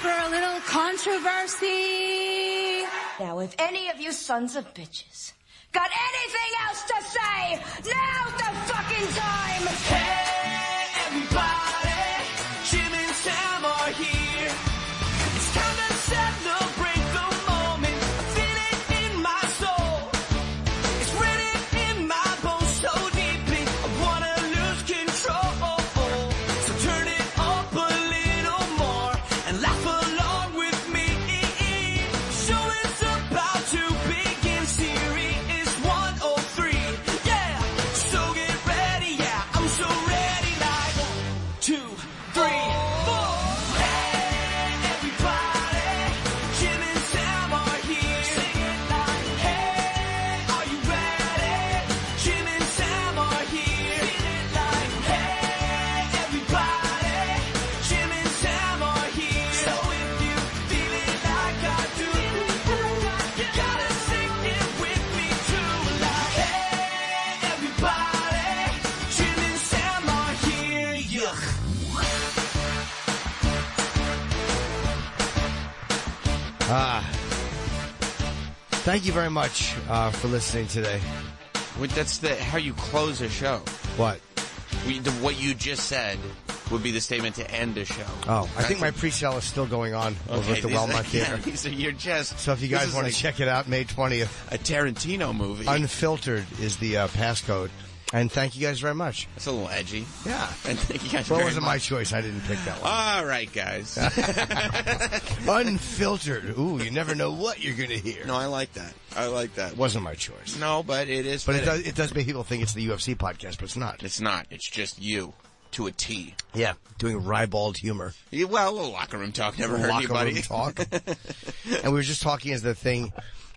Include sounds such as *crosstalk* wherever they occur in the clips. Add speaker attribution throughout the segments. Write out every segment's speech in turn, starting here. Speaker 1: for a little controversy.
Speaker 2: Now, if any of you sons of bitches got anything else to say, now's the fucking time!
Speaker 3: Hey, everybody, Jim and Sam are here. It's time to celebrate the moment. Feel it in my soul. It's written in my bones so deeply. I wanna lose control. So turn it up a little more and laugh along with me. Show is about to begin. Series 103. Yeah, so get ready. Yeah, I'm so ready. Like one, two, three, four. Hey, everybody, Jim and Sam are here. Sing it like, hey, are you ready? Jim and Sam are here. Feel it like, hey, everybody, Jim and Sam are here. So if you feel it like I do, you gotta sing it with me too. Like, hey, everybody, Jim and Sam are here. Yuck.
Speaker 4: Ah. Thank you very much uh, for listening today.
Speaker 5: Wait, that's the how you close a show.
Speaker 4: What?
Speaker 5: We, the, what you just said would be the statement to end a show.
Speaker 4: Oh, I
Speaker 5: That's
Speaker 4: think my
Speaker 5: it.
Speaker 4: pre-sale is still going on over
Speaker 5: Okay,
Speaker 4: at the
Speaker 5: these are- *laughs*
Speaker 4: Wellmont
Speaker 5: yeah,
Speaker 4: Theater.
Speaker 5: these are your just.
Speaker 4: So if you
Speaker 5: this
Speaker 4: guys
Speaker 5: is
Speaker 4: want to
Speaker 5: like
Speaker 4: check it out, May 20th.
Speaker 5: a Tarantino movie,
Speaker 4: Unfiltered is the uh, passcode. And thank you guys very much.
Speaker 5: it's a little edgy.
Speaker 4: Yeah.
Speaker 5: And *laughs* *laughs* thank you guys
Speaker 4: Well, it
Speaker 5: very
Speaker 4: wasn't my
Speaker 5: much.
Speaker 4: *laughs* choice. I didn't pick that one.
Speaker 5: All right, guys. Ah.
Speaker 4: Unfiltered. Ooh, you never know what you're going to hear.
Speaker 5: no, I like that. I like that.
Speaker 4: it wasn't my *laughs* choice.
Speaker 5: No, but it is.
Speaker 4: But it
Speaker 5: fitting.
Speaker 4: does, it does make people think it's the UFC podcast, but it's not.
Speaker 5: It's not. It's just you to a T.
Speaker 4: Yeah, doing ribald humor.
Speaker 5: Yeah, Well, a little locker room talk never hurt
Speaker 4: locker
Speaker 5: anybody.
Speaker 4: room talk. and we were just talking as the thing,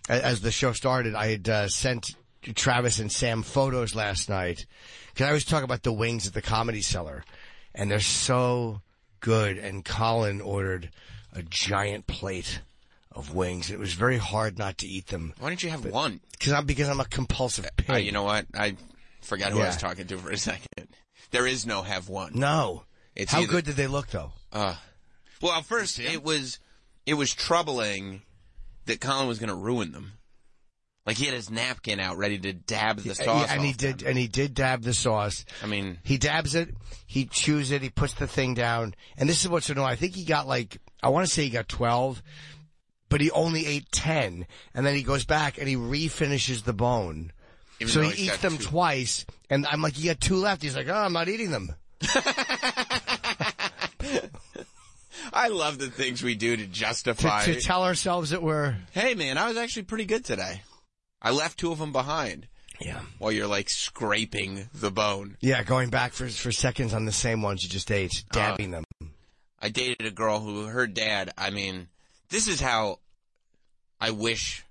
Speaker 4: a- as the show started. I had uh, sent Travis and Sam photos last night because I was talking about the wings at the Comedy Cellar, and they're so good. And Colin ordered a giant plate of wings. It was very hard not to eat them
Speaker 5: Why don't you have one?
Speaker 4: because I'm because I'm a compulsive pig.
Speaker 5: *laughs* Uh, you know what? I forgot who I was
Speaker 4: Yeah.
Speaker 5: talking to for a second. There is no have one.
Speaker 4: no.
Speaker 5: It's
Speaker 4: How
Speaker 5: either-
Speaker 4: good did they look though?
Speaker 5: Well, first it was it was troubling that Colin was going to ruin them. Like he had his napkin out ready to dab the sauce.
Speaker 4: and he
Speaker 5: off
Speaker 4: did,
Speaker 5: them.
Speaker 4: and he did dab the sauce.
Speaker 5: I mean-
Speaker 4: he dabs it, he chews it, he puts the thing down, and this is what's annoying. I think he got like, I want to say he got twelve, but he only ate ten, and then he goes back and he refinishes the bone.
Speaker 5: Even
Speaker 4: so
Speaker 5: though
Speaker 4: he
Speaker 5: he's
Speaker 4: eats
Speaker 5: got
Speaker 4: them
Speaker 5: two-
Speaker 4: twice, and I'm like, you got two left. He's like, oh, I'm not eating them.
Speaker 5: I love the things we do to
Speaker 4: To,
Speaker 5: justify.
Speaker 4: to tell ourselves that we're,
Speaker 5: hey man, I was actually pretty good today. I left two of them behind
Speaker 4: yeah,
Speaker 5: while you're like scraping the bone.
Speaker 4: yeah, going back for for seconds on the same ones you just ate,
Speaker 5: Uh,
Speaker 4: dabbing them.
Speaker 5: I dated a girl who her dad, I mean, this is how I wish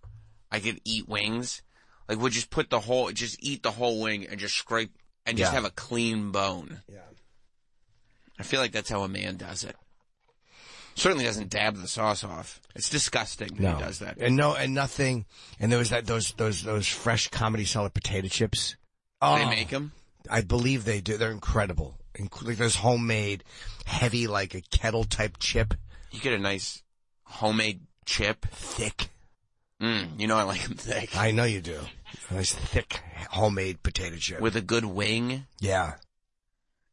Speaker 5: I could eat wings. Like would just put the whole just eat the whole wing and just scrape and just
Speaker 4: Yeah.
Speaker 5: have a clean bone.
Speaker 4: Yeah.
Speaker 5: I feel like that's how a man does it. Certainly doesn't dab the sauce off. It's disgusting that
Speaker 4: No,
Speaker 5: he does that.
Speaker 4: and no, and nothing. And there was that those those those fresh comedy seller potato chips. Oh,
Speaker 5: they make them.
Speaker 4: I believe they do. They're incredible. Inc- Like those homemade, heavy like a kettle type chip,
Speaker 5: You get a nice homemade chip.
Speaker 4: thick.
Speaker 5: Mm, you know I like them thick.
Speaker 4: I know you do. Nice thick homemade potato chip.
Speaker 5: With a good wing
Speaker 4: yeah.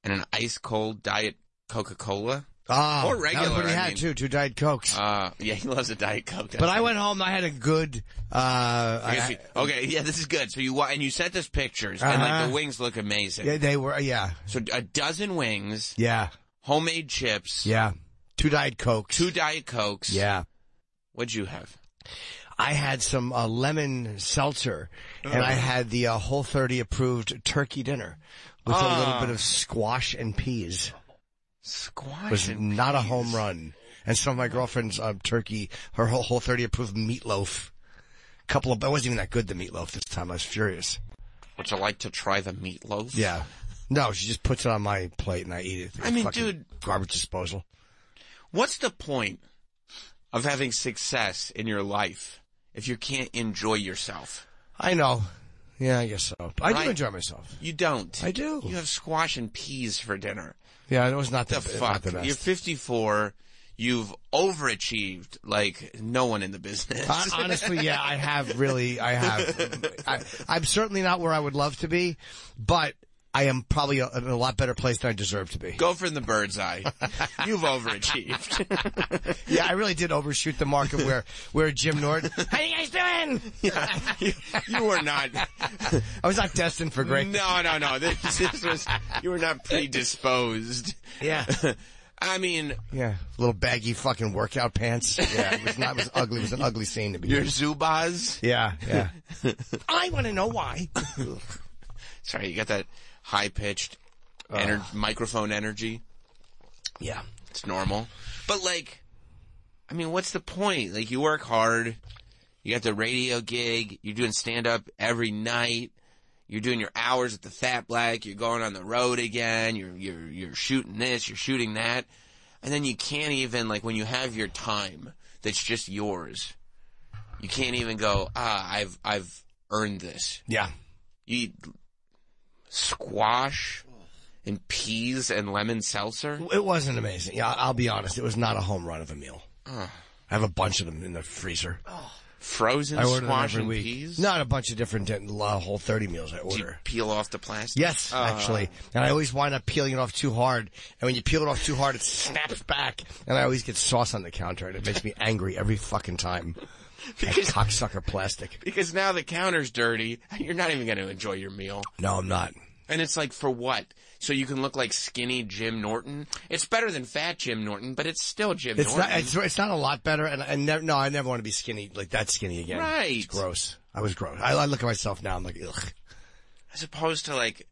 Speaker 5: and an ice cold diet Coca-Cola.
Speaker 4: Ah,
Speaker 5: Or
Speaker 4: that was
Speaker 5: regular,
Speaker 4: what he
Speaker 5: I
Speaker 4: had
Speaker 5: mean.
Speaker 4: too. Two diet cokes.
Speaker 5: Uh, yeah, *laughs* he loves a diet Coke.
Speaker 4: but
Speaker 5: *laughs*
Speaker 4: I went home. I had a good. Uh,
Speaker 5: I
Speaker 4: I,
Speaker 5: guess we- okay, yeah, this is good. So you wa- and you sent us pictures, and like
Speaker 4: Uh-huh.
Speaker 5: the wings look amazing.
Speaker 4: yeah, they were. Yeah,
Speaker 5: So a dozen wings,
Speaker 4: yeah,
Speaker 5: homemade chips,
Speaker 4: yeah. Two diet cokes.
Speaker 5: two diet cokes.
Speaker 4: Yeah.
Speaker 5: what'd you have?
Speaker 4: I had some uh, lemon seltzer, and I had the uh, Whole 30 approved turkey dinner with a
Speaker 5: Ah.
Speaker 4: little bit of squash and peas.
Speaker 5: Squash.
Speaker 4: It was
Speaker 5: and
Speaker 4: not a
Speaker 5: peas.
Speaker 4: home run. And some of my girlfriend's um, turkey, her whole Whole 30 approved meatloaf. Couple of, it wasn't even that good, the meatloaf this time. I was furious.
Speaker 5: Would you like to try the meatloaf?
Speaker 4: Yeah. No, she just puts it on my plate and I eat it.
Speaker 5: I mean,
Speaker 4: Fucking
Speaker 5: dude.
Speaker 4: Garbage disposal.
Speaker 5: What's the point of having success in your life if you can't enjoy yourself?
Speaker 4: I know. Yeah, I guess so. But I
Speaker 5: Right.
Speaker 4: do enjoy myself.
Speaker 5: You don't.
Speaker 4: I do.
Speaker 5: You have squash and peas for dinner.
Speaker 4: Yeah, it was not the,
Speaker 5: The
Speaker 4: not
Speaker 5: fuck?
Speaker 4: the best.
Speaker 5: You're 54. you've overachieved like no one in the business.
Speaker 4: Hon- Honestly, yeah, I have really, I have. I, I'm certainly not where I would love to be, but I am probably a, in a lot better place than I deserve
Speaker 5: *laughs*
Speaker 4: to be.
Speaker 5: Go from the
Speaker 4: *laughs*
Speaker 5: bird's eye. You've overachieved.
Speaker 4: Yeah, I really did overshoot the mark of where, where Jim Norton, *laughs* how you guys doing?
Speaker 5: you, you were not.
Speaker 4: I was not destined for great.
Speaker 5: No, no, no. This, this was. You were not predisposed.
Speaker 4: Yeah.
Speaker 5: I mean,
Speaker 4: Yeah. Little baggy fucking workout
Speaker 5: *laughs*
Speaker 4: pants. Yeah, it was not, it was ugly. It was an ugly scene to be.
Speaker 5: your Zubaz.
Speaker 4: yeah, yeah. I want to know why.
Speaker 5: *laughs* Sorry, you got that high pitched ener- microphone energy.
Speaker 4: Yeah.
Speaker 5: It's normal. But like, I mean, what's the point? Like, you work hard. You got the radio gig. You're doing stand up every night. You're doing your hours at the Fat Black. You're going on the road again. You're, you're, you're shooting this. You're shooting that. And then you can't even, like, when you have your time that's just yours, you can't even go, ah, I've, I've earned this.
Speaker 4: Yeah.
Speaker 5: You eat squash and peas and lemon seltzer.
Speaker 4: It wasn't amazing. Yeah, I'll be honest. It was not a home run of a meal. I have a bunch of them in the freezer.
Speaker 5: frozen
Speaker 4: I order them
Speaker 5: squash
Speaker 4: every
Speaker 5: and
Speaker 4: week.
Speaker 5: peas?
Speaker 4: Not a bunch of different uh, whole thirty meals I
Speaker 5: Do you Ah.
Speaker 4: order.
Speaker 5: peel off the plastic? Uh,
Speaker 4: Yes, actually, and I always wind up peeling it off too hard. And when you peel it off too hard, it snaps back, and I always get sauce on the counter, and it makes me angry every fucking
Speaker 5: *laughs*
Speaker 4: time. That cocksucker plastic.
Speaker 5: Because now the counter's dirty *laughs* and you're not even going to enjoy your meal.
Speaker 4: No, I'm not.
Speaker 5: And it's like, for what? So you can look like skinny Jim Norton? It's better than fat Jim Norton, but it's still Jim
Speaker 4: It's
Speaker 5: Norton.
Speaker 4: not. It's, it's not a lot better. And I never. No, I never want to be skinny like that skinny again.
Speaker 5: Right.
Speaker 4: It's gross. I was gross. I, I look at myself now. I'm like, ugh.
Speaker 5: As opposed to like,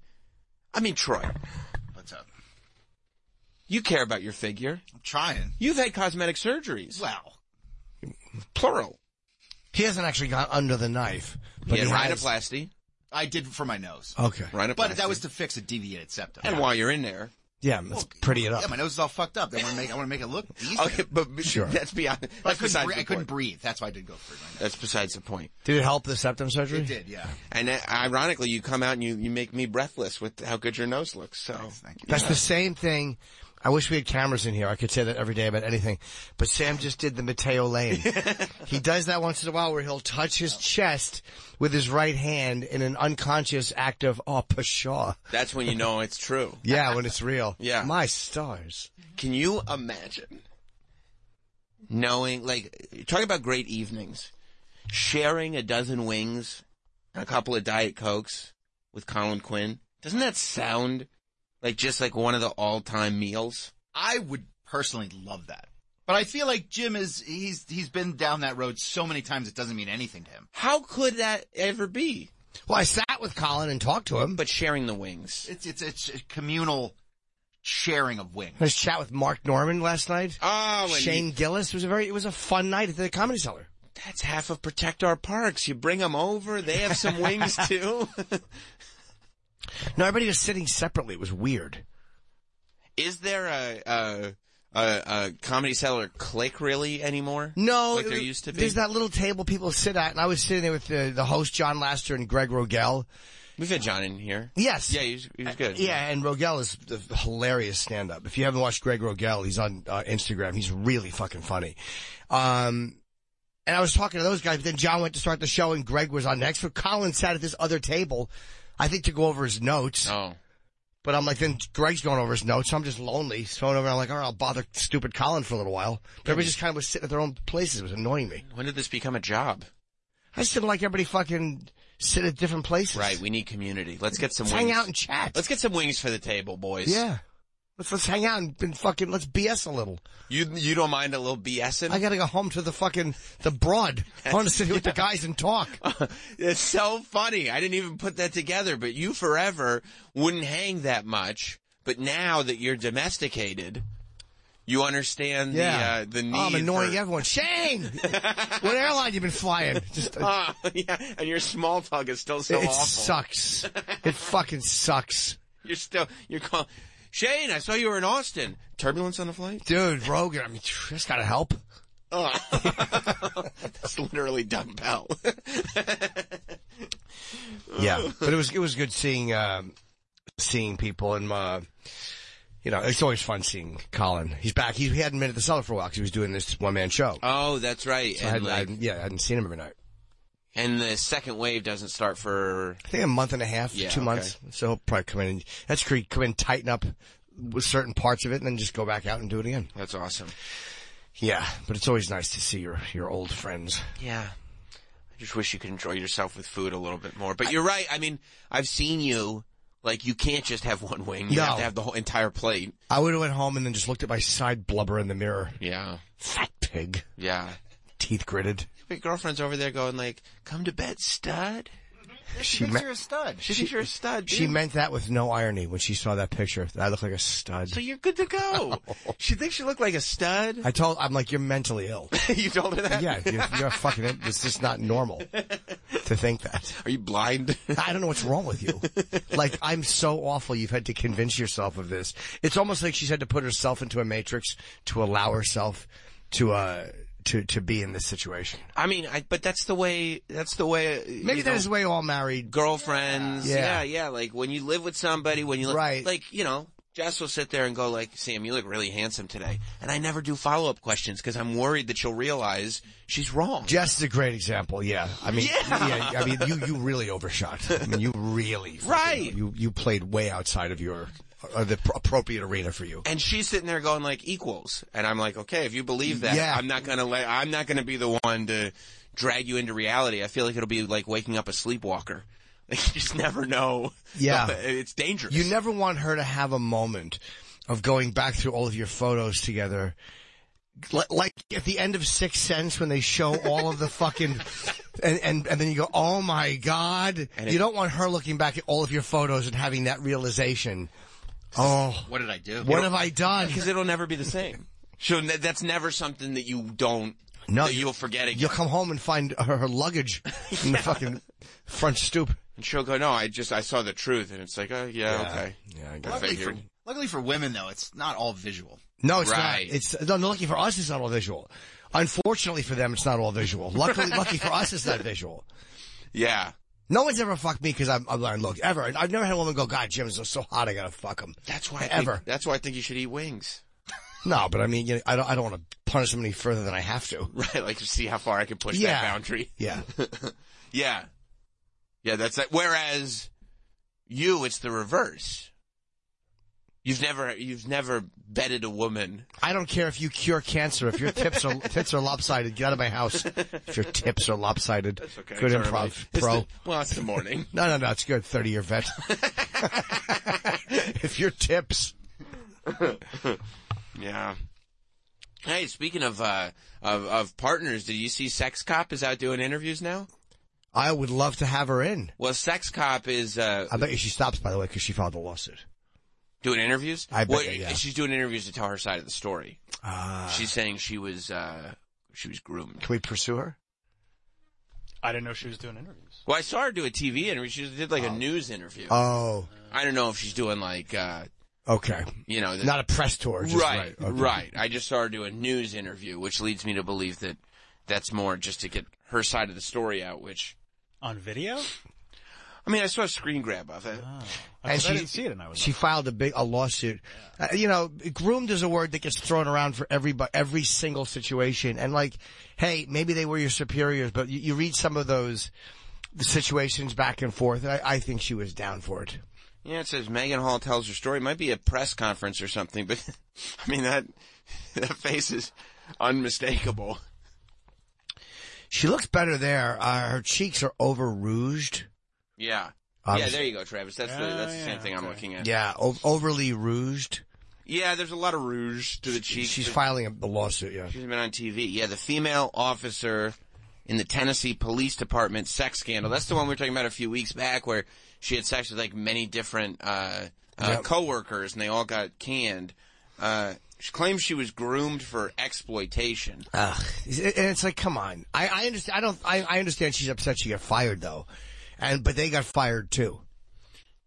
Speaker 5: I mean, Troy. What's up? You care about your figure.
Speaker 1: I'm trying.
Speaker 5: You've had cosmetic surgeries.
Speaker 1: Wow.
Speaker 5: Plural.
Speaker 4: He hasn't actually got under the knife.
Speaker 5: But yeah,
Speaker 4: he has-
Speaker 5: rhinoplasty.
Speaker 1: I did for my nose.
Speaker 4: Okay.
Speaker 5: Rhinoplasty.
Speaker 1: But that was to fix a deviated septum.
Speaker 5: And while you're in there,
Speaker 4: Yeah, let's pretty it up.
Speaker 1: Yeah, my nose is all fucked up. I want to make, I want to make it look easier.
Speaker 5: okay, but
Speaker 4: Sure.
Speaker 5: that's beyond.
Speaker 1: But I
Speaker 5: That's
Speaker 1: couldn't,
Speaker 5: besides
Speaker 1: bre- I
Speaker 5: the
Speaker 1: couldn't
Speaker 5: point.
Speaker 1: breathe. That's why I did go for my nose.
Speaker 5: That's besides the point.
Speaker 4: Did it help the septum surgery?
Speaker 1: It did, yeah.
Speaker 5: And uh, ironically, you come out and you, you make me breathless with how good your nose looks. So
Speaker 1: Thank you.
Speaker 4: That's the same thing. I wish we had cameras in here. I could say that every day about anything. But Sam just did the Mateo Lane. he does that once in a while where he'll touch his chest with his right hand in an unconscious act of, oh, pshaw.
Speaker 5: that's when you know it's true.
Speaker 4: Yeah, when it's real.
Speaker 5: Yeah.
Speaker 4: My stars.
Speaker 5: Can you imagine knowing, like, talking about great evenings, sharing a dozen wings and a couple of Diet Cokes with Colin Quinn? Doesn't that sound like just like one of the all time meals?
Speaker 1: I would personally love that. But I feel like Jim is, he's, he's been down that road so many times it doesn't mean anything to him.
Speaker 5: How could that ever be?
Speaker 4: Well, I sat with Colin and talked to him. But
Speaker 5: But sharing the wings.
Speaker 1: It's, it's, it's a communal sharing of wings.
Speaker 4: I was chat with Mark Norman last night.
Speaker 5: Oh, and
Speaker 4: Shane Gillis was a very, it was a fun night at the Comedy Cellar.
Speaker 5: That's half of Protect Our Parks. You bring them over, they have some
Speaker 4: *laughs*
Speaker 5: wings too.
Speaker 4: No, everybody was sitting separately. It was weird.
Speaker 5: Is there a, a, a, a comedy cellar click really anymore?
Speaker 4: No,
Speaker 5: like there
Speaker 4: it-
Speaker 5: used to be.
Speaker 4: There's that little table people sit at, and I was sitting there with the, the host John Laster and Greg Rogel.
Speaker 5: We've had John in here.
Speaker 4: Yes. Uh,
Speaker 5: Yeah, he was, he was good.
Speaker 4: Yeah, and Rogel is the hilarious stand-up. If you haven't watched Greg Rogel, he's on uh, Instagram. He's really fucking funny. Um, and I was talking to those guys, but then John went to start the show, and Greg was on next. So Colin sat at this other table, I think to go over his notes.
Speaker 5: Oh,
Speaker 4: But I'm like, then Greg's going over his notes, so I'm just lonely. So I'm over, I'm like, all right, I'll bother stupid Colin for a little while. But everybody just kind of was sitting at their own places. It was annoying me.
Speaker 5: when did this become a job?
Speaker 4: I just didn't like everybody fucking sit at different places.
Speaker 5: Right, we need community. Let's get some
Speaker 4: Let's
Speaker 5: wings.
Speaker 4: hang out and chat.
Speaker 5: Let's get some wings for the table, boys.
Speaker 4: yeah. Let's let's hang out and, and fucking let's BS a little.
Speaker 5: You you don't mind a little BSing? *laughs*
Speaker 4: I gotta go home to the fucking the broad. I want to sit here with the guys and talk.
Speaker 5: it's so funny. I didn't even put that together, but you forever wouldn't hang that much. But now that you're domesticated, you understand
Speaker 4: Yeah,
Speaker 5: *laughs* the uh, the need.
Speaker 4: I'm annoying
Speaker 5: for-
Speaker 4: everyone. Shane, what airline you been flying? Just uh,
Speaker 5: Ah, *laughs* yeah, and your small talk is still so
Speaker 4: it
Speaker 5: awful.
Speaker 4: sucks. It fucking sucks,
Speaker 5: *laughs* You're still you're calling. Shane, I saw you were in Austin. Turbulence on the flight?
Speaker 4: dude. Rogan, I mean, that's gotta help.
Speaker 5: Oh. *laughs* That's
Speaker 4: *laughs*
Speaker 5: literally dumbbell. *laughs*
Speaker 4: Yeah, but it was it was good seeing um, seeing people and uh, you know, it's always fun seeing Colin. He's back. He, he hadn't been at the cellar for a while because he was doing this one man show.
Speaker 5: Oh, that's right.
Speaker 4: I
Speaker 5: and,
Speaker 4: hadn't, I
Speaker 5: like,
Speaker 4: hadn't- yeah, I hadn't seen him every night.
Speaker 5: and the second wave doesn't start for.
Speaker 4: I think a month and a half,
Speaker 5: Yeah,
Speaker 4: two
Speaker 5: okay.
Speaker 4: months. So he'll probably come in. And, that's great. Come in, tighten up with certain parts of it, and then just go back out and do it again.
Speaker 5: That's awesome.
Speaker 4: Yeah, but it's always nice to see your your old friends.
Speaker 5: Yeah. I just wish you could enjoy yourself with food a little bit more. But you're right. I mean, I've seen you. Like, you can't just have one wing. You
Speaker 4: No.
Speaker 5: have to have the whole entire plate.
Speaker 4: I would have went home and then just looked at my side blubber in the mirror.
Speaker 5: Yeah.
Speaker 4: Fat pig,
Speaker 5: Yeah.
Speaker 4: teeth gritted.
Speaker 5: My girlfriend's over there going like, "Come to bed, stud."
Speaker 4: She
Speaker 1: thinks
Speaker 4: me-
Speaker 1: you're a stud.
Speaker 5: She, thinks you're a stud.
Speaker 4: she
Speaker 5: dude.
Speaker 4: meant that with no irony when she saw that picture. I look like a stud. Oh.
Speaker 5: so you're good
Speaker 4: *laughs*
Speaker 5: to go. she thinks you look like a stud.
Speaker 4: I told I'm like you're mentally ill.
Speaker 5: *laughs* you told her that.
Speaker 4: yeah, you're, you're fucking. It's just not
Speaker 5: *laughs*
Speaker 4: normal to think that.
Speaker 5: Are you blind?
Speaker 4: *laughs* I don't know what's wrong with you. Like, I'm so awful you've had to convince yourself of this. It's almost like she's had to put herself into a matrix to allow herself to, uh, to, to be in this situation.
Speaker 5: I mean, I, but that's the way. That's the way.
Speaker 4: Maybe that is the way all married.
Speaker 5: girlfriends.
Speaker 4: Yeah.
Speaker 5: Yeah. yeah, Like when you live with somebody, when you li-
Speaker 4: Right.
Speaker 5: like you know, Jess will sit there and go like, "Sam, you look really handsome today," and I never do follow up questions because I'm worried that she'll realize she's wrong.
Speaker 4: Jess is a great example. Yeah. I
Speaker 5: *laughs*
Speaker 4: mean, yeah. I mean, you, you really overshot. I mean, you really, fucking-
Speaker 5: Right.
Speaker 4: You, you played way outside of your, uh, the pro- appropriate arena for you.
Speaker 5: and she's sitting there going like equals, and I'm like, okay, if you believe that,
Speaker 4: Yeah.
Speaker 5: I'm not gonna let, I'm not gonna be the one to drag you into reality. I feel like it'll be like waking up a sleepwalker. *laughs* Like you just never know.
Speaker 4: Yeah.
Speaker 5: *laughs* it's dangerous.
Speaker 4: You never want her to have a moment of going back through all of your photos together. Li- Like at the end of Sixth Sense when they show all of the fucking, and, and, and then you go, oh my god.
Speaker 5: And
Speaker 4: you
Speaker 5: it-
Speaker 4: don't want her looking back at all of your photos and having that realization. Oh,
Speaker 1: What did I do?
Speaker 4: what have I done?
Speaker 5: because it'll never be the same. So ne- that's never something that you don't.
Speaker 4: No,
Speaker 5: that
Speaker 4: you-
Speaker 5: you'll forget again.
Speaker 4: You'll come home and find her, her luggage in the fucking front stoop.
Speaker 5: And she'll go, no, I just, I saw the truth. And it's like, oh, yeah, okay.
Speaker 4: Yeah, I guess.
Speaker 1: Luckily for,
Speaker 5: figured.
Speaker 1: luckily for women though, it's not all visual.
Speaker 4: No, it's
Speaker 5: Right.
Speaker 4: not. It's no, no, lucky for us, it's not all visual. Unfortunately for them, it's not all visual. *laughs*
Speaker 5: *laughs*
Speaker 4: Luckily, lucky for us, it's not visual.
Speaker 5: Yeah.
Speaker 4: No one's ever fucked me because I'm, I'm look ever. I've never had a woman go, God, Jim's so hot, I gotta fuck him.
Speaker 5: That's why I
Speaker 4: Ever.
Speaker 5: Think, that's why I think you should eat wings. *laughs*
Speaker 4: No, but I mean, you know, I don't, I don't want to punish him any further than I have to.
Speaker 5: Right? Like, to see how far I can push
Speaker 4: Yeah.
Speaker 5: that boundary. *laughs*
Speaker 4: Yeah.
Speaker 5: Yeah. Yeah, that's that. Whereas you, it's the reverse. You've never, you've never betted a woman.
Speaker 4: I don't care if you cure cancer. If your tips are, *laughs* tits are lopsided, get out of my house. If your tips are lopsided. Good
Speaker 5: Sorry,
Speaker 4: improv,
Speaker 5: mate. It's
Speaker 4: pro.
Speaker 5: the- well, it's the morning.
Speaker 4: *laughs* No, no, no, it's good. 30 year
Speaker 5: *laughs*
Speaker 4: vet. if your tips.
Speaker 5: yeah. Hey, speaking of, uh, of, of partners, did you see Sex Cop is out doing interviews now?
Speaker 4: I would love to have her in.
Speaker 5: Well, Sex Cop is, uh,
Speaker 4: I bet you she stops, by the way, because she filed a lawsuit.
Speaker 5: Doing interviews?
Speaker 4: I bet
Speaker 5: Well,
Speaker 4: you, yeah. Ah.
Speaker 5: She's doing interviews to tell her side of the story. she's saying she was uh, she was groomed.
Speaker 4: Can we pursue her?
Speaker 6: I didn't know she was doing interviews.
Speaker 5: Well, I saw her do a TV interview. She did like a news interview.
Speaker 4: Oh,
Speaker 5: I don't know if she's doing like uh,
Speaker 4: okay.
Speaker 5: you know the-
Speaker 4: Not a press tour. Just
Speaker 5: Uh, right,
Speaker 4: right. okay.
Speaker 5: right. I just saw her do a news interview, which leads me to believe that that's more just to get her side of the story out. Which
Speaker 6: On video? Ah.
Speaker 5: I mean, I saw a screen grab of it.
Speaker 6: I,
Speaker 4: she-
Speaker 6: I didn't see it and I was
Speaker 4: She filed a big a lawsuit. Uh, you know, groomed is a word that gets thrown around for every every single situation. And like, hey, maybe they were your superiors, but you, you read some of those situations back and forth. And I, I think she was down for it.
Speaker 5: Yeah, it says Megan Hall tells her story. It might be a press conference or something, but *laughs* I mean that *laughs* that face is unmistakable.
Speaker 4: She looks better there. Uh, her cheeks are over rouged.
Speaker 5: Yeah.
Speaker 4: Um,
Speaker 5: yeah, there you go, Travis. That's the that's the
Speaker 6: Ah, yeah,
Speaker 5: same thing I'm looking at. Yeah.
Speaker 4: Yeah, o- overly rouged.
Speaker 5: there's a lot of rouge to the cheeks.
Speaker 4: She's filing a, the lawsuit. Yeah.
Speaker 5: She's been on TV. Yeah, the female officer in the Tennessee Police Department sex scandal. That's the one we were talking about a few weeks back, where she had sex with like many different uh, uh,
Speaker 4: Yep.
Speaker 5: coworkers, and they all got canned. Uh, she claims she was groomed for exploitation.
Speaker 4: Ugh. Is it- And it's like, come on. I, I understand. I don't. I, I understand she's upset she got fired though, and but they got fired too.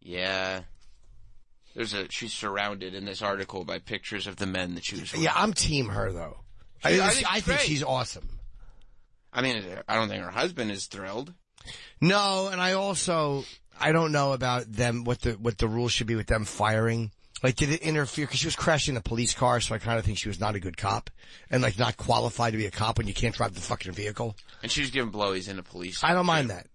Speaker 5: Yeah. There's a she's surrounded in this article by pictures of the men that she was. with.
Speaker 4: Yeah, I'm team her though. I,
Speaker 5: She- I
Speaker 4: I
Speaker 5: think
Speaker 4: think,
Speaker 5: she's great.
Speaker 4: she's awesome.
Speaker 5: I mean, I don't think her husband is thrilled.
Speaker 4: No, and I also I don't know about them what the what the rules should be with them firing Like, did it interfere? Because she was crashing the police car, so I kind of think she was not a good cop and like not qualified to be a cop when you can't drive the fucking vehicle.
Speaker 5: And she was giving blowies in the police.
Speaker 4: I don't mind that.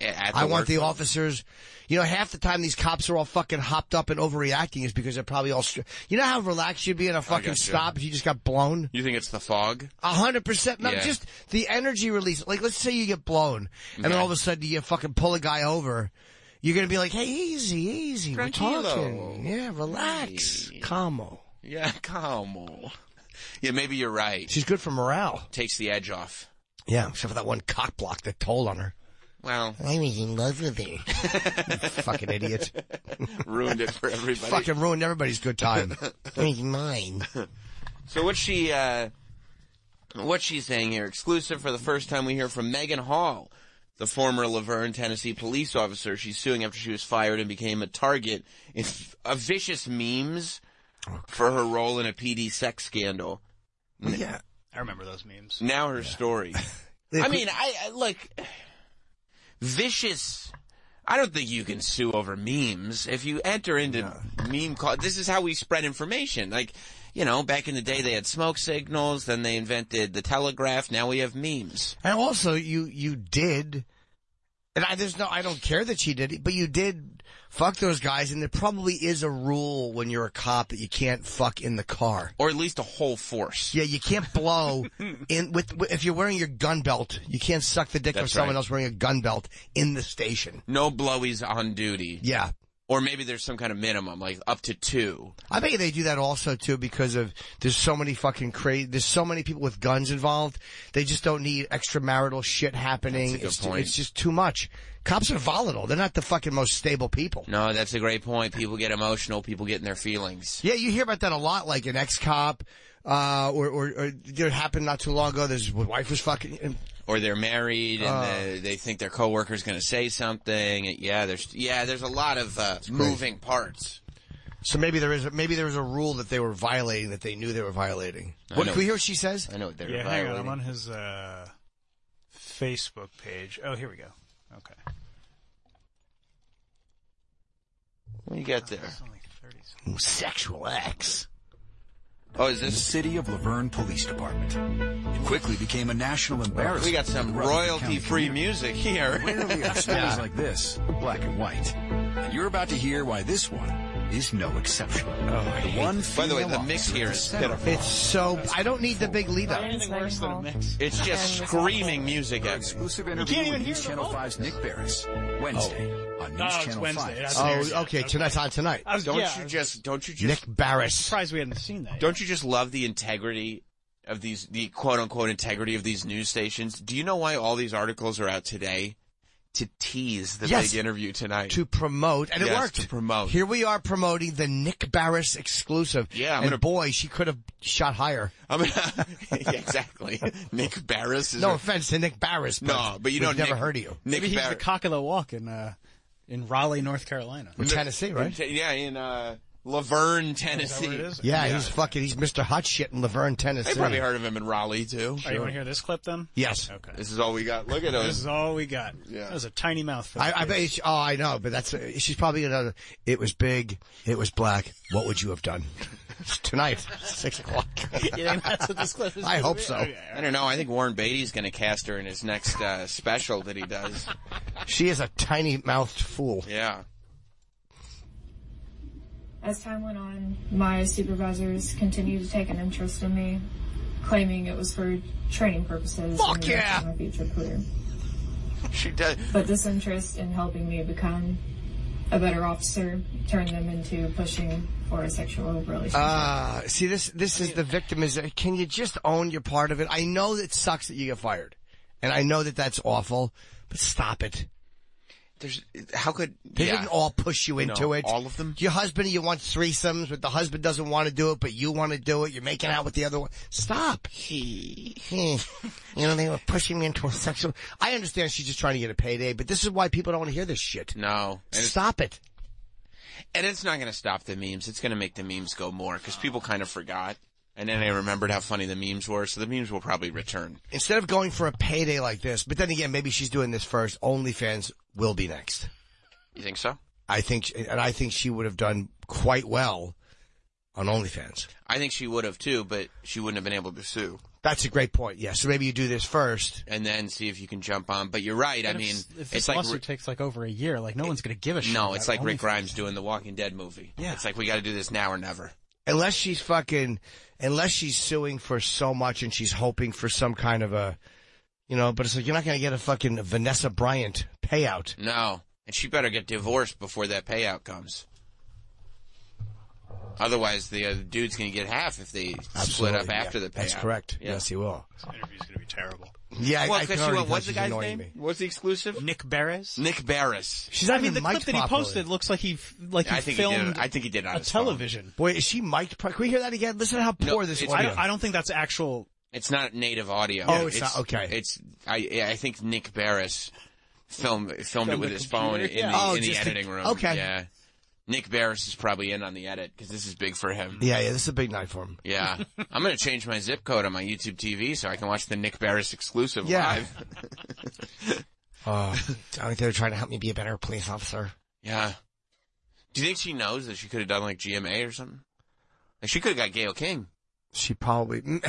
Speaker 5: at
Speaker 4: I want the
Speaker 5: workplace.
Speaker 4: officers. You know, half the time these cops are all fucking hopped up and overreacting is because they're probably all. Str- you know how relaxed you'd be in a fucking
Speaker 5: you.
Speaker 4: stop if you just got blown.
Speaker 5: You think it's the fog?
Speaker 4: A hundred percent. No,
Speaker 5: Yeah.
Speaker 4: just the energy release. Like, let's say you get blown, and then all of a sudden you fucking pull a guy over. You're gonna be like, "Hey, easy, easy. We're
Speaker 5: Tranquilo.
Speaker 4: talking. Yeah, relax, calmo."
Speaker 5: Yeah, *laughs* come on. Yeah, maybe you're right.
Speaker 4: She's good for morale.
Speaker 5: Takes the edge off.
Speaker 4: Yeah, except for that one cock block that told on her.
Speaker 5: Well,
Speaker 4: I was in love *laughs* with her. fucking idiot.
Speaker 5: *laughs* ruined it for everybody.
Speaker 4: Fucking ruined everybody's good time. I mean, mine.
Speaker 5: So what she, uh, what she's saying here, exclusive for the first time we hear from Megan Hall, the former Laverne, Tennessee police officer. She's suing after she was fired and became a target in f- of vicious memes
Speaker 4: Oh,
Speaker 5: for her role in a PD sex scandal.
Speaker 4: Yeah.
Speaker 6: I remember those memes.
Speaker 5: Now
Speaker 4: *laughs*
Speaker 5: her story.
Speaker 4: Yeah,
Speaker 5: I
Speaker 4: could-
Speaker 5: mean, I, I like vicious. I don't think you can sue over memes. If you enter into meme call, this is how we spread information. Like, you know, back in the day they had smoke signals, then they invented the telegraph, now we have memes.
Speaker 4: And also, you you did, and I, there's no, I don't care that she did it, but you did fuck those guys, and there probably is a rule when you're a cop that you can't fuck in the car.
Speaker 5: Or at least a whole force.
Speaker 4: Yeah, you can't
Speaker 5: *laughs*
Speaker 4: blow in with, with if you're wearing your gun belt. You can't suck the dick of
Speaker 5: That's
Speaker 4: someone
Speaker 5: right.
Speaker 4: else wearing a gun belt in the station.
Speaker 5: No blowies on duty.
Speaker 4: Yeah,
Speaker 5: Or maybe there's some kind of minimum, like up to two.
Speaker 4: I bet you they do that also too because of there's so many fucking crazy. There's so many people with guns involved. They just don't need extramarital shit happening.
Speaker 5: That's a good
Speaker 4: it's, too-
Speaker 5: point.
Speaker 4: it's just too much. Cops are volatile. They're not the fucking most stable people.
Speaker 5: No, that's a great point. People get emotional, people get in their feelings.
Speaker 4: Yeah, you hear about that a lot. Like an ex cop, uh, or, or or it happened not too long ago. This wife was fucking. and
Speaker 5: or they're married
Speaker 4: Ah.
Speaker 5: and they, they think their coworker's going to say something. Yeah, there's yeah, there's a lot of uh, moving parts.
Speaker 4: So maybe there is a, maybe there was a rule that they were violating that they knew they were violating. What,
Speaker 5: know.
Speaker 4: can we hear what she says?
Speaker 5: I know what they're
Speaker 6: Yeah, hang on.
Speaker 5: violating.
Speaker 6: I'm on his uh, Facebook page. Oh, here we go. Okay.
Speaker 5: What do you got there?
Speaker 6: It's only 30 seconds.
Speaker 4: Sexual ex.
Speaker 5: Oh, is
Speaker 7: The
Speaker 5: this?
Speaker 7: city of Laverne Police Department. It quickly became a national embarrassment.
Speaker 5: We got some
Speaker 7: in Rutherford County
Speaker 5: royalty-free
Speaker 7: community.
Speaker 5: music here. *laughs*
Speaker 7: Rarely are stories like this black and white. And you're about to hear why this one is no exception.
Speaker 5: Oh,
Speaker 7: the one
Speaker 5: By the way,
Speaker 7: female
Speaker 5: the mix
Speaker 7: officer
Speaker 5: here
Speaker 7: at the
Speaker 5: is
Speaker 7: center of
Speaker 5: pitiful.
Speaker 4: It's so. I don't need the big lead up.
Speaker 2: Anything worse than a mix.
Speaker 5: It's just screaming music
Speaker 7: our
Speaker 5: at me.
Speaker 7: exclusive interview with News Channel 5's Nick Barris. Wednesday on News
Speaker 6: Oh, it's
Speaker 7: Channel
Speaker 6: Wednesday.
Speaker 7: 5.
Speaker 6: That's Thursday.
Speaker 4: Oh, okay. Tonight's on tonight.
Speaker 6: I was,
Speaker 5: Don't
Speaker 6: yeah, I
Speaker 5: you
Speaker 6: was
Speaker 5: just? Don't you just?
Speaker 4: Nick Barris.
Speaker 6: surprised we hadn't seen that.
Speaker 5: Don't you just love the integrity of these, the quote unquote integrity of these news stations? Do you know why all these articles are out today? To tease the
Speaker 4: Yes.
Speaker 5: big interview tonight.
Speaker 4: to promote, and it
Speaker 5: Yes,
Speaker 4: worked.
Speaker 5: to promote.
Speaker 4: Here we are promoting the Nick Barris exclusive.
Speaker 5: Yeah, I'm
Speaker 4: and
Speaker 5: gonna-
Speaker 4: boy, she could have shot higher.
Speaker 5: I mean, *laughs*
Speaker 4: *laughs*
Speaker 5: yeah, exactly. Nick Barris is
Speaker 4: No
Speaker 5: our-
Speaker 4: offense to Nick Barris, but
Speaker 5: No, Oh, but you know,
Speaker 4: we've never
Speaker 5: Nick-
Speaker 4: heard of you.
Speaker 5: Nick
Speaker 6: Maybe he's
Speaker 5: Barr-
Speaker 6: the cock of the walk in uh, in Raleigh, North Carolina.
Speaker 4: We're Tennessee,
Speaker 5: in
Speaker 4: right?
Speaker 5: Te- yeah, in uh, Laverne,
Speaker 6: Is that
Speaker 5: Tennessee.
Speaker 6: where it is?
Speaker 4: Yeah, he's fucking. He's Mr. Hot Shit in Laverne, Tennessee.
Speaker 5: I probably heard of him in Raleigh too.
Speaker 6: Oh, you want to hear this clip then?
Speaker 4: Yes,
Speaker 6: Okay.
Speaker 5: This is all we got. Look at
Speaker 6: This
Speaker 5: us.
Speaker 6: is all we got.
Speaker 5: Yeah.
Speaker 6: That was a tiny mouthful.
Speaker 4: I, I bet. She, oh, I know, but that's. She's probably gonna. It was big. It was black. What would you have done? It's tonight, six o'clock.
Speaker 6: *laughs* You think that's what this clip is
Speaker 4: *laughs* I
Speaker 6: gonna
Speaker 4: hope
Speaker 6: be?
Speaker 4: so.
Speaker 6: Okay.
Speaker 5: I don't know. I think Warren Beatty's going to cast her in his next uh, special that he
Speaker 6: *laughs*
Speaker 5: does.
Speaker 4: she is a tiny mouthed fool.
Speaker 5: Yeah.
Speaker 8: As time went on, my supervisors continued to take an interest in me, claiming it was for training purposes
Speaker 4: Fuck
Speaker 8: and the rest of
Speaker 4: yeah!
Speaker 8: my future career.
Speaker 5: She does.
Speaker 8: But this interest in helping me become a better officer turned them into pushing for a sexual relationship.
Speaker 5: Ah.
Speaker 4: Uh, see, this this is the victim. Is can you just own your part of it? I know it sucks that you get fired, and I know that that's awful, but stop it.
Speaker 5: There's how could
Speaker 4: They
Speaker 5: yeah.
Speaker 4: didn't all push you into
Speaker 5: No,
Speaker 4: it.
Speaker 5: all of them?
Speaker 4: Your husband, you want threesomes, but the husband doesn't want to do it, but you want to do it. You're making out with the other one. Stop. *laughs* He, you know, they were pushing me into a sexual. I understand she's just trying to get a payday, but this is why people don't want to hear this shit.
Speaker 5: No, and it's,
Speaker 4: Stop it.
Speaker 5: and it's not going to stop the memes. It's going to make the memes go more because people kind of forgot, and then they remembered how funny the memes were. So the memes will probably return.
Speaker 4: Instead of going for a payday like this, but then again, maybe she's doing this first. OnlyFans will be next.
Speaker 5: You think so?
Speaker 4: I think, and I think she would have done quite well on OnlyFans.
Speaker 5: I think she would have too, but she wouldn't have been able to sue
Speaker 4: That's a great point. Yeah. So maybe you do this first.
Speaker 5: and then see if you can jump on. But you're right. I
Speaker 9: If
Speaker 5: mean,
Speaker 9: s- if
Speaker 5: it's
Speaker 9: this
Speaker 5: like
Speaker 9: lawsuit takes like over a year, like no one's gonna give a shit.
Speaker 5: no,
Speaker 9: about
Speaker 5: it's like Rick
Speaker 9: OnlyFans.
Speaker 5: Grimes doing the Walking Dead movie.
Speaker 9: Yeah.
Speaker 5: it's like we got to do this now or never.
Speaker 4: Unless she's fucking, unless she's suing for so much and she's hoping for some kind of a, you know, but it's like you're not going to get a fucking Vanessa Bryant payout.
Speaker 5: No, and she better get divorced before that payout comes. Otherwise, the other dude's gonna get half if they split
Speaker 4: Absolutely,
Speaker 5: up after
Speaker 4: yeah.
Speaker 5: the payout.
Speaker 4: That's correct.
Speaker 5: Yeah.
Speaker 4: Yes, he will.
Speaker 6: This interview's going to be terrible.
Speaker 4: Yeah, I,
Speaker 5: Well,
Speaker 4: I
Speaker 5: because
Speaker 4: can
Speaker 5: she
Speaker 4: already
Speaker 5: went,
Speaker 4: tell
Speaker 5: what's the
Speaker 4: she's
Speaker 5: guy's
Speaker 4: annoying
Speaker 5: name?
Speaker 4: me.
Speaker 5: What's the exclusive?
Speaker 6: Nick Barres?
Speaker 5: Nick Barris.
Speaker 4: She's not
Speaker 9: I mean,
Speaker 4: even
Speaker 9: the clip
Speaker 4: mic'd
Speaker 9: that he
Speaker 4: properly.
Speaker 9: posted looks like he f- like he
Speaker 5: I think he did
Speaker 9: filmed
Speaker 5: it- I think he did it on
Speaker 9: a
Speaker 5: his phone.
Speaker 9: television.
Speaker 4: Boy, is she mic'd? pro- Can we hear that again? Listen to how
Speaker 5: No,
Speaker 4: poor this
Speaker 5: it's-
Speaker 4: audio.
Speaker 9: I don't, I don't think that's actual.
Speaker 5: It's not native audio.
Speaker 4: Oh, it's not- okay.
Speaker 5: It's I. I think Nick Barris filmed filmed, it with
Speaker 9: the
Speaker 5: his phone
Speaker 9: computer,
Speaker 5: in
Speaker 9: yeah.
Speaker 5: the,
Speaker 4: Oh,
Speaker 5: in the
Speaker 4: just the-
Speaker 5: editing room.
Speaker 4: okay.
Speaker 5: Yeah. Nick Barris is probably in on the edit because this is big for him.
Speaker 4: yeah, yeah, this is a big night for him.
Speaker 5: Yeah. I'm gonna change my zip code on my YouTube TV so I can watch the Nick Barris exclusive
Speaker 4: Yeah. *laughs*
Speaker 5: live.
Speaker 4: Oh, I think they're trying to help me be a better police officer.
Speaker 5: Yeah. Do you think she knows that she could have done like GMA or something? Like she could have got Gail King.
Speaker 4: She probably. mm,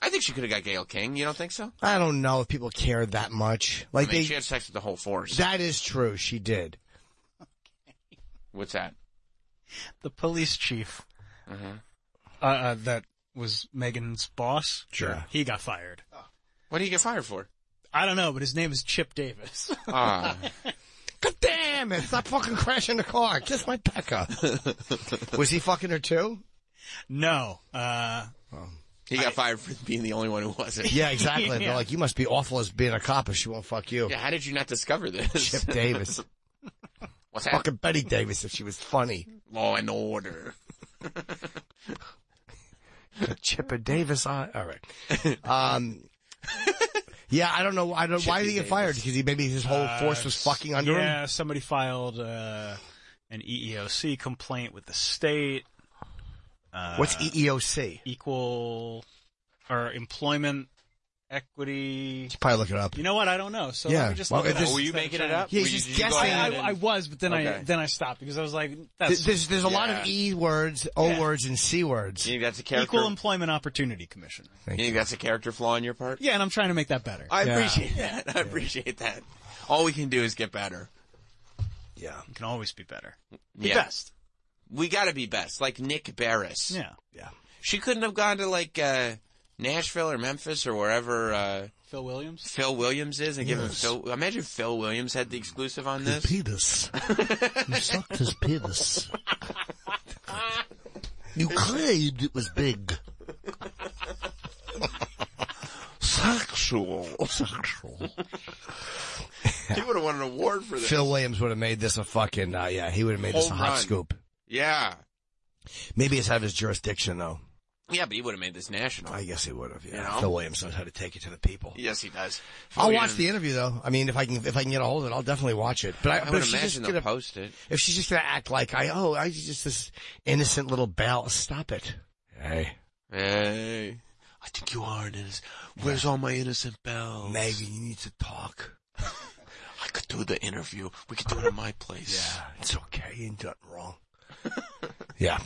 Speaker 5: I think she could have got Gail King. You don't think so?
Speaker 4: I don't know if people care that much.
Speaker 5: I
Speaker 4: Like
Speaker 5: mean, she
Speaker 4: they.
Speaker 5: had sex with the whole force.
Speaker 4: That is true. She did.
Speaker 5: What's that?
Speaker 6: The police chief
Speaker 5: Mhm.
Speaker 6: uh, uh, that was Megan's boss.
Speaker 4: Sure.
Speaker 6: He got fired.
Speaker 5: What do you get fired for?
Speaker 6: I don't know, but his name is Chip Davis.
Speaker 5: Ah.
Speaker 4: God damn it! Stop fucking crashing the car. Kiss my pecker.
Speaker 5: *laughs*
Speaker 4: was he fucking her too?
Speaker 6: no. Uh,
Speaker 5: Um, He got fired for being the only one who wasn't.
Speaker 4: Yeah, exactly.
Speaker 5: *laughs*
Speaker 6: *laughs*
Speaker 4: They're
Speaker 6: Yeah.
Speaker 4: like, you must be awful as being a cop, or she won't fuck you.
Speaker 5: Yeah, how did you not discover this?
Speaker 4: Chip Davis,
Speaker 5: *laughs* What's that?
Speaker 4: fucking Betty Davis, if she was funny.
Speaker 5: Law and order.
Speaker 4: *laughs* Chipper Davis on. All right.
Speaker 5: *laughs*
Speaker 4: Um, yeah, I don't know. I don't. why did he get
Speaker 5: Davis. Uh,
Speaker 4: fired? Because he maybe his whole force was fucking under
Speaker 6: Uh, yeah,
Speaker 4: him.
Speaker 6: somebody filed uh, an EEOC complaint with the state. Uh,
Speaker 4: What's E EEOC?
Speaker 6: equal or employment equity?
Speaker 4: Probably look it up.
Speaker 6: You know what? I don't know. So
Speaker 4: Yeah.
Speaker 6: let me just
Speaker 4: Well,
Speaker 6: look it
Speaker 4: if this-
Speaker 6: up.
Speaker 4: Were
Speaker 5: you making it up?
Speaker 4: Yeah,
Speaker 5: Were
Speaker 4: he's
Speaker 5: you-
Speaker 4: just
Speaker 5: did you go
Speaker 4: guessing.
Speaker 5: ahead
Speaker 6: I,
Speaker 5: and-
Speaker 6: I, I was, but then I
Speaker 5: Okay.
Speaker 6: then I stopped because I was like, that's
Speaker 4: There's there's a lot of
Speaker 5: Yeah.
Speaker 4: E words, O
Speaker 6: Yeah.
Speaker 4: words, and C words.
Speaker 5: you think that's a character?
Speaker 6: equal employment opportunity commission.
Speaker 5: you think that's a character flaw on your part?
Speaker 6: Yeah, and I'm trying to make that better.
Speaker 5: I
Speaker 4: Yeah.
Speaker 5: appreciate that. I appreciate that. All we can do is get better.
Speaker 4: Yeah.
Speaker 6: It can always be better.
Speaker 5: Yeah.
Speaker 6: Best.
Speaker 5: We gotta be best, like Nick Barris.
Speaker 6: Yeah.
Speaker 4: Yeah.
Speaker 5: She couldn't have gone to like, uh, Nashville or Memphis or wherever, uh,
Speaker 6: Phil Williams.
Speaker 5: Phil Williams is and give him
Speaker 9: Yes.
Speaker 5: Phil, imagine Phil Williams had the exclusive on this.
Speaker 9: penis. you sucked his penis. *laughs* You claimed it was big.
Speaker 4: *laughs*
Speaker 9: Sexual. Sexual.
Speaker 5: *laughs* *laughs* He would have won an award for this.
Speaker 4: Phil Williams would have made this a fucking. Uh, yeah, he would have made this a
Speaker 5: Home
Speaker 4: hot
Speaker 5: run.
Speaker 4: scoop.
Speaker 5: Yeah.
Speaker 4: Maybe it's out of his jurisdiction, though.
Speaker 5: Yeah, but he would have made this national.
Speaker 4: I guess he would have. Yeah.
Speaker 5: You know?
Speaker 4: Phil Williams knows how to take it to the people.
Speaker 5: Yes, he does.
Speaker 4: I'll
Speaker 5: Phil
Speaker 4: watch the
Speaker 5: Williams-
Speaker 4: interview though. I mean, if I can, if I can get a hold of it, I'll definitely watch it. But I,
Speaker 5: I
Speaker 4: but
Speaker 5: would
Speaker 4: if she's
Speaker 5: imagine
Speaker 4: just
Speaker 5: they'll
Speaker 4: gonna,
Speaker 5: post it.
Speaker 4: if she's just gonna act like I, oh, I was just this innocent little bell. Stop it. Hey,
Speaker 5: Hey. I think you are innocent. Where's all my innocent bells?
Speaker 4: Maggie, you need to talk.
Speaker 5: *laughs* I could do the interview. We
Speaker 4: *laughs*
Speaker 5: could do it at my place.
Speaker 4: Yeah, it's okay. uh, You ain't done wrong. yeah.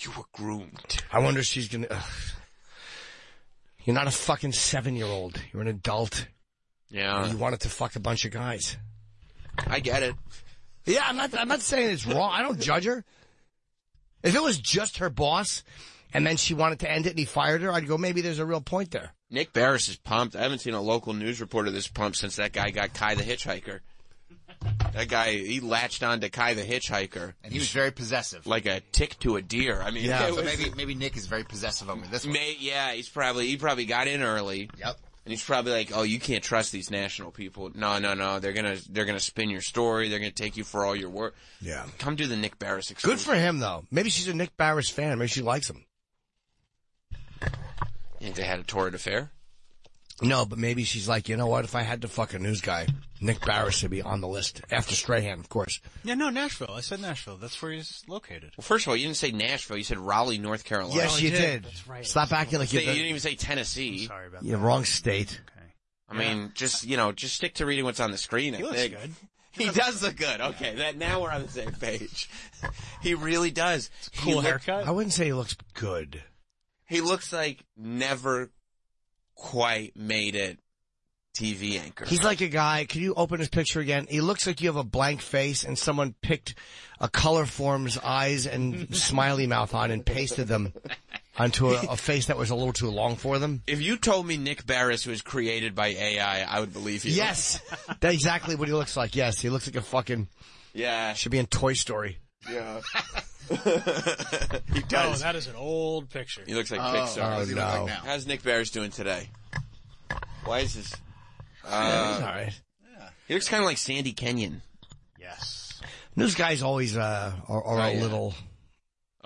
Speaker 5: You were groomed.
Speaker 4: I wonder if she's gonna. ugh. You're not a fucking seven year old. You're an adult.
Speaker 5: Yeah.
Speaker 4: you wanted to fuck a bunch of guys.
Speaker 5: I get it.
Speaker 4: Yeah, I'm not. I'm not saying it's wrong. I don't judge her. If it was just her boss, and then she wanted to end it, and he fired her, I'd go. Maybe there's a real point there.
Speaker 5: Nick Barris is pumped. I haven't seen a local news reporter this pumped since that guy got Kai the Hitchhiker. That guy, he latched on to Kai the Hitchhiker
Speaker 1: And he was very
Speaker 5: *laughs*
Speaker 1: possessive.
Speaker 5: like a tick to a deer. I mean,
Speaker 4: Yeah.
Speaker 5: it
Speaker 1: so
Speaker 5: was-
Speaker 1: maybe maybe Nick is very possessive over this one.
Speaker 5: may, yeah, he's probably, he probably got in early.
Speaker 1: Yep.
Speaker 5: And he's probably like, "Oh, you can't trust these national people. No, no, no. They're gonna, they're gonna spin your story. They're gonna take you for all your work.
Speaker 4: Yeah.
Speaker 5: Come do the Nick Barris
Speaker 4: Good
Speaker 5: exclusive.
Speaker 4: for him though. Maybe she's a Nick Barris fan. Maybe she likes him.
Speaker 5: You think they had a torrid affair.
Speaker 4: No, but maybe she's like, you know what? If I had to fuck a news guy, Nick Barris would be on the list after Strahan, of course.
Speaker 6: Yeah, no, Nashville. I said Nashville. That's where he's located.
Speaker 5: Well, first of all, you didn't say Nashville. You said Raleigh, North Carolina.
Speaker 4: yes,
Speaker 6: he
Speaker 4: you
Speaker 6: did.
Speaker 4: did.
Speaker 6: That's right.
Speaker 4: Stop acting like
Speaker 5: you,
Speaker 4: you.
Speaker 5: didn't even say Tennessee.
Speaker 6: Sorry about
Speaker 4: Yeah, wrong state.
Speaker 6: that. Okay.
Speaker 5: I mean, just you know, just stick to reading what's on the screen. I
Speaker 6: He looks
Speaker 5: think.
Speaker 6: good.
Speaker 5: *laughs* He does look good. Okay, that now we're on the same page. *laughs* He really does. He
Speaker 6: Cool
Speaker 5: look-
Speaker 6: haircut.
Speaker 4: I wouldn't say he looks good.
Speaker 5: He looks like never quite made it TV anchor.
Speaker 4: He's like a guy. Can you open his picture again? He looks like you have a blank face and someone picked a color form's
Speaker 6: *laughs*
Speaker 4: eyes and smiley mouth on and pasted them onto a, a face that was a little too long for them.
Speaker 5: if you told me Nick Barris was created by AI, I would believe you.
Speaker 4: Yes, that's exactly what he looks like. Yes, he looks like a fucking
Speaker 5: *laughs* Yeah.
Speaker 4: should be in Toy Story.
Speaker 6: *laughs*
Speaker 5: Yeah. he
Speaker 6: Oh,
Speaker 5: does. Oh,
Speaker 6: that is an old picture.
Speaker 5: he looks like
Speaker 6: Oh,
Speaker 1: what
Speaker 5: Pixar.
Speaker 1: does he look
Speaker 4: Oh, no.
Speaker 1: like now?
Speaker 5: How's Nick Barris doing today? Why is this?
Speaker 4: All right.
Speaker 5: He looks kind of like Sandy Kenyon.
Speaker 6: Yes.
Speaker 4: Those guys always uh, are, are
Speaker 5: Oh,
Speaker 4: a
Speaker 5: yeah.
Speaker 4: little.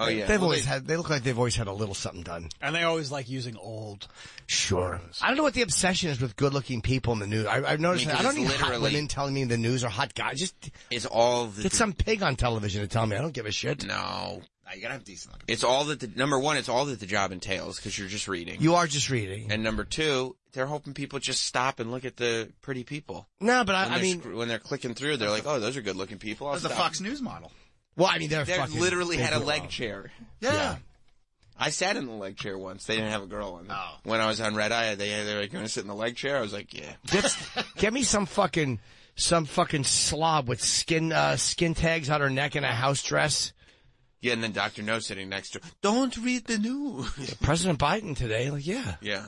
Speaker 5: Oh yeah.
Speaker 4: They've
Speaker 5: Well,
Speaker 4: always
Speaker 5: they-
Speaker 4: had. They look like they've always had a little something done.
Speaker 6: And they always like using old.
Speaker 4: Sure. I don't know what the obsession is with good-looking people in the news. I, I've noticed.
Speaker 5: I mean,
Speaker 4: that. I don't need
Speaker 5: because
Speaker 4: hot
Speaker 5: literally-
Speaker 4: women telling me the news or hot guys. Just
Speaker 5: It's all the.
Speaker 4: get some pig on television to tell me. I don't give a shit.
Speaker 5: no.
Speaker 1: Nah, you gotta have decent looking.
Speaker 5: It's all that the number one. It's all that the job entails because you're just reading.
Speaker 4: You are just reading.
Speaker 5: and number two, they're hoping people just stop and look at the pretty people.
Speaker 4: no, but
Speaker 5: When
Speaker 4: I, I
Speaker 5: they're
Speaker 4: mean,
Speaker 5: sc- when they're clicking through, they're like, "Oh, those are good-looking people." I'll
Speaker 1: That's a
Speaker 5: stop.
Speaker 1: Fox News model.
Speaker 4: well, I mean, they're
Speaker 5: They
Speaker 4: fucking.
Speaker 5: literally had a
Speaker 4: they're
Speaker 5: leg
Speaker 4: wrong.
Speaker 5: chair.
Speaker 1: yeah.
Speaker 5: I sat in the leg chair once. They didn't have a girl on.
Speaker 1: Oh.
Speaker 5: When I was on red eye, they they were like, "You want to sit in the leg chair?" I was like, "Yeah."
Speaker 4: Get, *laughs* get me some fucking some fucking slob with skin uh, skin tags on her neck and a house dress.
Speaker 5: Yeah, and then Doctor No sitting next to. Don't read the news.
Speaker 4: President Biden today, like yeah.
Speaker 5: yeah.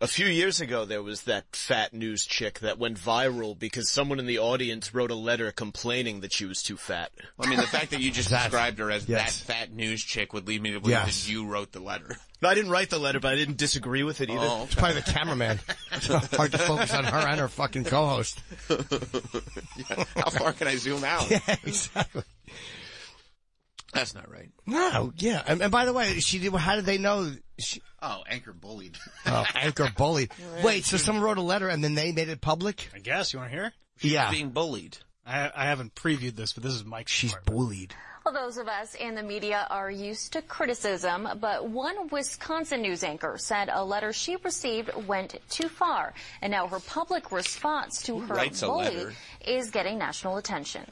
Speaker 10: A few years ago, there was that fat news chick that went viral because someone in the audience wrote a letter complaining that she was too fat.
Speaker 5: I mean, the fact that you just
Speaker 4: That-
Speaker 5: described her as
Speaker 4: yes.
Speaker 5: that fat news chick would lead me to believe
Speaker 4: Yes.
Speaker 5: that you wrote the letter.
Speaker 10: I didn't write the letter, but I didn't disagree with it either.
Speaker 5: Oh,
Speaker 4: It's probably the cameraman. *laughs* It's hard to focus on her and her fucking co-host.
Speaker 5: *laughs* How far can I
Speaker 4: *laughs*
Speaker 5: zoom out?
Speaker 4: exactly.
Speaker 5: That's not right.
Speaker 4: No, yeah, and, and by the way, she did. How did they know? She,
Speaker 1: Oh, anchor bullied.
Speaker 5: *laughs*
Speaker 4: oh, anchor bullied. Wait, so someone wrote a letter and then they made it public?
Speaker 6: I guess you want to hear?
Speaker 4: Yeah,
Speaker 5: Being bullied.
Speaker 6: I I haven't previewed this, but this is Mike's.
Speaker 4: she's
Speaker 6: part.
Speaker 4: bullied.
Speaker 9: Well, those of us in the media are used to criticism, but one Wisconsin news anchor said a letter she received went too far, and now her public response to her
Speaker 5: writes a
Speaker 9: bully
Speaker 5: letter?
Speaker 9: is getting national attention.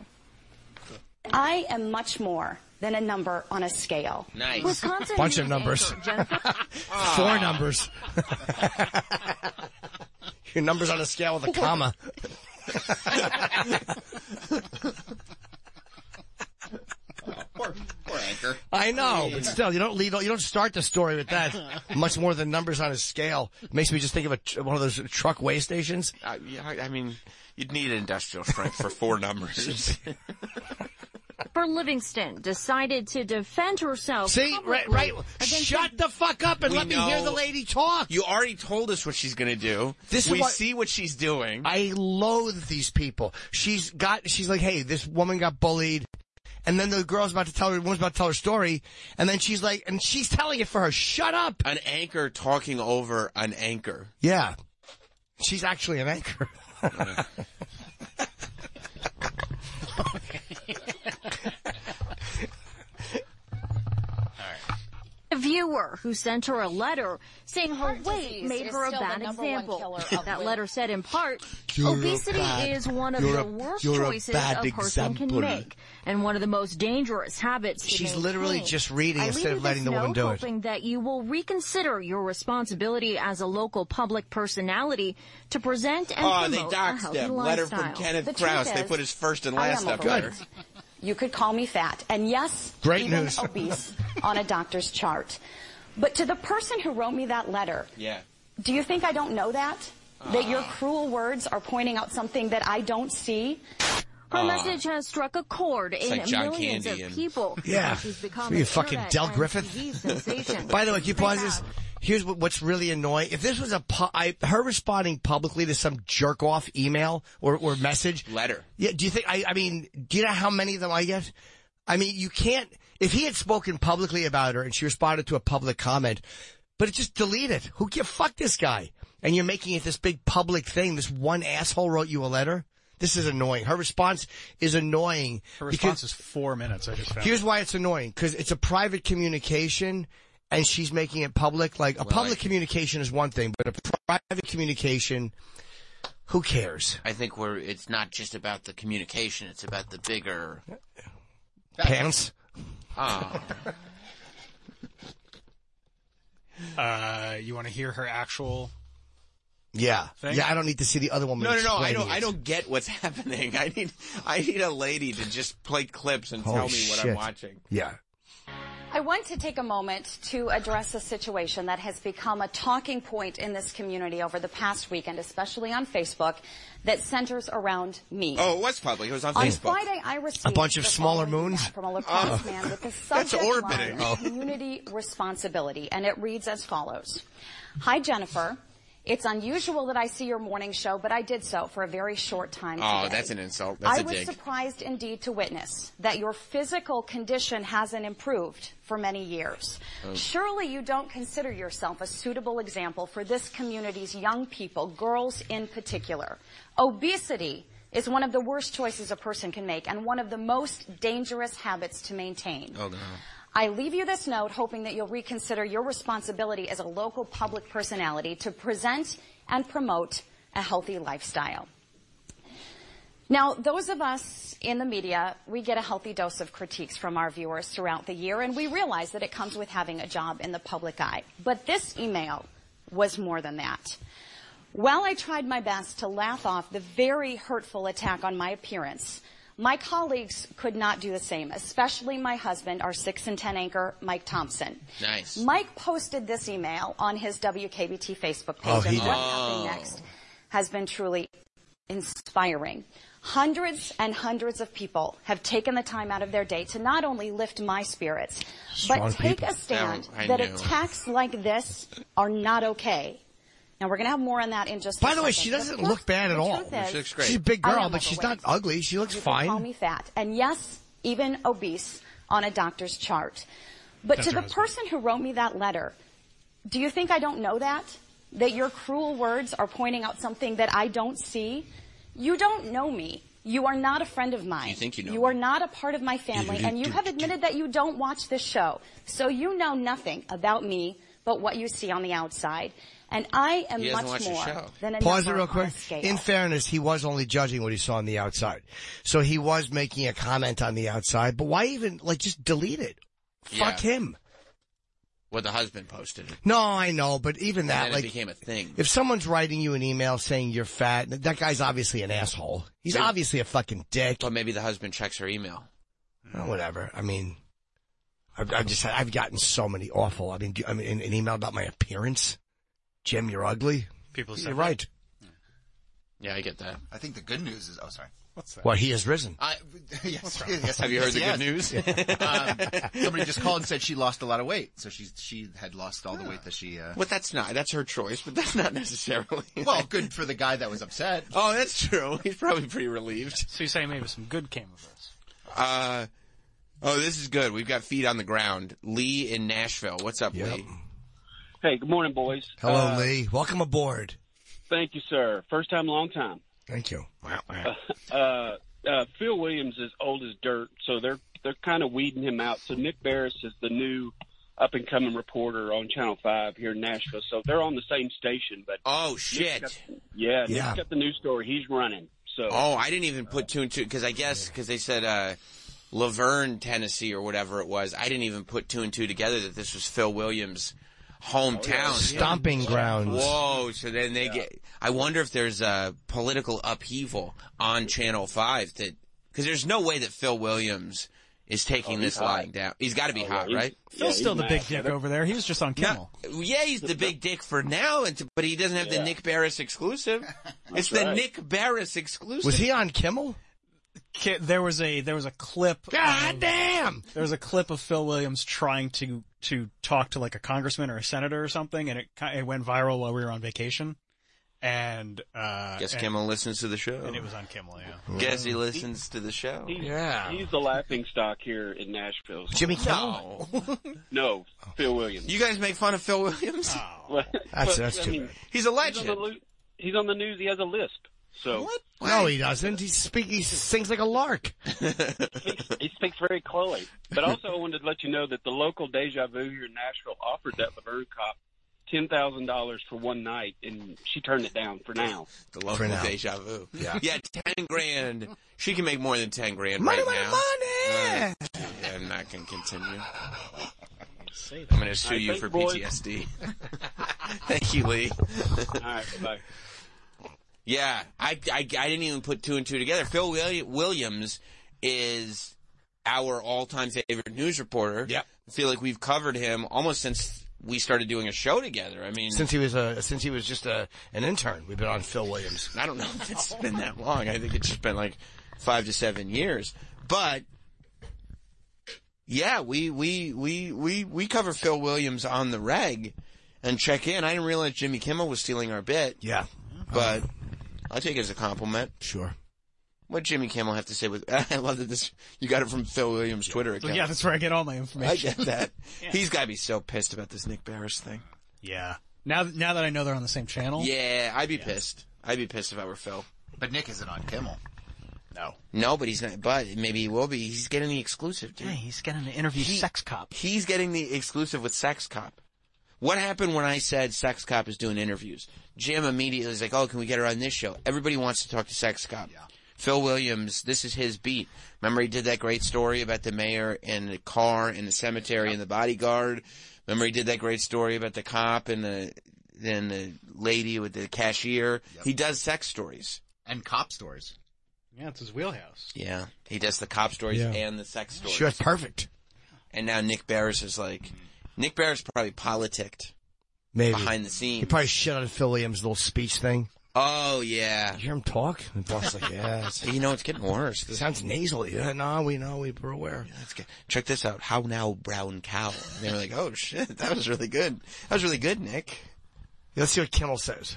Speaker 11: I am much more than a number on a scale.
Speaker 5: Nice. Ah.
Speaker 9: Wisconsin
Speaker 4: Bunch of
Speaker 9: news
Speaker 4: numbers.
Speaker 9: anchor Jennifer
Speaker 4: *laughs* Four numbers. *laughs* Your numbers on a scale with a
Speaker 5: *laughs*
Speaker 4: comma. *laughs*
Speaker 1: poor, poor anchor.
Speaker 4: I know, but still, you don't lead. You don't start the story with
Speaker 5: *laughs*
Speaker 4: that. Much more than numbers on a scale makes me just think of a, tr- one of those truck weigh stations.
Speaker 5: I, yeah, I I mean, you'd need industrial strength for four *laughs* numbers.
Speaker 9: Livingston decided to defend herself.
Speaker 4: See, right,
Speaker 9: publicly
Speaker 4: right.
Speaker 9: against
Speaker 4: Shut the fuck up and
Speaker 5: We
Speaker 4: let me hear
Speaker 5: know-
Speaker 4: the lady
Speaker 9: *laughs*
Speaker 4: talk.
Speaker 5: you already told us what she's gonna do.
Speaker 4: This is
Speaker 5: we
Speaker 4: what-
Speaker 5: see what she's doing.
Speaker 4: I loathe these people. She's got, she's like, hey, this woman got bullied. And then the girl's about to tell her, woman's about to tell her story. And then she's like, and she's telling it for her. Shut up.
Speaker 5: an anchor talking over an anchor.
Speaker 4: Yeah. She's actually an anchor. *laughs*
Speaker 9: A viewer who sent her a letter saying her
Speaker 11: Heart
Speaker 9: weight
Speaker 11: disease
Speaker 9: made
Speaker 11: is
Speaker 9: her a
Speaker 11: still the
Speaker 9: bad
Speaker 11: number one
Speaker 9: example. *laughs*
Speaker 11: killer of
Speaker 9: That
Speaker 11: women.
Speaker 9: letter said in part,
Speaker 12: You're a
Speaker 9: obesity
Speaker 12: bad-
Speaker 9: is one of
Speaker 12: you're
Speaker 9: the
Speaker 12: a-
Speaker 9: worst
Speaker 12: you're a
Speaker 9: choices
Speaker 12: bad
Speaker 9: a person can
Speaker 12: example."
Speaker 9: make and one of the most dangerous habits. to
Speaker 4: She's
Speaker 9: maintain.
Speaker 4: literally just reading
Speaker 9: I
Speaker 4: instead
Speaker 9: leave
Speaker 4: of
Speaker 9: you
Speaker 4: letting
Speaker 9: this
Speaker 4: the woman
Speaker 9: note
Speaker 4: do it.
Speaker 9: hoping that you will reconsider your responsibility as a local public personality to present and
Speaker 5: Oh, they
Speaker 9: promote a
Speaker 5: doxed
Speaker 9: healthy
Speaker 5: him. Letter
Speaker 9: lifestyle.
Speaker 5: from Kenneth
Speaker 11: The
Speaker 5: Krause.
Speaker 11: truth
Speaker 5: They
Speaker 11: is,
Speaker 5: put his first and
Speaker 11: I
Speaker 5: last
Speaker 11: am
Speaker 5: up
Speaker 11: overweight.
Speaker 5: there.
Speaker 11: You could call me fat, and yes,
Speaker 4: Great
Speaker 11: even
Speaker 4: news.
Speaker 11: obese on a doctor's chart. But to the person who wrote me that letter,
Speaker 5: Yeah.
Speaker 11: do you think I don't know that? That your
Speaker 5: Ah.
Speaker 11: cruel words are pointing out something that I don't see?
Speaker 9: Her message has struck a chord in
Speaker 5: Ah. like John
Speaker 9: millions
Speaker 5: Candy
Speaker 9: of *laughs*
Speaker 5: and- *laughs*
Speaker 9: people.
Speaker 4: Yeah.
Speaker 9: and she's become
Speaker 4: You
Speaker 9: an
Speaker 4: fucking
Speaker 9: internet
Speaker 4: Del
Speaker 9: and
Speaker 4: Griffith.
Speaker 9: TV sensation.
Speaker 4: *laughs* By the way, can you
Speaker 9: They
Speaker 4: pause
Speaker 9: have
Speaker 4: this? Here's what, what's really annoying. If this was a, pu- I, her responding publicly to some jerk off email or, or message.
Speaker 5: Letter.
Speaker 4: Yeah, do you think, I, I mean, do you know how many of them I get? I mean, you can't, if he had spoken publicly about her and she responded to a public comment, but it just delete it. Who give fuck this guy? And you're making it this big public thing. This one asshole wrote you a letter. This is annoying. Her response is annoying.
Speaker 6: Her
Speaker 4: because-
Speaker 6: response is four minutes. I just found.
Speaker 4: Here's why it's annoying because it's a private communication and she's making it public. Like a public communication is one thing, but a private communication, Who cares?
Speaker 5: I think we're. It's not just about the communication. It's about the bigger.
Speaker 4: Pants?
Speaker 5: Ah,
Speaker 6: Uh, you want to hear her actual?
Speaker 4: Yeah.
Speaker 6: Thing?
Speaker 4: Yeah, I don't need to see the other *laughs* woman.
Speaker 5: no, no, no. I
Speaker 4: explaining
Speaker 5: don't.
Speaker 4: it.
Speaker 5: I don't get what's *laughs* happening. I need. I need a lady to just play clips and
Speaker 4: Holy
Speaker 5: tell me what I'm
Speaker 4: shit.
Speaker 5: watching.
Speaker 4: Yeah.
Speaker 11: I want to take a moment to address a situation that has become a talking point in this community over the past weekend, especially on Facebook, that centers around me.
Speaker 5: Oh, it was public. It was on,
Speaker 11: on
Speaker 5: Facebook.
Speaker 11: Friday, I received
Speaker 4: A bunch of
Speaker 11: the
Speaker 4: smaller
Speaker 11: following
Speaker 4: moons?
Speaker 11: *laughs*
Speaker 4: Uh,
Speaker 11: from a lacrosse
Speaker 4: *laughs*
Speaker 11: man with
Speaker 5: *laughs*
Speaker 11: the subject
Speaker 5: Oh. orbiting.
Speaker 11: line,
Speaker 5: Oh.
Speaker 11: community responsibility, and it reads as follows. Hi, Jennifer. It's unusual that I see your morning show, but I did so for a very short time
Speaker 5: Oh,
Speaker 11: today.
Speaker 5: that's an insult. That's
Speaker 11: I
Speaker 5: a
Speaker 11: was
Speaker 5: dig.
Speaker 11: surprised indeed to witness that your physical condition hasn't improved for many years.
Speaker 5: Oh.
Speaker 11: Surely you don't consider yourself a suitable example for this community's young people, girls in particular. Obesity is one of the worst choices a person can make and one of the most dangerous habits to maintain.
Speaker 5: Oh no.
Speaker 11: I leave you this note hoping that you'll reconsider your responsibility as a local public personality to present and promote a healthy lifestyle. Now, those of us in the media, we get a healthy dose of critiques from our viewers throughout the year, and we realize that it comes with having a job in the public eye. But this email was more than that. While I tried my best to laugh off the very hurtful attack on my appearance, my colleagues could not do the same, especially my husband, our 6 and 10 anchor, Mike Thompson.
Speaker 5: Nice.
Speaker 11: Mike posted this email on his WKBT Facebook page,
Speaker 5: Oh,
Speaker 11: and
Speaker 5: he
Speaker 11: what
Speaker 5: did.
Speaker 11: happened
Speaker 5: Oh.
Speaker 11: next has been truly inspiring. Hundreds and hundreds of people have taken the time out of their day to not only lift my spirits,
Speaker 13: Strong
Speaker 11: but take
Speaker 13: people.
Speaker 11: a stand
Speaker 13: Now, I
Speaker 11: that
Speaker 13: knew.
Speaker 11: attacks like this are not okay. Now we're going to have more on that in just.
Speaker 4: By
Speaker 11: a
Speaker 4: the way,
Speaker 11: second.
Speaker 4: she
Speaker 11: But
Speaker 4: doesn't
Speaker 11: first,
Speaker 4: look bad
Speaker 11: the
Speaker 4: at all.
Speaker 11: truth is,
Speaker 4: She's a big
Speaker 11: I
Speaker 4: girl,
Speaker 11: am
Speaker 4: but she's
Speaker 11: overweight.
Speaker 4: not ugly. She looks
Speaker 11: You can Call
Speaker 4: fine.
Speaker 11: me fat, and yes, even obese on a doctor's chart. But
Speaker 4: That's
Speaker 11: to
Speaker 4: her
Speaker 11: the
Speaker 4: husband.
Speaker 11: person who wrote me that letter, do you think I don't know that? That your cruel words are pointing out something that I don't see? You don't know me. You are not a friend of mine.
Speaker 5: You think you know
Speaker 11: You
Speaker 5: me.
Speaker 11: are not a part of my family, and you have admitted that you don't watch this show. So you know nothing about me but what you see on the outside. And I am
Speaker 4: He doesn't watch
Speaker 11: much
Speaker 4: the
Speaker 11: more
Speaker 4: show.
Speaker 11: than a
Speaker 4: Pause it
Speaker 11: number
Speaker 4: real
Speaker 11: on a
Speaker 4: quick.
Speaker 11: scale.
Speaker 4: In fairness, he was only judging what he saw on the outside. So he was making a comment on the outside, but why even, like, just delete it? Fuck
Speaker 5: Yeah.
Speaker 4: him.
Speaker 5: Well, the husband posted it.
Speaker 4: No, I know, but even
Speaker 5: And
Speaker 4: that,
Speaker 5: then
Speaker 4: like,
Speaker 5: it became a thing.
Speaker 4: if someone's writing you an email saying you're fat, that guy's obviously an asshole. He's
Speaker 5: Maybe-
Speaker 4: obviously a fucking dick.
Speaker 5: But maybe the husband checks her email.
Speaker 4: Oh, whatever. I mean, I've, I've just, I've gotten so many awful, I mean, do, I mean, an, an email about my appearance. Jim, you're ugly.
Speaker 6: People said
Speaker 4: You're
Speaker 6: that.
Speaker 4: right.
Speaker 5: Yeah, I get that.
Speaker 1: I think the good news is, oh, sorry.
Speaker 6: What's
Speaker 4: Well, he has risen.
Speaker 1: I, *laughs* yes, yes,
Speaker 5: Have you heard
Speaker 1: yes,
Speaker 5: the
Speaker 1: yes.
Speaker 5: good
Speaker 1: *laughs*
Speaker 5: news? *laughs*
Speaker 1: um, somebody just called and said she lost a lot of weight, so she she had lost all the weight that she. Uh,
Speaker 5: Well, that's not. That's her choice, but that's not necessarily. *laughs*
Speaker 1: well, good for the guy that was upset.
Speaker 5: Oh, that's true. He's probably pretty relieved.
Speaker 6: So you're saying maybe some good came of this?
Speaker 5: Uh, oh, this is good. We've got feet on the ground. Lee in Nashville. What's up, Lee?
Speaker 14: Hey, good morning, boys.
Speaker 4: Hello,
Speaker 14: Uh,
Speaker 4: Lee. Welcome aboard.
Speaker 14: Thank you, sir. First time, long time.
Speaker 4: Thank you.
Speaker 14: Uh, uh, Phil Williams is old as dirt, so they're they're kind of weeding him out. So Nick Barris is the new up and coming reporter on Channel Five here in Nashville. So they're on the same station, but
Speaker 5: oh shit.
Speaker 14: yeah,
Speaker 5: Yeah.
Speaker 14: Nick's got the news story. He's running. So
Speaker 5: Oh, I didn't even put two and two because I guess because they said uh, Laverne, Tennessee, or whatever it was. I didn't even put two and two together that this was Phil Williams' hometown,
Speaker 4: Stomping grounds.
Speaker 5: Whoa! So then they get. I wonder if there's a political upheaval on Channel Five that because there's no way that Phil Williams is taking
Speaker 6: Oh, he's Oh,
Speaker 5: this
Speaker 6: hot.
Speaker 5: lying down. He's got to be hot, right?
Speaker 6: Phil's still the big dick over there. He was just on Kimmel.
Speaker 5: Yeah, he's the big dick for now, and- but he doesn't have the
Speaker 6: Yeah.
Speaker 5: Nick
Speaker 6: *laughs*
Speaker 5: Barris exclusive.
Speaker 6: That's
Speaker 5: it's the
Speaker 6: right.
Speaker 5: Nick Barris exclusive.
Speaker 4: Was he on Kimmel?
Speaker 6: Ki- There was a there was a clip.
Speaker 4: God damn!
Speaker 6: There was a clip of Phil Williams trying to to talk to like a congressman or a senator or something, and it ki- it went viral while we were on vacation. And uh,
Speaker 5: Guess
Speaker 6: and-
Speaker 5: Kimmel listens to the show.
Speaker 6: And it was on Kimmel, yeah.
Speaker 5: Guess
Speaker 3: Mm.
Speaker 5: he listens to the show.
Speaker 14: he's, he's the laughing stock here in Nashville.
Speaker 5: Jimmy
Speaker 14: No, *laughs* no, Phil Williams.
Speaker 5: You guys make fun of Phil Williams?
Speaker 6: Ah.
Speaker 5: *laughs*
Speaker 14: Well, *laughs*
Speaker 4: That's- that's
Speaker 14: I
Speaker 4: too
Speaker 14: mean,
Speaker 4: bad.
Speaker 5: He's a
Speaker 14: He's on, the, lo- he's on the news. He has a lisp. So
Speaker 4: No, he doesn't. He speak. He sings like a
Speaker 5: *laughs*
Speaker 4: lark.
Speaker 14: he speaks very
Speaker 5: *laughs*
Speaker 14: clearly. But also, I wanted to let you know that the local Deja Vu here in Nashville offered that Laverne cop ten thousand dollars for one night, and she turned it down for now.
Speaker 5: The local
Speaker 14: now.
Speaker 5: deja vu.
Speaker 14: Yeah.
Speaker 5: yeah, ten grand. She can make more than ten grand
Speaker 3: Money,
Speaker 5: right
Speaker 3: money,
Speaker 5: now.
Speaker 3: money!
Speaker 5: Uh, yeah, and that can continue.
Speaker 3: Say that.
Speaker 5: I'm going to sue
Speaker 3: All right,
Speaker 5: you
Speaker 3: thanks,
Speaker 5: for
Speaker 3: boys.
Speaker 5: PTSD. *laughs* Thank you, Lee.
Speaker 14: All right, bye.
Speaker 5: Yeah, I, I, I didn't even put two and two together. Phil Willi- Williams is our all-time favorite news reporter. Yep. I feel like we've covered him almost since we started doing a show together. I mean,
Speaker 4: Since he was uh, since he was just a, an intern, we've been on Phil Williams.
Speaker 5: I don't know if it's been that long. I think it's just been like five to seven years. But yeah, we we we we we cover Phil Williams on the reg and check in. I didn't realize Jimmy Kimmel was stealing our bit.
Speaker 4: Yeah,
Speaker 5: but I'll take it as a compliment.
Speaker 4: Sure.
Speaker 5: What Jimmy Kimmel have to say with? *laughs* I love that this. You got it from Phil Williams' Twitter account.
Speaker 6: yeah, that's where I get all my
Speaker 5: I
Speaker 6: information.
Speaker 5: get that.
Speaker 6: *laughs* Yeah.
Speaker 5: He's got to be so pissed about this Nick Barris thing.
Speaker 6: Yeah. Now, now that I know they're on the same channel.
Speaker 5: Yeah, I'd be pissed. I'd be pissed if I were Phil.
Speaker 1: But Nick isn't on Kimmel.
Speaker 6: No.
Speaker 5: No, but he's not. But maybe he will be. He's getting the exclusive, dude.
Speaker 6: he's getting to interview
Speaker 5: He-
Speaker 6: Sex Cop.
Speaker 5: He's getting the exclusive with Sex Cop. What happened when I said Sex Cop is doing interviews? Jim immediately is like, "Oh, can we get her on this show?" Everybody wants to talk to Sex Cop. Phil Williams, this is his beat. Remember, he did that great story about the mayor and the car and the cemetery and the bodyguard. Remember, he did that great story about the cop and the and the lady with the cashier. He does sex stories.
Speaker 1: And cop stories.
Speaker 6: Yeah, it's his wheelhouse.
Speaker 5: Yeah, he does the cop stories
Speaker 4: Yeah.
Speaker 5: and the sex stories.
Speaker 4: Sure, perfect.
Speaker 5: And now Nick Barris is like, Nick Barris probably politicked
Speaker 4: Maybe
Speaker 5: behind the scenes.
Speaker 4: He probably shit on Phil Williams' little speech thing.
Speaker 5: Oh yeah.
Speaker 4: You hear him talk? And the boss is like, *laughs* yeah.
Speaker 5: you know, it's getting worse.
Speaker 4: sounds nasal. Yeah, no, we know, we, we're aware.
Speaker 5: Let's get, check this out. How now, brown cow? And they were like, oh shit, that was really good. That was really good, Nick.
Speaker 4: Let's see what Kimmel says.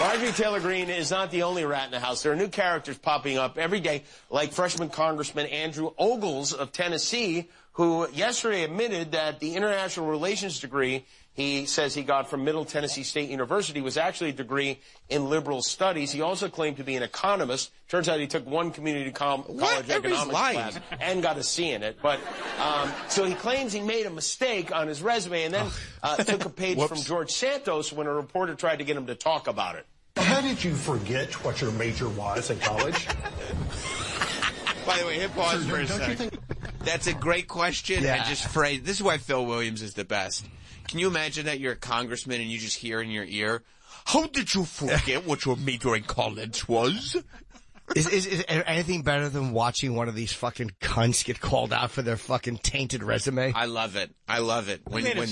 Speaker 13: Marjorie Taylor Greene is not the only rat in the house. There are new characters popping up every day, like freshman Congressman Andrew Ogles of Tennessee, who yesterday admitted that the international relations degree he says he got from Middle Tennessee State University was actually a degree in liberal studies. He also claimed to be an economist. Turns out he took one community com- college
Speaker 5: Everybody's
Speaker 13: economics
Speaker 5: lying.
Speaker 13: class and got a C in it. But um, so he claims he made a mistake on his resume and then
Speaker 5: Oh.
Speaker 13: uh, took a
Speaker 5: *laughs*
Speaker 13: page from George Santos when a reporter tried to get him to talk about it.
Speaker 9: How did you forget what your major was in college?
Speaker 5: By the way, hit pause
Speaker 9: Sure,
Speaker 5: for a
Speaker 9: don't you
Speaker 5: second. That's a great question.
Speaker 9: Yeah.
Speaker 5: And just phrase. This is why Phil Williams is the best. Can you imagine that you're a congressman and you just hear in your ear, "How did you forget what your major in college was?"
Speaker 4: Is, is, is anything better than watching one of these fucking cunts get called out for their fucking tainted resume?
Speaker 5: I love it. I love it. When
Speaker 4: made a
Speaker 5: when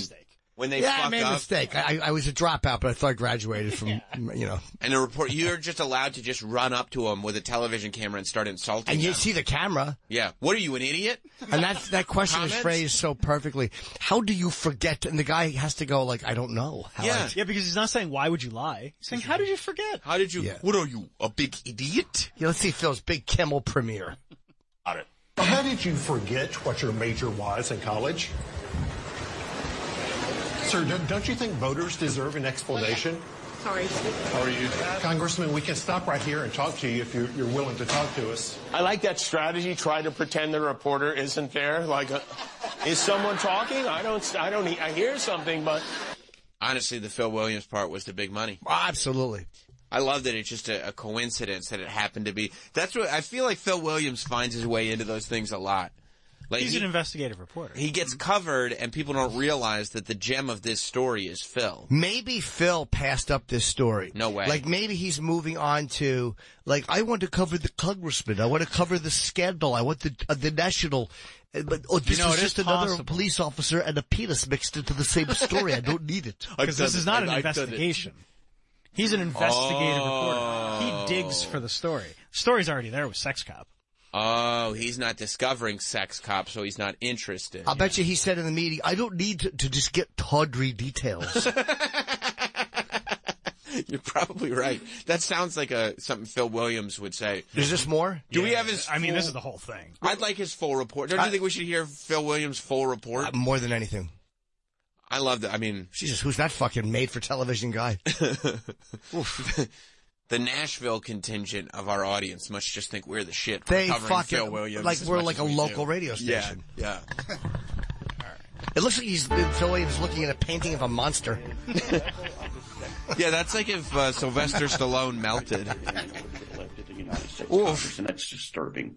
Speaker 5: when they
Speaker 4: yeah,
Speaker 5: fuck
Speaker 4: I made
Speaker 5: up,
Speaker 4: a mistake. I, I was a dropout, but I thought I graduated from, you know.
Speaker 5: and the report, you're just allowed to just run up to them with a television camera and start insulting.
Speaker 4: And you
Speaker 5: them.
Speaker 4: see the camera.
Speaker 5: yeah, what are you, an idiot?
Speaker 4: And that's, that question is
Speaker 5: Comments?
Speaker 4: phrased so perfectly. How do you forget? And the guy has to go like, I don't know. How
Speaker 6: Yeah. yeah, because he's not saying why would you lie. He's saying how did you forget?
Speaker 5: How did you? What are you, a big idiot?
Speaker 4: Yeah, *laughs* let's see Phil's big Kimmel premiere.
Speaker 9: How did you forget what your major was in college? Sir, don't, don't you think voters deserve an explanation?
Speaker 5: *laughs*
Speaker 15: Sorry.
Speaker 9: How are you? Congressman, we can stop right here and talk to you if you're, you're willing to talk to us.
Speaker 13: I like that strategy. Try to pretend the reporter isn't there. Like, uh, is someone talking? I don't. I don't. I hear something, but
Speaker 5: Honestly, the Phil Williams part was the big money.
Speaker 4: Absolutely.
Speaker 5: I love that it's just a, a coincidence that it happened to be. That's what I feel like. Phil Williams finds his way into those things a lot. Like
Speaker 6: he's
Speaker 5: he,
Speaker 6: an investigative reporter.
Speaker 5: he gets covered, and people don't realize that the gem of this story is Phil.
Speaker 4: Maybe Phil passed up this story. No
Speaker 5: way.
Speaker 4: Like maybe he's moving on to like I want to cover the congressman. I want to cover the scandal. I want the uh, the national. uh, But oh, this
Speaker 6: You know,
Speaker 4: is
Speaker 6: it is
Speaker 4: just another
Speaker 6: possible.
Speaker 4: police officer and a penis mixed into the same story. I don't
Speaker 6: *laughs*
Speaker 4: need it
Speaker 6: Because this is not an investigation. He's an investigative
Speaker 5: Oh.
Speaker 6: reporter. He digs for the story. Story's already there with Sex Cop.
Speaker 5: Oh, he's not discovering sex cop, so he's not interested.
Speaker 4: I bet you he said in the meeting, I don't need to, to just get tawdry
Speaker 6: *laughs*
Speaker 4: details.
Speaker 5: *laughs* You're probably right. That sounds like a something Phil Williams would say.
Speaker 4: Is this more?
Speaker 5: Do we have his?
Speaker 6: I mean, this
Speaker 5: full-
Speaker 6: is the whole thing.
Speaker 5: I'd like his full report. Don't you think we should hear Phil Williams' full report?
Speaker 4: More than anything.
Speaker 5: I love that. I mean,
Speaker 4: Jesus, who's that fucking made for television guy?
Speaker 5: the Nashville contingent of our audience must just think we're the shit. for
Speaker 4: They
Speaker 5: covering
Speaker 4: fucking-
Speaker 5: Phil Williams
Speaker 4: like
Speaker 5: as
Speaker 4: we're
Speaker 5: much
Speaker 4: like
Speaker 5: as
Speaker 4: a
Speaker 5: we
Speaker 4: local
Speaker 5: do.
Speaker 4: radio
Speaker 5: Yeah,
Speaker 4: station.
Speaker 5: Yeah.
Speaker 4: It looks like he's Phil Williams looking at a painting of a monster.
Speaker 5: *laughs* Yeah, that's like if uh, Sylvester Stallone melted.
Speaker 15: elected to the United States Congress, and that's disturbing.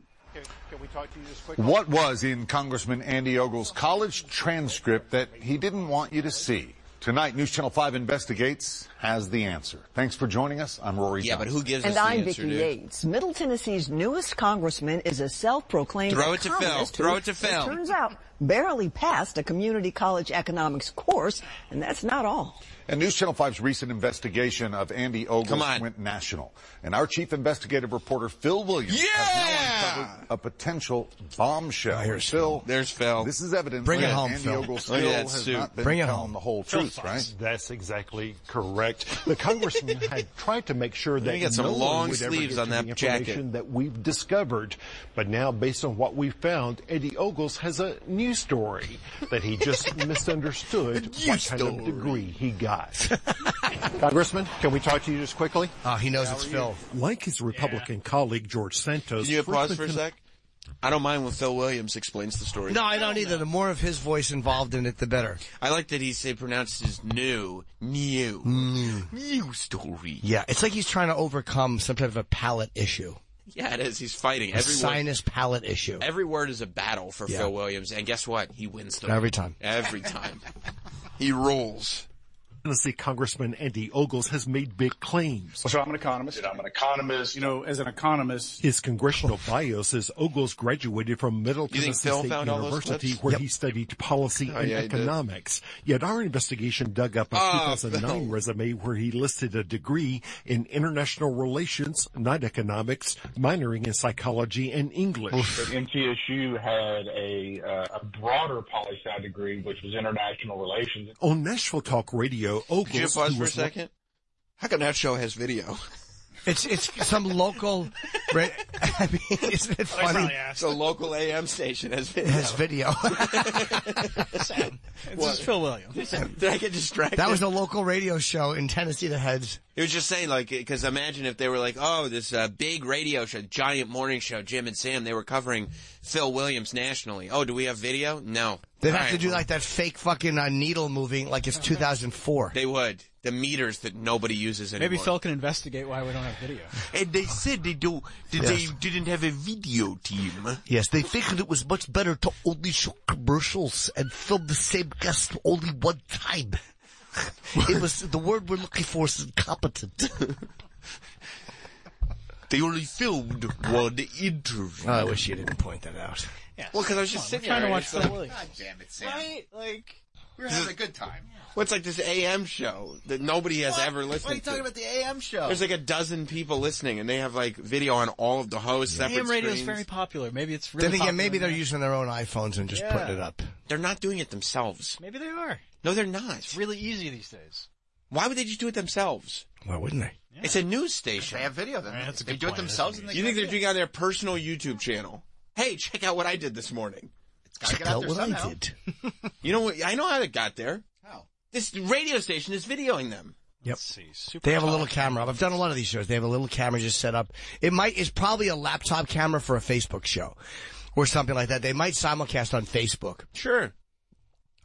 Speaker 16: What was in Congressman Andy Ogle's college transcript that he didn't want you to see? Tonight, News Channel 5 Investigates has the answer. Thanks for joining us. I'm Rory
Speaker 5: Yeah, but who gives
Speaker 17: And I'm Vicki Yates. Middle Tennessee's newest congressman is a self-proclaimed
Speaker 5: Throw it to Phil.
Speaker 17: economist
Speaker 5: Throw
Speaker 17: who,
Speaker 5: it to Phil.
Speaker 17: turns out, barely passed a community college economics course, and that's not all.
Speaker 16: And News Channel 5's recent investigation of Andy Ogle went national. And our chief investigative reporter, Phil Williams, has now uncovered a potential bombshell. here's Phil.
Speaker 5: There's Phil.
Speaker 16: This is evidence
Speaker 5: Bring it
Speaker 16: that
Speaker 5: home,
Speaker 16: Andy
Speaker 5: Phil.
Speaker 16: Ogle
Speaker 5: Look at
Speaker 16: still
Speaker 5: that
Speaker 16: has
Speaker 5: suit.
Speaker 16: not been
Speaker 5: Bring it
Speaker 16: telling
Speaker 5: home.
Speaker 16: the whole
Speaker 5: Phil
Speaker 16: truth,
Speaker 5: Fox.
Speaker 16: right? That's exactly correct. The congressman
Speaker 5: *laughs*
Speaker 16: had tried to make sure
Speaker 5: that Let me get some no one long would ever sleeves get to on that the information jacket.
Speaker 16: that we've discovered. But now, based on what we found, Eddie Ogles has a new story that he
Speaker 5: *laughs*
Speaker 16: just misunderstood what kind of degree he
Speaker 5: *laughs*
Speaker 16: got. Congressman, can we talk to you just quickly?
Speaker 18: Uh,
Speaker 4: Oh, he knows it's Phil.
Speaker 18: Like his Republican colleague George Santos.
Speaker 5: Can you pause
Speaker 18: Frischman
Speaker 5: for a
Speaker 18: con-
Speaker 5: sec? I don't mind when Phil Williams explains the
Speaker 4: *laughs*
Speaker 5: story.
Speaker 4: No, I don't either. The more of his voice involved in it, the better.
Speaker 5: I like that he say pronounced his new new Mm. new story.
Speaker 4: Yeah, it's like he's trying to overcome some type of a palate issue,
Speaker 5: Yeah, it is. He's fighting
Speaker 4: a
Speaker 5: every word.
Speaker 4: sinus palate issue.
Speaker 5: Every word is a battle for
Speaker 4: Yeah.
Speaker 5: Phil Williams, and guess what? He wins them
Speaker 4: Every time.
Speaker 5: Every time. he rules.
Speaker 18: Tennessee Congressman Andy Ogles has made big claims.
Speaker 19: So I'm an economist. I'm an economist. You know, as an economist,
Speaker 18: His congressional bio says Ogles graduated from Middle
Speaker 19: You think
Speaker 18: Tennessee
Speaker 19: Phil
Speaker 18: State
Speaker 19: found all those
Speaker 18: University,
Speaker 19: clips?
Speaker 18: where
Speaker 19: Yep.
Speaker 18: he studied policy
Speaker 19: Oh,
Speaker 18: and
Speaker 19: yeah, he did.
Speaker 18: economics. Yet our investigation dug up a
Speaker 19: Ah,
Speaker 18: 2009 resume where he listed a degree in international relations, not economics, minoring in psychology and English.
Speaker 20: But MTSU had a, uh, a broader poli sci degree, which was international relations.
Speaker 18: On Nashville Talk Radio, Ogles.
Speaker 5: Could you pause
Speaker 18: who
Speaker 5: for a
Speaker 18: Oh, was one-
Speaker 5: second? How come that show has video?
Speaker 4: It's it's some local. ra- *laughs* I mean, isn't it *laughs* funny?
Speaker 5: It's a local AM station has
Speaker 4: It
Speaker 5: video.
Speaker 4: has
Speaker 5: *laughs*
Speaker 4: video. *laughs*
Speaker 5: What?
Speaker 6: Phil Williams.
Speaker 5: Did I get distracted?
Speaker 4: that was the local radio show in Tennessee that had.
Speaker 5: It was just saying, like, because imagine if they were like, oh, this uh, big radio show, giant morning show, Jim and Sam, they were covering Phil Williams nationally. Oh, do we have video? No.
Speaker 4: They'd
Speaker 5: All
Speaker 4: have to
Speaker 5: right.
Speaker 4: do like that fake fucking uh, needle moving, like it's 2004.
Speaker 5: They would. The meters that nobody uses anymore.
Speaker 6: Maybe Phil can investigate why we don't have video.
Speaker 5: *laughs* And they said they do. Did
Speaker 4: Yes.
Speaker 5: They didn't have a video team.
Speaker 4: Yes, they figured it was much better to only show commercials and film the same guest only one
Speaker 5: *laughs*
Speaker 4: time. it was the word we're looking for is incompetent.
Speaker 5: They only filmed one interview.
Speaker 4: Oh, I wish you didn't point that out.
Speaker 5: Yeah. Well, because I was just
Speaker 1: Come on, we're
Speaker 5: sitting there
Speaker 1: trying to
Speaker 5: and
Speaker 1: watch
Speaker 5: it's
Speaker 1: Phil
Speaker 5: like,
Speaker 1: Williams.
Speaker 5: God damn it, Sam.
Speaker 1: Right? Like, we were having a good time.
Speaker 5: What's like this AM show that nobody has
Speaker 1: What?
Speaker 5: ever listened
Speaker 1: Why are you
Speaker 5: to?
Speaker 1: talking about the AM show?
Speaker 5: There's like a dozen people listening, and they have like video on all of the hosts. separate
Speaker 6: AM radio is
Speaker 5: screens.
Speaker 6: very popular. Maybe it's really.
Speaker 4: then again,
Speaker 6: popular
Speaker 4: maybe
Speaker 6: now.
Speaker 4: they're using their own iPhones and just
Speaker 6: Yeah.
Speaker 4: putting it up.
Speaker 5: They're not doing it themselves.
Speaker 6: Maybe they are.
Speaker 5: No, they're not.
Speaker 6: It's really easy these days.
Speaker 5: Why would they just do it themselves?
Speaker 4: Why wouldn't they?
Speaker 5: It's a news station. They
Speaker 1: have video. Then
Speaker 5: they
Speaker 1: good do it point. themselves and they
Speaker 5: you
Speaker 1: got
Speaker 5: think they're
Speaker 1: video.
Speaker 5: doing it on their personal YouTube channel? Hey, check out what I did this morning.
Speaker 1: Gotta get out there somehow.
Speaker 5: You know what? I know how it got there. How? This radio station is videoing them.
Speaker 4: Yep. they have a little camera up. I've done a lot of these shows. They have a little camera just set up. It might, it's probably a laptop camera for a Facebook show or something like that. They might simulcast on Facebook.
Speaker 5: Sure.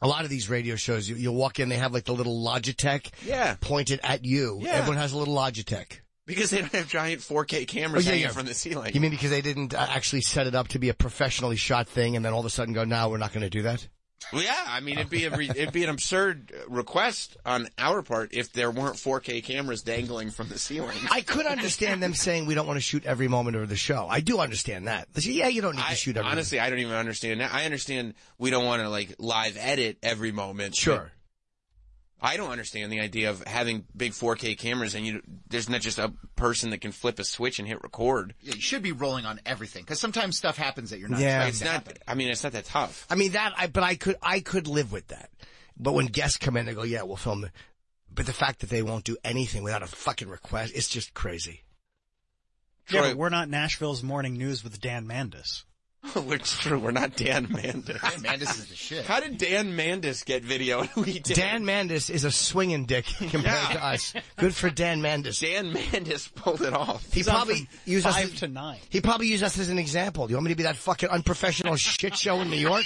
Speaker 4: A lot of these radio shows, you, you'll walk in, they have like the little Logitech
Speaker 5: Yeah.
Speaker 4: pointed at you.
Speaker 5: Yeah.
Speaker 4: Everyone has a little Logitech.
Speaker 5: Because they don't have giant 4K cameras
Speaker 1: Oh,
Speaker 5: hanging from the ceiling.
Speaker 4: You mean because they didn't uh, actually set it up to be a professionally shot thing and then all of a sudden go, no, we're not going to do that?
Speaker 5: Well, yeah, I mean it'd be a re- it'd be an absurd request on our part if there weren't 4K cameras dangling from the ceiling.
Speaker 4: I could understand them saying we don't want to shoot every moment of the show. I do understand that. They say, yeah, you don't need to shoot every
Speaker 5: Honestly, I don't even understand that. I understand we don't want to like live edit every moment.
Speaker 4: Sure.
Speaker 5: but I don't understand the idea of having big 4K cameras and you there's not just a person that can flip a switch and hit record.
Speaker 1: Yeah, you should be rolling on everything because sometimes stuff happens that you're not.
Speaker 4: Yeah.
Speaker 1: expecting
Speaker 4: It's
Speaker 1: to
Speaker 4: not-
Speaker 1: happen.
Speaker 5: I mean, it's not that tough.
Speaker 4: I mean that. I but I could I could live with that. But when guests come in, they go, "Yeah, we'll film." it." But the fact that they won't do anything without a fucking request, it's just crazy.
Speaker 6: Yeah,
Speaker 4: Troy-
Speaker 6: but we're not Nashville's morning news with Dan Mandis.
Speaker 5: *laughs* it's true. We're not Dan Mandis. Dan
Speaker 1: Mandis is the shit.
Speaker 5: How did Dan Mandis get video? *laughs* and *laughs* we did.
Speaker 4: Dan Mandis is a swinging dick compared
Speaker 5: *laughs* Yeah.
Speaker 4: to us. Good for Dan Mandis.
Speaker 5: Dan Mandis pulled it off.
Speaker 4: He probably used us
Speaker 6: five
Speaker 4: as-
Speaker 6: to nine.
Speaker 4: He probably used us as an example. Do you want me to be that fucking
Speaker 5: *laughs*
Speaker 4: unprofessional shit show in New York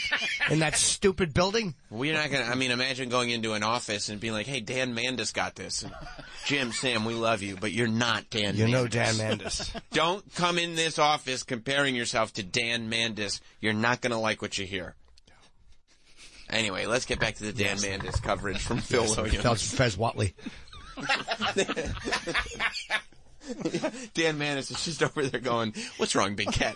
Speaker 4: in that stupid building?
Speaker 5: We're not gonna. I mean, imagine going into an office and being like, "Hey, Dan Mandis got this." And, Jim, Sam, we love you, but you're not Dan.
Speaker 4: You're
Speaker 5: Mandis.
Speaker 4: no Dan Mandis.
Speaker 5: Don't come in this office comparing yourself to Dan Mandis. You're not gonna like what you hear. Anyway, let's get back to the Dan Mandis coverage
Speaker 4: *laughs*
Speaker 5: from Phil
Speaker 4: oh,
Speaker 5: Williams.
Speaker 4: That's Fez Watley.
Speaker 5: *laughs* Dan Manis is just over there going, "What's wrong, Big
Speaker 4: *laughs*
Speaker 5: Cat?"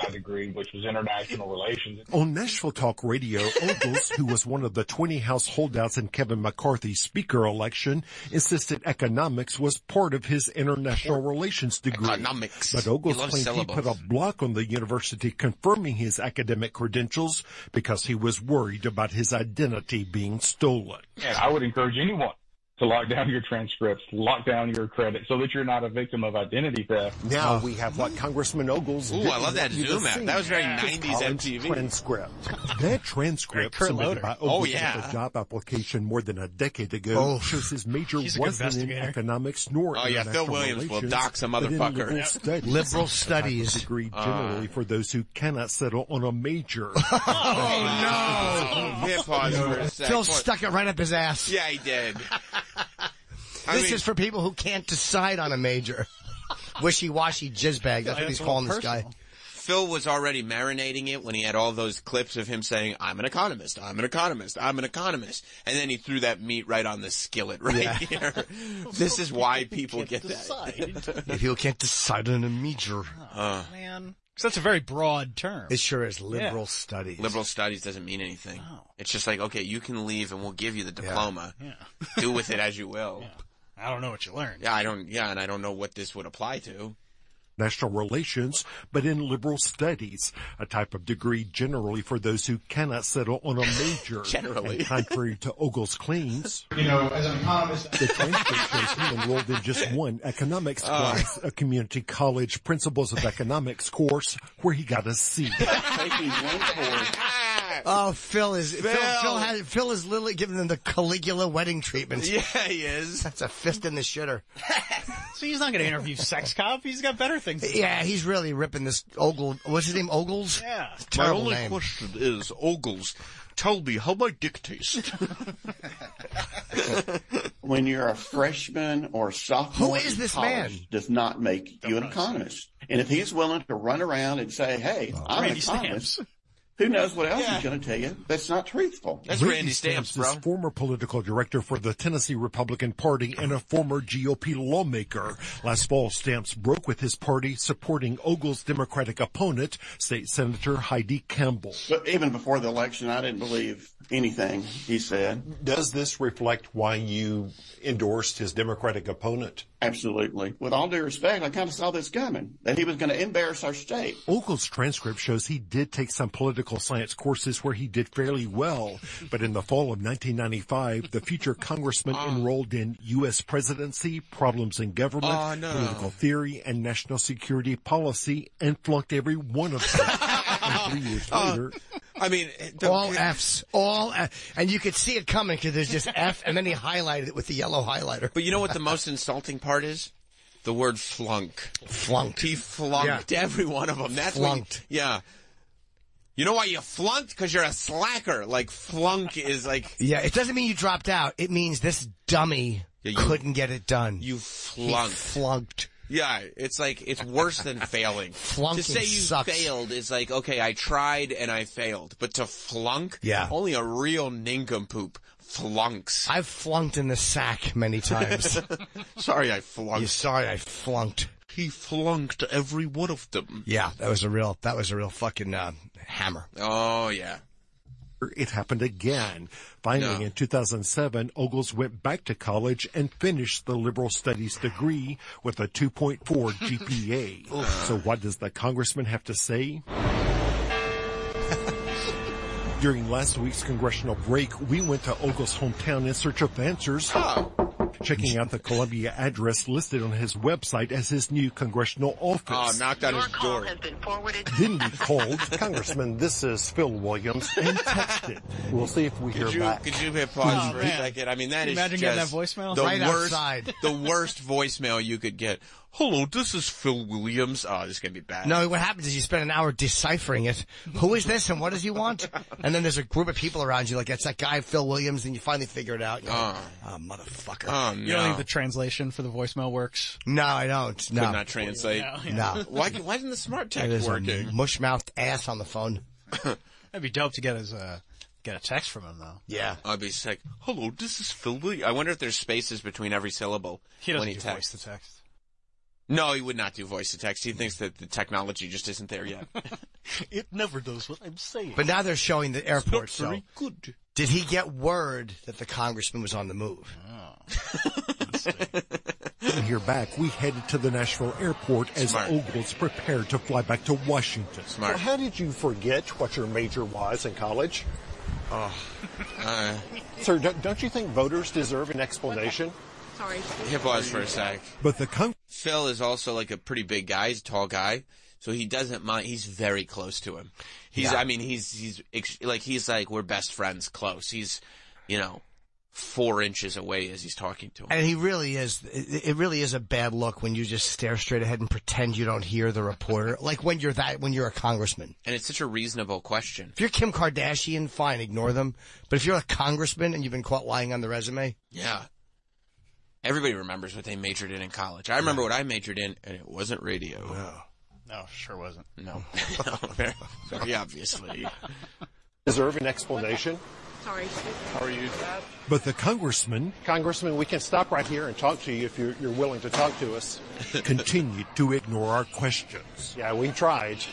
Speaker 20: I degree, which was international relations.
Speaker 18: On Nashville Talk Radio, Ogles, who was one of the 20 House holdouts in Kevin McCarthy's speaker election, insisted economics was part of his international relations degree.
Speaker 5: Economics.
Speaker 18: But Ogles
Speaker 5: He loves
Speaker 18: claimed he
Speaker 5: syllables.
Speaker 18: put a block on the university confirming his academic credentials because he was worried about his identity being stolen.
Speaker 20: And I would encourage anyone to lock down your transcripts, lock down your credit so that you're not a victim of identity theft.
Speaker 18: Now we have what Congressman Ogles.
Speaker 20: Ooh,
Speaker 18: did
Speaker 20: I love that
Speaker 18: in the
Speaker 20: zoom out. That was very
Speaker 18: His
Speaker 20: 90s
Speaker 18: college
Speaker 20: MTV.
Speaker 18: transcript. That transcript
Speaker 20: Kurt
Speaker 18: submitted
Speaker 20: Loder.
Speaker 18: by
Speaker 20: Oh,
Speaker 18: Ogles at
Speaker 20: yeah.
Speaker 18: the job application more than a decade ago
Speaker 5: Oh.
Speaker 18: shows his major
Speaker 5: He's a good
Speaker 18: wasn't in
Speaker 5: investigator.
Speaker 18: economics nor
Speaker 5: Oh, yeah,
Speaker 18: international
Speaker 5: Phil Williams will
Speaker 18: relations,
Speaker 5: dox a
Speaker 18: but in
Speaker 5: motherfucker.
Speaker 18: Liberal
Speaker 5: Yep.
Speaker 18: studies,
Speaker 5: Liberal
Speaker 18: A
Speaker 5: studies.
Speaker 18: degree
Speaker 5: Ah.
Speaker 18: generally for those who cannot settle on a
Speaker 5: *laughs*
Speaker 18: major.
Speaker 5: Oh no! Hip pause for a sec.
Speaker 4: Phil
Speaker 5: Poor-
Speaker 4: stuck it right up his ass.
Speaker 5: Yeah,
Speaker 4: *laughs*
Speaker 5: he did. I
Speaker 4: this
Speaker 5: mean-
Speaker 4: is for people who can't decide on a
Speaker 5: *laughs*
Speaker 4: major. Wishy-washy jizz bag. That's what he's calling this guy.
Speaker 5: Phil was already marinating it when he had all those clips of him saying, "I'm an economist. I'm an economist. I'm an economist," and then he threw that meat right on the skillet right
Speaker 6: *laughs*
Speaker 4: Yeah.
Speaker 5: here. This is why people get
Speaker 4: If
Speaker 5: *laughs* that.
Speaker 4: you can't decide on a major.
Speaker 5: Uh,
Speaker 6: man. Because that's a very broad term.
Speaker 4: It sure is liberal studies.
Speaker 5: liberal studies doesn't mean anything. It's just like, okay, you can leave and we'll give you the diploma. Do with
Speaker 6: *laughs*
Speaker 5: it as you will.
Speaker 6: I don't know what you learned.
Speaker 5: Yeah, I don't. Yeah, and I don't know what this would apply to.
Speaker 18: national relations, but in liberal studies, a type of degree generally for those who cannot settle on a major.
Speaker 5: *laughs* Generally.
Speaker 18: And contrary to Ogle's claims,
Speaker 9: You know, as an economist,
Speaker 18: the transcript shows he enrolled in just one economics
Speaker 5: Uh.
Speaker 18: class, a community college principles of economics course where he got a C.
Speaker 4: Oh, Phil is
Speaker 5: Uh,
Speaker 4: Phil. Phil,
Speaker 18: Phil.
Speaker 4: has, Phil is literally giving them the Caligula wedding treatment.
Speaker 5: Yeah, he is.
Speaker 4: *laughs* That's a fist in the shitter.
Speaker 6: *laughs* So he's not going to interview Sex Cop. He's got better things. to do.
Speaker 4: Yeah, he's really ripping this Ogle. What's his name? Ogles.
Speaker 6: Yeah.
Speaker 4: Terrible name.
Speaker 21: question is, Ogles, tell me how my dick tastes.
Speaker 15: *laughs* when you're a freshman or sophomore,
Speaker 4: Who is
Speaker 15: in
Speaker 4: this
Speaker 15: college
Speaker 4: man?
Speaker 15: Does not make you an economist. And if he's willing to run around and say, "Hey, I'm
Speaker 18: Randy
Speaker 15: an economist," who knows what else
Speaker 5: Yeah.
Speaker 15: he's going to tell you? That's not truthful.
Speaker 18: is former political director for the Tennessee Republican Party and a former GOP lawmaker. Last fall, Stamps broke with his party supporting Ogle's Democratic opponent, State Senator Heidi Campbell.
Speaker 15: But even before the election, I didn't believe anything he said.
Speaker 18: Does this reflect why you endorsed his Democratic opponent?
Speaker 15: Absolutely. With all due respect, I kind of saw this coming that he was going to embarrass our state.
Speaker 18: Ogle's transcript shows he did take some political science courses where he did fairly well, but in the fall of 1995, the future congressman enrolled in U.S. presidency, problems in government,
Speaker 5: Oh, no.
Speaker 18: political theory, and national security policy, and flunked every one of them. And three years
Speaker 5: Uh,
Speaker 18: later,
Speaker 5: I mean,
Speaker 4: all Fs, all, F, and you could see it coming because there's just F, and then he highlighted it with the yellow highlighter.
Speaker 5: But you know what the most insulting part is? The word flunk.
Speaker 4: Flunked.
Speaker 5: He flunked
Speaker 4: Yeah.
Speaker 5: every one of them. That's
Speaker 4: Flunked.
Speaker 5: What, yeah. You know why you flunked? Because you're a slacker. Like flunk is like
Speaker 4: Yeah, it doesn't mean you dropped out. It means this dummy couldn't get it done.
Speaker 5: You flunked.
Speaker 4: flunked.
Speaker 5: yeah. It's like it's worse than failing.
Speaker 4: Flunking
Speaker 5: to say you
Speaker 4: sucks.
Speaker 5: failed is like okay, I tried and I failed. But to flunk,
Speaker 4: Yeah.
Speaker 5: only a real nincompoop flunks.
Speaker 4: I've flunked in the sack
Speaker 21: *laughs*
Speaker 4: many times.
Speaker 5: sorry, I flunked.
Speaker 4: You're sorry, I flunked.
Speaker 21: He flunked every one of them.
Speaker 4: Yeah, that was a real, that was a real fucking uh, hammer.
Speaker 5: Oh yeah.
Speaker 18: it happened again. Finally, in 2007, Ogles went back to college and finished the liberal studies degree with a 2.4 GPA. so what does the congressman have to say? *laughs* During last week's congressional break, we went to Ogle's hometown in search of answers. checking out the Columbia address listed on his website as his new congressional
Speaker 5: Oh,
Speaker 18: office.
Speaker 5: knocked on his door.
Speaker 4: *laughs*
Speaker 18: *laughs* Then we called, Congressman, this is Phil Williams, and texted. We'll see if we hear
Speaker 5: Could you,
Speaker 18: back.
Speaker 5: could you hit pause
Speaker 18: Oh,
Speaker 5: for
Speaker 18: man.
Speaker 5: a second? I mean, that
Speaker 18: Can you
Speaker 5: is
Speaker 18: imagine
Speaker 5: just
Speaker 18: getting that voicemail?
Speaker 5: the
Speaker 18: Right
Speaker 5: worst,
Speaker 18: outside.
Speaker 5: the worst voicemail you could get. Hello, this is Phil Williams. Oh, this is gonna be bad.
Speaker 4: No, what happens is you spend an hour deciphering it. Who is this and what does he want? And then there's a group of people around you, like that's that guy Phil Williams, and you finally figure it out. and You're like,
Speaker 21: Ah.
Speaker 4: oh, motherfucker!
Speaker 6: You don't think the translation for the voicemail works?
Speaker 4: No, I don't.
Speaker 6: Could
Speaker 4: No,
Speaker 6: not translate. No, yeah. *laughs*
Speaker 4: No.
Speaker 5: Uh, Why, why didn't the smart
Speaker 6: tech
Speaker 4: There's a
Speaker 6: working?
Speaker 4: Mush-mouthed ass on the phone.
Speaker 6: *laughs* That'd be dope to get his uh, get a text from him though.
Speaker 4: Yeah.
Speaker 5: I'd be sick. Hello, this is Phil Williams. I wonder if there's spaces between every syllable
Speaker 6: He doesn't
Speaker 5: when he
Speaker 6: do
Speaker 5: texts.
Speaker 6: voice to text. *laughs*
Speaker 5: No, he would not do voice to text. He thinks that the technology just isn't there yet.
Speaker 6: It never does what I'm saying.
Speaker 4: But now they're showing the airport.
Speaker 5: It's
Speaker 4: So
Speaker 5: not very good.
Speaker 4: did he get word that the congressman was on the move?
Speaker 18: When we hear back, we headed to the Nashville airport as
Speaker 4: Smart.
Speaker 18: Ogles prepared to fly back to Washington.
Speaker 5: Smart.
Speaker 16: how did you forget what your major was in college?
Speaker 5: Oh, uh,
Speaker 16: Sir, don't, don't you think voters deserve an explanation?
Speaker 7: Sorry.
Speaker 5: hit pause for a sec.
Speaker 18: But the con-
Speaker 5: Phil is also like a pretty big guy. He's a tall guy. So he doesn't mind. He's very close to him. He's,
Speaker 22: Yeah.
Speaker 5: I mean, he's, he's ex- like, he's like, we're best friends close. He's, you know, four inches away as he's talking to him.
Speaker 4: And he really is. It it really is a bad look when you just stare straight ahead and pretend you don't hear the reporter. *laughs* Like when you're that, when you're a congressman.
Speaker 5: And it's such a reasonable question.
Speaker 4: If you're Kim Kardashian, fine, ignore them. But if you're a congressman and you've been caught lying on the resume,
Speaker 5: Yeah. Everybody remembers what they majored in in college. I remember what I majored in, and it wasn't radio. No.
Speaker 6: No, sure wasn't.
Speaker 5: No. *laughs* very,
Speaker 6: *laughs*
Speaker 5: very obviously.
Speaker 16: Deserve an explanation?
Speaker 7: Sorry.
Speaker 16: How are you?
Speaker 18: But the congressman
Speaker 16: Congressman, we can stop right here and talk to you if you're, you're willing to talk to us.
Speaker 18: continued to ignore our questions.
Speaker 16: Yeah, we tried.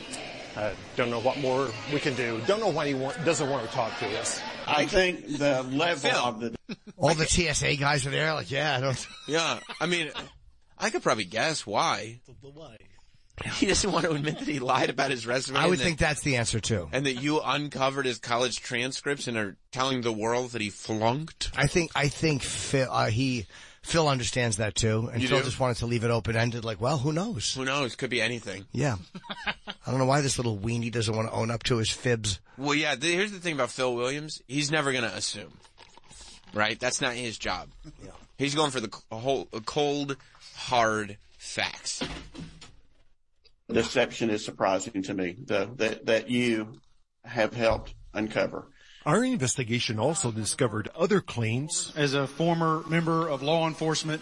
Speaker 16: Uh, don't know what more we can do. Don't know why he wa- doesn't want to talk to us.
Speaker 15: I think the level of the
Speaker 4: all the TSA guys are there. Like, yeah, I don't.
Speaker 5: Yeah. I mean, I could probably guess why. He doesn't want to admit that he lied about his resume.
Speaker 4: I would
Speaker 5: and
Speaker 4: think
Speaker 5: that,
Speaker 4: that's the answer too.
Speaker 5: And that you uncovered his college transcripts and are telling the world that he flunked.
Speaker 4: I think I think Phil uh, he Phil understands that too, and
Speaker 5: You
Speaker 4: Phil
Speaker 5: do?
Speaker 4: just wanted to leave it open ended. Like, well, who knows?
Speaker 5: Who knows? Could be anything.
Speaker 4: Yeah, I don't know why this little weenie doesn't want to own up to his fibs.
Speaker 5: Well, yeah. The, here's the thing about Phil Williams. He's never going to assume, right? That's not his job. He's going for the c- whole cold, hard facts.
Speaker 15: deception is surprising to me the, that, that you have helped uncover.
Speaker 18: Our investigation also discovered other claims.
Speaker 19: As a former member of law enforcement,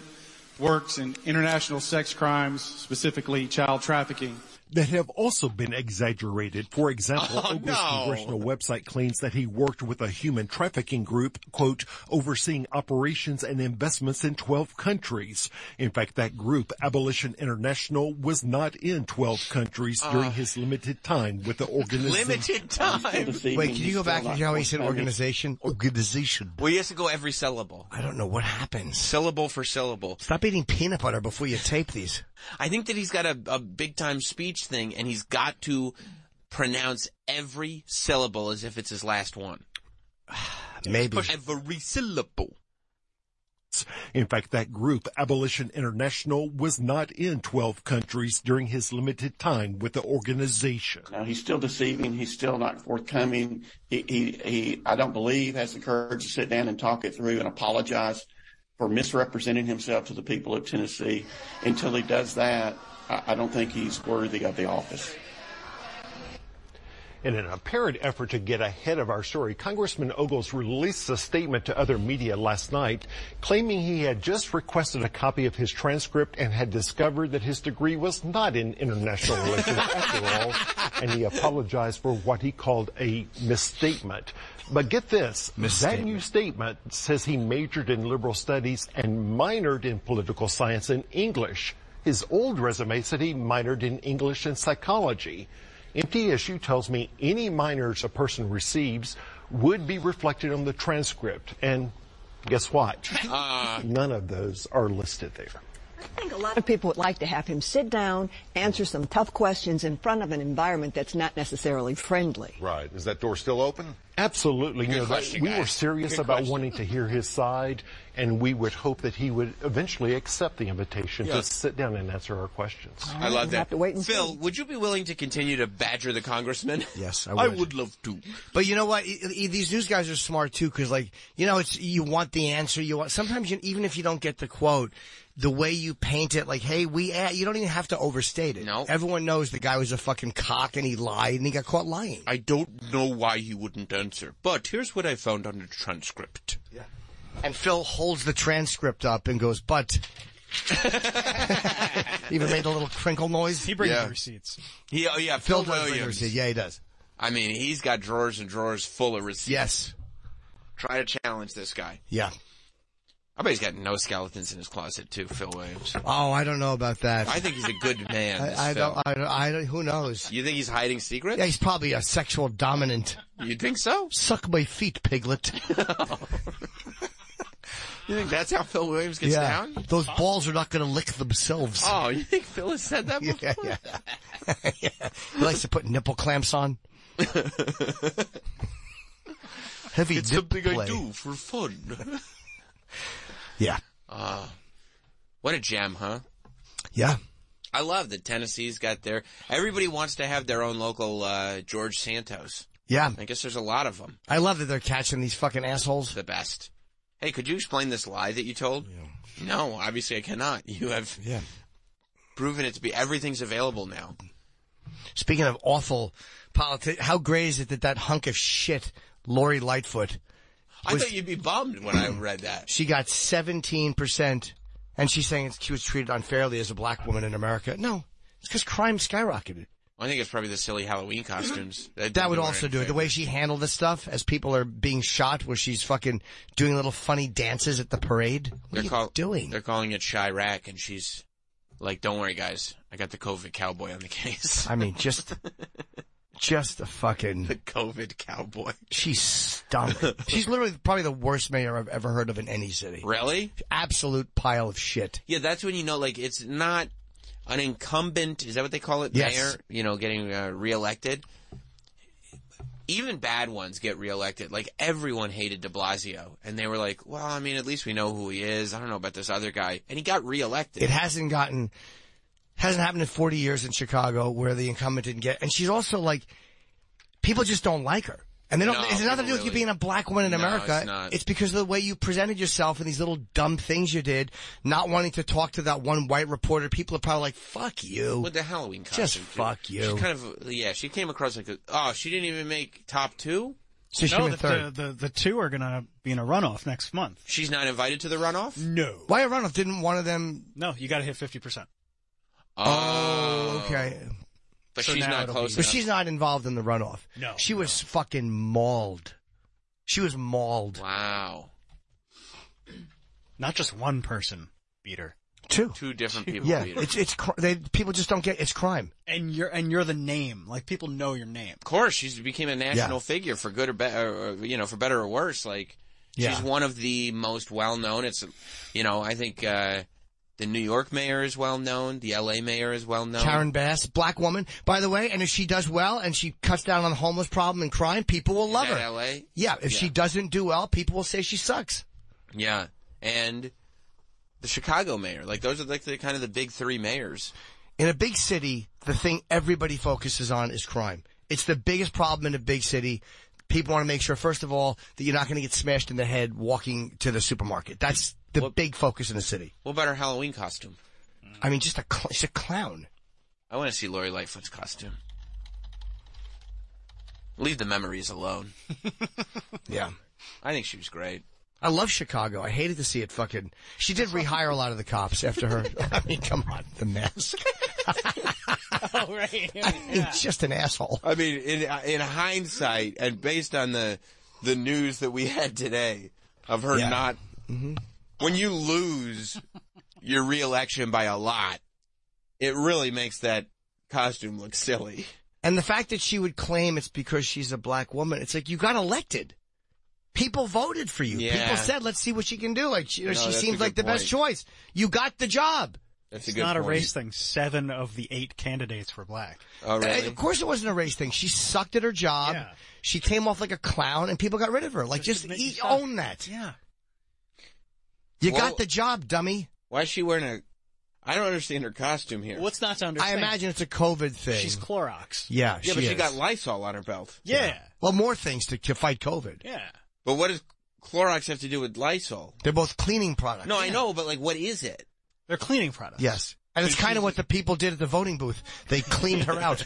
Speaker 19: works in international sex crimes, specifically child trafficking.
Speaker 18: That have also been exaggerated. For example,
Speaker 19: Oh,
Speaker 18: Oble's
Speaker 19: no.
Speaker 18: congressional website claims that he worked with a human trafficking group, quote, overseeing operations and investments in 12 countries. In fact, that group, Abolition International, was not in 12 countries
Speaker 19: Uh.
Speaker 18: during his limited time with the organization.
Speaker 5: Limited time.
Speaker 4: Wait, can you go back and hear how he said organization? Organization.
Speaker 5: Well, you have to go every syllable.
Speaker 4: I don't know what happens.
Speaker 5: Syllable for syllable.
Speaker 4: Stop eating peanut butter before you tape these.
Speaker 5: I think that he's got a, a big time speech thing and he's got to pronounce every syllable as if it's his last one.
Speaker 4: Maybe.
Speaker 5: Every syllable.
Speaker 18: In fact, that group, Abolition International, was not in 12 countries during his limited time with the organization.
Speaker 15: Now he's still deceiving. He's still not forthcoming. He, he, he, I don't believe has the courage to sit down and talk it through and apologize for misrepresenting himself to the people of Tennessee. Until he does that, I, I don't think he's worthy of the office.
Speaker 16: In an apparent effort to get ahead of our story, Congressman Ogles released a statement to other media last night claiming he had just requested a copy of his transcript and had discovered that his degree was not in international relations after all, and he apologized for what he called a misstatement. But get this, that new statement says he majored in liberal studies and minored in political science and English. His old resume said he minored in English and psychology. MTSU tells me any minors a person receives would be reflected on the transcript. And
Speaker 21: *laughs*
Speaker 16: guess what?
Speaker 21: Uh.
Speaker 16: None of those are listed there.
Speaker 17: I think a lot of people would like to have him sit down, answer some tough questions in front of an environment that's not necessarily friendly.
Speaker 23: Right. Is that door still open?
Speaker 16: Absolutely. You know, that-
Speaker 21: question,
Speaker 16: we were
Speaker 21: guys.
Speaker 16: serious
Speaker 21: Good
Speaker 16: about
Speaker 21: question.
Speaker 16: wanting to hear his side, and we would hope that he would eventually accept the invitation
Speaker 22: Yeah.
Speaker 16: to sit down and answer our questions.
Speaker 22: I love that.
Speaker 16: have to wait and
Speaker 22: Phil, would you be willing to continue to badger the congressman?
Speaker 4: *laughs* Yes,
Speaker 22: I would.
Speaker 4: love to. But you know what? E- e- These news guys are smart too, because like you know, it's you want the answer. You want sometimes you, even if you don't get the quote, the way you paint it, like, hey, we a you don't even have to overstate it. No, everyone knows the guy was a fucking cock and he lied and he got caught lying.
Speaker 5: I don't know why he wouldn't answer, but here's what I found on the transcript. Yeah.
Speaker 4: And Phil holds the transcript up and goes, but. even made a little crinkle noise. He
Speaker 5: brings Yeah. the
Speaker 4: receipts.
Speaker 5: He, oh yeah,
Speaker 4: Phil
Speaker 5: Phil,
Speaker 4: does bring
Speaker 5: Williams.
Speaker 4: receipts. Yeah, he does.
Speaker 5: I mean, he's got drawers and drawers full of receipts.
Speaker 4: Yes.
Speaker 5: Try to challenge this guy.
Speaker 4: Yeah.
Speaker 5: I bet he's got no skeletons in his closet too, Phil Williams.
Speaker 4: Oh, I don't know about that.
Speaker 5: I think he's a good man.
Speaker 4: *laughs*
Speaker 5: this
Speaker 4: I, I
Speaker 5: Phil.
Speaker 4: don't. I don't. I don't. Who knows?
Speaker 5: You think he's hiding secrets?
Speaker 4: Yeah, he's probably a sexual dominant.
Speaker 5: You think so?
Speaker 4: Suck my feet,
Speaker 5: *laughs*
Speaker 4: piglet.
Speaker 5: You think that's how Phil Williams gets down?
Speaker 4: Those balls are not going to lick themselves.
Speaker 5: Oh, you think Phil has said
Speaker 4: *laughs*
Speaker 5: that
Speaker 4: Yeah,
Speaker 5: before?
Speaker 4: yeah. *laughs*
Speaker 5: *laughs*
Speaker 4: He likes to put nipple clamps on. Heavy
Speaker 5: it's
Speaker 4: nip
Speaker 5: something
Speaker 4: play.
Speaker 5: I do
Speaker 4: *laughs*
Speaker 5: for fun.
Speaker 4: Yeah.
Speaker 5: Uh, what a gem, huh?
Speaker 4: Yeah.
Speaker 5: I love that Tennessee's got their. Everybody wants to have their own local uh, George Santos.
Speaker 4: Yeah.
Speaker 5: I guess there's a lot of them.
Speaker 4: I love that they're catching these fucking assholes.
Speaker 5: The best. Hey, could you explain this lie that you told? No, obviously I cannot. You have
Speaker 4: Yeah.
Speaker 5: proven it to be everything's available now.
Speaker 4: Speaking of awful politics, how great is it that that hunk of shit, Lori Lightfoot,
Speaker 5: I thought you'd be bummed when I read that.
Speaker 4: she got 17%, and she's saying she was treated unfairly as a black woman in America. No, it's because crime skyrocketed.
Speaker 5: I think it's probably the silly Halloween costumes.
Speaker 4: That
Speaker 5: didn't
Speaker 4: would
Speaker 5: her
Speaker 4: also
Speaker 5: any
Speaker 4: do it. The
Speaker 5: favor.
Speaker 4: way she handled this stuff as people are being shot, where she's fucking doing little funny dances at the parade. What
Speaker 5: They're
Speaker 4: are you
Speaker 5: call-
Speaker 4: doing?
Speaker 5: They're calling it Chirac, and she's like, "Don't worry, guys, I got the COVID cowboy on the *laughs* case."
Speaker 4: I mean,
Speaker 5: *laughs*
Speaker 4: just, just a fucking.
Speaker 5: the COVID cowboy.
Speaker 4: She's
Speaker 5: *laughs*
Speaker 4: stunk. she's literally probably the worst mayor I've ever heard of in any city.
Speaker 5: Really?
Speaker 4: Absolute pile of shit.
Speaker 5: Yeah, that's when you know, like, it's not an incumbent. Is that what they call it?
Speaker 4: Yes.
Speaker 5: Mayor, you know, getting uh, reelected. Even bad ones get reelected. Like everyone hated De Blasio, and they were like, "Well, I mean, at least we know who he is. I don't know about this other guy," and he got reelected.
Speaker 4: It hasn't gotten, hasn't happened in 40 years in Chicago where the incumbent didn't get, and she's also like, people just don't like her. And they don't,
Speaker 5: No,
Speaker 4: it's nothing to do with you
Speaker 5: really.
Speaker 4: being a black woman in
Speaker 5: No,
Speaker 4: America.
Speaker 5: it's not.
Speaker 4: because of the way you presented yourself and these little dumb things you did, not wanting to talk to that one white reporter. People are probably like, fuck you.
Speaker 5: With the Halloween costume.
Speaker 4: Just
Speaker 5: too.
Speaker 4: fuck you.
Speaker 5: She kind of, yeah, she came across like, a, oh, she didn't even make top two?
Speaker 4: So she
Speaker 6: no,
Speaker 4: went
Speaker 6: the,
Speaker 4: third.
Speaker 6: The, the, the two are going to be in a runoff next month.
Speaker 5: She's not invited to the runoff?
Speaker 6: No.
Speaker 4: Why runoff? Didn't one of them?
Speaker 6: No, you got to hit 50%.
Speaker 4: Oh, okay.
Speaker 5: But she's not close
Speaker 4: But
Speaker 5: enough.
Speaker 4: she's not involved in the runoff.
Speaker 5: No,
Speaker 4: She was fucking mauled. She was mauled.
Speaker 5: Wow.
Speaker 6: Not just one person beat her.
Speaker 4: Two.
Speaker 5: Two different people
Speaker 4: yeah,
Speaker 6: beat her.
Speaker 4: it's it's cr- they, people just don't get it's crime.
Speaker 6: And you're, and you're the name. Like people know your name.
Speaker 5: Of course, she became a national figure for good or better, you know, for better or worse. Like, she's
Speaker 6: Yeah.
Speaker 5: one of the most well known. It's, you know, I think, uh, the New York mayor is well known. The LA mayor is well known.
Speaker 4: Karen Bass, black woman, by the way, and if she does well and she cuts down on the homeless problem and crime, people will love
Speaker 5: that
Speaker 4: her.
Speaker 5: LA?
Speaker 4: Yeah, if she
Speaker 5: Yeah.
Speaker 4: doesn't do well, people will say she sucks.
Speaker 5: Yeah. And the Chicago mayor. Like, those are like the kind of the big three mayors.
Speaker 4: In a big city, the thing everybody focuses on is crime. It's the biggest problem in a big city. People want to make sure, first of all, that you're not going to get smashed in the head walking to the supermarket. That's the big focus in the city.
Speaker 5: What about her Halloween costume?
Speaker 4: I mean, just a cl- she's a clown.
Speaker 5: I want to see Lori Lightfoot's costume. Leave the memories alone.
Speaker 4: yeah.
Speaker 5: I think she was great.
Speaker 4: I love Chicago. I hated to see it fucking. She did rehire a lot of the cops after her. *laughs* I mean, come on, the mask.
Speaker 6: oh, right.
Speaker 4: *laughs* He's just an asshole.
Speaker 5: I mean, in in hindsight, and based on the the news that we had today of her
Speaker 4: Yeah.
Speaker 5: not,
Speaker 4: Mm-hmm.
Speaker 5: when you lose your reelection by a lot, it really makes that costume look silly.
Speaker 4: And the fact that she would claim it's because she's a black woman, it's like you got elected. People voted for you.
Speaker 5: Yeah.
Speaker 4: People said, "Let's see what she can do." Like she,
Speaker 5: No,
Speaker 4: she
Speaker 5: that's a
Speaker 4: seems like the
Speaker 5: good
Speaker 4: best
Speaker 5: point.
Speaker 4: choice. You got the job.
Speaker 5: That's
Speaker 6: it's not a race thing. Seven of the eight candidates were black.
Speaker 5: Oh,
Speaker 4: Uh, Of course, it wasn't a race thing. She sucked at her job. She came off like a clown, and people got rid of her. Like, just, eat, own that.
Speaker 6: Yeah.
Speaker 4: You
Speaker 5: Well-
Speaker 4: got the job, dummy.
Speaker 5: Why is she wearing a? I don't understand her costume here.
Speaker 6: What's not to
Speaker 4: I imagine it's a COVID thing.
Speaker 6: She's Clorox.
Speaker 4: Yeah,
Speaker 5: yeah, but she
Speaker 4: is.
Speaker 5: got Lysol on her belt.
Speaker 6: Yeah.
Speaker 4: Well, more things to, to fight COVID.
Speaker 6: Yeah.
Speaker 5: But what does Clorox have to do with Lysol?
Speaker 4: They're both cleaning products.
Speaker 5: No, I know, but like, what is it?
Speaker 6: They're cleaning products.
Speaker 4: Yes. And it's kind of what the people did at the voting booth. They cleaned
Speaker 5: *laughs*
Speaker 4: her
Speaker 6: *laughs*
Speaker 4: out.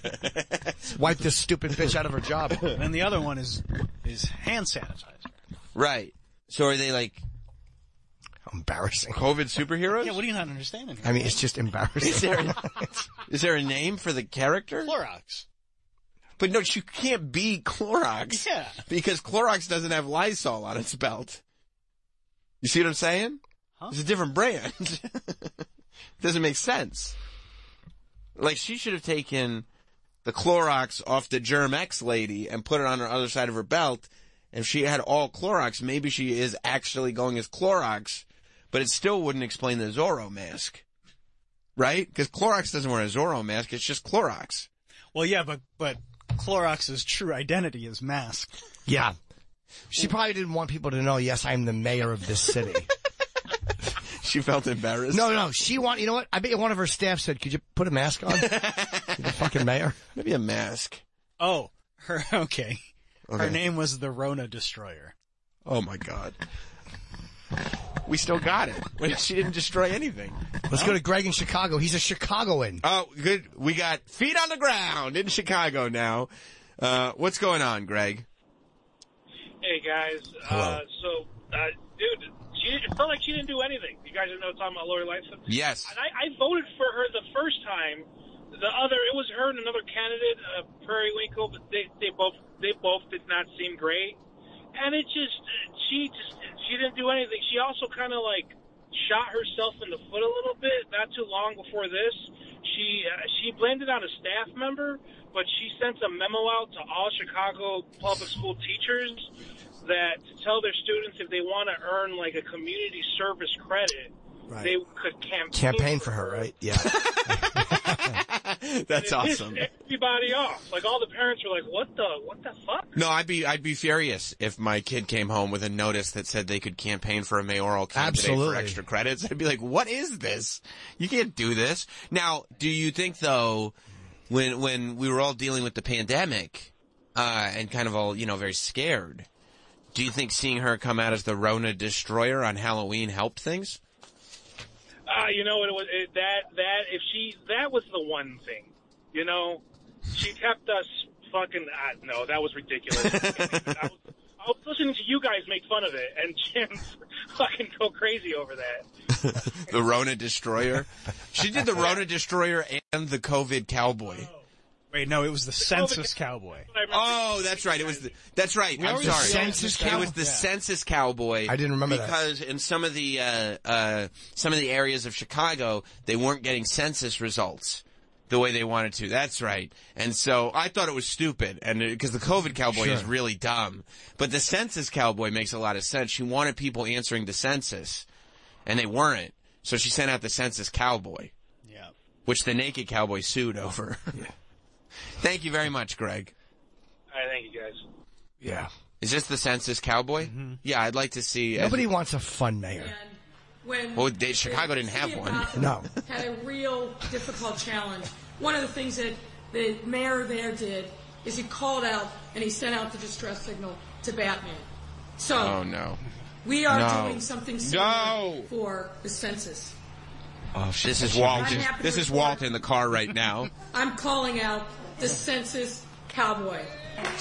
Speaker 4: Wiped this stupid bitch out of her job.
Speaker 6: And the other one is is hand sanitizer.
Speaker 5: Right. So are they like
Speaker 4: embarrassing
Speaker 5: COVID superheroes?
Speaker 6: Yeah, what are you not understanding?
Speaker 4: I mean, it's just
Speaker 5: *laughs*
Speaker 4: embarrassing.
Speaker 5: Is there is there a name for the character?
Speaker 6: Clorox.
Speaker 5: But no, she can't be Clorox.
Speaker 6: Yeah.
Speaker 5: Because Clorox doesn't have Lysol on its belt. You see what I'm saying? It's a different brand. *laughs* doesn't make sense. Like she should have taken the Clorox off the Germ X lady and put it on her other side of her belt. If she had all Clorox, maybe she is actually going as Clorox, but it still wouldn't explain the Zorro mask. Right? Because Clorox doesn't wear a Zorro mask, it's just Clorox.
Speaker 6: Well, yeah, but but Clorox's true identity is masked.
Speaker 4: Yeah. She probably didn't want people to know, yes, I'm the mayor of this city.
Speaker 5: *laughs* she felt embarrassed.
Speaker 4: No, no, she want. You know what? I bet you one of her staff said, "Could you put a mask
Speaker 5: *laughs*
Speaker 4: on?" You're the fucking mayor.
Speaker 5: Maybe a mask.
Speaker 6: Oh, her *laughs* okay.
Speaker 5: Okay.
Speaker 6: Her name was the Rona Destroyer.
Speaker 5: Oh my god. We still got it. Wait, She didn't destroy anything.
Speaker 4: Let's go to Greg in Chicago. He's a Chicagoan.
Speaker 5: Oh, good. We got feet on the ground in Chicago now. Uh, what's going on, Greg?
Speaker 7: Hey guys, uh, so uh, dude, she it felt like she didn't do anything. You guys know talking about Lori Lightfoot.
Speaker 5: Yes.
Speaker 7: and I, I voted for her the first time. The other, it was her and another candidate, uh, Periwinkle, but they, they both they both did not seem great. And it just she just she didn't do anything. She also kind of like shot herself in the foot a little bit. Not too long before this, she uh, she blamed it on a staff member, but she sent a memo out to all Chicago public school teachers that to tell their students if they want to earn like a community service credit,
Speaker 4: Right.
Speaker 7: they could campaign.
Speaker 4: Campaign *laughs* for her, right? Yeah.
Speaker 5: That's
Speaker 7: And it pissed
Speaker 5: awesome.
Speaker 7: Everybody off. Like all the parents were like, "What the? What the fuck?"
Speaker 5: No, I'd be I'd be furious if my kid came home with a notice that said they could campaign for a mayoral candidate
Speaker 4: Absolutely.
Speaker 5: for extra credits. I'd be like, "What is this? You can't do this." Now, do you think though, when when we were all dealing with the pandemic uh, and kind of all you know very scared, do you think seeing her come out as the Rona destroyer on Halloween helped things?
Speaker 7: Ah, you know, it was it, that that if she that was the one thing, you know, she kept us fucking. Uh, no, that was ridiculous. I, was, I was listening to you guys make fun of it, and Jim *laughs* fucking go crazy over that.
Speaker 5: *laughs* the Rona destroyer. She did the Rona destroyer and the COVID cowboy.
Speaker 6: *laughs* Wait, no, it was the census cowboy.
Speaker 5: Oh, that's right. It was the, that's right.
Speaker 6: Where
Speaker 5: I'm
Speaker 6: was the
Speaker 5: sorry.
Speaker 6: census
Speaker 5: It was
Speaker 6: cow-
Speaker 5: the
Speaker 6: Yeah.
Speaker 5: census cowboy.
Speaker 4: I didn't remember that.
Speaker 5: because in some of the uh, uh, some of the areas of Chicago, they weren't getting census results the way they wanted to. That's right. And so I thought it was stupid, and because the COVID cowboy is
Speaker 23: Sure.
Speaker 5: really dumb, but the census cowboy makes a lot of sense. She wanted people answering the census, and they weren't. So she sent out the census cowboy.
Speaker 6: Yeah.
Speaker 5: Which the naked cowboy sued over. *laughs* Thank you very much, Greg.
Speaker 7: All right, thank you guys.
Speaker 4: Yeah. Mm-hmm.
Speaker 5: Is this the census cowboy? Yeah, I'd like to see.
Speaker 4: Nobody wants a fun mayor.
Speaker 24: *laughs* when
Speaker 5: Well, they- Chicago didn't have
Speaker 24: City of
Speaker 5: one.
Speaker 24: Gotham
Speaker 4: No.
Speaker 24: had a real difficult challenge. One of the things that the mayor there did is he called out and he sent out the distress signal to Batman. So
Speaker 5: Oh no.
Speaker 24: we are
Speaker 5: No.
Speaker 24: doing something similar for the census.
Speaker 5: Oh, this is
Speaker 24: I'm
Speaker 5: Walton.
Speaker 24: happy to
Speaker 5: This is
Speaker 24: report-
Speaker 5: Walt in the car right now.
Speaker 24: I'm calling out the census cowboy.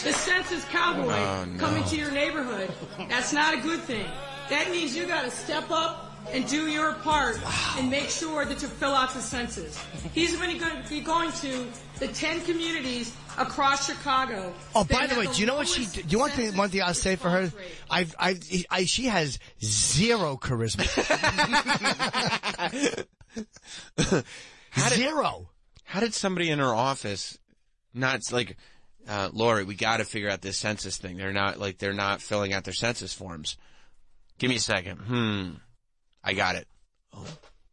Speaker 24: The census cowboy
Speaker 5: Oh, no.
Speaker 24: coming to your neighborhood. That's not a good thing. That means you gotta step up and do your part and make sure that you fill out the census. He's going to be going to the 10 communities across Chicago.
Speaker 4: Oh,
Speaker 24: that
Speaker 4: by the
Speaker 24: have
Speaker 4: way, do you know what she?
Speaker 24: lowest
Speaker 4: Do you want the one thing I'll say for her? I've, I've, I, she has zero
Speaker 24: *laughs*
Speaker 4: charisma. *laughs*
Speaker 5: How did,
Speaker 4: Zero.
Speaker 5: How did somebody in her office not it's like, uh, Lori? We got to figure out this census thing. They're not like they're not filling out their census forms. Give me a second. Hmm. I got it. Oh,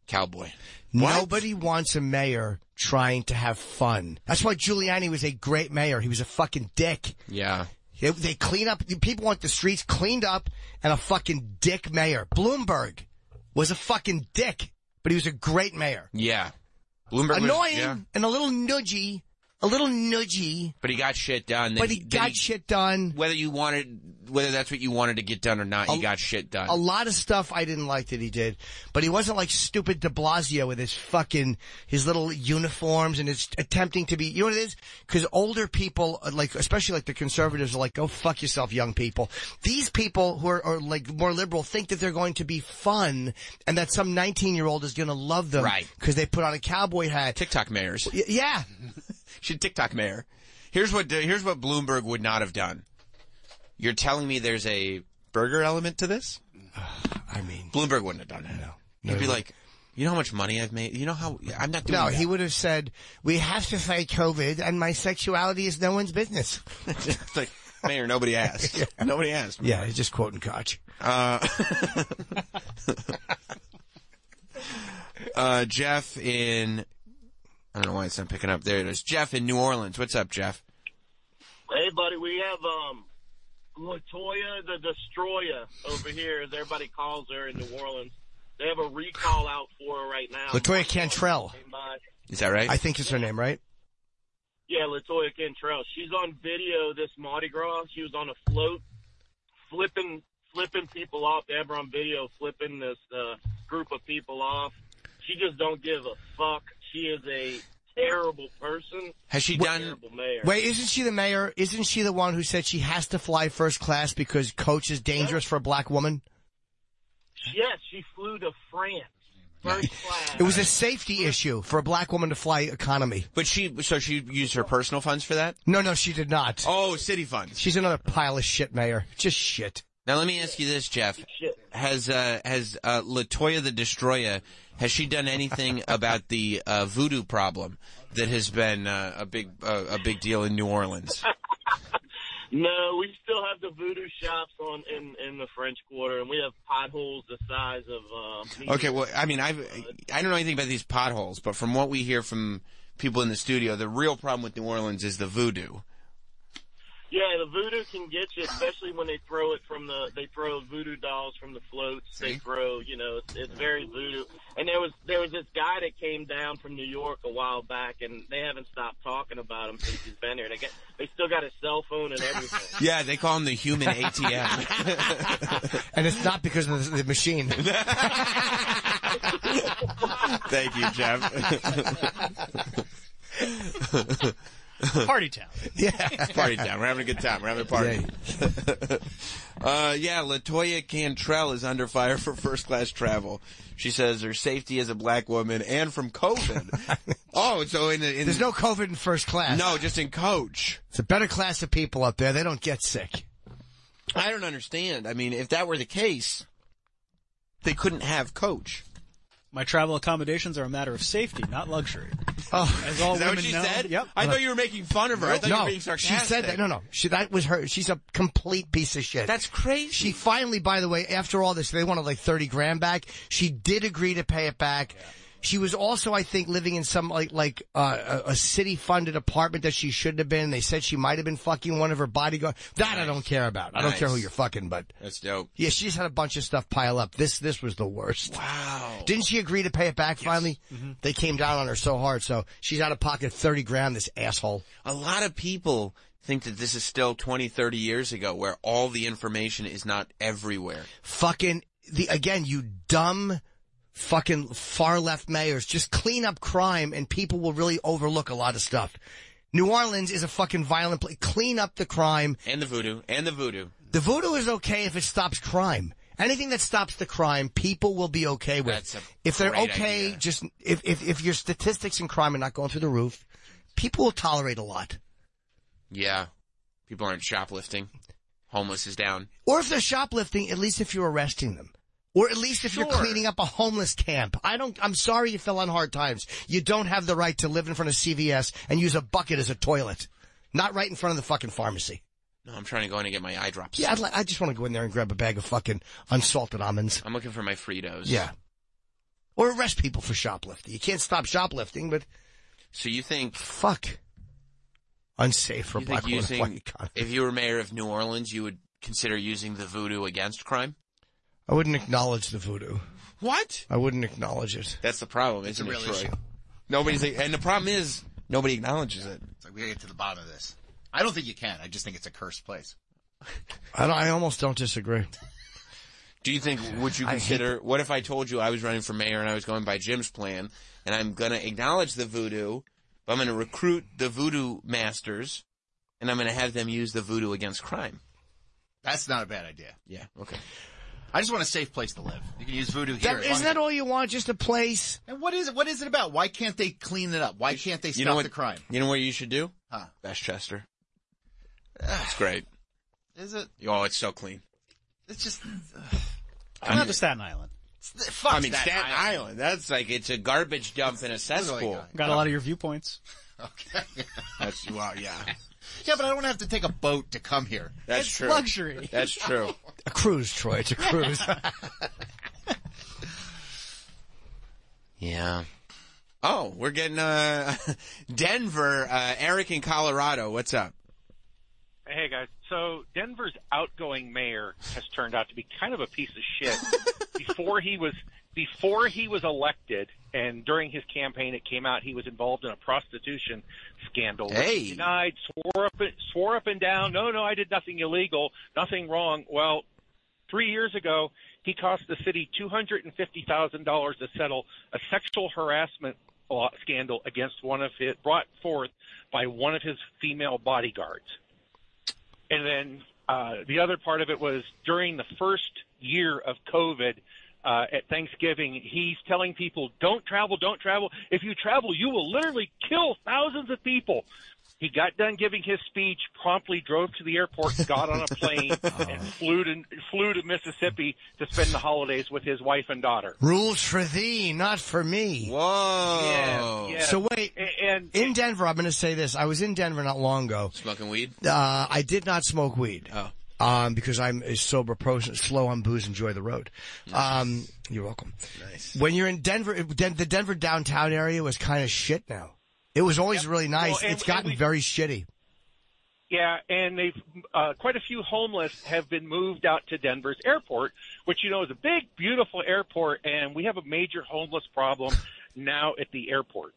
Speaker 5: Cowboy.
Speaker 4: Nobody wants a mayor trying to have fun. That's why Giuliani was a great mayor. He was a fucking dick.
Speaker 5: Yeah.
Speaker 4: They, they clean up. People want the streets cleaned up, and a fucking dick mayor. Bloomberg was a fucking dick, but he was a great mayor.
Speaker 5: Yeah. Bloomberg was-
Speaker 4: Annoying
Speaker 5: yeah.
Speaker 4: and a little nudgy, a little nudgy,
Speaker 5: But he got shit done.
Speaker 4: but he
Speaker 5: then
Speaker 4: got shit done.
Speaker 5: Whether you wanted, whether that's what you wanted to get done or not, you got shit done.
Speaker 4: A lot of stuff I didn't like that he did, but he wasn't like stupid De Blasio with his fucking his little uniforms and his attempting to be. You know what it is? Because older people, uh, like especially like the conservatives, are like, "Go fuck yourself, young people." These people who are, are like more liberal think that they're going to be fun and that some nineteen year old is going to love them,
Speaker 5: Right.
Speaker 4: Because they put on a cowboy hat.
Speaker 5: TikTok mayors.
Speaker 4: Y- yeah,
Speaker 5: Should TikTok mayor. Here's what here's what Bloomberg would not have done. You're telling me there's a burger element to this?
Speaker 4: *sighs* I mean,
Speaker 5: Bloomberg wouldn't have done that.
Speaker 4: No,
Speaker 5: He'd be
Speaker 4: he
Speaker 5: like, you know how much money I've made. You know how I'm not *laughs* doing.
Speaker 4: No,
Speaker 5: that.
Speaker 4: he would have said, "We have to fight COVID, and my sexuality is no one's business." *laughs*
Speaker 5: *laughs* It's like *laughs* mayor. Nobody asked. Nobody asked.
Speaker 4: Yeah, he's just quoting Koch.
Speaker 5: Uh, *laughs* uh, Jeff in. I don't know why it's not picking up. There it is. Jeff in New Orleans. What's up, Jeff?
Speaker 2: Hey, buddy, we have um, Latoya the Destroyer over here, as everybody calls her in New Orleans. They have a recall out for her right now.
Speaker 4: Latoya Cantrell.
Speaker 2: Came by.
Speaker 5: Is that right?
Speaker 4: I think it's her name, right?
Speaker 2: Yeah, Latoya Cantrell. She's on video this Mardi Gras. She was on a float, flipping flipping people off. They have her on video flipping this uh, group of people off. She just don't give a fuck. She is a terrible person.
Speaker 5: Has she done-
Speaker 2: Terrible mayor.
Speaker 4: Wait, isn't she the mayor? Isn't she the one who said she has to fly first class because coach is dangerous for a black woman?
Speaker 2: Yes, she flew to France. First class.
Speaker 4: It was a safety issue for a black woman to fly economy.
Speaker 5: But she, so she used her personal funds for that?
Speaker 4: No, no, she did not.
Speaker 5: Oh, city funds.
Speaker 4: She's another pile of shit mayor. Just shit.
Speaker 5: Now let me ask you this, Jeff. Has uh, has uh, Latoya the Destroyer has she
Speaker 4: *laughs*
Speaker 5: done anything about the uh, voodoo problem that has been uh, a big uh, a big deal in New Orleans?
Speaker 2: No, we still have the voodoo shops on in in the French Quarter, and we have potholes the size of. Uh,
Speaker 5: Okay, well, I mean, I've I don't know anything about these potholes, but from what we hear from people in the studio, the real problem with New Orleans is the voodoo.
Speaker 2: Yeah, the voodoo can get you, especially when they throw it from the they throw voodoo dolls from the floats. They throw, you know, it's, it's very voodoo. And there was there was this guy that came down from New York a while back, and they haven't stopped talking about him since he's been here. They got they still got his cell phone and everything.
Speaker 5: Yeah, they call him the human *laughs* ATM.
Speaker 4: and it's not because of the,
Speaker 2: *laughs*
Speaker 4: the machine.
Speaker 5: Thank you,
Speaker 4: *laughs*
Speaker 5: *laughs* Jeff.
Speaker 6: Party town.
Speaker 5: Yeah. party town. We're having a good time. We're having a party. *laughs* uh, yeah, Latoya Cantrell is under fire for first class travel. She says her safety as a black woman and from *laughs* COVID. oh, so in, the- in
Speaker 4: There's no COVID in first class.
Speaker 5: No, just in coach.
Speaker 4: It's a better class of people up there. They don't get sick.
Speaker 5: I don't understand. I mean, if that were the case, they couldn't have coach.
Speaker 6: My travel accommodations are a matter of safety, not luxury.
Speaker 4: Oh,
Speaker 6: As all
Speaker 5: Is that what
Speaker 6: women
Speaker 5: she
Speaker 6: know-
Speaker 5: said?
Speaker 6: Yep.
Speaker 5: I thought you were making fun of her. I thought you were
Speaker 4: no,
Speaker 5: being sarcastic.
Speaker 4: she said that. No, no, she, that was her. She's a complete piece of shit.
Speaker 5: That's crazy.
Speaker 4: She finally, by the way, after all this, they wanted like thirty grand back. She did agree to pay it back. She was also, I think, living in some like like uh, a, a city funded apartment that she shouldn't have been. They said she might have been fucking one of her bodyguards. That I don't care about. I don't care who
Speaker 5: Nice.
Speaker 4: you're fucking, but
Speaker 5: That's dope.
Speaker 4: yeah, she just had a bunch of stuff pile up. This this was the worst.
Speaker 5: Wow. Mm-hmm.
Speaker 4: Didn't she agree to pay it back finally? They came down on her so hard, so she's out of pocket thirty grand. This asshole.
Speaker 5: a lot of people think that this is still 20, 30 years ago where all the information is not everywhere.
Speaker 4: fucking the again you dumb fucking far left mayors just clean up crime and people will really overlook a lot of stuff new orleans is a fucking violent place clean up the crime
Speaker 5: And the voodoo. And the voodoo.
Speaker 4: the voodoo is okay if it stops crime anything that stops the crime people will be okay with
Speaker 5: That's a
Speaker 4: if they're
Speaker 5: great
Speaker 4: okay just if, if if your statistics in crime are not going through the roof people will tolerate a lot
Speaker 5: Yeah. People aren't shoplifting. Homeless is down.
Speaker 4: Or if they're shoplifting, at least if you're arresting them. Or at least if you're
Speaker 5: Sure.
Speaker 4: cleaning up a homeless camp. I don't, I'm sorry you fell on hard times. You don't have the right to live in front of CVS and use a bucket as a toilet. Not right in front of the fucking pharmacy.
Speaker 5: No, I'm trying to go in and get my eye drops.
Speaker 4: Yeah, I'd li- I just want to go in there and grab a bag of fucking unsalted almonds.
Speaker 5: I'm looking for my Fritos.
Speaker 4: Yeah. Or arrest people for shoplifting. You can't stop shoplifting, but
Speaker 5: So you think
Speaker 4: fuck unsafe for
Speaker 5: you
Speaker 4: black
Speaker 5: think
Speaker 4: women and
Speaker 5: using
Speaker 4: white guys.
Speaker 5: if you were mayor of New Orleans, you would consider using the voodoo against crime?
Speaker 4: I wouldn't acknowledge the voodoo.
Speaker 5: What?
Speaker 4: I wouldn't acknowledge it.
Speaker 5: That's the problem,
Speaker 4: It's
Speaker 5: isn't
Speaker 4: a
Speaker 5: it,
Speaker 4: real
Speaker 5: Troy?
Speaker 4: issue.
Speaker 5: Nobody's and the problem is nobody acknowledges it.
Speaker 1: It's like we gotta get to the bottom of this. I don't think you can. I just think it's a cursed place.
Speaker 4: I, don't- I almost don't disagree.
Speaker 5: Do you think would you
Speaker 4: I hate
Speaker 5: consider what if I told you I was running for mayor and I was going by Jim's plan and I'm gonna acknowledge the voodoo, but I'm gonna recruit the voodoo masters and I'm gonna have them use the voodoo against crime.
Speaker 1: That's not a bad idea.
Speaker 5: Yeah. Okay.
Speaker 1: I just want a safe place to live. You can use voodoo
Speaker 4: That,
Speaker 1: here. as long
Speaker 4: isn't
Speaker 1: as-
Speaker 4: that all you want? Just a place?
Speaker 1: and what is it? What is it about? Why can't they clean it up? Why can't they stop
Speaker 5: you know what
Speaker 1: the crime?
Speaker 5: You know what you should do?
Speaker 1: Huh. *sighs*
Speaker 5: Westchester. It's great.
Speaker 1: Is it?
Speaker 5: Oh, it's so clean.
Speaker 1: It's just Uh,
Speaker 6: Come out to Staten Island.
Speaker 1: fuck
Speaker 5: I mean,
Speaker 6: Staten
Speaker 5: Staten, Island. That's like it's a garbage dump and a cesspool.
Speaker 6: Got a lot of your viewpoints.
Speaker 5: *laughs* That's you are, yeah.
Speaker 1: Yeah, but I don't have to take a boat to come here.
Speaker 5: That's
Speaker 1: It's
Speaker 5: true.
Speaker 1: luxury.
Speaker 5: That's
Speaker 4: *laughs*
Speaker 5: true.
Speaker 4: A cruise, Troy. It's a cruise.
Speaker 5: yeah. Oh, we're getting uh *laughs* Denver, uh Eric in Colorado. What's up?
Speaker 8: Hey guys, so Denver's outgoing mayor has turned out to be kind of a piece of shit. before he was before he was elected and during his campaign it came out he was involved in a prostitution scandal. which
Speaker 5: Hey.
Speaker 8: He denied, swore up swore up and down, no, no, I did nothing illegal, nothing wrong. Well, 3 years ago he cost the city $250,000 to settle a sexual harassment law scandal against one of his brought forth by one of his female bodyguards. And then uh, the other part of it was during the first year of COVID uh, at Thanksgiving, he's telling people, don't travel, don't travel. If you travel, you will literally kill thousands of people. He got done giving his speech, promptly drove to the airport, got on a plane, and flew to, flew to Mississippi to spend the holidays with his wife and daughter.
Speaker 4: Rules for thee, not for me.
Speaker 5: Whoa.
Speaker 8: Yeah, yeah.
Speaker 4: So wait, in Denver, I'm going to say this. I was in Denver not long ago.
Speaker 5: Smoking weed?
Speaker 4: Uh, I did not smoke weed. Oh. Um, because I'm a sober person, slow on booze, enjoy the road. Um, you're welcome. Nice. When you're in Denver, it- Den- the Denver downtown area was kind of shit now. It was always really nice.
Speaker 8: Well, and-
Speaker 4: it's gotten very shitty.
Speaker 8: Yeah, and they've uh, quite a few homeless have been moved out to Denver's airport, which you know is a big, beautiful airport, and we have a major homeless problem now at the airport.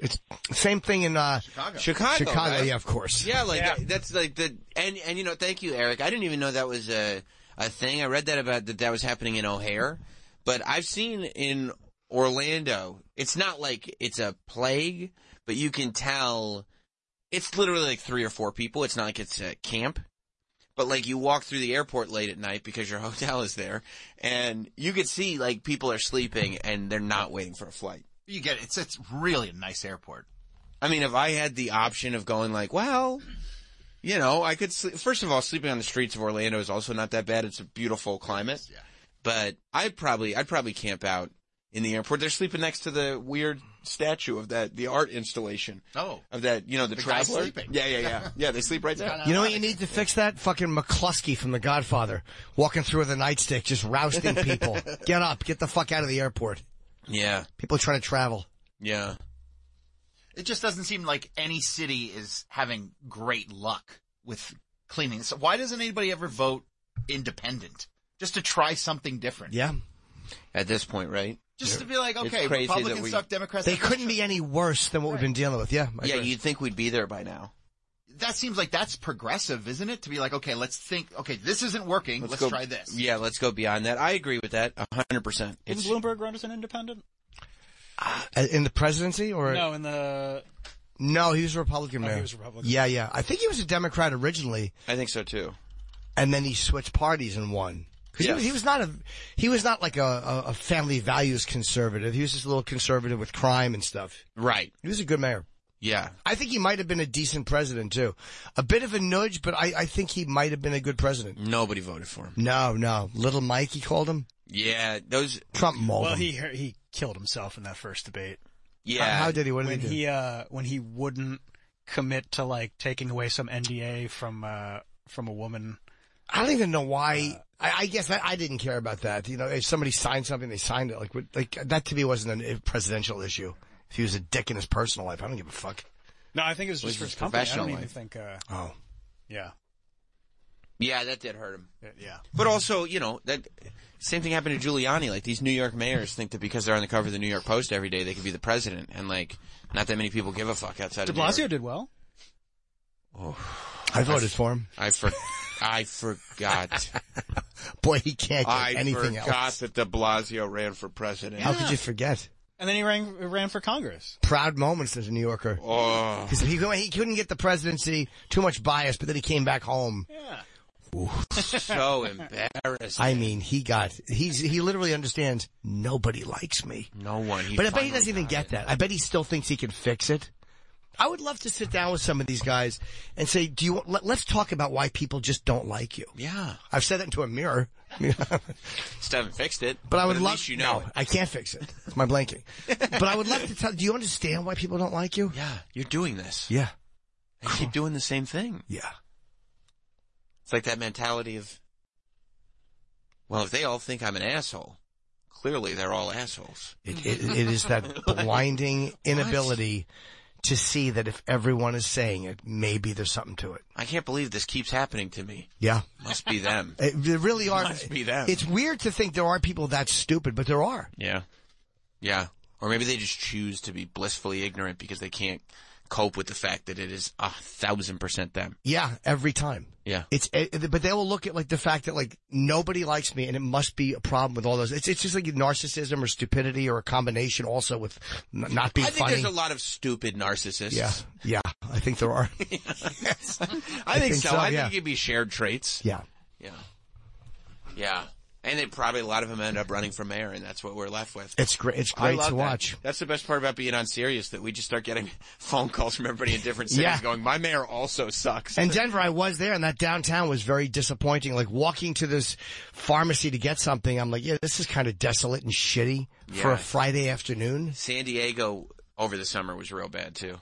Speaker 4: It's same thing in, uh, Chicago.
Speaker 5: Chicago. right?
Speaker 4: yeah, of course.
Speaker 5: Yeah, like that's like the and and you know, thank you, Eric. I didn't even know that was a a thing. I read that about that that was happening in O'Hare, but I've seen in Orlando. It's not like it's a plague, but you can tell it's literally like three or four people. It's not like it's a camp. But like you walk through the airport late at night because your *laughs* hotel is there and you could see like people are sleeping and they're not waiting for a flight.
Speaker 1: *laughs* You get it. It's it's really a nice airport.
Speaker 5: I mean, if I had the option of going like, well, you know, I could sleep. First of all, sleeping on the streets of Orlando is also not that bad. It's a beautiful climate. Yeah. But I'd probably, I'd probably camp out in the airport. They're sleeping next to the weird statue of that, the art installation.
Speaker 1: Oh.
Speaker 5: Of that, you know, the,
Speaker 1: The guy
Speaker 5: traveler.
Speaker 1: sleeping.
Speaker 5: Yeah, yeah, yeah. Yeah, they sleep right there.
Speaker 4: You know what you need to fix that? Fucking McCluskey from The Godfather. Walking through with a nightstick, just rousting
Speaker 5: *laughs*
Speaker 4: people. get up. Get the fuck out of the airport.
Speaker 5: Yeah.
Speaker 4: People are trying to travel.
Speaker 5: Yeah.
Speaker 1: It just doesn't seem like any city is having great luck with cleaning. So why doesn't anybody ever vote independent? Just to try something different.
Speaker 4: Yeah.
Speaker 5: At this point, right?
Speaker 1: Just to be like,
Speaker 5: It's
Speaker 1: okay,
Speaker 5: crazy that
Speaker 1: Republicans
Speaker 5: we-
Speaker 1: suck, Democrats
Speaker 4: They
Speaker 1: suck. Let's
Speaker 4: couldn't be any worse than what we've been dealing with. Yeah. I
Speaker 5: Yeah,
Speaker 4: agree.
Speaker 5: you'd think we'd be there by now.
Speaker 1: that seems like that's progressive, isn't it? To be like, okay, let's think, okay, this isn't working. Let's,
Speaker 5: go-
Speaker 1: try this.
Speaker 5: Yeah, let's go beyond that. I agree with that 100%.
Speaker 6: Didn't
Speaker 5: It's,
Speaker 6: Bloomberg run as an independent?
Speaker 4: Uh, in the presidency or?
Speaker 6: No, in the
Speaker 4: No, he was a Republican
Speaker 6: Oh, he
Speaker 4: mayor.
Speaker 6: was a Republican.
Speaker 4: Yeah, yeah. I think he was a Democrat originally,
Speaker 5: I think so too.
Speaker 4: and then he switched parties and won. 'Cause he, was, he was not a, he was not like a, a, a family values conservative. He was just a little conservative with crime and stuff.
Speaker 5: Right.
Speaker 4: He was a good mayor.
Speaker 5: Yeah.
Speaker 4: I think he might have been a decent president too. A bit of a nudge, but I, I think he might have been a good president.
Speaker 5: Nobody voted for him.
Speaker 4: No, no. Little Mike, he called him.
Speaker 5: Yeah, those
Speaker 4: Trump mauled
Speaker 6: well,
Speaker 4: him.
Speaker 6: he he killed himself in that first debate.
Speaker 4: Yeah. How- how did he? What did he
Speaker 6: when
Speaker 4: do?
Speaker 6: uh, when he wouldn't commit to like taking away some NDA from uh, from a woman. Uh,
Speaker 4: I don't even know why I, I guess I, I didn't care about that. You know, if somebody signed something, they signed it. Like, what, like that to me wasn't a presidential issue. If he was a dick in his personal life, I don't give a fuck.
Speaker 6: No, I think it was
Speaker 4: Well,
Speaker 6: just for
Speaker 4: it's
Speaker 6: his company. I
Speaker 4: professional
Speaker 6: don't even
Speaker 4: life.
Speaker 6: think. Uh,
Speaker 4: Oh,
Speaker 6: yeah.
Speaker 5: Yeah, that did hurt him.
Speaker 6: Yeah.
Speaker 5: But also, you know, that same thing happened to Giuliani. Like these New York mayors think that because they're on the cover of the New York Post every day, they could be the president, and like not that many people give a fuck outside
Speaker 6: De
Speaker 5: of New York.
Speaker 6: Blasio did well.
Speaker 4: I voted for him.
Speaker 5: I for
Speaker 4: *laughs*
Speaker 5: I forgot.
Speaker 4: Boy, he can't get
Speaker 5: I
Speaker 4: anything
Speaker 5: forgot
Speaker 4: else.
Speaker 5: that De Blasio ran for president.
Speaker 4: How could you forget?
Speaker 6: And then he ran ran for Congress.
Speaker 4: Proud moments as a New Yorker.
Speaker 5: Oh.
Speaker 4: Because he, he couldn't get the presidency, too much bias, but then he came back home.
Speaker 5: *laughs* so embarrassed.
Speaker 4: I mean, he got, he's, he literally understands nobody likes me.
Speaker 5: No one. He
Speaker 4: but I bet he
Speaker 5: finally
Speaker 4: doesn't even
Speaker 5: got
Speaker 4: get
Speaker 5: it.
Speaker 4: that. I bet he still thinks he can fix it. I would love to sit down with some of these guys and say, do you, want- let, let's talk about why people just don't like you.
Speaker 5: Yeah.
Speaker 4: I've said that into a mirror. *laughs*
Speaker 5: Just haven't fixed it.
Speaker 4: But I would
Speaker 5: at
Speaker 4: love-
Speaker 5: least you know.
Speaker 4: I can't fix it. It's my blanking. but I would love to tell, do you understand why people don't like you?
Speaker 5: Yeah. You're doing this.
Speaker 4: Yeah.
Speaker 5: They keep doing the same thing.
Speaker 4: Yeah.
Speaker 5: It's like that mentality of, well, if they all think I'm an asshole, clearly they're all assholes.
Speaker 4: It, it, it is
Speaker 5: *laughs*
Speaker 4: that blinding inability to see that if everyone is saying it, maybe there's something to it.
Speaker 5: I can't believe this keeps happening to me.
Speaker 4: Yeah.
Speaker 5: Must
Speaker 4: *laughs*
Speaker 5: be them.
Speaker 4: It, there really are.
Speaker 5: Must be them.
Speaker 4: It's weird to think there are people that stupid, but there are.
Speaker 5: Yeah. Yeah. Or maybe they just choose to be blissfully ignorant because they can't cope with the fact that it is a thousand percent them.
Speaker 4: Yeah, every time.
Speaker 5: Yeah.
Speaker 4: It's, it, but they will look at like the fact that like nobody likes me and it must be a problem with all those. It's, it's just like narcissism or stupidity or a combination also with n- not being
Speaker 5: I think
Speaker 4: funny.
Speaker 5: there's a lot of stupid narcissists.
Speaker 4: yeah. Yeah. I think there
Speaker 5: *laughs*
Speaker 4: are. *laughs*
Speaker 5: I, think, so. I
Speaker 4: yeah.
Speaker 5: think it could be shared traits.
Speaker 4: Yeah.
Speaker 5: Yeah. Yeah. And then probably a lot of them end up running for mayor, and that's what we're left with.
Speaker 4: It's great. It's
Speaker 5: I
Speaker 4: great
Speaker 5: love
Speaker 4: to
Speaker 5: that.
Speaker 4: watch.
Speaker 5: That's the best part about being on Sirius, that we just start getting *laughs* phone calls from everybody in different cities
Speaker 4: Yeah.
Speaker 5: going, my mayor also sucks.
Speaker 4: And Denver, I was there, and that downtown was very disappointing. Like walking to this pharmacy to get something, I'm like, yeah, this is kind of desolate and shitty for
Speaker 5: Yeah.
Speaker 4: a Friday afternoon.
Speaker 5: San Diego over the summer was real bad, too.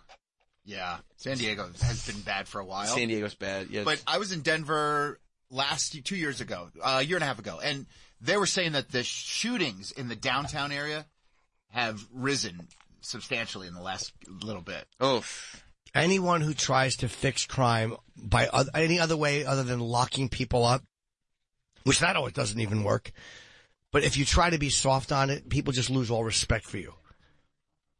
Speaker 1: Yeah. San Diego has been bad for a while.
Speaker 5: San Diego's bad, yes.
Speaker 1: But I was in Denver last two years ago, uh, a year and a half ago, and they were saying that the shootings in the downtown area have risen substantially in the last little bit.
Speaker 5: Oof.
Speaker 4: Anyone who tries to fix crime by oth- any other way other than locking people up, which that always doesn't even work. But if you try to be soft on it, people just lose all respect for you.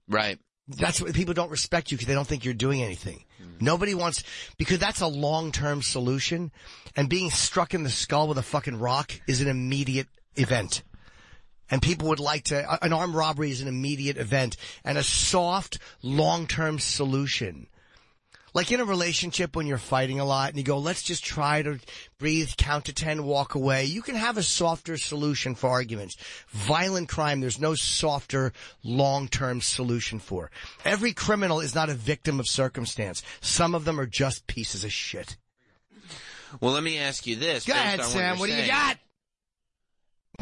Speaker 5: Right.
Speaker 4: That's what people don't respect you because they don't think you're doing anything. Nobody wants because that's a long-term solution, and being struck in the skull with a fucking rock is an immediate event. And people would like to. An armed robbery is an immediate event, and a soft, long-term solution. Like in a relationship when you're fighting a lot and you go, let's just try to breathe, count to 10, walk away. You can have a softer solution for arguments. Violent crime, there's no softer long-term solution for. Every criminal is not a victim of circumstance. Some of them are just pieces of shit.
Speaker 5: Well, let me ask you this.
Speaker 4: Go
Speaker 5: based
Speaker 4: ahead,
Speaker 5: on
Speaker 4: Sam,
Speaker 5: What,
Speaker 4: what do
Speaker 5: you're
Speaker 4: you got?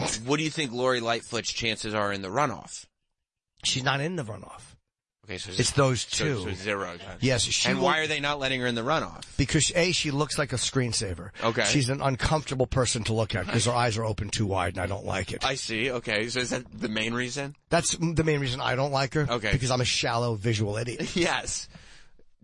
Speaker 5: saying, What do you think Lori Lightfoot's chances are in the runoff?
Speaker 4: She's not in the runoff.
Speaker 5: Okay, so
Speaker 4: It's those
Speaker 5: so-
Speaker 4: two.
Speaker 5: so zero.
Speaker 4: Yes, she
Speaker 5: And
Speaker 4: will-
Speaker 5: why are they not letting her in the runoff?
Speaker 4: Because A, she looks like a screensaver.
Speaker 5: Okay.
Speaker 4: She's an uncomfortable person to look at because her eyes are open too wide and I don't like it.
Speaker 5: I see. Okay, so is that the main reason?
Speaker 4: That's the main reason I don't like her.
Speaker 5: Okay.
Speaker 4: Because I'm a shallow visual idiot.
Speaker 5: *laughs* Yes.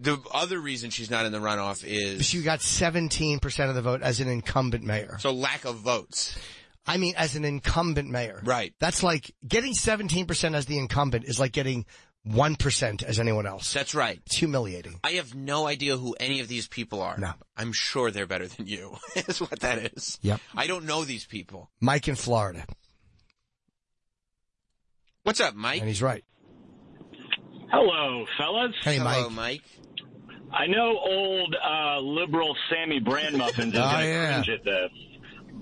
Speaker 5: The other reason she's not in the runoff is
Speaker 4: She got 17% of the vote as an incumbent mayor.
Speaker 5: so lack of votes.
Speaker 4: I mean, as an incumbent mayor.
Speaker 5: Right.
Speaker 4: That's like getting 17% as the incumbent is like getting 1% as anyone else.
Speaker 5: That's right.
Speaker 4: It's humiliating.
Speaker 5: I have no idea who any of these people are.
Speaker 4: No.
Speaker 5: I'm sure they're better than you. *laughs* is what that is.
Speaker 4: Yep.
Speaker 5: I don't know these people.
Speaker 4: Mike in Florida.
Speaker 5: What's up, Mike?
Speaker 4: And he's right.
Speaker 25: Hello, fellas.
Speaker 4: Hey,
Speaker 5: Hello,
Speaker 4: Mike.
Speaker 5: Mike.
Speaker 25: I know old uh, liberal Sammy
Speaker 5: *laughs*
Speaker 25: Brandmuffin is
Speaker 4: Oh,
Speaker 25: going to
Speaker 4: yeah.
Speaker 25: cringe at this,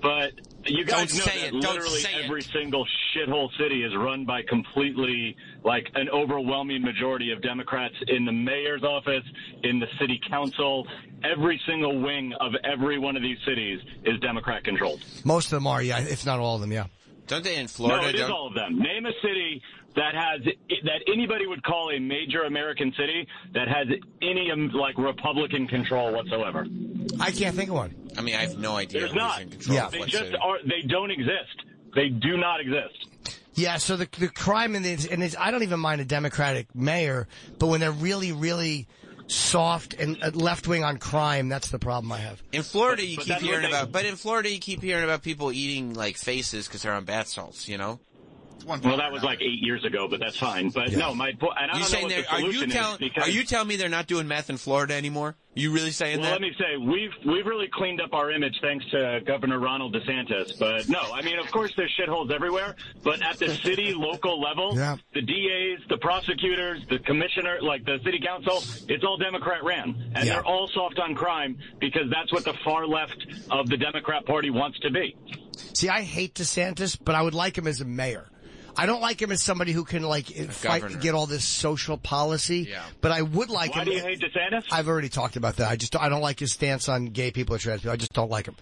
Speaker 25: but you guys
Speaker 5: Don't
Speaker 25: know
Speaker 5: say
Speaker 25: that
Speaker 5: it. Don't
Speaker 25: literally
Speaker 5: say it.
Speaker 25: every single shithole city is run by completely, like, an overwhelming majority of Democrats in the mayor's office, in the city council. Every single wing of every one of these cities is Democrat controlled.
Speaker 4: Most of them are, yeah, if not all of them, yeah.
Speaker 5: Don't they in Florida?
Speaker 25: No, it is
Speaker 5: don't-
Speaker 25: all of them. Name a city that has that anybody would call a major American city that has any um, like Republican control whatsoever.
Speaker 4: I can't think of one.
Speaker 5: I mean, I have no idea.
Speaker 25: There's
Speaker 5: who's
Speaker 25: not.
Speaker 5: in control of
Speaker 25: They
Speaker 5: what
Speaker 25: just
Speaker 5: city.
Speaker 25: are. They don't exist. They do not exist.
Speaker 4: Yeah, so the the crime in this, and it's, I don't even mind a Democratic mayor, but when they're really, really soft and uh, left wing on crime, that's the problem I have.
Speaker 5: In Florida, you
Speaker 4: But
Speaker 5: keep
Speaker 4: that's what
Speaker 5: hearing
Speaker 4: they-
Speaker 5: about, but in Florida, you keep hearing about people eating like faces because they're on bath salts. You know.
Speaker 25: Well, that was like eight years ago, but that's fine. But no, my po- and I don't
Speaker 5: you
Speaker 25: know
Speaker 5: saying
Speaker 25: what
Speaker 5: they're-
Speaker 25: the
Speaker 5: are you
Speaker 25: solution
Speaker 5: telling
Speaker 25: is because
Speaker 5: are you telling me they're not doing meth in Florida anymore? You really saying
Speaker 25: well, let
Speaker 5: that?
Speaker 25: me say we've we've really cleaned up our image thanks to Governor Ronald DeSantis. But no, I mean, of course, there's shitholes everywhere. But at the city, local level,
Speaker 4: Yeah.
Speaker 25: the DAs, the prosecutors, the commissioner, like the city council, it's all Democrat ran, and
Speaker 4: Yeah.
Speaker 25: they're all soft on crime because that's what the far left of the Democrat Party wants to be.
Speaker 4: See, I hate DeSantis, but I would like him as a mayor. I don't like him as somebody who can like fight
Speaker 25: governor.
Speaker 4: get all this social policy. Yeah. But I would like
Speaker 25: Why
Speaker 4: him.
Speaker 25: do you hate DeSantis?
Speaker 4: I've already talked about that. I just I don't like his stance on gay people or trans people. I just don't like him.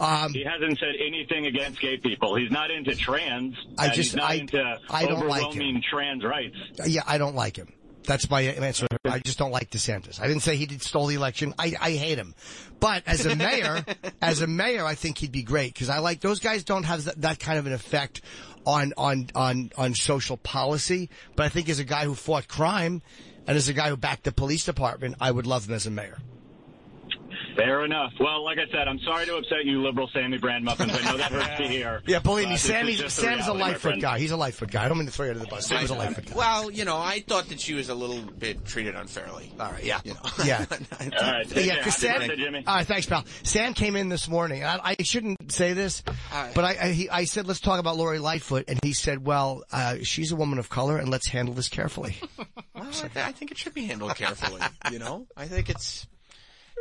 Speaker 4: Um,
Speaker 25: he hasn't said anything against gay people. He's not into trans.
Speaker 4: I
Speaker 25: and
Speaker 4: just-
Speaker 25: he's not
Speaker 4: I-
Speaker 25: into
Speaker 4: I don't like him.
Speaker 25: overwhelming trans rights.
Speaker 4: yeah, I don't like him. That's my answer. I just don't like DeSantis. I didn't say he did stole the election. I, I hate him. But as a mayor, as a mayor, I think he'd be great because I like those guys don't have that, that kind of an effect on, on, on, on social policy. But I think as a guy who fought crime and as a guy who backed the police department, I would love him as a mayor.
Speaker 25: Fair enough. Well, like I said, I'm sorry to upset you, liberal Sammy Brand Muffins. I know that hurts
Speaker 5: *laughs*
Speaker 25: to hear.
Speaker 4: Yeah, believe
Speaker 25: Uh,
Speaker 4: me,
Speaker 25: this
Speaker 4: Sammy,
Speaker 25: is just the
Speaker 4: Sam's a
Speaker 25: reality, my
Speaker 4: Lightfoot
Speaker 25: friend.
Speaker 4: guy. He's a Lightfoot guy. I don't mean to throw you under the bus. Sam's a Lightfoot guy.
Speaker 5: Well, you know, I thought that she was a little bit treated unfairly.
Speaker 4: All right, yeah,
Speaker 5: *laughs* you know.
Speaker 4: Yeah.
Speaker 5: All right, take
Speaker 4: yeah,
Speaker 5: care.
Speaker 4: 'cause
Speaker 5: Happy
Speaker 4: Sam,
Speaker 5: birthday, Jimmy.
Speaker 4: All right, thanks, pal. Sam came in this morning. and I, I shouldn't say this, but I, I, he, I said, let's talk about Lori Lightfoot. And he said, well, uh, she's a woman of color and let's handle this carefully.
Speaker 5: Well, I, th- I think it should be handled carefully. You know, I think it's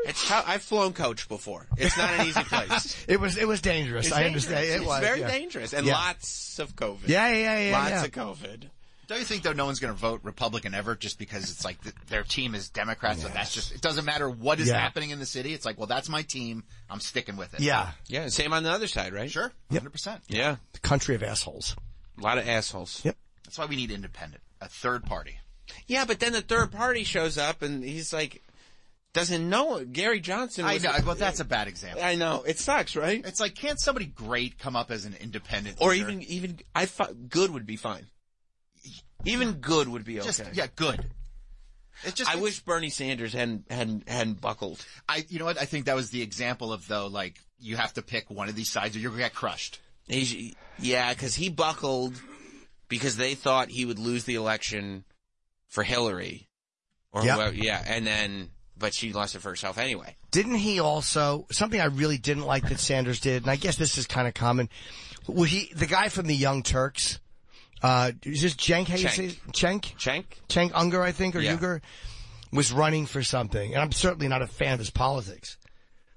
Speaker 5: it's. Tough. I've flown coach before. *laughs* It's not an easy
Speaker 1: *laughs*
Speaker 5: place.
Speaker 4: *laughs* it was, it was dangerous.
Speaker 5: It's
Speaker 4: I
Speaker 5: dangerous.
Speaker 4: understand. It
Speaker 5: It's
Speaker 4: was.
Speaker 5: very
Speaker 4: yeah.
Speaker 5: dangerous and
Speaker 4: Yeah.
Speaker 5: lots of COVID.
Speaker 4: Yeah, yeah, yeah,
Speaker 5: Lots
Speaker 4: yeah.
Speaker 5: of COVID.
Speaker 1: Don't you think though no one's going to vote Republican ever just because it's like th- their team is Democrats and that's just it doesn't matter what is
Speaker 5: Yeah.
Speaker 1: happening in the city. It's like well that's my team. I'm sticking with it.
Speaker 5: yeah. Same on the other side, right? Sure,
Speaker 1: hundred percent.
Speaker 5: Yeah,
Speaker 4: The country of assholes.
Speaker 5: a lot of assholes. Yep.
Speaker 1: That's why we need independent, a third party.
Speaker 5: Yeah, but then the third party shows up and he's like, doesn't know it. Gary Johnson.
Speaker 1: I
Speaker 5: was-
Speaker 1: know, but that's a bad example.
Speaker 5: I know it sucks, right?
Speaker 1: It's like can't somebody great come up as an independent
Speaker 5: Or
Speaker 1: leader?
Speaker 5: even even I thought good would be fine. Even good would be okay.
Speaker 1: Just- yeah, good. It just
Speaker 5: I wish Bernie Sanders hadn't hadn't hadn't buckled.
Speaker 1: I you know what I think that was the example of though like you have to pick one of these sides or you're gonna get crushed.
Speaker 5: He's, yeah, because he buckled because they thought he would lose the election for Hillary or
Speaker 4: Yeah.
Speaker 5: whoever. Yeah, and then but she lost it for herself anyway.
Speaker 4: Didn't he also something I really didn't like that Sanders did, and I guess this is kind of common. Well, he the guy from the Young Turks, uh, is this Jenk? How you
Speaker 5: Cenk.
Speaker 4: say Chenk?
Speaker 5: Chenk?
Speaker 4: Chenk Unger, I think, or
Speaker 5: Yeah.
Speaker 4: Unger, was running for something, and I'm certainly not a fan of his politics.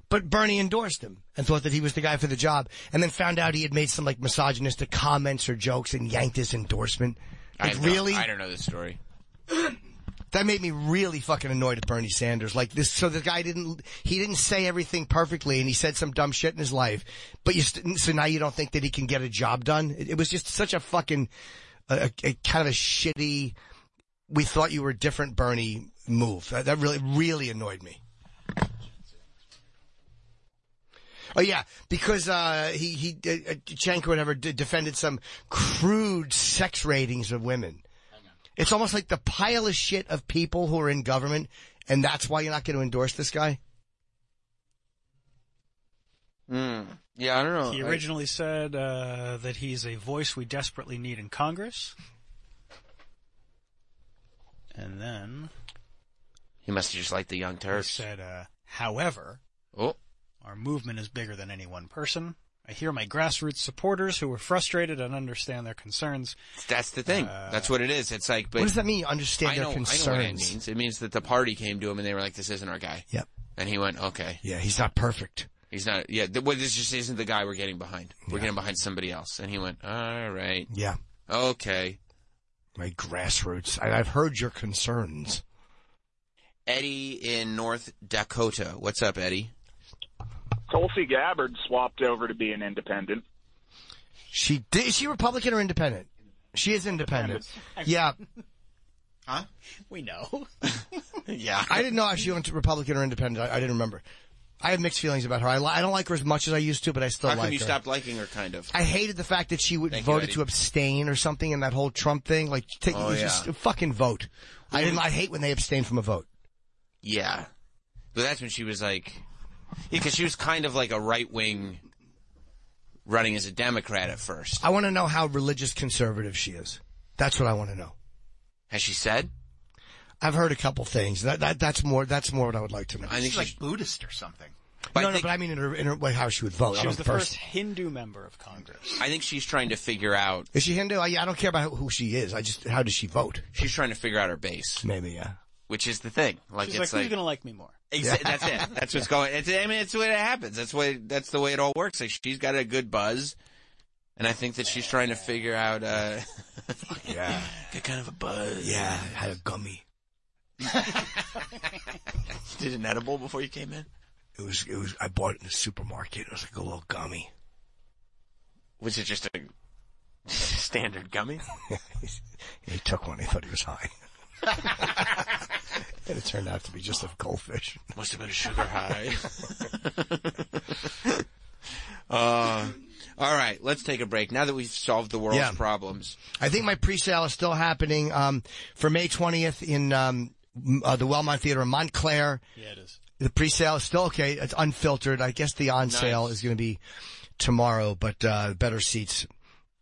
Speaker 4: But Bernie endorsed him and thought that he was the guy for the job, and then found out he had made some like misogynistic comments or jokes and yanked his endorsement.
Speaker 5: I
Speaker 4: Like
Speaker 5: have no-
Speaker 4: really,
Speaker 5: I don't know this story.
Speaker 4: that made me really fucking annoyed at Bernie Sanders. Like this, so the guy didn't, he didn't say everything perfectly and he said some dumb shit in his life, but you, st- so now you don't think that he can get a job done? It, it was just such a fucking, a, a, a kind of a shitty, we thought you were different Bernie move. That, that really, really annoyed me. Oh yeah, because uh, he he uh, uh, Chenk or whatever d- defended some crude sex ratings of women. It's almost like the pile of shit of people who are in government, and that's why you're not going to endorse this guy.
Speaker 5: Mm. Yeah, I don't know.
Speaker 6: He
Speaker 5: I-
Speaker 6: originally said uh, that he's a voice we desperately need in Congress. And then
Speaker 5: he must have just liked the Young
Speaker 6: he
Speaker 5: Turks.
Speaker 6: said, uh, however,
Speaker 5: Oh.
Speaker 6: our movement is bigger than any one person. I hear my grassroots supporters who are frustrated and understand their concerns.
Speaker 5: That's the thing.
Speaker 4: uh,
Speaker 5: That's what it is. It's like, but
Speaker 6: What does that
Speaker 4: mean? Understand
Speaker 5: I
Speaker 4: their
Speaker 5: know, I know what it
Speaker 4: concerns.
Speaker 5: means. It means that the party came to him and they were like, "This isn't our guy."
Speaker 4: Yep.
Speaker 5: And he went, "Okay."
Speaker 4: Yeah, he's not perfect.
Speaker 5: He's not. Yeah. Th- well, this just isn't the guy we're getting behind. We're getting behind somebody else. And he went, "All right."
Speaker 4: Yeah.
Speaker 5: Okay.
Speaker 4: My grassroots. I, I've heard your concerns.
Speaker 5: Eddie in North Dakota. What's up, Eddie?
Speaker 3: Tulsi Gabbard swapped over to be an independent.
Speaker 4: She did, is she Republican or independent? She is independent. Yeah, *laughs*
Speaker 1: Huh?
Speaker 6: We know.
Speaker 5: yeah.
Speaker 6: *laughs*
Speaker 4: I didn't know if she went to Republican or independent. I, I didn't remember. I have mixed feelings about her. I, li- I don't like her as much as I used to, but I still
Speaker 5: How
Speaker 4: like
Speaker 5: come you
Speaker 4: her.
Speaker 5: stopped liking her? Kind of.
Speaker 4: I hated the fact that she would
Speaker 5: Thank you,
Speaker 4: voted
Speaker 5: Eddie.
Speaker 4: to abstain or something in that whole Trump thing. Like, take,
Speaker 5: Oh,
Speaker 4: just
Speaker 5: yeah.
Speaker 4: fucking vote. I didn't. I hate when they abstain from a vote.
Speaker 5: Yeah. But that's when she was like, yeah, because she was kind of like a right wing running as a Democrat at first.
Speaker 4: I want to know how religious conservative she is. That's what I want to know.
Speaker 5: Has she said?
Speaker 4: I've heard a couple things. That, that that's more. That's more what I would like to know.
Speaker 1: I think she's like Buddhist or something.
Speaker 4: no, no, but I mean in her, in her way how she would vote.
Speaker 6: She
Speaker 4: I'm
Speaker 6: was
Speaker 4: a
Speaker 6: the
Speaker 4: person.
Speaker 6: first Hindu member of Congress.
Speaker 5: I think she's trying to figure out.
Speaker 4: Is she Hindu? I, I don't care about who she is. I just how does she vote?
Speaker 5: She's trying to figure out her base.
Speaker 4: Maybe yeah.
Speaker 5: Which is the thing. Like
Speaker 6: She's like,
Speaker 5: it's
Speaker 6: who's gonna like me more?
Speaker 5: Exactly. That's it. That's what's going. It's, I mean, it's the way it happens. That's way. That's the way it all works. Like she's got a good buzz, and I think that she's trying to figure out. Uh,
Speaker 4: yeah,
Speaker 5: *laughs* good kind of a buzz.
Speaker 4: Yeah, I had a gummy.
Speaker 5: *laughs* Did an edible before you came in?
Speaker 4: It was it was. I bought it in the supermarket. It was like a little gummy.
Speaker 5: Was it just a *laughs* standard gummy?
Speaker 4: *laughs* He took one. He thought he was high. *laughs* and it turned out to be just a goldfish.
Speaker 5: Must have been a sugar high. *laughs* uh, all right, let's take a break. Now that we've solved the world's
Speaker 4: Yeah.
Speaker 5: problems,
Speaker 4: I think my pre-sale is still happening um, for May 20th in um, m- uh, the Wellmont Theater in Montclair.
Speaker 6: Yeah, it is.
Speaker 4: The pre-sale is still okay. It's unfiltered. I guess the on sale is going to be tomorrow, but uh, better seats.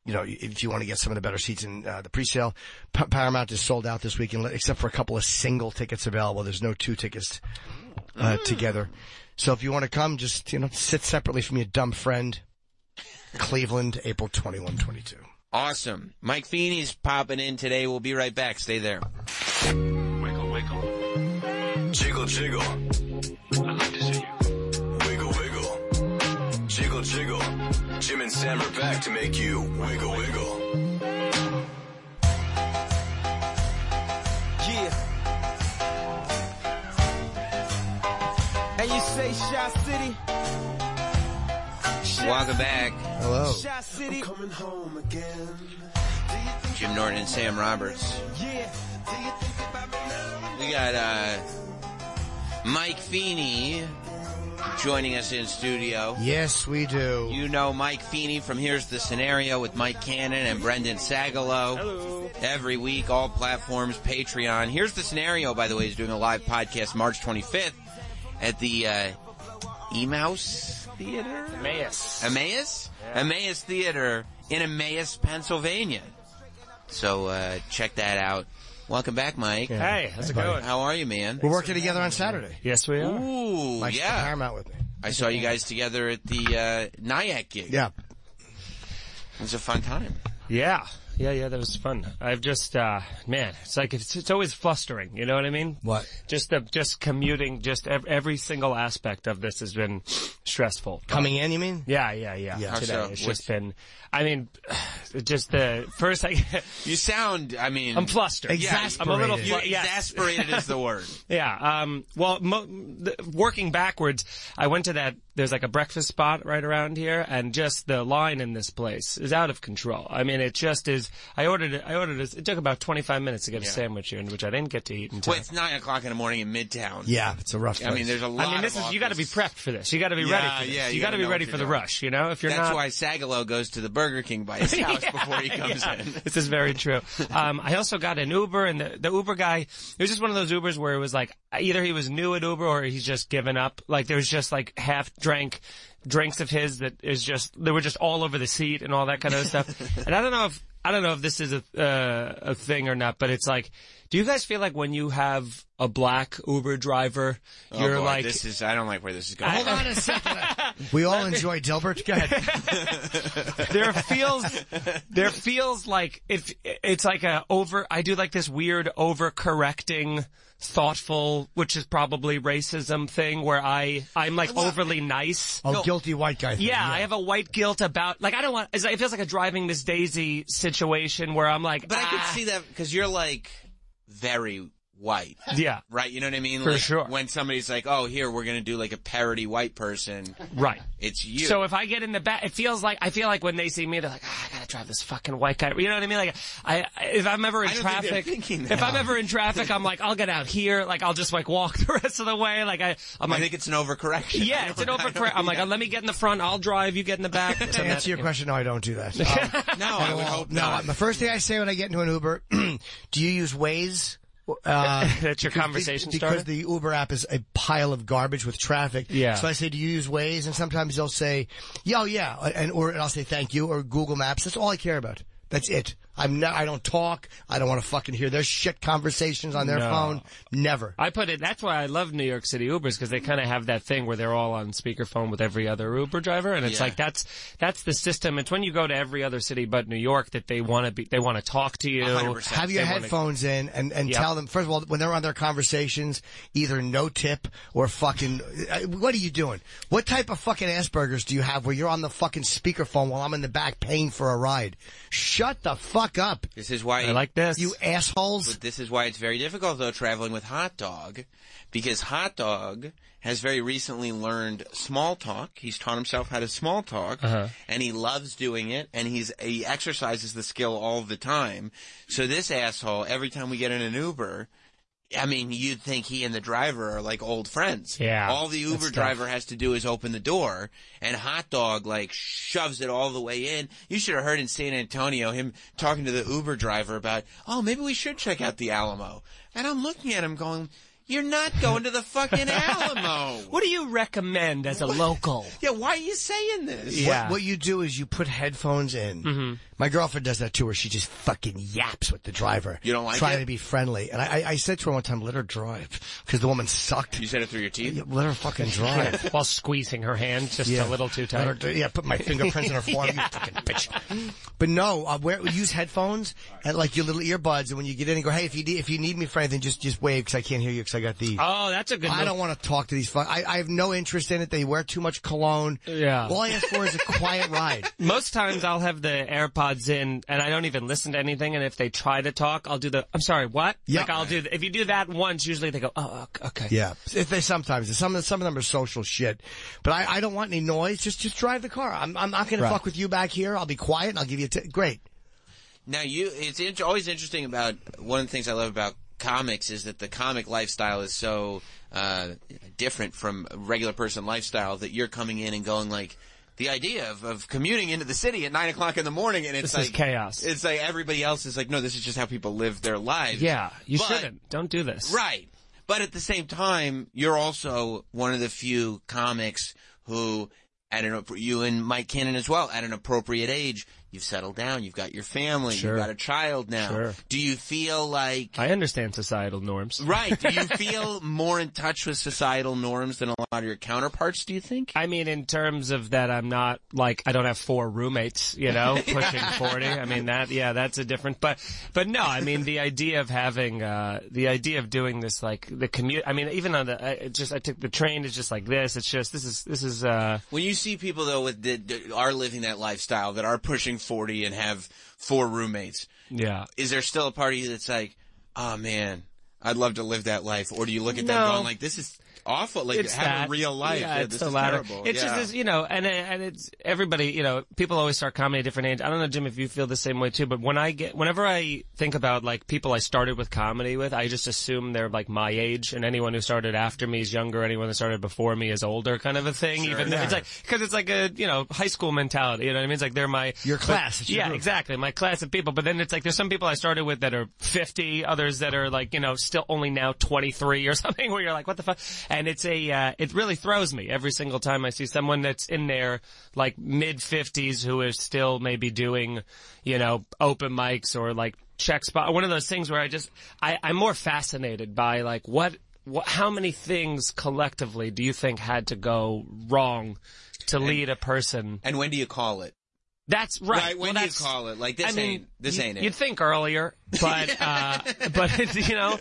Speaker 4: You know, if you want to get some of the better seats in uh, the pre-sale, P- Paramount is sold out this weekend, except for a couple of single tickets available. There's no two tickets uh,
Speaker 6: Mm.
Speaker 4: together. So if you want to come, just you know, sit separately from your dumb friend. Cleveland, April 21, 22.
Speaker 5: awesome. Mike Feeney's popping in today. We'll be right back. Stay there.
Speaker 11: Wiggle, wiggle. Jiggle, jiggle. I like to see you. Wiggle, wiggle. Jiggle, jiggle. Jim and Sam are back to make you wiggle, wiggle.
Speaker 14: Yeah. And you say Shot City?
Speaker 5: Welcome back. Oh.
Speaker 4: Hello.
Speaker 14: Shot City. I'm coming home again.
Speaker 5: Jim Norton and Sam Roberts.
Speaker 14: Yeah.
Speaker 5: We got uh, Mike Feeney joining us in studio.
Speaker 4: Yes, we do.
Speaker 5: You know Mike Feeney from Here's the Scenario with Mike Cannon and Brendan Sagalow. Hello. Every week, all platforms, Patreon. Here's the Scenario, by the way, is doing a live podcast March 25th at the uh, Emaus Theater?
Speaker 22: Emmaus.
Speaker 5: Emmaus?
Speaker 22: Yeah.
Speaker 5: Emmaus Theater in Emmaus, Pennsylvania. So uh, check that out. Welcome back, Mike.
Speaker 4: Yeah. Hey, how's it Hey, buddy. going?
Speaker 5: How are you, man?
Speaker 4: We're working together on Saturday.
Speaker 5: Yes, we are. Ooh,
Speaker 4: Mike's
Speaker 5: yeah.
Speaker 4: at Paramount with me.
Speaker 5: I saw you guys together at the uh, NIAC gig.
Speaker 4: Yeah.
Speaker 5: It was a fun time.
Speaker 23: Yeah. Yeah, yeah, that was fun. I've just, uh, man, it's like, it's, it's always flustering, you know what I mean?
Speaker 4: What?
Speaker 23: Just the, just commuting, just ev- every single aspect of this has been stressful.
Speaker 4: Coming in, you mean?
Speaker 23: Yeah, yeah, yeah.
Speaker 4: Yeah.
Speaker 23: Today,
Speaker 4: How so?
Speaker 23: it's
Speaker 4: What's-
Speaker 23: just been, I mean, *sighs* it just the first, I,
Speaker 5: you sound, I mean,
Speaker 23: I'm flustered.
Speaker 5: Exasperated.
Speaker 23: I'm a little,
Speaker 5: You-
Speaker 23: flu- yes.
Speaker 5: exasperated
Speaker 23: *laughs*
Speaker 5: is the word.
Speaker 23: Yeah. Um, well, mo- the, working backwards, I went to that. There's like a breakfast spot right around here, and just the line in this place is out of control. I mean, it just is. I ordered. it- I ordered. It, it took about 25 minutes to get
Speaker 5: Yeah.
Speaker 23: a sandwich here, which I didn't get to eat until.
Speaker 5: Well, it's nine o'clock in the morning in Midtown.
Speaker 23: Yeah, it's a rough
Speaker 5: I
Speaker 23: place.
Speaker 5: mean, there's a
Speaker 23: I
Speaker 5: lot.
Speaker 23: mean, this
Speaker 5: of
Speaker 23: is- you gotta be
Speaker 5: offices.
Speaker 23: prepped for this. You gotta be
Speaker 5: Yeah,
Speaker 23: ready for this.
Speaker 5: Yeah,
Speaker 23: You gotta be
Speaker 5: know
Speaker 23: ready
Speaker 5: what
Speaker 23: for
Speaker 5: you're
Speaker 23: the
Speaker 5: doing.
Speaker 23: rush, you know? If you're
Speaker 5: that's
Speaker 23: not-
Speaker 5: why Sagalo goes to the Burger King
Speaker 23: *laughs*
Speaker 5: by his house before he comes
Speaker 23: Yeah,
Speaker 5: in.
Speaker 23: This is very true. Um, I also got an Uber and the, the Uber guy, it was just one of those Ubers where it was like, either he was new at Uber or he's just given up. Like there was just like half drank drinks of his that is just, they were just all over the seat and all that kind of
Speaker 5: *laughs*
Speaker 23: stuff. and I don't know if, I don't know if this is a, uh, a thing or not, but it's like, do you guys feel like when you have a black Uber driver,
Speaker 5: Oh,
Speaker 23: you're
Speaker 5: boy,
Speaker 23: like,
Speaker 5: this is. I don't like where this is going.
Speaker 23: Hold on a
Speaker 4: second. We all enjoy
Speaker 23: *laughs*
Speaker 4: Dilbert. Go ahead.
Speaker 23: there feels there feels like if it's like a over I do like this weird overcorrecting thoughtful which is probably racism thing where I I'm like overly nice.
Speaker 4: Oh, guilty white guy.
Speaker 23: Yeah, I have a white guilt about like I don't want it's like- it feels like a driving Miss Daisy situation where I'm like
Speaker 5: But I could
Speaker 23: "Ah."
Speaker 5: see that because you're like very white.
Speaker 23: *laughs* Yeah.
Speaker 5: Right? You know what I mean?
Speaker 23: For
Speaker 5: Like,
Speaker 23: sure.
Speaker 5: When somebody's like, oh, here, we're going to do like a parody white person.
Speaker 23: Right.
Speaker 5: It's you.
Speaker 23: So if I get in the back, it feels like I feel like when they see me, they're like, ah, "I gotta drive this fucking white guy." You know what I mean? Like, I I- if I'm ever in
Speaker 5: I don't think they're
Speaker 23: traffic,
Speaker 5: thinking
Speaker 23: if
Speaker 5: that.
Speaker 23: I'm ever in traffic, I'm like, I'll get out here. Like, I'll just like walk *laughs* the rest of the way. Like, I, I'm
Speaker 5: I
Speaker 23: like,
Speaker 5: think it's an overcorrection. I
Speaker 23: yeah, it's an
Speaker 5: don't- I
Speaker 23: overcorrect. I'm like, let me get in the front. I'll drive. You get in the
Speaker 5: *laughs*
Speaker 23: back.
Speaker 4: To answer
Speaker 23: *laughs*
Speaker 4: your question, no, I don't do that. Um,
Speaker 5: no, I would hope
Speaker 4: no, the first thing I say when I get into an Uber, *clears throat* do you use
Speaker 23: *laughs*
Speaker 4: Waze? Uh,
Speaker 23: That's your
Speaker 4: because the-
Speaker 23: conversation
Speaker 4: because
Speaker 23: starter?
Speaker 4: the Uber app is a pile of garbage with traffic.
Speaker 23: Yeah.
Speaker 4: So I say, do you use Waze? And sometimes they'll say, yeah, oh, yeah, and or and I'll say thank you or Google Maps. That's all I care about. That's it. I'm not. I don't talk. I don't want to fucking hear their shit conversations on their
Speaker 23: No.
Speaker 4: phone. Never.
Speaker 23: I put it. That's why I love New York City Ubers because they kind of have that thing where they're all on speakerphone with every other Uber driver, and it's
Speaker 5: Yeah.
Speaker 23: like that's that's the system. It's when you go to every other city but New York that they want to be. They want to talk to you.
Speaker 5: 100%.
Speaker 4: Have your
Speaker 23: They wanna-
Speaker 4: headphones in and, and
Speaker 23: Yeah.
Speaker 4: tell them, first of all, when they're on their conversations, either no tip or fucking, uh, what are you doing? What type of fucking Asperger's do you have where you're on the fucking speakerphone while I'm in the back paying for a ride? Shut the fuck up.
Speaker 5: This is why I
Speaker 23: like this.
Speaker 4: You assholes.
Speaker 5: But this is why it's very difficult though traveling with Hot Dog, because Hot Dog has very recently learned small talk. He's taught himself how to small
Speaker 23: *laughs*
Speaker 5: talk,
Speaker 23: Uh-huh.
Speaker 5: and he loves doing it. And he's he exercises the skill all the time. So this asshole, every time we get in an Uber. I mean, you'd think he and the driver are like old friends.
Speaker 23: Yeah,
Speaker 5: All the
Speaker 23: that's
Speaker 5: Uber
Speaker 23: tough.
Speaker 5: driver has to do is open the door, and Hot Dog like shoves it all the way in. You should have heard in San Antonio him talking to the Uber driver about, oh, maybe we should check out the Alamo. And I'm looking at him going, you're not going to
Speaker 23: *laughs*
Speaker 5: the fucking Alamo.
Speaker 23: What do you recommend as a local?
Speaker 5: yeah, why are you saying this?
Speaker 4: What, what you do is you put headphones in.
Speaker 23: Mm-hmm.
Speaker 4: My girlfriend does that too, where she just fucking yaps with the driver.
Speaker 5: You don't like
Speaker 4: Trying
Speaker 5: it?
Speaker 4: to be friendly. And I, I- I said to her one time, let her drive. Because the woman sucked.
Speaker 5: You said it through your teeth.
Speaker 4: Let her *laughs* fucking drive.
Speaker 23: *laughs* While squeezing her hand just
Speaker 4: Yeah.
Speaker 23: a little too
Speaker 4: Let her
Speaker 23: tight.
Speaker 4: do- yeah, put my fingerprints on
Speaker 23: *laughs*
Speaker 4: her forearm, you fucking bitch. But no, uh, wear, use headphones and like your little earbuds, and when you get in, and go, hey, if you need, if you need me for anything, just just wave because I can't hear you because I got the.
Speaker 23: Oh, that's a good.
Speaker 4: I
Speaker 23: move.
Speaker 4: don't want to talk to these. Fuck, I, I have no interest in it. They wear too much
Speaker 23: *laughs*
Speaker 4: cologne.
Speaker 23: Yeah.
Speaker 4: All I ask for is a quiet ride.
Speaker 23: Most times I'll have the AirPods in and I don't even listen to anything. And if they try to talk, I'll do the, I'm sorry, what?
Speaker 4: Yeah.
Speaker 23: Like I'll do, the, if you do that once, usually they go, oh, ok- *laughs* okay.
Speaker 4: Yeah, if they sometimes some of some of them are social shit, but I, I don't want any noise. Just just drive the car. I'm I'm not gonna
Speaker 5: Right.
Speaker 4: fuck with you back here. I'll be quiet and I'll give you a t- great.
Speaker 5: Now you, it's in, always interesting about one of the things I love about comics is that the comic lifestyle is so uh, different from a regular person lifestyle that you're coming in and going like. The idea of, of commuting into the city at nine o'clock in the morning and it's
Speaker 23: This is
Speaker 5: like
Speaker 23: chaos.
Speaker 5: It's like everybody else is like, no, this is just how people live their lives.
Speaker 23: Yeah. You
Speaker 5: But-
Speaker 23: shouldn't. Don't do this.
Speaker 5: Right. But at the same time, you're also one of the few comics who, at an, appro- you and Mike Cannon as well, at an appropriate age, you've settled down, you've got your family,
Speaker 23: Sure.
Speaker 5: you've got a child now.
Speaker 23: Sure.
Speaker 5: Do you feel like,
Speaker 23: I understand societal norms.
Speaker 5: right,
Speaker 23: *laughs*
Speaker 5: do you feel more in touch with societal norms than a lot of your counterparts, do you think?
Speaker 23: I mean, in terms of that, I'm not like I don't have four roommates, you
Speaker 5: *laughs*
Speaker 23: know, pushing forty. I mean that, yeah, that's a different. But, but no, I mean the idea of having uh the idea of doing this, like the commute. I mean, even on the, I, it just I took the train is just like this. It's just this is this is uh
Speaker 5: When you see people though with that that are living that lifestyle, that are pushing 40 and have four roommates,
Speaker 23: yeah.
Speaker 5: is there still a part of you that's like, oh man, I'd love to live that life? Or do you look at them
Speaker 23: No.
Speaker 5: going like, this is awful, like having
Speaker 23: that.
Speaker 5: real life,
Speaker 23: Yeah,
Speaker 5: yeah,
Speaker 23: it's
Speaker 5: this
Speaker 23: the
Speaker 5: is
Speaker 23: latter.
Speaker 5: terrible.
Speaker 23: It's
Speaker 5: Yeah.
Speaker 23: just this, you know, and and it's everybody, you know, people always start comedy at different age. I don't know, Jim, if you feel the same way too, but when I get, whenever I think about like people I started with comedy with, I just assume they're like my age, and anyone who started after me is younger, anyone that started before me is older, kind of a thing.
Speaker 5: Sure.
Speaker 23: Even though it's
Speaker 5: Yeah.
Speaker 23: like because it's like a you know high school mentality. You know what I mean? It's like they're my
Speaker 4: Your
Speaker 23: but-
Speaker 4: class, it's your
Speaker 23: yeah,
Speaker 4: group.
Speaker 23: exactly, my class of people. But then it's like there's some people I started with that are 50, others that are like you know still only now 23 or *laughs* something. Where you're like, what the fuck? And it's a uh, it really throws me every single time I see someone that's in their like mid 50s who is still maybe doing you know open mics or like check spot one of those things where I just I, I'm more fascinated by like what. What, how many things collectively do you think had to go wrong to lead a person
Speaker 5: and when do you call it?
Speaker 23: That's right.
Speaker 5: Right, when
Speaker 23: Well,
Speaker 5: do you
Speaker 23: that's-
Speaker 5: call it? Like, this
Speaker 23: I mean,
Speaker 5: ain't- this
Speaker 23: you-
Speaker 5: ain't it.
Speaker 23: You'd think earlier,
Speaker 5: *laughs*
Speaker 23: but uh, but it's, you know,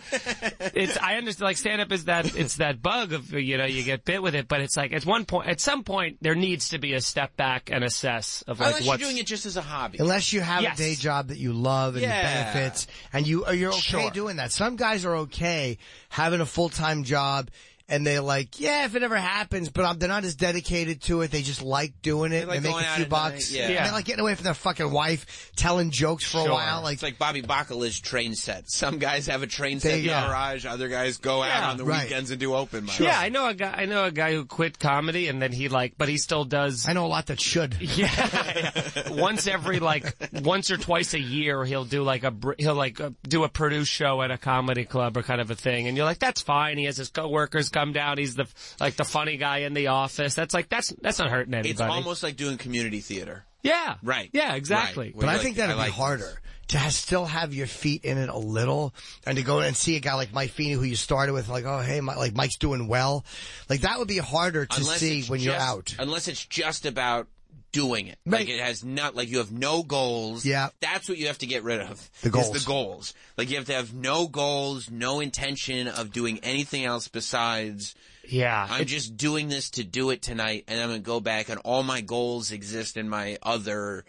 Speaker 23: it's I understand. Like stand up is that it's that bug of you know you get bit with it, but it's like at one point, at some point, there needs to be a step back and assess of like
Speaker 5: Unless
Speaker 23: what's
Speaker 5: you're doing it just as a hobby.
Speaker 4: Unless you have
Speaker 23: Yes.
Speaker 4: a day job that you love and
Speaker 23: Yeah.
Speaker 4: benefits, and you are you're okay
Speaker 23: Sure.
Speaker 4: doing that. Some guys are okay having a full time job, and they're like, yeah, if it ever happens, but um, they're not as dedicated to it. They just like doing it.
Speaker 5: like
Speaker 4: they make
Speaker 5: going
Speaker 4: a
Speaker 5: out
Speaker 4: few
Speaker 5: at night,
Speaker 4: bucks.
Speaker 5: yeah.
Speaker 4: And they like getting away from their fucking wife, telling jokes for a while. Like
Speaker 5: it's like Bobby Bacala's train set. Some guys have a train
Speaker 4: There
Speaker 5: set in
Speaker 4: you
Speaker 5: the
Speaker 4: go.
Speaker 5: garage. Other guys go
Speaker 23: Yeah.
Speaker 5: out on the
Speaker 23: Right.
Speaker 5: weekends and do open mics.
Speaker 23: Yeah, I know a guy. I know a guy who quit comedy and then he like, but he still does. I
Speaker 4: know a lot that should.
Speaker 23: *laughs* Yeah, once every like once or twice a year, he'll do like a br- he'll like uh, do a produce show at a comedy club or kind of a thing, and you're like, that's fine. He has his coworkers come down. He's the like the funny guy in the office. That's like that's that's not hurting anybody.
Speaker 5: It's almost like doing community theater.
Speaker 23: yeah,
Speaker 5: Right.
Speaker 23: Yeah, exactly.
Speaker 5: Right.
Speaker 4: But
Speaker 5: Where
Speaker 4: I
Speaker 5: you're
Speaker 4: think
Speaker 5: like,
Speaker 4: that'd
Speaker 5: I
Speaker 4: be
Speaker 5: like
Speaker 4: harder to ha still have your feet in it a little, and to go and see a guy like Mike Feeney, who you started with, like, oh hey, my, like Mike's doing well. Like that would be harder to
Speaker 5: Unless
Speaker 4: see
Speaker 5: it's
Speaker 4: when you're
Speaker 5: just-
Speaker 4: out.
Speaker 5: Unless it's just about doing it. Like it has not, like you have no goals.
Speaker 4: Yeah.
Speaker 5: That's what you have to get rid of.
Speaker 4: The
Speaker 5: is
Speaker 4: goals.
Speaker 5: the goals. Like you have to have no goals, no intention of doing anything else besides.
Speaker 23: Yeah.
Speaker 5: I'm just doing this to do it tonight and I'm going to go back and all my goals exist in my other.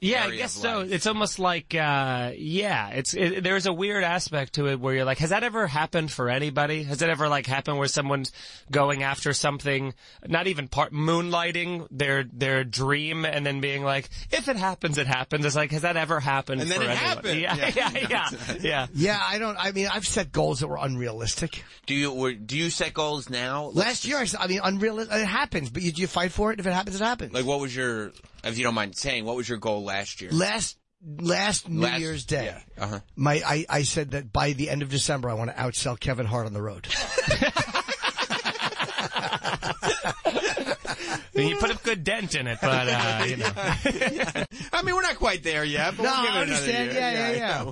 Speaker 23: Yeah, I
Speaker 5: area
Speaker 23: guess
Speaker 5: of
Speaker 23: so. It's almost like, uh, yeah, it's, it, there's a weird aspect to it where you're like, has that ever happened for anybody? Has it ever like happened where someone's going after something, not even part, moonlighting their, their dream and then being like, if it happens, it happens. It's like, has that ever happened
Speaker 5: And then
Speaker 23: for
Speaker 5: it
Speaker 23: anyone?
Speaker 5: happened.
Speaker 23: Yeah,
Speaker 5: Yeah.
Speaker 23: *laughs* yeah, yeah, yeah.
Speaker 4: Yeah, I don't. I mean, I've set goals that were unrealistic.
Speaker 5: *laughs* Do you, were- do you set goals now?
Speaker 4: Last year, I, s- I mean, unrealistic. It happens, but you, you fight for it. If it happens, it happens.
Speaker 5: Like what was your, if you don't mind saying, what was your goal last year?
Speaker 4: Last last New
Speaker 5: Last-
Speaker 4: Year's Day,
Speaker 5: Uh huh.
Speaker 4: my I, I said that by the end of December, I want to outsell Kevin Hart on the road.
Speaker 23: You put a good dent in it, but, uh, you know.
Speaker 5: I mean, we're not quite there yet. But
Speaker 23: No,
Speaker 5: we'll give
Speaker 23: I
Speaker 5: it another
Speaker 23: understand.
Speaker 5: year.
Speaker 23: Yeah,
Speaker 5: yeah,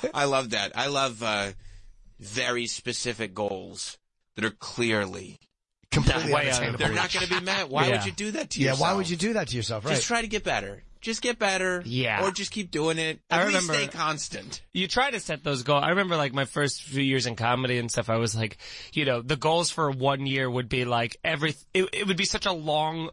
Speaker 5: yeah. *laughs* I love that. I love uh, very specific goals that are clearly
Speaker 4: Completely
Speaker 5: not,
Speaker 4: unattainable.
Speaker 5: uh, They're not going to be met. Why
Speaker 4: Yeah.
Speaker 5: would you do that to
Speaker 4: yeah,
Speaker 5: yourself?
Speaker 4: why would you do that to yourself? Right.
Speaker 5: Just try to get better. Just get better.
Speaker 23: Yeah.
Speaker 5: Or just keep doing it.
Speaker 23: I
Speaker 5: At least
Speaker 23: remember-
Speaker 5: stay constant.
Speaker 23: you try to set those goals. I remember like my first few years in comedy and stuff. I was like, you know, the goals for one year would be like every. It, it would be such a long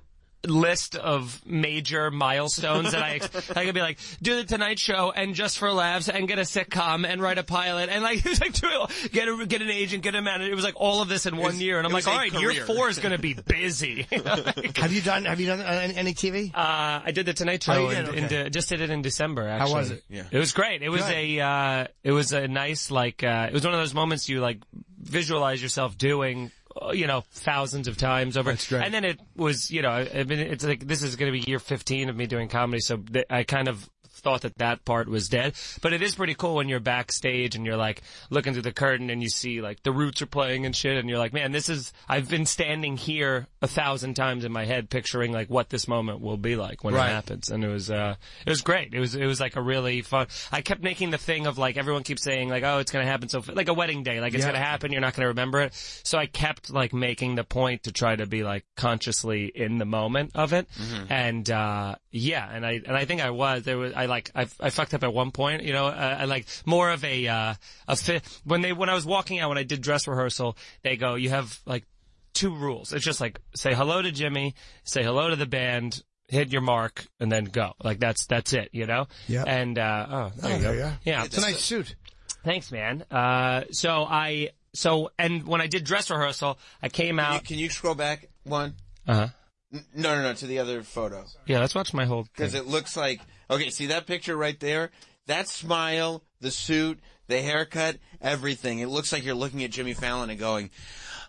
Speaker 23: list of major milestones that I
Speaker 4: *laughs*
Speaker 23: I could be like do the Tonight Show and just for laughs and get a sitcom and write a pilot and like *laughs* it was like do it, get a, get an agent get a manager. It was like all of this in one
Speaker 4: was-
Speaker 23: year and I'm
Speaker 4: it was
Speaker 23: like, all
Speaker 4: a
Speaker 23: right, year
Speaker 4: career.
Speaker 23: four is going
Speaker 4: *laughs*
Speaker 23: to be busy. *laughs*
Speaker 4: have you done? Have you done uh, any, any TV?
Speaker 23: Uh, I did the Tonight Show.
Speaker 4: Oh, you
Speaker 23: in,
Speaker 4: did?
Speaker 23: in
Speaker 4: Okay.
Speaker 23: De- just did it in December.
Speaker 4: How
Speaker 23: Actually.
Speaker 4: was it? Yeah.
Speaker 23: It was great. It was
Speaker 4: Good.
Speaker 23: a uh, it was a nice like uh, it was one of those moments you like visualize yourself doing. uh, You know, thousands of times over. That's great. And then it was, you know, I I mean, it's like this is going to be year 15 of me doing comedy, so th- I kind of thought that that part was dead. But it is pretty cool when you're backstage and you're like looking through the curtain and you see like the Roots are playing and shit, and you're like, man, this is. I've been standing here a thousand times in my head, picturing like what this moment will be like when
Speaker 5: Right.
Speaker 23: it happens, and it was uh, it was great. It was it was like a really fun. I kept making the thing of like everyone keeps saying like, oh, it's gonna happen so f-, like a wedding day, like it's
Speaker 5: Yeah.
Speaker 23: gonna happen, you're not gonna remember it. So I kept like making the point to try to be like consciously in the moment of it,
Speaker 4: Mm-hmm.
Speaker 5: Mhm.
Speaker 23: and uh yeah and i and i think i was there was i like i, I fucked up at one point you know uh, i like more of a uh a fit when they when i was walking out when i did dress rehearsal they go you have like two rules it's just like say hello to jimmy say hello to the band hit your mark and then go like that's that's it you know
Speaker 4: Yeah.
Speaker 23: and uh oh there
Speaker 4: Oh,
Speaker 23: you go
Speaker 4: yeah.
Speaker 23: yeah
Speaker 4: It's a nice suit
Speaker 23: thanks man uh so i so and when i did dress rehearsal i came
Speaker 5: Can you,
Speaker 23: out
Speaker 5: can you scroll back one?
Speaker 23: uh-huh
Speaker 5: N- No, no, no, to the other photo.
Speaker 23: yeah let's watch my whole
Speaker 5: Because it looks like, okay, see that picture right there? That smile, the suit, the haircut, everything. It looks like you're looking at Jimmy Fallon and going,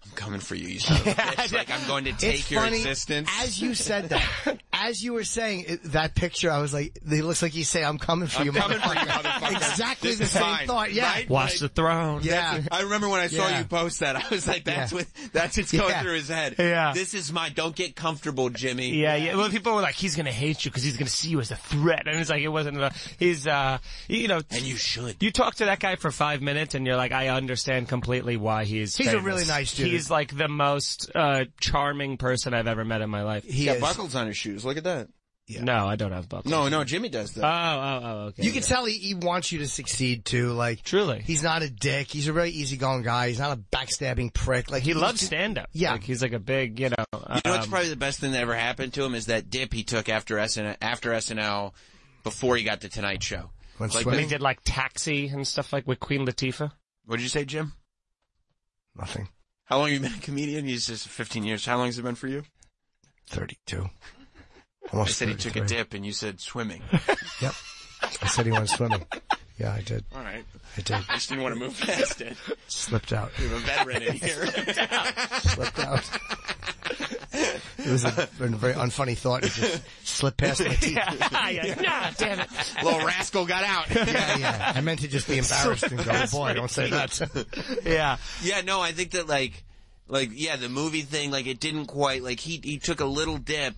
Speaker 5: I'm coming for you, you son
Speaker 4: *laughs*
Speaker 5: of a bitch. Like, I'm going to take
Speaker 4: it's
Speaker 5: your
Speaker 4: funny,
Speaker 5: existence.
Speaker 4: As you said
Speaker 23: *laughs*
Speaker 4: that, as you were saying it, that picture, I was like, "It looks like you say, I'm coming for
Speaker 5: *laughs* I'm
Speaker 4: you,
Speaker 5: coming for you,
Speaker 4: motherfucker."
Speaker 5: motherfucker.
Speaker 4: exactly
Speaker 5: This
Speaker 4: the
Speaker 5: is
Speaker 4: same
Speaker 5: mine,
Speaker 4: thought. Yeah,
Speaker 5: right? Watch Like- the
Speaker 23: throne.
Speaker 4: Yeah,
Speaker 5: That's- I remember when I saw
Speaker 4: Yeah.
Speaker 5: you post that, I was like, that's
Speaker 4: Yeah.
Speaker 5: what, that's what's going
Speaker 4: Yeah.
Speaker 5: through his head.
Speaker 23: Yeah.
Speaker 5: This is my, don't get comfortable, Jimmy.
Speaker 23: Yeah, yeah. Well, people were like, "He's gonna hate you because he's gonna see you as a threat," and it's like it wasn't. A, he's, uh, you know,
Speaker 5: and you should.
Speaker 23: You talk to that guy for five minutes, and you're like, "I understand completely why he's."
Speaker 4: He's a
Speaker 23: famous.
Speaker 4: really nice dude.
Speaker 23: He's like the most uh, charming person I've ever met in my life.
Speaker 5: He's got buckles on his shoes. Look at that.
Speaker 23: No, I don't have bubbly.
Speaker 5: No, no, Jimmy does
Speaker 23: Oh, oh, oh, okay.
Speaker 4: You can tell he, he wants you to succeed too. Like
Speaker 23: truly,
Speaker 4: he's not a dick. He's a very easygoing guy. He's not a backstabbing prick. Like
Speaker 23: he
Speaker 4: he's
Speaker 23: loves
Speaker 4: just-
Speaker 23: stand up.
Speaker 4: Yeah.
Speaker 23: Like, he's like a big, you know.
Speaker 5: You know, it's
Speaker 23: um,
Speaker 5: probably the best thing that ever happened to him is that dip he took after SNL, after SNL, before he got the Tonight Show.
Speaker 23: When
Speaker 5: Like,
Speaker 23: he did like Taxi and stuff like with Queen Latifah.
Speaker 5: What did you say, Jim?
Speaker 4: Nothing.
Speaker 5: How long have you been a comedian? You said 15 years. How long has it been for you?
Speaker 4: 32.
Speaker 5: I
Speaker 4: Almost
Speaker 5: said he took a
Speaker 4: 33.
Speaker 5: dip and you
Speaker 4: *laughs*
Speaker 5: said swimming.
Speaker 4: Yep. I said he went swimming. Yeah, I did.
Speaker 5: All right.
Speaker 4: I did.
Speaker 5: I just didn't want to move past it.
Speaker 4: Slipped out.
Speaker 5: We have a veteran
Speaker 4: *laughs*
Speaker 5: in here.
Speaker 4: Slipped out. It was a, a very unfunny thought. It just slipped past
Speaker 5: *laughs*
Speaker 4: my teeth.
Speaker 23: *laughs* yeah, yeah. Nah, damn it.
Speaker 5: Little rascal got out.
Speaker 4: *laughs* yeah, yeah. I meant to just
Speaker 5: *laughs*
Speaker 4: be embarrassed and go,
Speaker 5: That's
Speaker 4: boy, don't say
Speaker 5: right.
Speaker 4: that.
Speaker 23: *laughs* yeah.
Speaker 5: Yeah, no, I think that like, like yeah, the movie thing, like it didn't quite like he he took a little dip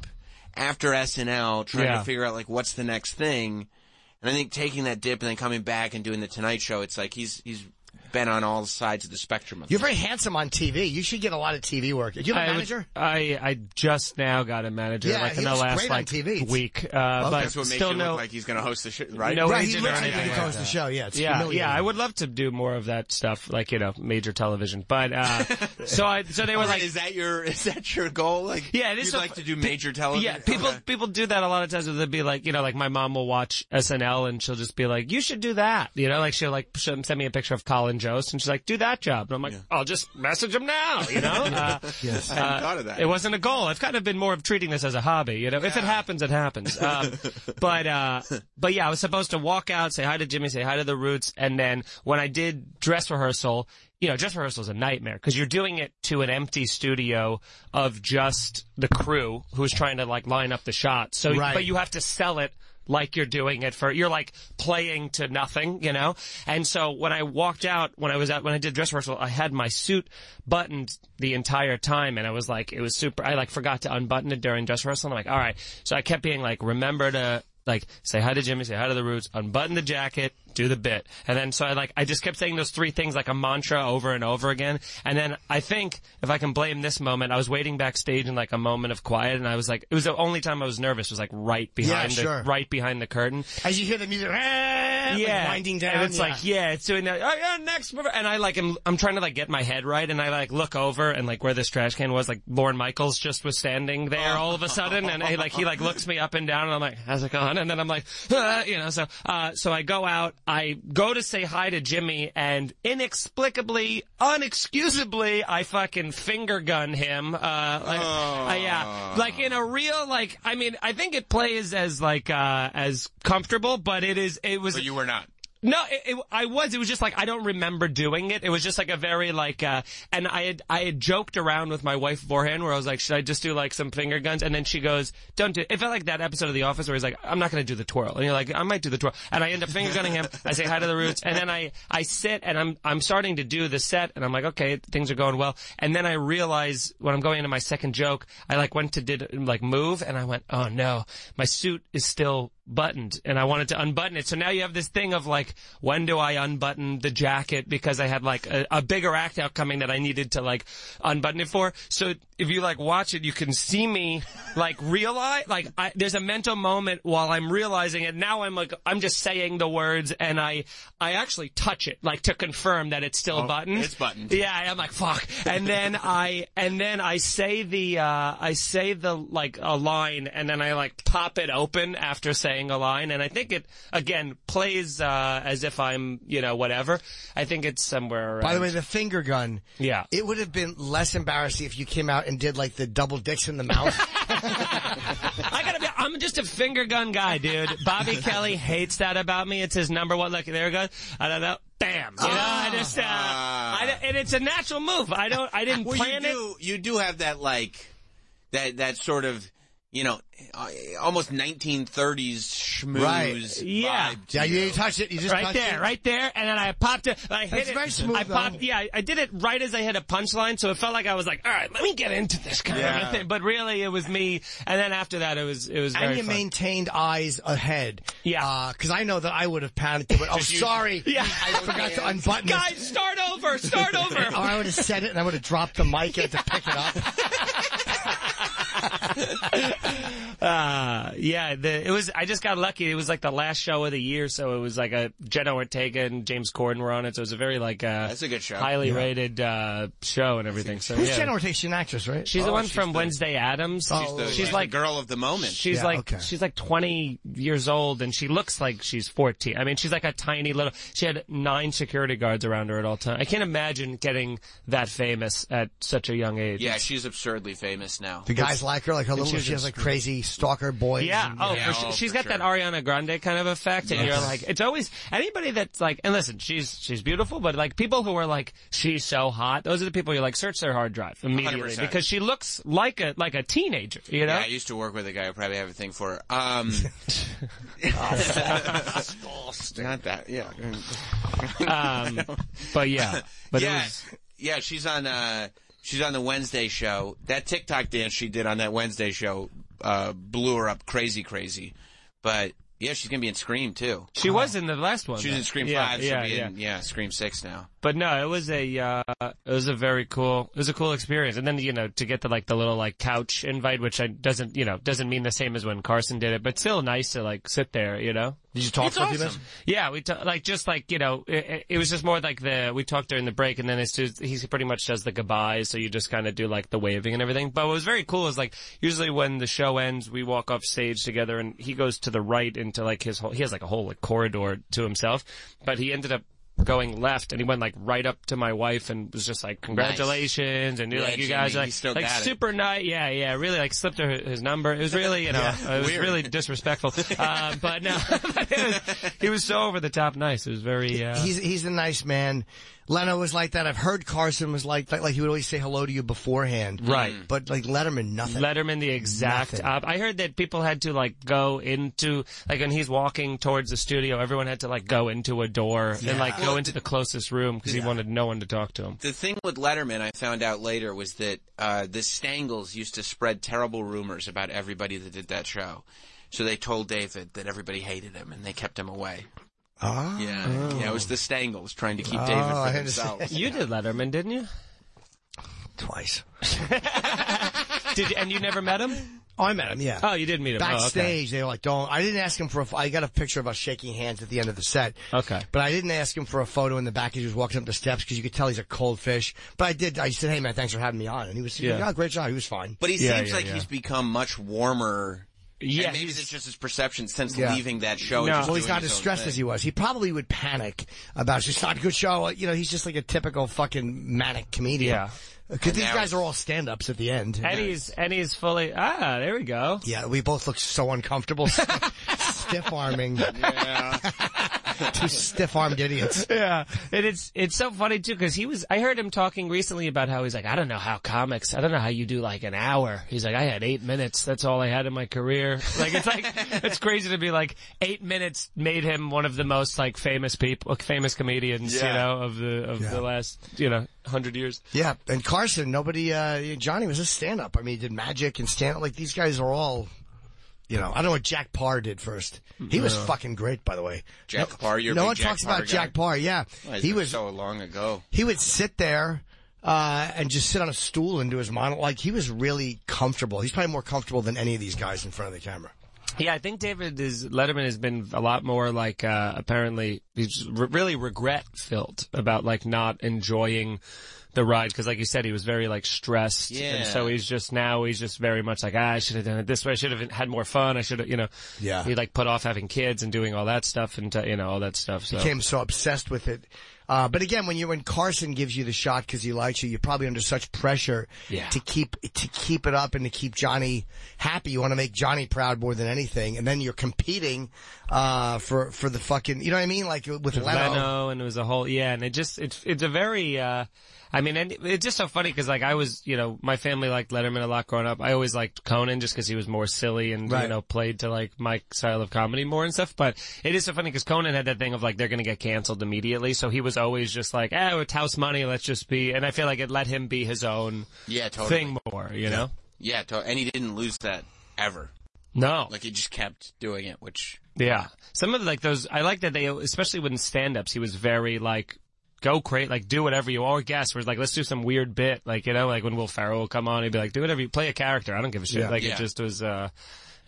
Speaker 5: after SNL, trying
Speaker 23: Yeah.
Speaker 5: to figure out like what's the next thing, and I think taking that dip and then coming back and doing the Tonight Show, it's like he's he's been on all sides of the spectrum. Of
Speaker 4: You're very handsome on TV. You should get a lot of TV work. Do you have a
Speaker 23: I
Speaker 4: manager?
Speaker 23: would- I I just now got a manager
Speaker 4: Yeah,
Speaker 23: like
Speaker 4: he
Speaker 23: in the
Speaker 4: looks
Speaker 23: last
Speaker 4: great on
Speaker 23: like
Speaker 4: TV.
Speaker 23: week. Uh,
Speaker 5: Okay.
Speaker 23: but
Speaker 5: That's what makes
Speaker 23: still
Speaker 5: you
Speaker 23: no,
Speaker 5: look like he's going to host the show, right?
Speaker 23: No,
Speaker 4: Right,
Speaker 23: he
Speaker 4: he
Speaker 23: didn't
Speaker 4: looks
Speaker 23: or
Speaker 4: like
Speaker 23: anything
Speaker 4: he
Speaker 23: like
Speaker 4: hosts
Speaker 23: that.
Speaker 4: the show, yeah, it's
Speaker 23: yeah,
Speaker 4: humiliating.
Speaker 23: yeah. I would love to do more of that stuff, like you know, major television. But
Speaker 5: *laughs*
Speaker 23: uh, so I so they were
Speaker 5: Or
Speaker 23: like,
Speaker 5: is that your is that your goal? Like,
Speaker 23: yeah, it is
Speaker 5: you'd
Speaker 23: so
Speaker 5: like
Speaker 23: fu-
Speaker 5: to do
Speaker 23: pe-
Speaker 5: major television.
Speaker 23: Yeah, people people do that a lot of times. Where they'll be like, you know, like my mom will watch SNL and she'll just be like, "You should do that," you know, like she'll like she'll send me a picture of Colin Jost and she's like, "Do that job," and I'm like, "I'll just message him now,"
Speaker 5: *laughs*
Speaker 23: you know. Uh,
Speaker 5: Yes. I hadn't thought of that.
Speaker 23: It wasn't a goal. I've kind of been more of treating this as a hobby. You know, if it happens, it
Speaker 5: *laughs*
Speaker 23: happens. Um, but uh, but yeah, I was supposed to walk out, say hi to Jimmy, say hi to the Roots, and then when I did dress rehearsal, you know, dress rehearsal is a nightmare because you're doing it to an empty studio of just the crew who's trying to like line up the shots. So,
Speaker 4: Right.
Speaker 23: but you have to sell it like you're doing it for you're like playing to nothing, you know. And so when I walked out, when I was out, when I did dress rehearsal, I had my suit buttoned the entire time, and I was like, it was super. I like forgot to unbutton it during dress rehearsal. And I'm like, all right. So I kept being like, remember to like say hi to Jimmy, say hi to the Roots, unbutton the jacket, do the bit, and then so I like I just kept saying those three things like a mantra over and over again, and then I think if I can blame this moment, I was waiting backstage in like a moment of quiet, and I was like, it was the only time I was nervous was like right behind
Speaker 4: Yeah, sure.
Speaker 23: the right behind the curtain.
Speaker 4: *laughs* As you hear the music, *laughs* yeah,
Speaker 23: Yeah,
Speaker 4: winding down.
Speaker 23: and it's like yeah, it's doing that. Oh yeah, next, and I like am I'm trying to like get my head right, and I like look over and like where this trash can was, like Lauren Michaels just was standing there all of a sudden, and he like he like looks me up and down, and I'm like, how's it going? And then I'm like, "Ah," you know, so uh, so I go out, I go to say hi to Jimmy, and inexplicably, unexcusably, I fucking finger gun him. Uh, like, uh, yeah, like in a real like, I mean, I think it plays as like uh as comfortable, but it is it was
Speaker 5: But you were not.
Speaker 23: no, it, it, I was. It was just like I don't remember doing it. It was just like a very like, uh, and I had I had joked around with my wife beforehand where I was like, should I just do like some finger guns? And then she goes, don't do. It felt like that episode of The Office where he's like, I'm not going to do the twirl, and you're like, I might do the twirl, and I end up finger gunning him. I say hi to the roots, and then I I sit and I'm I'm starting to do the set, and I'm like, okay, things are going well, and then I realize when I'm going into my second joke, I like went to did like move, and I went, oh no, my suit is still buttoned and I wanted to unbutton it. So now you have this thing of like, when do I unbutton the jacket? Because I had like a, a bigger act out coming that I needed to like unbutton it for. So if you like watch it, you can see me like realize, like I, there's a mental moment while I'm realizing it. Now I'm like, I'm just saying the words and I, I actually touch it like to confirm that it's still
Speaker 5: Oh,
Speaker 23: buttoned.
Speaker 5: it's buttoned.
Speaker 23: Yeah. I'm like, fuck. And then I, and then I say the, uh, I say the, like, a line, and then I, like, pop it open after saying a line, and I think it, again, plays, uh, as if I'm, you know, whatever. I think it's somewhere around.
Speaker 4: By the way, the finger gun.
Speaker 23: Yeah.
Speaker 4: It would have been less embarrassing if you came out and did like the double dicks in the mouth.
Speaker 23: I gotta be, I'm just a finger gun guy, dude.
Speaker 4: *laughs*
Speaker 23: Bobby Kelly hates that about me. It's his number one, look, there it goes. I don't know. Bam. You know,
Speaker 4: Ah.
Speaker 23: I just, uh, I don't- and it's a natural move. I don't, I didn't
Speaker 5: Well,
Speaker 23: plan
Speaker 5: you
Speaker 23: it.
Speaker 5: do, You do have that like that that sort of you know uh, almost 1930s schmooze
Speaker 4: Right.
Speaker 23: Yeah.
Speaker 5: vibe.
Speaker 4: yeah, you didn't touch it. You just
Speaker 23: right
Speaker 4: touched
Speaker 23: there,
Speaker 4: it.
Speaker 23: right there, and then I popped it. I hit
Speaker 4: That's
Speaker 23: it.
Speaker 4: very smooth,
Speaker 23: I popped.
Speaker 4: though.
Speaker 23: Yeah, I- I did it right as I hit a punchline, so it felt like I was like, "All right, let me get into this kind of
Speaker 4: Yeah.
Speaker 23: thing." But really, it was me. And then after that, it was it was very
Speaker 4: And you
Speaker 23: fun.
Speaker 4: maintained eyes ahead. Yeah. Because I know that I would have panicked.
Speaker 23: *laughs*
Speaker 4: But, oh,
Speaker 23: Just you-
Speaker 4: sorry.
Speaker 23: Yeah.
Speaker 4: I forgot to unbutton this.
Speaker 23: Guys, start over.
Speaker 4: *laughs*
Speaker 23: Start over.
Speaker 4: Oh,
Speaker 23: *laughs*
Speaker 4: or I would have said it and I would have dropped the mic and had to pick it up.
Speaker 23: uh, yeah, the, it was. I just got lucky. It was like the last show of the year, so it was like a Jenna Ortega and James Corden were on it. So it was a very like uh,
Speaker 5: That's a good show.
Speaker 23: highly
Speaker 5: Yeah.
Speaker 23: rated uh, show and everything. So
Speaker 4: Who's
Speaker 23: yeah.
Speaker 4: Jenna Ortega? She's an actress, right?
Speaker 23: Oh, She's the one from Wednesday Adams.
Speaker 4: Oh,
Speaker 23: she's
Speaker 4: She's the-
Speaker 23: like
Speaker 5: girl of the moment.
Speaker 23: She's
Speaker 4: Yeah,
Speaker 23: like
Speaker 4: okay.
Speaker 23: she's like 20 years old, and she looks like she's 14. I mean, she's like a tiny little. She had nine security guards around her at all times. I can't imagine getting that famous at such a young age.
Speaker 5: Yeah, she's absurdly famous now.
Speaker 4: The guys like her, like her
Speaker 23: And
Speaker 4: little.
Speaker 23: she's
Speaker 4: She has like
Speaker 23: just-
Speaker 4: crazy stalker boys.
Speaker 23: Yeah.
Speaker 4: and-
Speaker 23: Oh,
Speaker 5: Yeah,
Speaker 23: for sure.
Speaker 5: oh,
Speaker 23: she's
Speaker 5: for
Speaker 23: got that Ariana Grande kind of effect, and
Speaker 4: Yes.
Speaker 23: you're like, it's always anybody that's like, and listen, she's she's beautiful, but like people who are like, she's so hot. Those are the people you like search their hard drive immediately
Speaker 5: 100%.
Speaker 23: because she looks like a like a teenager. You know.
Speaker 5: Yeah, I used to work with a guy who probably have a thing for her.
Speaker 4: *laughs*
Speaker 5: Um, *laughs* not that, yeah.
Speaker 23: *laughs* Um, but
Speaker 5: *laughs*
Speaker 23: yeah, but it
Speaker 5: yeah,
Speaker 23: was-
Speaker 5: yeah, she's on, uh, she's on the Wednesday show. That TikTok dance she did on that Wednesday show, uh, blew her up crazy, crazy. But yeah, she's gonna be in Scream too.
Speaker 23: She
Speaker 4: Uh-huh.
Speaker 23: was in the last one.
Speaker 5: She was in
Speaker 23: though.
Speaker 5: Scream
Speaker 23: Yeah,
Speaker 5: Five.
Speaker 23: yeah,
Speaker 5: She'll be
Speaker 23: yeah.
Speaker 5: in yeah Scream Six now.
Speaker 23: But no, it was a uh, it was a very cool it was a cool experience. And then you know to get the like the little like couch invite, which I doesn't you know doesn't mean the same as when Carson did it, but still nice to like sit there. You know.
Speaker 4: Did you talk
Speaker 23: it's
Speaker 4: for a few
Speaker 23: awesome.
Speaker 4: minutes?
Speaker 23: Yeah, we ta- like just like you know it, it was just more like the we talked during the break, and then as soon as he pretty much does the goodbyes, so you just kind of do like the waving and everything. But what was very cool is like usually when the show ends, we walk off stage together, and he goes to the right into like his whole he has like a whole like corridor to himself, but he ended up going left and he went like right up to my wife and was just like congratulations and you're
Speaker 5: Yeah,
Speaker 23: like you guys
Speaker 5: Jimmy,
Speaker 23: are
Speaker 5: he
Speaker 23: like,
Speaker 5: still
Speaker 23: like
Speaker 5: got it.
Speaker 23: super nice yeah yeah really like slipped her his number it
Speaker 5: *laughs*
Speaker 23: was really you know
Speaker 5: Yeah,
Speaker 23: it was
Speaker 5: weird.
Speaker 23: really
Speaker 5: *laughs*
Speaker 23: disrespectful uh, but no *laughs* but it was, he was so over the top nice it was very uh,
Speaker 4: he's he's a nice man. Leno was like that. I've heard Carson was like that. Like he would always say hello to you beforehand,
Speaker 23: Right.
Speaker 4: But like Letterman, nothing.
Speaker 23: Letterman, the exact.
Speaker 4: Nothing.
Speaker 23: Op- I heard that people had to like go into like when he's walking towards the studio, everyone had to like go into a door
Speaker 5: Yeah.
Speaker 23: and like
Speaker 5: Well,
Speaker 23: go into the closest room because he wanted no one to talk to him.
Speaker 5: The thing with Letterman, I found out later, was that uh, the Stangles used to spread terrible rumors about everybody that did that show. So they told David that everybody hated him, and they kept him away.
Speaker 4: Oh.
Speaker 5: Yeah, yeah, it was the Stangles trying to keep
Speaker 4: Oh,
Speaker 5: David
Speaker 4: I
Speaker 5: for
Speaker 4: understand.
Speaker 5: themselves.
Speaker 23: You did Letterman, didn't you?
Speaker 4: Twice.
Speaker 23: *laughs* Did you, and you never met him?
Speaker 4: Oh, I met him. Yeah.
Speaker 23: Oh, you did meet him. Oh, okay.
Speaker 4: Backstage, they were like, "Don't." I didn't ask him for. A, I got a picture of us shaking hands at the end of the set.
Speaker 23: Okay.
Speaker 4: But I didn't ask him for a photo in the back as he was walking up the steps because you could tell he's a cold fish. But I did. I said, "Hey, man, thanks for having me on." And he was,
Speaker 5: Yeah.
Speaker 4: yeah, great job. He was fine.
Speaker 5: But he seems like he's become much warmer. Yeah, maybe it's just his perception since
Speaker 4: Yeah.
Speaker 5: leaving that show. and just
Speaker 4: well, he's
Speaker 5: doing
Speaker 4: not
Speaker 5: his
Speaker 4: as
Speaker 5: own
Speaker 4: stressed
Speaker 5: thing.
Speaker 4: as he was. He probably would panic about it's just not a good show. You know, he's just like a typical fucking manic comedian.
Speaker 23: Yeah.
Speaker 4: Because
Speaker 23: And
Speaker 4: these
Speaker 23: now
Speaker 4: guys are all stand-ups at the end.
Speaker 23: And he's and he's fully ah there we go.
Speaker 4: Yeah, we both look so uncomfortable, *laughs* stiff arming. *laughs* Two stiff-armed idiots.
Speaker 23: *laughs* Yeah, and it's it's so funny too because he was. I heard him talking recently about how he's like, I don't know how comics. I don't know how you do like an hour. He's like, I had eight minutes. That's all I had in my career. *laughs* Like it's like it's crazy to be like eight minutes made him one of the most like famous people, famous comedians. You
Speaker 4: Yeah.
Speaker 23: know of the of
Speaker 4: Yeah.
Speaker 23: the last you know hundred years.
Speaker 4: Yeah, and Carson, nobody, uh, Johnny was a stand-up. I mean, he did magic and stand-up. Like, these guys are all, you know, I don't know what Jack Parr did first. He was
Speaker 5: Yeah.
Speaker 4: fucking great, by the way.
Speaker 5: Jack
Speaker 4: No-
Speaker 5: Parr, you're a
Speaker 4: No
Speaker 5: big
Speaker 4: one
Speaker 5: Jack
Speaker 4: talks
Speaker 5: Parr
Speaker 4: about
Speaker 5: guy.
Speaker 4: Jack Parr, yeah.
Speaker 5: Well, it's
Speaker 4: he
Speaker 5: been
Speaker 4: was,
Speaker 5: so long ago.
Speaker 4: he would sit there, uh, and just sit on a stool and do his monologue. Like, he was really comfortable. He's probably more comfortable than any of these guys in front of the camera.
Speaker 23: Yeah, I think David is Letterman has been a lot more like uh, apparently he's re- really regret filled about like not enjoying the ride because like you said he was very like stressed
Speaker 5: Yeah.
Speaker 23: and so he's just now he's just very much like ah, I should have done it this way I should have had more fun I should have you know
Speaker 4: Yeah.
Speaker 23: he like put off having kids and doing all that stuff and t- you know all that stuff so
Speaker 4: became so obsessed with it. Uh, but again, when you when Carson gives you the shot because he likes you, you're probably under such pressure
Speaker 23: Yeah.
Speaker 4: to keep to keep it up and to keep Johnny happy. You want to make Johnny proud more than anything, and then you're competing uh, for for the fucking you know what I mean, like with Leno.
Speaker 23: and it was a whole yeah, and it just it's it's a very uh I mean, and it's just so funny because like I was, you know, my family liked Letterman a lot growing up. I always liked Conan just because he was more silly and you
Speaker 4: Right.
Speaker 23: know played to like my style of comedy more and stuff. But it is so funny because Conan had that thing of like they're gonna get canceled immediately, so he was always just like, oh, it's house money, let's just be. And I feel like it let him be his own
Speaker 5: Yeah, totally.
Speaker 23: thing more, you know.
Speaker 5: Yeah, to- and he didn't lose that ever.
Speaker 23: No.
Speaker 5: Like he just kept doing it, which
Speaker 23: Yeah. Some of like those, I like that they, especially with stand-ups, he was very like, go crazy, like do whatever you or guess. We're like, let's do some weird bit, like you know, like when Will Ferrell will come on, he'd be like, do whatever you play a character. I don't give a shit.
Speaker 5: Yeah.
Speaker 23: Like
Speaker 5: Yeah.
Speaker 23: it just was. uh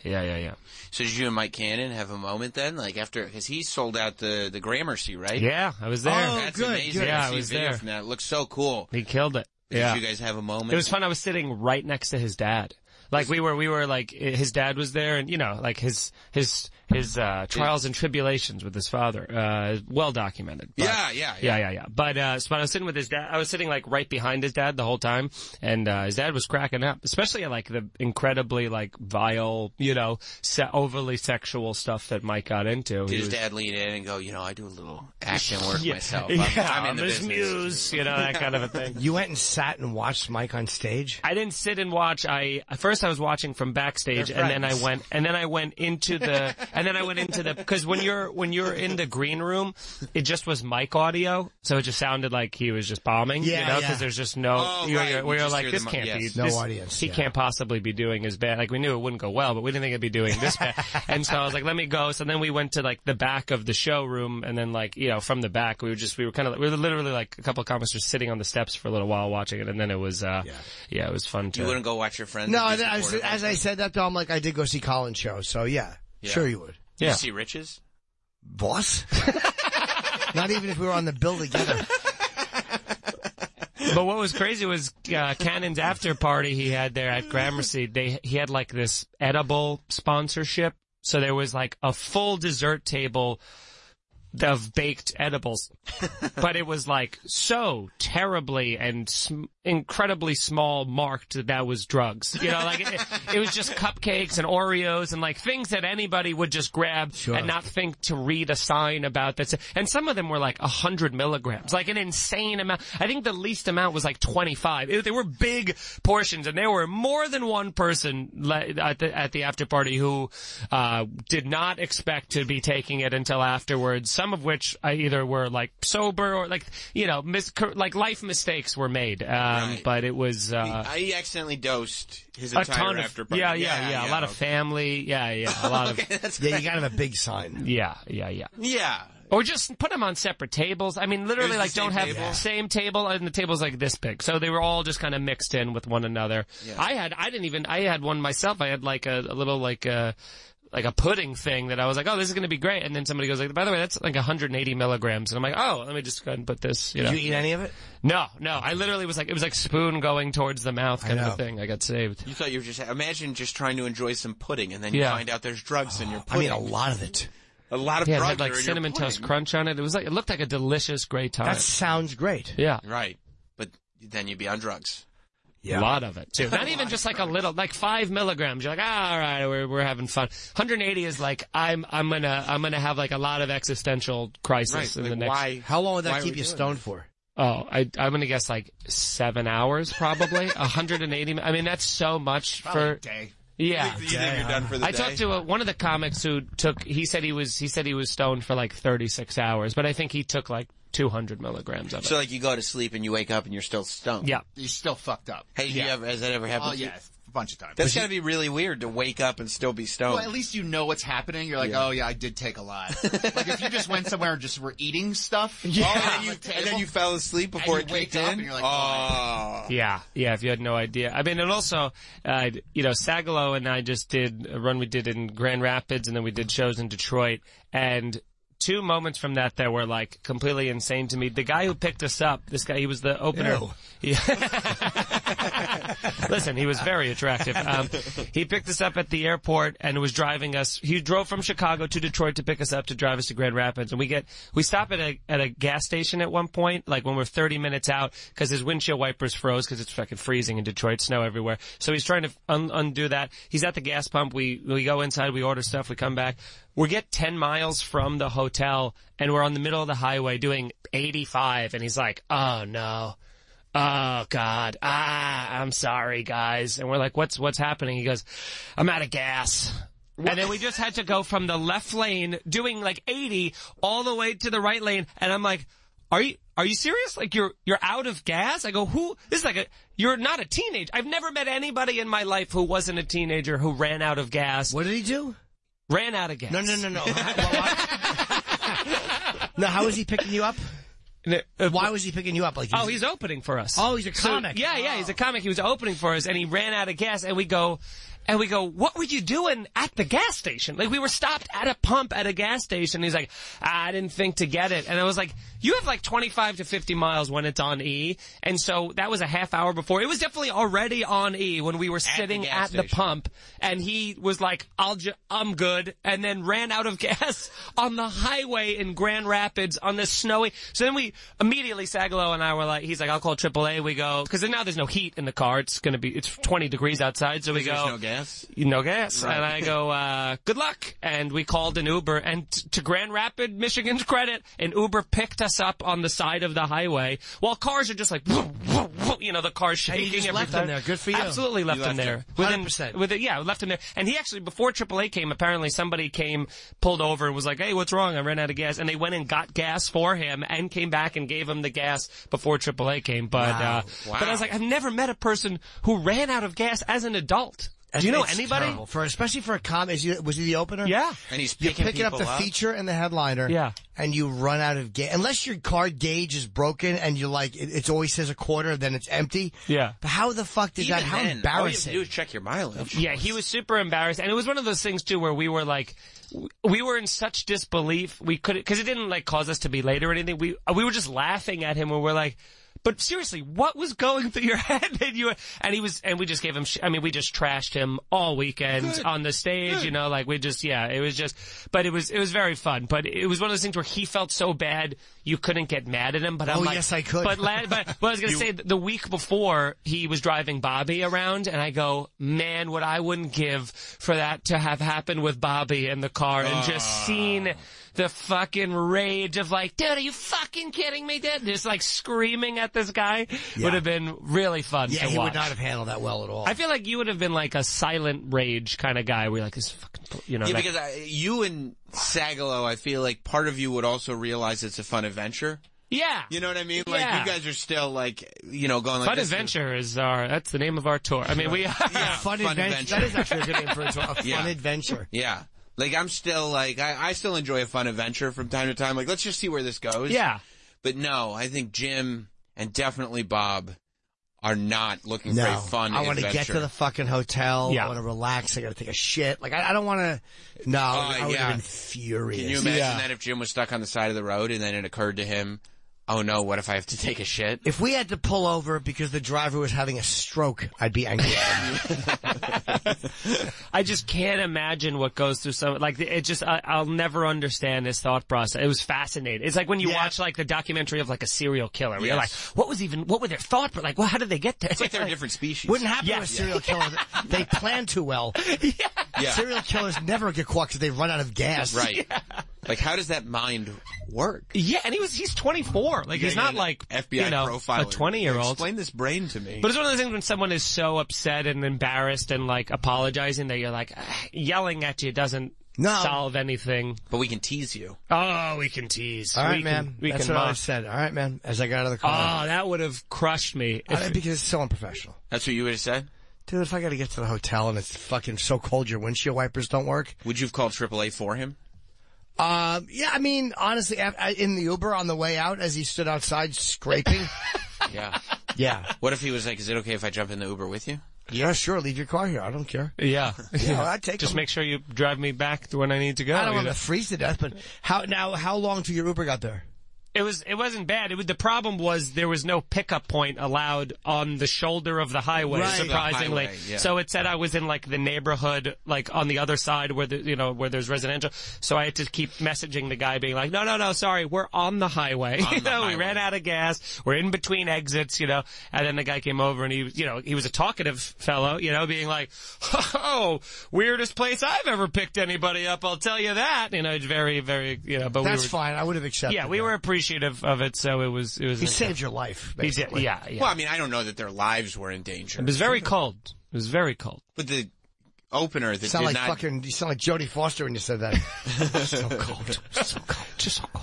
Speaker 23: yeah, yeah, yeah.
Speaker 5: So did you and Mike Cannon have a moment then, like after because he sold out the the Gramercy, right?
Speaker 23: Yeah, I was there. Oh,
Speaker 5: That's
Speaker 23: good,
Speaker 5: amazing.
Speaker 23: good. Yeah,
Speaker 5: I
Speaker 23: I
Speaker 5: see
Speaker 23: was
Speaker 5: video
Speaker 23: there.
Speaker 5: From that. It looks so cool.
Speaker 23: He killed it.
Speaker 5: Did
Speaker 23: yeah.
Speaker 5: you guys have a moment?
Speaker 23: It was fun. I was sitting right next to his dad. Like we were, we were like, his dad was there and you know, like his, his, his, uh, trials and tribulations with his father, uh, well documented. But-
Speaker 5: Yeah, yeah,
Speaker 23: yeah. Yeah, yeah, But, uh, so when I was sitting with his dad, I was sitting like right behind his dad the whole time and, uh, his dad was cracking up, especially at like the incredibly like vile, you know, se- overly sexual stuff that Mike got into.
Speaker 5: Did
Speaker 23: He
Speaker 5: his
Speaker 23: was-
Speaker 5: dad lean in and go, you know, I do a little action work
Speaker 23: Oh, *laughs* Yeah.
Speaker 5: myself. I'm,
Speaker 23: Yeah,
Speaker 5: I'm in the
Speaker 23: his
Speaker 5: business.
Speaker 23: muse, you know, that
Speaker 4: *laughs*
Speaker 23: kind of a thing.
Speaker 4: You went and sat and watched Mike on stage.
Speaker 23: I didn't sit and watch. I at first I was watching from backstage,
Speaker 4: They're
Speaker 23: and then I
Speaker 4: friends.
Speaker 23: went, and then I went into the, and then I went into the because when you're when you're in the green room, it just was mic audio, so it just sounded like he was just bombing, you
Speaker 4: Yeah,
Speaker 23: know,
Speaker 4: yeah.
Speaker 23: because there's just no,
Speaker 4: Oh,
Speaker 23: you're,
Speaker 4: right,
Speaker 23: you're,
Speaker 4: you
Speaker 23: we're
Speaker 4: just
Speaker 23: like
Speaker 4: hear
Speaker 23: this
Speaker 4: the
Speaker 23: can't
Speaker 4: mic,
Speaker 23: be
Speaker 4: yes. No
Speaker 23: this-
Speaker 4: audience,
Speaker 23: He
Speaker 4: yeah.
Speaker 23: can't possibly be doing his bad. Like we knew it wouldn't go well, but we didn't think it'd be doing this bad. and so I was like, let me go. So then we went to like the back of the showroom, and then like you know from the back we were just we were kind of we were literally like a couple of comics just sitting on the steps for a little while watching it, and then it was uh yeah, it was fun.
Speaker 5: *laughs* You
Speaker 23: to-
Speaker 5: wouldn't go watch your friends.
Speaker 4: No,
Speaker 5: and
Speaker 4: I,
Speaker 5: be
Speaker 4: I was,
Speaker 5: supportive?
Speaker 4: as I said that though, I'm like, I did go see Colin's show, so yeah,
Speaker 5: Yeah.
Speaker 4: sure you would.
Speaker 5: Did You see Riches?
Speaker 4: boss. *laughs* Not even if we were on the bill together.
Speaker 23: but what was crazy was uh, Cannon's after party he had there at Gramercy. They he had like this edible sponsorship, so there was like a full dessert table of baked edibles, but it was like so terribly and sm- incredibly small marked that that was drugs. You know, like it, it was just cupcakes and Oreos and like things that anybody would just grab and not think to read a sign about that. And some of them were like a hundred milligrams, like an insane amount. I think the least amount was like 25. It, they were big portions and there were more than one person le- at the, at the after party who, uh, did not expect to be taking it until afterwards. Some of which I either were like sober or like, you know, mis- cor- like life mistakes were made. Um, but it was, uh,
Speaker 5: I accidentally dosed his
Speaker 23: a
Speaker 5: entire
Speaker 23: ton of,
Speaker 5: after party.
Speaker 23: Yeah, yeah, yeah, A lot of family. Yeah, yeah. A lot
Speaker 4: *laughs*
Speaker 5: *laughs* Okay,
Speaker 23: of.
Speaker 5: that's
Speaker 4: yeah, you gotta have a big sign.
Speaker 23: Yeah, yeah, yeah.
Speaker 5: Yeah.
Speaker 23: Or just put them on separate tables. I mean,
Speaker 5: It was
Speaker 23: literally,
Speaker 5: the
Speaker 23: like, don't
Speaker 5: same
Speaker 23: have
Speaker 5: table?
Speaker 23: same table, and the table's like this big. So they were all just kind of mixed in with one another.
Speaker 5: Yeah.
Speaker 23: I had, I didn't even, I had one myself. I had like a, a little like a, like a pudding thing that I was like, oh, this is going to be great. And then somebody goes like, by the way, that's like 180 milligrams. And I'm like, oh, let me just go ahead and put this. You
Speaker 4: Did
Speaker 23: know.
Speaker 4: you eat any of it?
Speaker 23: No, no. I literally was like, it was like spoon going towards the mouth kind of a
Speaker 5: know.
Speaker 23: thing. I got saved.
Speaker 5: You thought you were just imagine just trying to enjoy some pudding and then you
Speaker 23: Yeah.
Speaker 5: find out there's drugs in your
Speaker 23: *gasps* I mean,
Speaker 5: pudding.
Speaker 23: a
Speaker 4: lot of it.
Speaker 5: A lot of
Speaker 23: yeah, it
Speaker 5: drugs
Speaker 23: had like
Speaker 5: are in your
Speaker 23: cinnamon
Speaker 5: pudding.
Speaker 23: toast crunch on it. It was like it looked like a delicious gray time.
Speaker 4: That sounds great.
Speaker 23: Yeah.
Speaker 5: Right. But then you'd be on drugs.
Speaker 23: A lot of
Speaker 5: *laughs*
Speaker 23: it too. Not even just like a little, like five milligrams. You're like, ah, all right, we're we're having fun. 180 is like I'm I'm gonna I'm gonna have like a lot of existential crisis
Speaker 4: Right,
Speaker 23: in the
Speaker 4: like,
Speaker 23: next.
Speaker 4: why- How long would that why are keep we you doing stoned this? for?
Speaker 23: Oh, I I'm gonna guess like seven hours probably. *laughs* 180. I mean, that's so much
Speaker 1: Probably
Speaker 23: for
Speaker 1: a day.
Speaker 23: Yeah,
Speaker 1: You think you're Yeah. done for the
Speaker 23: I
Speaker 1: day?
Speaker 23: talked to a, one of the comics who took. He said he was he said he was stoned for like 36 hours, but I think he took like 200 milligrams of it.
Speaker 5: So like you go to sleep and you wake up and you're still stoned.
Speaker 23: Yeah.
Speaker 1: You're still fucked up.
Speaker 5: Hey, do you ever, has that ever happened?
Speaker 1: Oh,
Speaker 5: to you?
Speaker 1: yeah, a bunch of times.
Speaker 5: That's gotta be really weird to wake up and still be stoned.
Speaker 1: Well, at least you know what's happening. You're like,
Speaker 5: Yeah.
Speaker 1: oh yeah, I did take a
Speaker 5: *laughs*
Speaker 1: lot. like if you just went somewhere and just were eating stuff,
Speaker 5: Yeah.
Speaker 1: all
Speaker 5: And
Speaker 1: on
Speaker 5: then
Speaker 1: the
Speaker 5: you- and then
Speaker 1: table,
Speaker 5: you fell asleep
Speaker 1: and
Speaker 5: before
Speaker 1: you
Speaker 5: it
Speaker 1: wake
Speaker 5: kicked
Speaker 1: up
Speaker 5: in?
Speaker 1: And you're like,
Speaker 5: oh.
Speaker 23: Yeah, yeah. If you had no idea, I mean, and also, uh, you know, Sagalo and I just did a run we did in Grand Rapids, and then we did shows in Detroit, and two moments from that that were like completely insane to me. The guy who picked us up, this guy, he was the opener.
Speaker 4: Ew.
Speaker 23: *laughs* Yeah. *laughs* Listen, he was very attractive. Um, he picked us up at the airport and was driving us. He drove from Chicago to Detroit to pick us up to drive us to Grand Rapids. And we get, we stop at a, at a gas station at one point, like when we're 30 minutes out, cause his windshield wipers froze cause it's fucking freezing in Detroit, snow everywhere. So he's trying to un- undo that. He's at the gas pump. We, we go inside, we order stuff, we come back. We get 10 miles from the hotel and we're on the middle of the highway doing 85 and he's like, oh no. Oh God! Ah, I'm sorry, guys. And we're like, "What's what's happening?" He goes, "I'm out of gas." And then we just had to go from the left lane, doing like 80, all the way to the right lane. And I'm like, "Are you are you serious? Like you're you're out of gas?" I go, "Who? This is like a you're not a teenager. I've never met anybody in my life who wasn't a teenager who ran out of gas." What
Speaker 4: did he do?
Speaker 23: Ran out of gas. *laughs*
Speaker 4: No, no, no, no. no, how was he picking you up? Why was he picking you up? Like,
Speaker 23: uh, oh, he's opening for us.
Speaker 4: Oh, he's a
Speaker 23: So-
Speaker 4: comic.
Speaker 23: yeah, yeah, he's a comic. He was opening for us, and he ran out of gas, and we go, and we go, what were you doing at the gas station? Like, we were stopped at a pump at a gas station. He's like, "Ah, I didn't think to get it, and I was like, you have like 25 to 50 miles when it's on E, and so that was a half hour before. It was definitely already on E when we were sitting
Speaker 5: gas
Speaker 23: at the
Speaker 5: station.
Speaker 23: pump, and he was like, I'll ju- I'm good, and then ran out of *laughs* gas on the highway in Grand Rapids on this snowy. So then we immediately, Sagalo and I were like, he's like, I'll call AAA. We go, cause then now there's no heat in the car. It's gonna be, it's 20 degrees outside. So we go,
Speaker 5: There's no gas.
Speaker 23: no gas.
Speaker 5: Right.
Speaker 23: And I
Speaker 5: *laughs*
Speaker 23: go, uh, good luck. And we called an Uber and t- to Grand Rapid, Michigan's credit, an Uber picked us up on the side of the highway while cars are just like, *laughs* you know, the car's shaking.
Speaker 4: just
Speaker 23: every
Speaker 4: left him
Speaker 23: time.
Speaker 4: there. Good for you.
Speaker 23: Absolutely left
Speaker 4: You
Speaker 23: him
Speaker 4: left
Speaker 23: there.
Speaker 4: him.
Speaker 23: Within, with it, yeah, left him there. And he actually, before AAA came, apparently somebody came, pulled over and was like, hey, what's wrong? I ran out of gas. And they went and got gas for him and came back and gave him the gas before AAA came. But,
Speaker 5: Wow.
Speaker 23: uh, but I was like, I've never met a person who ran out of gas as an adult. Do you know
Speaker 4: It's
Speaker 23: anybody?
Speaker 4: terrible. For especially for a comic, is he, was he the opener?
Speaker 23: Yeah,
Speaker 5: And he's
Speaker 4: you
Speaker 5: picking
Speaker 4: pick it up the
Speaker 5: people up?
Speaker 4: feature and the headliner.
Speaker 5: Yeah.
Speaker 4: and you run out of gas unless your card gauge is broken and you're like it, it always says a quarter, then it's empty.
Speaker 23: Yeah,
Speaker 4: but how the fuck did
Speaker 23: Even
Speaker 4: that? How
Speaker 23: then, all you have to
Speaker 4: embarrassing!
Speaker 5: You would check your mileage.
Speaker 23: Yeah, he was super embarrassed, and it was one of those things too where we were like, w- we were in such disbelief we couldn't because it didn't like cause us to be late or anything. We uh, we were just laughing at him and we're like. But seriously, what was going through your *laughs* head? And you and he was, and we just gave him. Sh- I mean, we just trashed him all weekend
Speaker 5: Good.
Speaker 23: on the stage. You know, like we just, yeah, it was just. But it was, it was very fun. But it was one of those things where he felt so bad you couldn't get mad at him. But
Speaker 4: Oh,
Speaker 23: I'm like,
Speaker 4: yes, I could.
Speaker 23: But la- but well, I was gonna
Speaker 4: You-
Speaker 23: say th- the week before he was driving Bobby around, and I go, man, what I wouldn't give for that to have happened with Bobby in the car, and
Speaker 4: Ah.
Speaker 23: just seen the fucking rage of like, dude, are you fucking kidding me, dude? Just like screaming at this guy would have been really fun.
Speaker 4: yeah,
Speaker 23: to
Speaker 4: he
Speaker 23: watch.
Speaker 4: would not have handled that well at all.
Speaker 23: I feel like you would have been like a silent rage kind of guy. Where you're like this fucking, pl- you know,
Speaker 5: yeah,
Speaker 23: that-
Speaker 5: because I, you and Sagalo, I feel like part of you would also realize it's a fun adventure.
Speaker 23: yeah,
Speaker 5: You know what I mean? Like
Speaker 23: Yeah.
Speaker 5: you guys are still like you know going like
Speaker 23: Fun
Speaker 5: this is-
Speaker 23: Adventure is our, that's the name of our tour. I mean, we *laughs* are.
Speaker 5: Yeah,
Speaker 4: fun, adventure. That is actually a good name for a, tour, a fun
Speaker 5: Yeah.
Speaker 4: adventure.
Speaker 5: Yeah. Like I'm still like I, I still enjoy a fun adventure from time to time. Like let's just see where this goes.
Speaker 23: Yeah.
Speaker 5: But no, I think Jim and definitely Bob are not looking for
Speaker 4: No,
Speaker 5: a fun
Speaker 4: I want to
Speaker 5: adventure.
Speaker 4: get to the fucking hotel.
Speaker 5: Yeah.
Speaker 4: I want to relax. I got to take a shit. Like I, I don't want to. No,
Speaker 5: Oh,
Speaker 4: I would
Speaker 5: yeah.
Speaker 4: have been furious.
Speaker 5: Can you imagine that if Jim was stuck on the side of the road and then it occurred to him, oh no, what if I have to take a shit?
Speaker 4: If we had to pull over because the driver was having a stroke, I'd be
Speaker 5: *laughs*
Speaker 4: angry.
Speaker 23: I just can't imagine what goes through some like it just I, I'll never understand this thought process. It was fascinating. It's like when you watch like the documentary of like a serial killer. where You're like,
Speaker 5: Yes.
Speaker 23: what was even what were their thought? But like, well, how did they get there? *laughs*
Speaker 5: It's like they're a different species.
Speaker 4: Wouldn't happen
Speaker 23: Yeah.
Speaker 4: to a serial killer.
Speaker 23: *laughs*
Speaker 4: They plan too well.
Speaker 5: Yeah.
Speaker 4: Serial killers never get caught because they run out of
Speaker 23: *laughs*
Speaker 4: gas.
Speaker 5: Right. Like how does that mind work?
Speaker 23: Yeah, and he was he's 24. Like
Speaker 5: Yeah,
Speaker 23: he's
Speaker 5: yeah,
Speaker 23: not
Speaker 5: an
Speaker 23: like
Speaker 5: FBI
Speaker 23: you know,
Speaker 5: profiler.
Speaker 23: a 20 year old.
Speaker 5: Explain this brain to me.
Speaker 23: But it's one of those things when someone is so upset and embarrassed and like apologizing that you're like "Ah, yelling at you doesn't solve anything.
Speaker 5: But we can tease you.
Speaker 23: Oh, we can tease.
Speaker 4: All right,
Speaker 23: we
Speaker 4: man.
Speaker 23: Can, we
Speaker 4: That's
Speaker 23: can
Speaker 4: what I
Speaker 23: mock.
Speaker 4: always said. All right, man. As I got out of the car.
Speaker 23: Oh, that would have crushed me.
Speaker 4: I- because it's so unprofessional.
Speaker 5: That's what you would have said?
Speaker 4: Dude, if I got to get to the hotel and it's fucking so cold your windshield wipers don't work.
Speaker 5: Would you have called AAA for him?
Speaker 4: Um, yeah, I mean, honestly, af- I- in the Uber on the way out, as he stood outside
Speaker 23: *laughs*
Speaker 4: scraping.
Speaker 5: Yeah.
Speaker 4: yeah.
Speaker 5: What if he was like, is it okay if I jump in the Uber with you?
Speaker 4: yeah, sure. Leave your car here. I don't care.
Speaker 5: *laughs*
Speaker 23: Yeah.
Speaker 4: Yeah, I'd take
Speaker 23: Just
Speaker 4: them.
Speaker 23: make sure you drive me back to when I need to go.
Speaker 4: I don't want
Speaker 23: either.
Speaker 4: to freeze to death, but how now? How long till your Uber got there?
Speaker 23: It was it wasn't bad. It was, the problem was there was no pickup point allowed on the shoulder of the highway.
Speaker 4: Right.
Speaker 23: Surprisingly,
Speaker 4: The highway, yeah.
Speaker 23: so it said I was in like the neighborhood, like on the other side where the you know where there's residential. So I had to keep messaging the guy, being like, "No, no, no, sorry, we're on the *laughs* highway.
Speaker 5: On
Speaker 23: you
Speaker 5: the
Speaker 23: know,
Speaker 5: highway.
Speaker 23: we ran out of gas. We're in between exits. You know." And then the guy came over and he, was- you know, he was a talkative fellow, you know, being like, "Oh, weirdest place I've ever picked anybody up. I'll tell you that." You know, it's very, very, you know, but
Speaker 4: That's
Speaker 23: we were,
Speaker 4: fine. I would have accepted.
Speaker 23: yeah, we were appreciative of it, so it was it was.
Speaker 4: He saved your life.
Speaker 23: He did,
Speaker 4: Basically.
Speaker 23: yeah, yeah.
Speaker 5: Well, I mean, I don't know that their lives were in danger.
Speaker 23: it was very cold. It was very cold.
Speaker 5: But the opener that
Speaker 4: You
Speaker 5: did
Speaker 4: sound like
Speaker 5: not
Speaker 4: fucking. You sound like Jodie Foster when you said
Speaker 5: *laughs*
Speaker 4: that. so cold. So cold.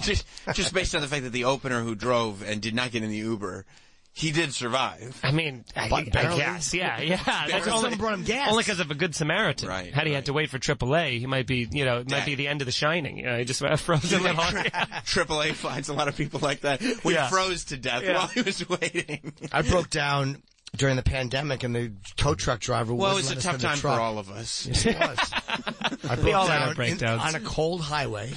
Speaker 5: just, just based on the fact that the opener who drove and did not get in the Uber, He did survive.
Speaker 23: I mean, I,
Speaker 5: But
Speaker 23: I
Speaker 5: barely.
Speaker 23: guess, yeah, yeah. That's
Speaker 5: Barely.
Speaker 23: only,
Speaker 5: Someone brought him gas.
Speaker 23: Only because of a good Samaritan. Right. Had he had to wait for AAA, he might be, you know, it might be the end of The Shining. You know, he just *laughs* froze in the hall.
Speaker 5: *laughs* Triple A finds a lot of people like that. We
Speaker 23: Yeah.
Speaker 5: froze to death
Speaker 23: Yeah.
Speaker 5: while he was waiting.
Speaker 4: I broke down during the pandemic, and the tow truck driver
Speaker 5: Well,
Speaker 4: wouldn't
Speaker 5: it was a
Speaker 4: let us in
Speaker 5: tough
Speaker 4: the
Speaker 5: time for
Speaker 4: truck.
Speaker 5: all of us.
Speaker 4: Yes, it
Speaker 5: *laughs*
Speaker 4: was. I
Speaker 5: We
Speaker 4: broke
Speaker 5: all had our
Speaker 4: down in,
Speaker 5: breakdowns.
Speaker 4: on a cold highway,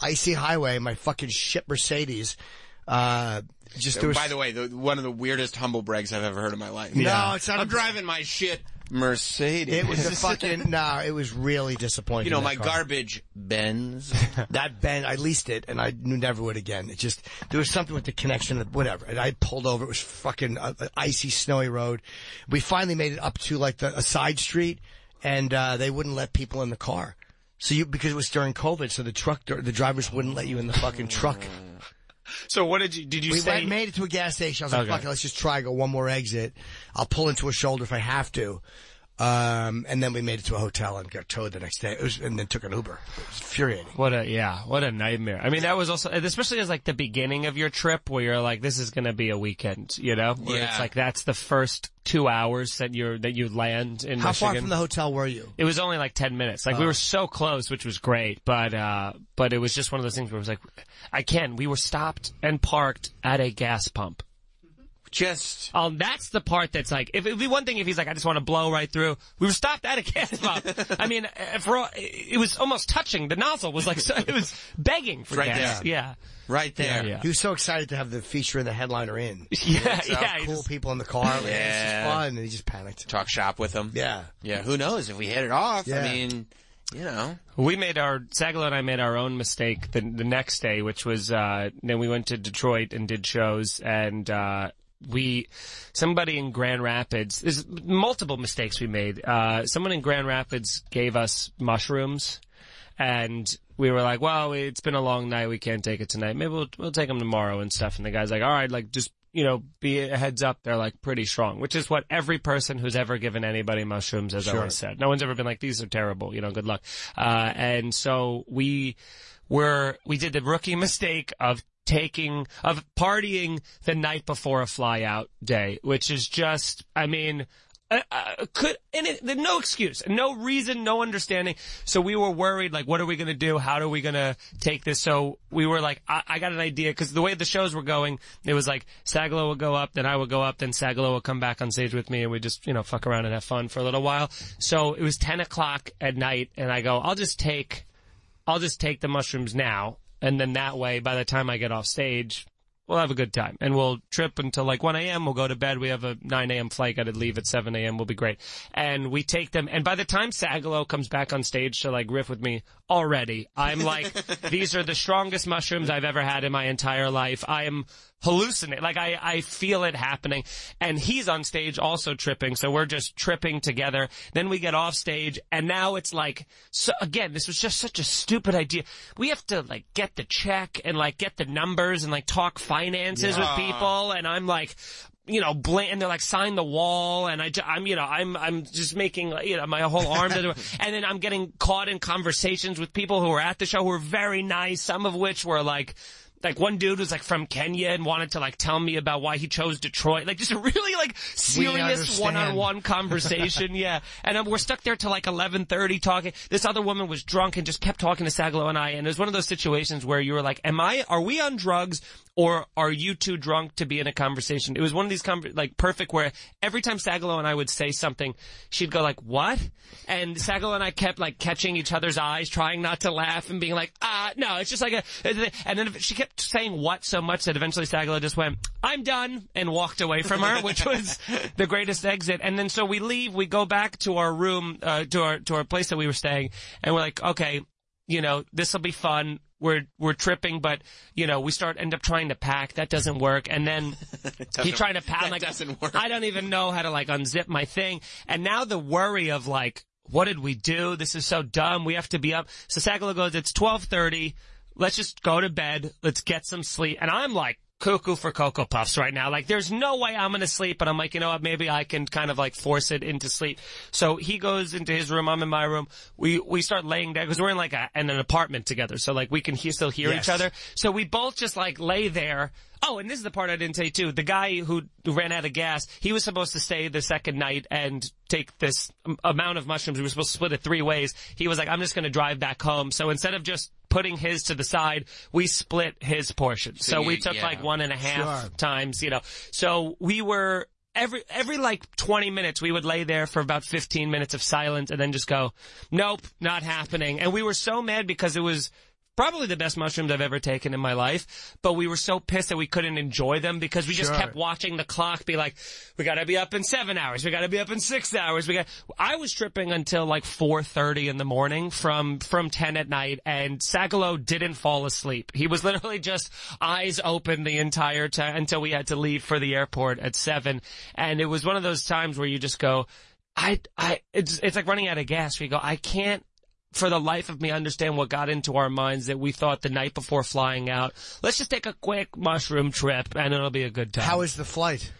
Speaker 4: icy highway. My fucking shit Mercedes. Uh, just there was
Speaker 5: Oh, By the way, the, one of the weirdest humble brags I've ever heard in my life.
Speaker 4: No, Yeah. it's not
Speaker 5: I'm
Speaker 4: a-
Speaker 5: driving my shit Mercedes.
Speaker 4: It
Speaker 5: *laughs*
Speaker 4: was a fucking no. It was really disappointing.
Speaker 5: You know,
Speaker 4: that
Speaker 5: my
Speaker 4: car.
Speaker 5: garbage bends.
Speaker 4: *laughs* that bend. I leased it, and I knew never would again. It just there was something with the connection, of whatever. And I pulled over. It was fucking uh, an icy, snowy road. We finally made it up to like the, a side street, and uh, they wouldn't let people in the car. So you because it was during COVID, so the truck the drivers wouldn't let you in the fucking truck.
Speaker 23: So what did you, did you
Speaker 4: we
Speaker 23: say?
Speaker 4: went- made it to a gas station. I was like,
Speaker 23: Okay.
Speaker 4: fuck it, let's just try go one more exit. I'll pull into a shoulder if I have to. Um, and then we made it to a hotel and got towed the next day. It was, and then took an Uber. It was infuriating.
Speaker 23: What a yeah, what a nightmare. I mean, that was also especially as like the beginning of your trip where you're like, this is going to be a weekend, you know? Where
Speaker 4: Yeah.
Speaker 23: It's like that's the first two hours that you're that you land in
Speaker 4: How far
Speaker 23: Michigan.
Speaker 4: from the hotel were you?
Speaker 23: It was only like 10 minutes. Like we
Speaker 4: Oh.
Speaker 23: were so close, which was great, but, uh, but it was just one of those things where it was like, I can, we were stopped and parked at a gas pump.
Speaker 5: Just.
Speaker 23: Um, that's the part that's like, if it would be one thing if he's like, I just want to blow right through. We were stopped at
Speaker 4: *laughs*
Speaker 23: a gas pump. I mean, uh, for all, it was almost touching. The nozzle was like, so, it was begging for
Speaker 4: Right
Speaker 23: gas.
Speaker 4: there.
Speaker 23: Yeah.
Speaker 5: Right
Speaker 23: there. Yeah.
Speaker 4: He was so excited to have the feature and the headliner in.
Speaker 23: *laughs* Yeah,
Speaker 4: So
Speaker 23: yeah, he
Speaker 4: Cool people in the car. Like, yeah. This is fun. And he just panicked.
Speaker 5: Talk shop with him.
Speaker 4: Yeah.
Speaker 5: Yeah. Who knows if we hit it off?
Speaker 23: Yeah.
Speaker 5: I mean, you know.
Speaker 23: We made our Sagalo and I made our own mistake the, the next day, which was uh, then we went to Detroit and did shows, and uh, we somebody in Grand Rapids. There's multiple mistakes we made. Uh, someone in Grand Rapids gave us mushrooms, and we were like, "Well, it's been a long night. We can't take it tonight. Maybe we'll we'll take them tomorrow and stuff." And the guy's like, "All right, like just." You know, be a heads up, they're like pretty strong, which is what every person who's ever given anybody mushrooms has
Speaker 9: Sure.
Speaker 23: always said. No one's ever been like, these are terrible, you know, good luck. Uh, and so we were, we did the rookie mistake of taking, of partying the night before a fly out day, which is just, I mean, uh, uh, could and it, there, no excuse, no reason, no understanding. So we were worried, like, what are we going to do? How are we going to take this? So we were like, I, I got an idea because the way the shows were going, it was like Sagalo would go up, then I would go up, then Sagalo would come back on stage with me, and we just you know fuck around and have fun for a little while. So it was ten o'clock at night, and I go, I'll just take, I'll just take the mushrooms now, and then that way, by the time I get off stage, we'll have a good time and we'll trip until like 1 a.m. We'll go to bed. We have a 9 a.m. flight. Got to leave at 7 a.m. We'll be great. And we take them. And by the time Sagalo comes back on stage to like riff with me already, I'm like, these are the strongest mushrooms I've ever had in my entire life. I am hallucinating. Like I, I feel it happening. And he's on stage also tripping. So we're just tripping together. Then we get off stage and now it's like, so again, this was just such a stupid idea. We have to like get the check and like get the numbers and like talk finances
Speaker 5: Yeah.
Speaker 23: with people. And I'm like, you know, bla- and they're like sign the wall, and I, ju- I'm, you know, I'm, I'm just making, like, you know, my whole arm, and then I'm getting caught in conversations with people who are at the show who are very nice, some of which were like, like one dude was like from Kenya and wanted to like tell me about why he chose Detroit, like just a really like serious
Speaker 5: understand.
Speaker 23: one-on-one conversation, yeah. And um, we're stuck there till like 11:30 talking. This other woman was drunk and just kept talking to Sagalo and I, and it was one of those situations where you were like, "Am I? Are we on drugs?" Or are you too drunk to be in a conversation? It was one of these conver- like perfect where every time Sagalo and I would say something, she'd go like, "What?" And Sagalo and I kept like catching each other's eyes, trying not to laugh and being like, "Ah, no." It's just like a. And then she kept saying "what" so much that eventually Sagalo just went, "I'm done," and walked away from her, which was the greatest exit. And then so we leave, we go back to our room, uh, to our to our place that we were staying, and we're like, okay, you know, this will be fun. We're we're tripping, but you know, we start end up trying to pack. That doesn't work, and then he
Speaker 5: doesn't-
Speaker 23: tried to pack.
Speaker 5: that
Speaker 23: like,
Speaker 5: doesn't work.
Speaker 23: I don't even know how to like unzip my thing. And now the worry of like, what did we do? This is so dumb. We have to be up. So Sagalo goes, it's twelve thirty. Let's just go to bed. Let's get some sleep. And I'm like cuckoo for Cocoa Puffs right now. Like, there's no way I'm going to sleep, but I'm like, you know what? Maybe I can kind of like force it into sleep. So he goes into his room. I'm in my room. We, we start laying down because we're in like a, in an apartment together. So like we can he- still hear
Speaker 9: Yes.
Speaker 23: each other. So we both just like lay there. Oh, and this is the part I didn't say too. The guy who ran out of gas, he was supposed to stay the second night and take this um, amount of mushrooms. We were supposed to split it three ways. He was like, I'm just going to drive back home. So instead of just putting his to the side, we split his portion. So,
Speaker 5: So you-
Speaker 23: we took
Speaker 5: yeah.
Speaker 23: like one and a half
Speaker 5: Sure.
Speaker 23: times, you know. So we were every every like 20 minutes we would lay there for about 15 minutes of silence and then just go, "Nope, not happening." And we were so mad because it was probably the best mushrooms I've ever taken in my life, but we were so pissed that we couldn't enjoy them because we just
Speaker 9: Sure.
Speaker 23: kept watching the clock be like, "We got to be up in 7 hours. We got to be up in 6 hours. We got I was tripping until like 4:30 in the morning from from 10 at night and Sagalo didn't fall asleep. He was literally just eyes open the entire time until we had to leave for the airport at 7 and it was one of those times where you just go I I it's it's like running out of gas. We go I can't for the life of me understand what got into our minds that we thought the night before flying out, let's just take a quick mushroom trip and it'll be a good time. How
Speaker 4: is the flight?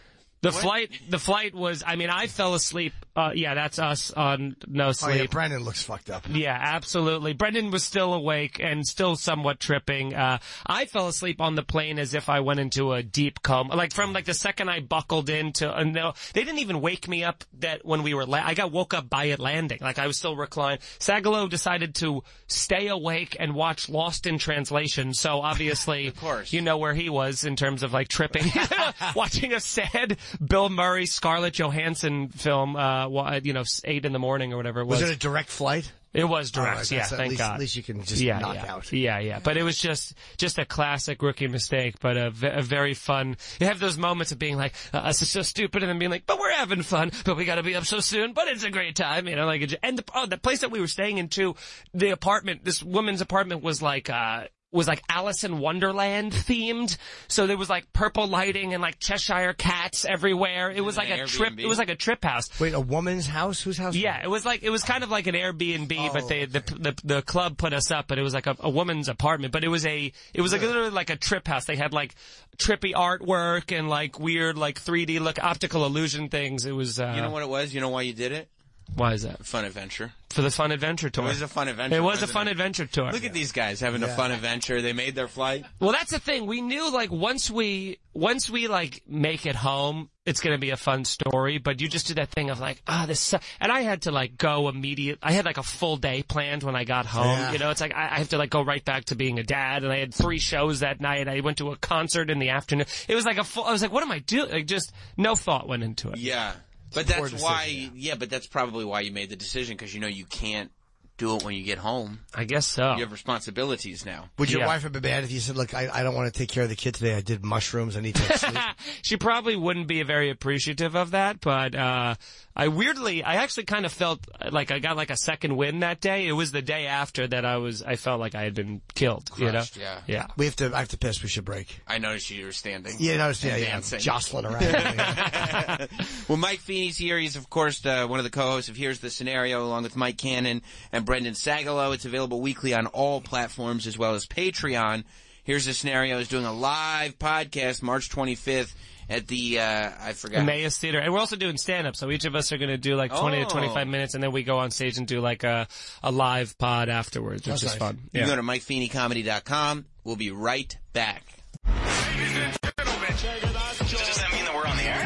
Speaker 23: The flight, the flight was, I mean, I fell asleep. Uh, yeah, that's us on no
Speaker 4: Oh,
Speaker 23: sleep.
Speaker 4: yeah, Brandon looks fucked up.
Speaker 23: Yeah, absolutely. Brendan was still awake and still somewhat tripping. Uh, I fell asleep on the plane as if I went into a deep coma. Like from like the second I buckled into, and no, they didn't even wake me up that when we were, la- I got woke up by it landing. Like I was still reclined. Sagalo decided to stay awake and watch Lost in Translation. So
Speaker 4: *laughs*
Speaker 23: obviously, of course, you know where he was in terms of like tripping, *laughs* watching a sad Bill Murray, Scarlett Johansson film, uh, wa- you know, eight in the morning or whatever it was.
Speaker 4: Was it a direct flight?
Speaker 23: It was direct,
Speaker 4: All right,
Speaker 23: yeah.
Speaker 4: that's- at
Speaker 23: Thank
Speaker 4: least-
Speaker 23: God.
Speaker 4: At least you can just
Speaker 23: yeah,
Speaker 4: knock
Speaker 23: yeah.
Speaker 4: out.
Speaker 23: Yeah, yeah. But it was just just a classic rookie mistake, but a, ve- a very fun. You have those moments of being like, uh, "This is so stupid," and then being like, "But we're having fun, but we got to be up so soon, but it's a great time," you know. Like, it j- and the, oh, the place that we were staying in too, the apartment, this woman's apartment was like. uh was like Alice in Wonderland themed, so there was like purple lighting and like Cheshire cats everywhere. It was like
Speaker 4: an
Speaker 23: a trip.
Speaker 4: Airbnb?
Speaker 23: It was like a trip house.
Speaker 4: Wait, a woman's house? Whose house? Oh,
Speaker 23: Yeah, it was like it was kind of like an Airbnb, but they the, the the club put us up, but it was like a, a woman's apartment, but it was a it was like literally like a trip house. They had like trippy artwork and like weird like 3D look optical illusion things. It was uh,
Speaker 5: you know what it was? You know why you did it?
Speaker 23: why is that
Speaker 5: Fun adventure.
Speaker 23: for the fun adventure tour?
Speaker 5: It was a fun adventure.
Speaker 23: It was a
Speaker 5: wasn't
Speaker 23: fun adventure tour.
Speaker 5: Look at these guys having
Speaker 23: Yeah.
Speaker 5: a fun adventure. They made their flight.
Speaker 23: Well, that's the thing. We knew like once we once we like make it home, it's going to be a fun story. But you just do that thing of like, ah, this. Su-. And I had to like go immediate. I had like a full day planned when I got home.
Speaker 9: Yeah.
Speaker 23: You know, it's like I, I have to like go right back to being a dad. And I had three shows that night. I went to a concert in the afternoon. It was like a full. I was like, what am I doing? Like just no thought went into it.
Speaker 5: Yeah, but
Speaker 23: a poor
Speaker 5: that's why. yeah. but that's probably why you made the decision because you know you can't do it when you get home.
Speaker 23: I guess so.
Speaker 5: You have responsibilities now.
Speaker 4: Would your wife have been mad if you said, look, I, I don't want to take care of the kid today. I did mushrooms. I need
Speaker 23: *laughs*
Speaker 4: to
Speaker 23: she probably wouldn't be very appreciative of that, but uh, I weirdly, I actually kind of felt like I got like a second win that day. It was the day after that I was, I felt like I had been killed. you know,
Speaker 5: Crushed, yeah.
Speaker 23: yeah.
Speaker 4: We have to, I have to piss. We should break.
Speaker 5: I noticed you were standing.
Speaker 4: Yeah, no, it's- yeah,
Speaker 5: and
Speaker 4: yeah,
Speaker 5: dancing.
Speaker 4: jostling
Speaker 5: *laughs*
Speaker 4: around.
Speaker 5: well, Mike Feeney's here. He's, of course, the, one of the co-hosts of Here's the Scenario, along with Mike Cannon and Brendan Sagalow. It's available weekly on all platforms as well as Patreon. Here's the Scenario is doing a live podcast March 25th at the, uh, I forgot.
Speaker 23: Emmaus Theater, and we're also doing stand up. So each of us are going to do like twenty
Speaker 5: Oh.
Speaker 23: to twenty five minutes, and then we go on stage and do like a a live pod afterwards, which
Speaker 5: That's
Speaker 23: is
Speaker 5: nice.
Speaker 23: fun.
Speaker 5: You
Speaker 23: Yeah.
Speaker 5: can go to MikeFeeneyComedy.com. We'll be right back.
Speaker 11: Does that mean that we're on the air?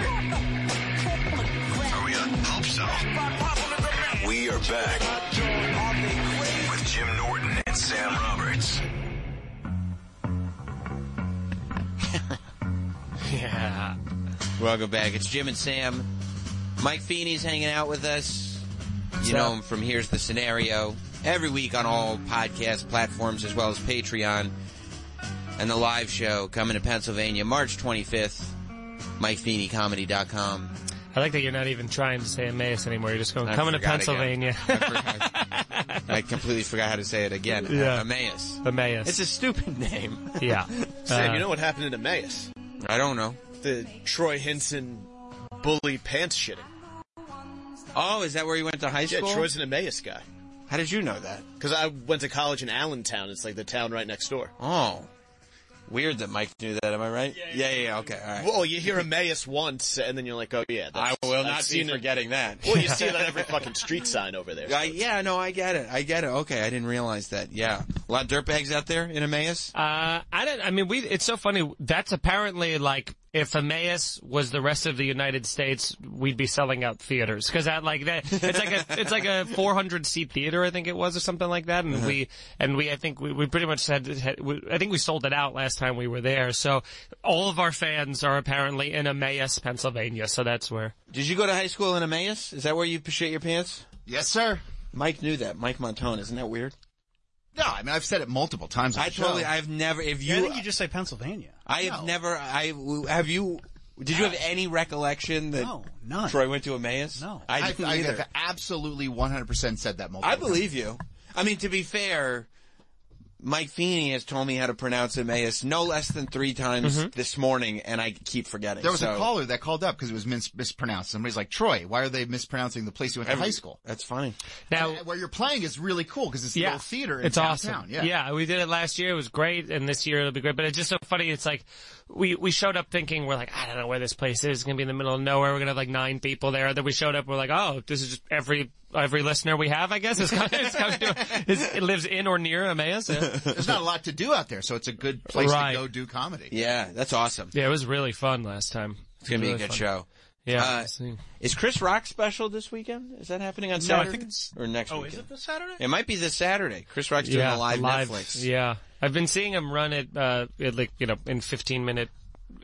Speaker 11: Are we on? Hope so. We are back with Jim Norton and Sam Roberts.
Speaker 5: Yeah. Welcome back. It's Jim and Sam. Mike Feeney's hanging out with us. You know him from Here's the Scenario. Every week on all podcast platforms as well as Patreon. And the live show coming to Pennsylvania March 25th. MikeFeeneyComedy.com.
Speaker 23: *laughs* I like that you're not even trying to say Emmaus anymore. You're just going
Speaker 5: I
Speaker 23: coming to
Speaker 5: forgot again.
Speaker 23: Pennsylvania. *laughs*
Speaker 5: I completely forgot how to say it again.
Speaker 23: Yeah.
Speaker 5: Emmaus.
Speaker 23: Emmaus.
Speaker 5: It's a stupid name. *laughs*
Speaker 23: Yeah. Uh,
Speaker 22: Sam, you know what happened in Emmaus?
Speaker 5: I don't know.
Speaker 22: The Troy Henson bully pants shitting.
Speaker 5: Oh, is that where you went to high school?
Speaker 22: Yeah, Troy's an Emmaus guy.
Speaker 5: How did you know that?
Speaker 22: Because I went to college in Allentown. It's like the town right next door.
Speaker 5: Oh. Weird that Mike knew that. Am I right? Yeah, yeah. okay, all right.
Speaker 22: Well, you hear Emmaus once, and then you're like, "Oh yeah."
Speaker 5: I
Speaker 22: that's-
Speaker 5: will
Speaker 22: I've
Speaker 5: not be
Speaker 22: seen it.
Speaker 5: forgetting that.
Speaker 22: Well,
Speaker 6: *laughs*
Speaker 22: you see it on every fucking street sign over there.
Speaker 5: *laughs* I, yeah, no, I get it. I get it. Okay, I didn't realize that. Yeah, a lot of dirtbags out there in Emmaus.
Speaker 23: Uh, I don't. I mean, we. It's so funny. That's apparently like if Emmaus was the rest of the United States, we'd be selling out theaters because that like that. It's like
Speaker 5: *laughs*
Speaker 23: a it's like a 400 seat theater, I think it was, or something like that. And
Speaker 5: Uh-huh.
Speaker 23: we and we I think we, we pretty much had, had we, I think we sold it out last time we were there. So all of our fans are apparently in Emmaus, Pennsylvania. So that's where.
Speaker 5: Did you go to high school in Emmaus? Is that where you shit your pants?
Speaker 1: Yes, sir.
Speaker 5: Mike knew that. Mike Montone. Isn't that weird?
Speaker 1: No, I mean I've said it multiple times. on
Speaker 5: I
Speaker 1: the
Speaker 5: totally.
Speaker 1: show.
Speaker 5: I've never. If
Speaker 6: Yeah,
Speaker 5: you,
Speaker 6: I think you just say Pennsylvania.
Speaker 5: I have never. I have you. Did you have any recollection that
Speaker 1: No,
Speaker 6: none.
Speaker 5: Troy went to Emmaus? No, I
Speaker 1: I've,
Speaker 5: didn't
Speaker 1: I've,
Speaker 5: either.
Speaker 1: I've absolutely 100% said that multiple
Speaker 5: I
Speaker 1: times.
Speaker 5: believe you. I mean, to be fair, Mike Feeney has told me how to pronounce Emmaus no less than three times
Speaker 1: Mhm.
Speaker 5: this morning, and I keep forgetting.
Speaker 1: There was
Speaker 5: so
Speaker 1: a caller that called up because it was mis- mispronounced. Somebody's like, Troy, why are they mispronouncing the place you went to
Speaker 5: Every-
Speaker 1: high school?
Speaker 5: That's funny.
Speaker 1: Now, where you're playing is really cool because it's the old theater in
Speaker 23: it's
Speaker 1: downtown.
Speaker 23: awesome.
Speaker 1: Yeah.
Speaker 23: we did it last year. It was great, and this year it'll be great. But it's just so funny. It's like we we showed up thinking we're like I don't know where this place is. It's gonna be in the middle of nowhere. We're gonna have like nine people there. Then we showed up. We're like, oh, this is just every every listener we have. I guess is coming, is coming to, is, it lives in or near Emmaus. Yeah.
Speaker 1: There's not a lot to do out there, so it's a good place
Speaker 23: Right.
Speaker 1: to go do comedy.
Speaker 5: *laughs* Yeah, that's awesome.
Speaker 23: Yeah, it was really fun last time.
Speaker 5: It's gonna be a
Speaker 23: Really
Speaker 5: good
Speaker 23: fun.
Speaker 5: show.
Speaker 23: Yeah.
Speaker 5: Uh, is Chris Rock special this weekend? Is that happening on Saturday?
Speaker 23: I think it's-
Speaker 5: or next
Speaker 23: Oh, is
Speaker 5: weekend?
Speaker 23: it this Saturday?
Speaker 5: It might be this Saturday. Chris Rock's doing a live, Netflix.
Speaker 23: Yeah, I've been seeing him run it uh, at like you know in 15 minute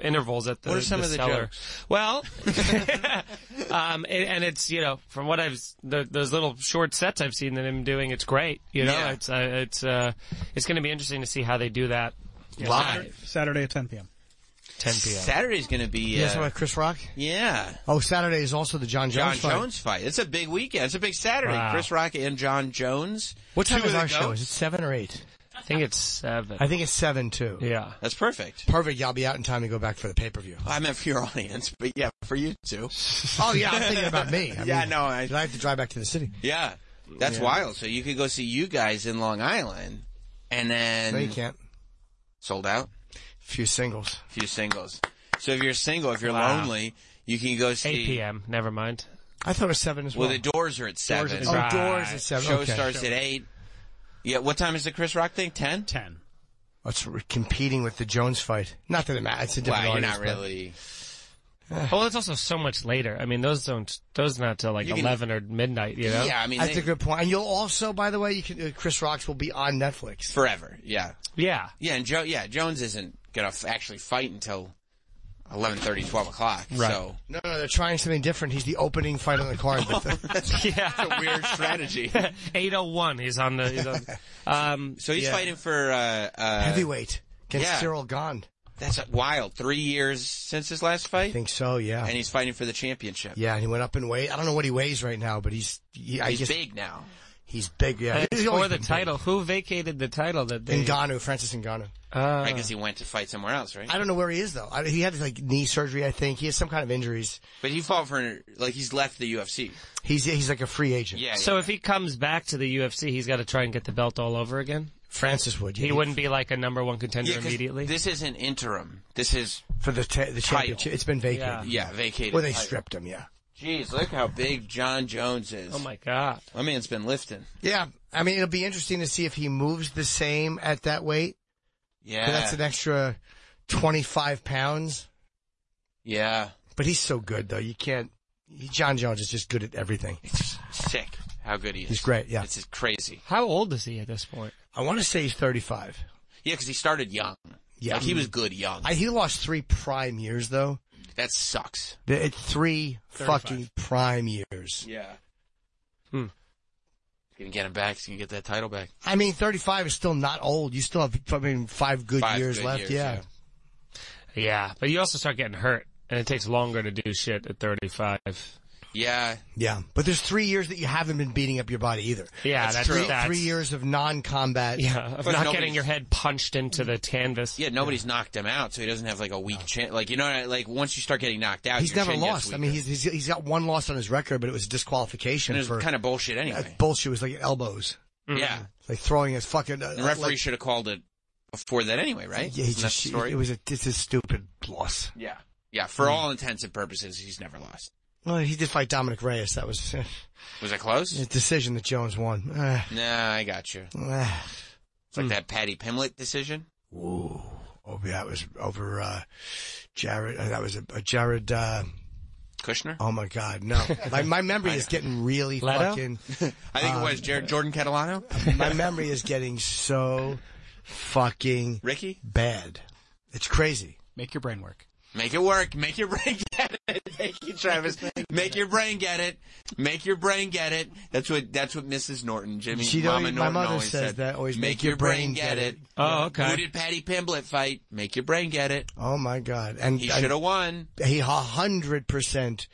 Speaker 23: intervals at the.
Speaker 5: What are some
Speaker 23: the
Speaker 5: of the
Speaker 23: cellar.
Speaker 5: jokes? *laughs*
Speaker 23: Well, *laughs* um, and, and it's you know from what I've the, those little short sets I've seen that him doing, it's great. You know,
Speaker 5: Yeah.
Speaker 23: it's uh, it's uh, it's going to be interesting to see how they do that
Speaker 5: Yeah, Live.
Speaker 6: Saturday at 10 p.m.
Speaker 23: 10 p.m.
Speaker 5: Saturday's gonna be.
Speaker 4: You
Speaker 5: Uh,
Speaker 4: guys talking about Chris Rock?
Speaker 5: yeah.
Speaker 4: Oh, Saturday is also the John
Speaker 5: John
Speaker 4: Jones fight.
Speaker 5: Jones fight. It's a big weekend. It's a big Saturday.
Speaker 4: Wow.
Speaker 5: Chris Rock and John Jones.
Speaker 4: What time
Speaker 5: Two
Speaker 4: is
Speaker 5: of the
Speaker 4: our show?
Speaker 5: goats.
Speaker 4: Is it seven or eight?
Speaker 23: I think it's seven.
Speaker 4: I think it's seven too.
Speaker 23: Yeah,
Speaker 5: that's perfect.
Speaker 4: Perfect. I'll be out in time to go back for the pay per view.
Speaker 5: I meant for your *laughs* audience, but yeah, for you too.
Speaker 4: Oh yeah, I'm thinking about me. I
Speaker 5: *laughs* yeah,
Speaker 4: mean,
Speaker 5: no, I,
Speaker 4: I have to drive back to the city.
Speaker 5: yeah, that's
Speaker 4: Yeah.
Speaker 5: wild. So you could go see you guys in Long Island, and then
Speaker 4: No, you can't.
Speaker 5: Sold out.
Speaker 4: Few singles.
Speaker 5: Few singles. So if you're single, if you're
Speaker 23: Wow.
Speaker 5: lonely, you can go see.
Speaker 23: 8 p.m. Never mind.
Speaker 4: I thought it was seven as
Speaker 5: Well,
Speaker 4: well.
Speaker 5: the doors are at seven.
Speaker 4: oh, doors at seven.
Speaker 5: Show
Speaker 4: okay.
Speaker 5: starts at eight. Yeah, what time is the Chris Rock thing? Ten.
Speaker 6: Ten.
Speaker 4: It's re- competing with the Jones fight. Not that it matters. It's a different
Speaker 5: Wow, you're
Speaker 4: audience,
Speaker 5: not
Speaker 4: but-
Speaker 5: really.
Speaker 23: well, it's also so much later. I mean, those don't those not till like
Speaker 4: You can-
Speaker 23: 11 or midnight. You know.
Speaker 4: that's a good point. And you'll also, by the way, you can. Uh, Chris Rock's will be on Netflix.
Speaker 5: Forever. Yeah.
Speaker 23: Yeah.
Speaker 5: Yeah, and Joe. Yeah, Jones isn't gonna f- actually fight until 11:30, 12 o'clock. So
Speaker 4: No, no, they're trying something different. He's the opening fight on the card. but the-
Speaker 23: yeah.
Speaker 5: That's a weird
Speaker 23: *laughs*
Speaker 5: strategy.
Speaker 23: 801. He's on the. He's on, um,
Speaker 5: So he's
Speaker 23: yeah.
Speaker 5: fighting for uh, uh,
Speaker 4: heavyweight against
Speaker 5: yeah.
Speaker 4: Cyril Gahn.
Speaker 5: That's wild. Three years since his last fight. I think
Speaker 4: so. Yeah.
Speaker 5: And he's fighting for the championship.
Speaker 4: Yeah, and he went up in weight. I don't know what he weighs right now, but he's. He, I
Speaker 5: he's
Speaker 4: guess,
Speaker 5: big now.
Speaker 4: He's big. Yeah.
Speaker 23: And
Speaker 4: He's
Speaker 23: it's
Speaker 4: always
Speaker 23: for the
Speaker 4: been
Speaker 23: title. Who uh, vacated the title that they?
Speaker 4: Big. Ngannou, Francis Ngannou.
Speaker 23: Uh,
Speaker 5: I guess he went to fight somewhere else, right?
Speaker 4: I don't know where he is though. I, he had like knee surgery, I think. He has some kind of injuries.
Speaker 5: But he fought for like he's left the UFC.
Speaker 4: He's he's like a free agent.
Speaker 5: Yeah.
Speaker 23: So if he comes back to the UFC, he's got to try and get the belt all over again.
Speaker 4: Francis would.
Speaker 23: He wouldn't be like a number one contender
Speaker 5: Yeah, 'cause
Speaker 23: immediately.
Speaker 5: This isn't interim. This is
Speaker 4: for the ta- the championship. It's been vacated.
Speaker 5: Yeah, vacated.
Speaker 4: Well, they
Speaker 5: title.
Speaker 4: stripped him. Yeah.
Speaker 5: Jeez, look how big John Jones is.
Speaker 4: Oh,
Speaker 23: my god.
Speaker 5: My man's been lifting.
Speaker 4: Yeah. I mean, it'll be interesting to see if he moves the same at that weight. 'Cause
Speaker 5: Yeah.
Speaker 4: That's an extra twenty five pounds.
Speaker 5: Yeah.
Speaker 4: But he's so good though. You can't. he- John Jones is just good at everything.
Speaker 5: Sick. How good he is.
Speaker 4: He's great, yeah.
Speaker 5: It's just crazy.
Speaker 23: How old is he at this point?
Speaker 4: I want to say he's thirty five.
Speaker 5: Yeah, because he started young.
Speaker 4: Yeah.
Speaker 5: Like, he was good young.
Speaker 4: I, he lost three prime years though.
Speaker 5: that sucks.
Speaker 4: The- it- Three
Speaker 5: 35.
Speaker 4: fucking prime years.
Speaker 5: Yeah.
Speaker 23: Hmm.
Speaker 5: He's gonna get him back. He's gonna get that title back.
Speaker 4: I mean, 35 is still not old. You still have, I mean, five good
Speaker 5: Five
Speaker 4: years
Speaker 5: good
Speaker 4: left.
Speaker 5: years,
Speaker 4: yeah.
Speaker 5: yeah.
Speaker 23: Yeah, but you also start getting hurt, and it takes longer to do shit at 35.
Speaker 5: Yeah.
Speaker 4: Yeah. But there's three years that you haven't been beating up your body either.
Speaker 23: Yeah, That's that's- true.
Speaker 4: three,
Speaker 23: that's-
Speaker 4: three years of non-combat.
Speaker 23: Yeah, of not getting your head punched into
Speaker 5: Mm.
Speaker 23: the canvas.
Speaker 5: Yeah, nobody's knocked him out, so he doesn't have like a weak chin. Like you know, what I- like once you start getting knocked out,
Speaker 4: He's
Speaker 5: your
Speaker 4: never
Speaker 5: chin gets
Speaker 4: lost. I
Speaker 5: weaker.
Speaker 4: mean, he's, he's, he's got one loss on his record, but it was a disqualification
Speaker 5: and it's
Speaker 4: for
Speaker 5: kind of bullshit anyway.
Speaker 4: that bullshit. It was like elbows.
Speaker 23: Mm.
Speaker 5: Yeah,
Speaker 4: Like throwing his fucking, uh,
Speaker 5: the referee
Speaker 4: Mm-hmm. like-
Speaker 5: should have called it before that anyway, right?
Speaker 4: Yeah, he
Speaker 5: Isn't that
Speaker 4: just,
Speaker 5: the story?
Speaker 4: it was a, it's a stupid loss. Mm.
Speaker 5: yeah, yeah. For all intents and purposes, he's
Speaker 4: *sighs*
Speaker 5: never lost.
Speaker 4: Well, he did fight Dominic Reyes. That was *laughs* eh,
Speaker 5: Was it close?
Speaker 4: a decision that Jones won. Eh,
Speaker 5: Nah, I got you.
Speaker 4: eh.
Speaker 5: It's like that Patty Pimlet decision.
Speaker 4: Ooh, oh, yeah, that was over uh, Jared. uh, that was a, a Jared. Uh,
Speaker 5: Kushner.
Speaker 4: Oh my
Speaker 6: *laughs*
Speaker 4: God, no! my, my memory is getting really
Speaker 5: Leto?
Speaker 4: fucking.
Speaker 5: I think
Speaker 4: um,
Speaker 5: it was Jared, Jordan Catalano.
Speaker 6: *laughs*
Speaker 4: my memory is getting so fucking
Speaker 5: Ricky
Speaker 4: bad. It's crazy.
Speaker 6: Make your brain work.
Speaker 5: Make it work. Make your brain *laughs* get it. Thank you, Travis. Make your brain get it. Make your brain get it. That's what that's what Mrs. Norton, Jimmy,
Speaker 4: She
Speaker 5: Mama
Speaker 4: always-
Speaker 5: Norton
Speaker 4: my mother
Speaker 5: always
Speaker 4: says
Speaker 5: said.
Speaker 4: that, always
Speaker 5: make, your, brain, get it.
Speaker 4: Oh, okay.
Speaker 5: Who did Patty Pimblett fight? Make your brain get it.
Speaker 4: Oh my God! And
Speaker 5: He should have won.
Speaker 4: He a hundred percent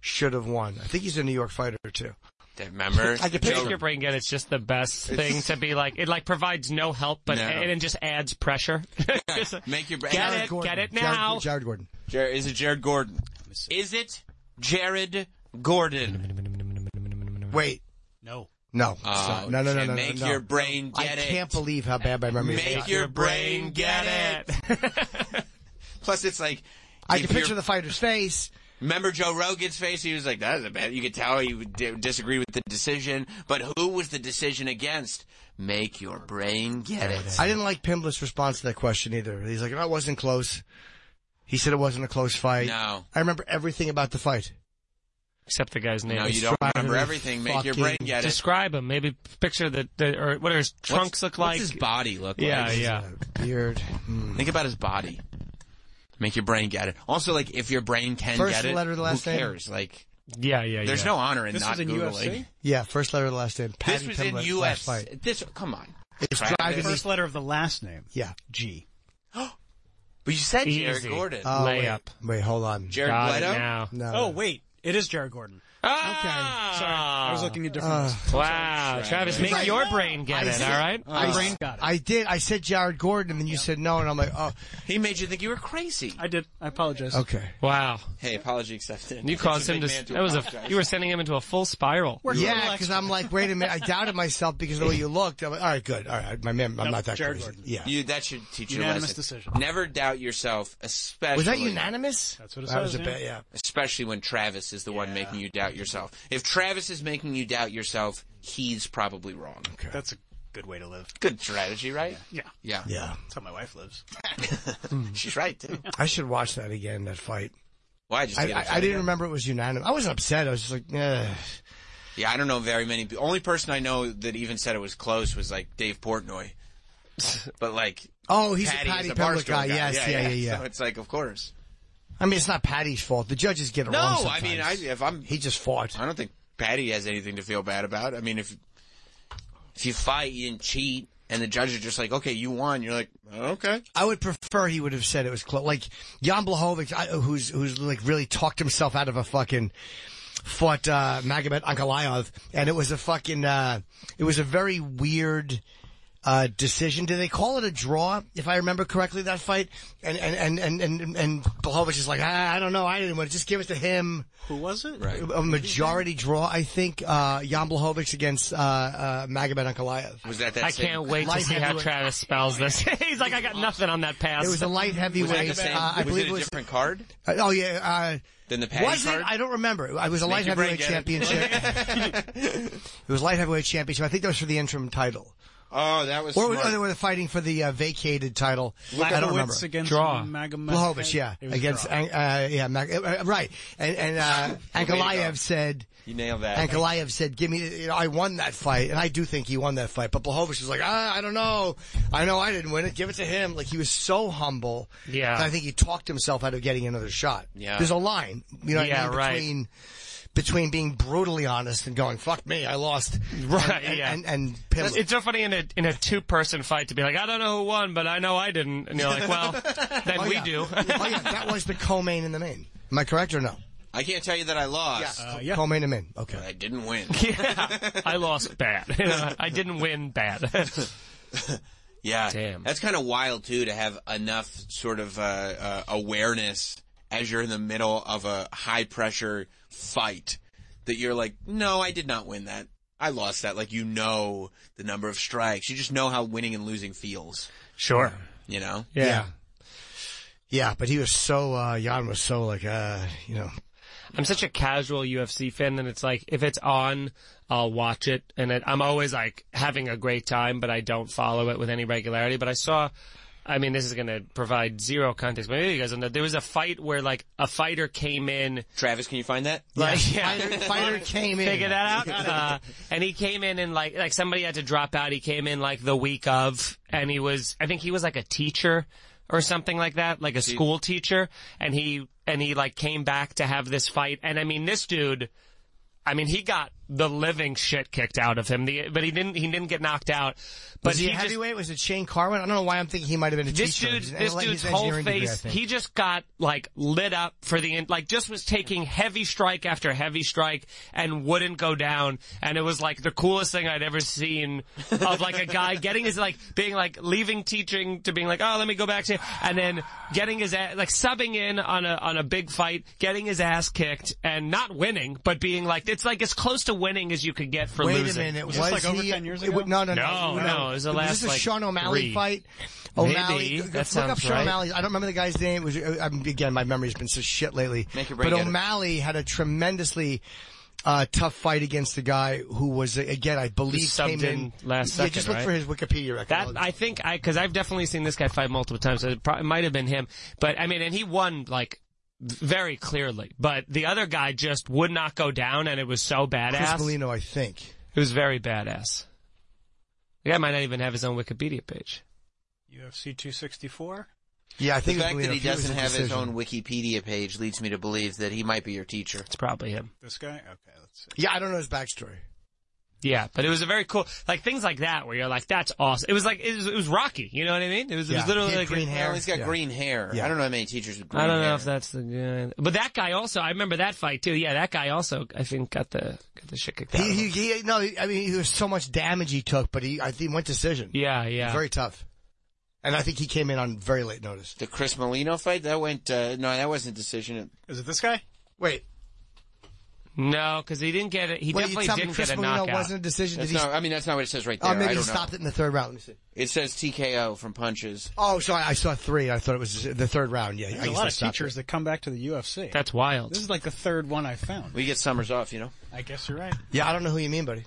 Speaker 4: should have won. I think he's a New York fighter too.
Speaker 5: Remember?
Speaker 4: I can picture
Speaker 5: Joe-
Speaker 4: him.
Speaker 23: your brain get. It's just the best
Speaker 4: It's-
Speaker 23: thing to be like. It like provides no help, but
Speaker 5: No.
Speaker 23: and it just adds pressure.
Speaker 5: *laughs* Make your brain
Speaker 23: Get it, get
Speaker 4: Jared-
Speaker 23: it now.
Speaker 4: Jared, Gordon.
Speaker 5: Jer- is it Jared Gordon? Is it Jared Gordon?
Speaker 4: Wait.
Speaker 6: No.
Speaker 4: No.
Speaker 5: Oh,
Speaker 4: it's not. no, no, no,
Speaker 5: Jen,
Speaker 4: no, no.
Speaker 5: make
Speaker 4: no.
Speaker 5: your brain
Speaker 4: I
Speaker 5: get it.
Speaker 4: can't believe how bad my memory is.
Speaker 5: Make your brain get it. *laughs* Plus, it's like
Speaker 4: I
Speaker 5: if
Speaker 4: can
Speaker 5: you're-
Speaker 4: picture the fighter's face.
Speaker 5: Remember Joe Rogan's face? He was like, "That is a bad." You could tell he would di- disagree with the decision, but who was the decision against? Make your brain get it.
Speaker 4: I didn't like Pimblett's response to that question either. He's like, "No, it wasn't close." He said it wasn't a close fight.
Speaker 5: No.
Speaker 4: I remember everything about the fight.
Speaker 23: Except the guy's name.
Speaker 5: No, you don't remember everything. Make your brain get it.
Speaker 23: Describe him. Maybe picture the, the or what his trunks look
Speaker 5: what's
Speaker 23: like.
Speaker 5: his body look
Speaker 23: yeah,
Speaker 5: like?
Speaker 23: Yeah,
Speaker 4: Beard. Hmm.
Speaker 5: Think about his body. Make your brain get it. Also, like if your brain can
Speaker 4: First
Speaker 5: get it,
Speaker 4: letter of the last
Speaker 5: who
Speaker 4: name.
Speaker 5: cares? Like,
Speaker 23: yeah, yeah.
Speaker 5: There's no honor in
Speaker 4: This
Speaker 5: not
Speaker 4: was in
Speaker 5: googling.
Speaker 4: UFC? Yeah, first letter of the last name. Patty
Speaker 5: This was
Speaker 4: Pimblett,
Speaker 5: in
Speaker 4: last
Speaker 5: U.S.
Speaker 4: Fight.
Speaker 5: This come on.
Speaker 4: It's
Speaker 5: Right.
Speaker 4: driving
Speaker 6: First
Speaker 4: me.
Speaker 6: letter of the last name.
Speaker 4: Yeah.
Speaker 6: G.
Speaker 5: *gasps* But you said
Speaker 6: Jared
Speaker 5: Gordon.
Speaker 4: Oh, Wait, wait, hold on.
Speaker 5: Jared Got it Leto? now. Ah!
Speaker 4: No.
Speaker 6: Oh wait, it is Jared Gordon. okay. Sorry, I was looking at different.
Speaker 4: Uh,
Speaker 6: ones.
Speaker 23: Wow, Travis, make
Speaker 4: Right.
Speaker 23: your brain get
Speaker 4: I
Speaker 23: it.
Speaker 4: said-
Speaker 23: all right.
Speaker 5: Oh.
Speaker 4: I, brain got it. I did. I said Jared Gordon, and then you said no, and I'm like, oh,
Speaker 5: He made you think you were crazy.
Speaker 6: I did. I apologize.
Speaker 4: okay.
Speaker 23: Wow.
Speaker 5: Hey, apology accepted.
Speaker 23: You
Speaker 5: It's
Speaker 23: caused
Speaker 5: a
Speaker 23: him to.
Speaker 5: big
Speaker 23: s-
Speaker 5: man
Speaker 23: That was a.
Speaker 5: apologize.
Speaker 23: You were sending him into a full spiral.
Speaker 4: yeah, because I'm like, wait a minute. I doubted myself because of the way you looked. I'm like, all right, good. All right, my mem, I'm
Speaker 5: Nope,
Speaker 4: not that
Speaker 5: Jared
Speaker 4: crazy.
Speaker 5: Gordon.
Speaker 4: Yeah.
Speaker 5: You that should teach you
Speaker 4: Unanimous
Speaker 5: a lesson.
Speaker 4: decision.
Speaker 5: Never doubt yourself, especially
Speaker 4: Was that unanimous?
Speaker 6: That's what
Speaker 4: it That was says, a yeah. bit, yeah.
Speaker 5: Especially when Travis is the one making you doubt yourself. If Travis is making you doubt yourself, he's probably wrong.
Speaker 6: That's a good way to live.
Speaker 5: Good strategy, right?
Speaker 6: Yeah.
Speaker 5: Yeah.
Speaker 4: Yeah.
Speaker 6: That's how my wife
Speaker 5: *laughs*
Speaker 6: lives.
Speaker 5: She's right too.
Speaker 4: I should watch that again. That fight.
Speaker 5: Why just
Speaker 4: I,
Speaker 5: get
Speaker 4: I,
Speaker 5: upset
Speaker 4: I didn't
Speaker 5: again?
Speaker 4: remember it was unanimous. I wasn't upset. I was just like, yeah.
Speaker 5: Yeah, I don't know very many. The only person I know that even said it was close was like Dave Portnoy. But like,
Speaker 4: Oh, he's a Patty
Speaker 5: is
Speaker 4: Pimblett
Speaker 5: barstool
Speaker 4: guy. Yes, yeah, yeah, yeah.
Speaker 5: So it's like, of course.
Speaker 4: I mean, it's not Patty's fault. The judges get it wrong.
Speaker 5: No, I
Speaker 4: sometimes.
Speaker 5: mean, I, if I'm,
Speaker 4: he just fought.
Speaker 5: I don't think Patty has anything to feel bad about. I mean, if if you fight, you didn't cheat, and the judge is just like, okay, you won. You're like, okay.
Speaker 4: I would prefer he would have said it was close. Like Jan Blahovic, I- who's who's like really talked himself out of a fucking fought uh, Magomed Ankalaev, and it was a fucking uh, it was a very weird uh, decision. Did they call it a draw? If I remember correctly, that fight, and and and and and, and Blahovic is like, ah, I don't know, I didn't want to just give it to him.
Speaker 6: Who was it?
Speaker 4: A majority draw, I think. Uh, Jan Blahovic against uh, uh, Magomed Ankalaev.
Speaker 5: Was that that?
Speaker 23: I
Speaker 5: same-
Speaker 23: can't wait to
Speaker 4: Light
Speaker 23: see how
Speaker 4: heavyweight.
Speaker 23: Travis spells
Speaker 5: *laughs*
Speaker 23: this. He's like, I got nothing on that pass.
Speaker 4: It was a light
Speaker 5: Was that the
Speaker 4: heavyweight.
Speaker 5: same?
Speaker 4: uh, I
Speaker 5: was
Speaker 4: believe
Speaker 5: it a
Speaker 4: it was.
Speaker 5: different card
Speaker 4: Uh, oh yeah. Uh,
Speaker 5: than the Patty
Speaker 4: was
Speaker 5: card?
Speaker 4: it? I don't remember. I was a
Speaker 5: Make
Speaker 4: light
Speaker 5: your brain
Speaker 4: heavyweight
Speaker 5: get it.
Speaker 4: championship.
Speaker 5: *laughs*
Speaker 4: it was light heavyweight championship. I think that was for the interim title,
Speaker 5: Oh, that was.
Speaker 4: or, was-
Speaker 5: smart.
Speaker 4: or they were fighting for the uh, vacated title.
Speaker 6: Blahovitz
Speaker 4: I don't remember.
Speaker 6: against Magomed.
Speaker 4: Blahovitch, yeah,
Speaker 6: It was
Speaker 4: against
Speaker 6: draw.
Speaker 4: uh, yeah, Mac- uh, uh, right. And and
Speaker 5: *laughs*
Speaker 4: uh,
Speaker 5: Way to go.
Speaker 4: Ankalaev said.
Speaker 5: You nailed that.
Speaker 4: Ankalaev said, "Give me, you know, I won that fight, and I do think he won that fight." But Blahovich was like, ah, "I don't know, I know I didn't win it. Give it to him." Like he was so humble.
Speaker 23: Yeah.
Speaker 4: that I think he talked himself out of getting another shot.
Speaker 23: Yeah.
Speaker 4: there's a line, you know, what
Speaker 23: Yeah,
Speaker 4: I mean,
Speaker 23: right.
Speaker 4: between between being brutally honest and going, "Fuck me, I lost."
Speaker 23: *laughs* Right,
Speaker 4: and,
Speaker 23: yeah.
Speaker 4: and, and, Pimble-
Speaker 23: It's so funny in a in a two person fight to be like, I don't know who won, but I know I didn't. And you're like,
Speaker 5: *laughs*
Speaker 23: well, then
Speaker 4: Oh,
Speaker 23: we
Speaker 4: yeah. *laughs*
Speaker 23: do. *laughs*
Speaker 4: oh yeah, that was the co-main in the main. Am I correct or no?
Speaker 5: I can't tell you that I lost.
Speaker 4: yeah. Co-main and main. Okay.
Speaker 5: but I didn't
Speaker 4: *laughs*
Speaker 5: win.
Speaker 23: yeah, I lost bad. You know, I didn't
Speaker 4: *laughs*
Speaker 23: win bad.
Speaker 5: Yeah.
Speaker 23: Damn.
Speaker 5: That's kind of wild too to have enough sort of uh, uh, awareness as you're in the middle of a high pressure fight that you're like, no, I did not win that. I lost that. Like you know the number of strikes. You just know how winning and losing feels.
Speaker 23: Sure.
Speaker 5: You know.
Speaker 4: Yeah. yeah. but he was so, uh, Jan was so like, uh, you know,
Speaker 23: I'm such a casual UFC fan that it's like if it's on, I'll watch it, and it, I'm always like having a great time, but I don't follow it with any regularity. But I saw. I mean, this is going to provide zero context, but maybe you guys don't know. There was a fight where, like, a fighter came in.
Speaker 5: Travis, can you find that?
Speaker 23: Like, *laughs*
Speaker 5: Yeah.
Speaker 23: yeah.
Speaker 5: Fighter- fighter came in.
Speaker 4: *laughs*
Speaker 23: Figure that out.
Speaker 5: Got it.
Speaker 23: Uh, and he came in and, like, like somebody had to drop out. He came in, like, the week of, and he was, I think he was, like, a teacher or something like that, like a school teacher. And he, and he, like, came back to have this fight. And I mean, this dude, I mean, he got the living shit kicked out of him, the, but he didn't, he didn't get knocked out. But
Speaker 4: was he, a
Speaker 23: just,
Speaker 4: heavyweight? was it Shane Carwin? I don't know why I'm thinking he might have been a
Speaker 23: this
Speaker 4: teacher.
Speaker 23: dude's
Speaker 4: He's an
Speaker 23: this
Speaker 4: engineering-
Speaker 23: dude's
Speaker 4: he's an
Speaker 23: whole
Speaker 4: engineering degree, I
Speaker 23: face
Speaker 4: think.
Speaker 23: he just got like lit up for the like just was taking heavy strike after heavy strike and wouldn't go down and it was like the coolest thing i'd ever seen of like a
Speaker 4: *laughs*
Speaker 23: guy getting his like being like leaving teaching to being like oh let me go back to and then getting his ass, like subbing in on a on a big fight getting his ass kicked and not winning but being like it's like as close to winning as you could get for
Speaker 4: Wait
Speaker 23: losing
Speaker 4: a minute. Was, he, it would- No, no, no.
Speaker 23: no no it was the last
Speaker 4: this a
Speaker 23: like,
Speaker 4: Sean O'Malley
Speaker 23: three.
Speaker 4: fight?
Speaker 23: Maybe.
Speaker 4: O'Malley.
Speaker 23: That
Speaker 4: Look up
Speaker 23: sounds
Speaker 4: Sean
Speaker 23: right.
Speaker 4: O'Malley. I don't remember the guy's name. It was- uh, I'm- again, my memory's been so shit lately.
Speaker 5: Make it break
Speaker 4: but
Speaker 5: it.
Speaker 4: O'Malley had a tremendously uh, tough fight against the guy who was, uh, again, I believe
Speaker 23: Just subbed
Speaker 4: came
Speaker 23: in last
Speaker 4: Yeah,
Speaker 23: second,
Speaker 4: just look
Speaker 23: right?
Speaker 4: for his Wikipedia record.
Speaker 23: That I think I because I've definitely seen this guy fight multiple times. So it, probably, might have been him, but I mean, and he won like v- very clearly. But the other guy just would not go down, and it was so
Speaker 4: Chris
Speaker 23: badass.
Speaker 4: Molino, I think.
Speaker 23: it was very badass. The guy might not even have his own Wikipedia page.
Speaker 6: UFC 264.
Speaker 4: Yeah, I
Speaker 6: think it was
Speaker 5: the fact that
Speaker 6: Leo.
Speaker 5: he
Speaker 6: He was
Speaker 5: doesn't
Speaker 6: a
Speaker 5: have his
Speaker 6: decision.
Speaker 5: own Wikipedia page leads me to believe that he might be your teacher. It's
Speaker 23: probably him.
Speaker 6: This guy. Okay.
Speaker 4: Yeah, I don't know his backstory.
Speaker 23: Yeah, but it was a very cool, like things like that where you're like, that's awesome. It was like it was, it was Rocky, you know what I mean? It was, it was literally like
Speaker 5: Well, he's got green hair.
Speaker 23: Yeah.
Speaker 5: I don't know how many teachers with green
Speaker 23: I don't
Speaker 5: hair.
Speaker 23: know if that's the guy, but that guy also. I remember that fight too. Yeah, that guy also. I think got the got the shit kicked out. of him.
Speaker 4: He, he, he, no, I mean, he was so much damage he took, but he, I think, he went decision.
Speaker 23: Yeah, yeah.
Speaker 4: Very tough. And I think he came in on very late notice.
Speaker 5: The Chris Molino fight that went. Uh, no, that wasn't a decision.
Speaker 6: Is it this guy?
Speaker 4: Wait.
Speaker 23: No, because he didn't get it. He
Speaker 4: Wait, you
Speaker 23: definitely
Speaker 4: tell me
Speaker 23: didn't
Speaker 4: Chris
Speaker 23: get a
Speaker 4: Molino
Speaker 23: knockout.
Speaker 4: wasn't a decision?
Speaker 5: That's
Speaker 4: Did he-
Speaker 5: not, I mean, that's not what it says right there.
Speaker 4: Oh, maybe
Speaker 5: I
Speaker 4: he
Speaker 5: don't
Speaker 4: stopped
Speaker 5: know.
Speaker 4: it in the third round. Let me see.
Speaker 5: It says TKO from punches.
Speaker 4: Oh, sorry, I saw three. I thought it was the third round. Yeah,
Speaker 6: There's
Speaker 4: I
Speaker 6: a
Speaker 4: guess
Speaker 6: lot
Speaker 4: I
Speaker 6: of
Speaker 4: stopped
Speaker 6: teachers that come back to the UFC.
Speaker 23: That's wild.
Speaker 6: This is like the third one I found.
Speaker 5: We get summers off, you know.
Speaker 6: I guess you're right.
Speaker 4: Yeah, I don't know who you mean, buddy.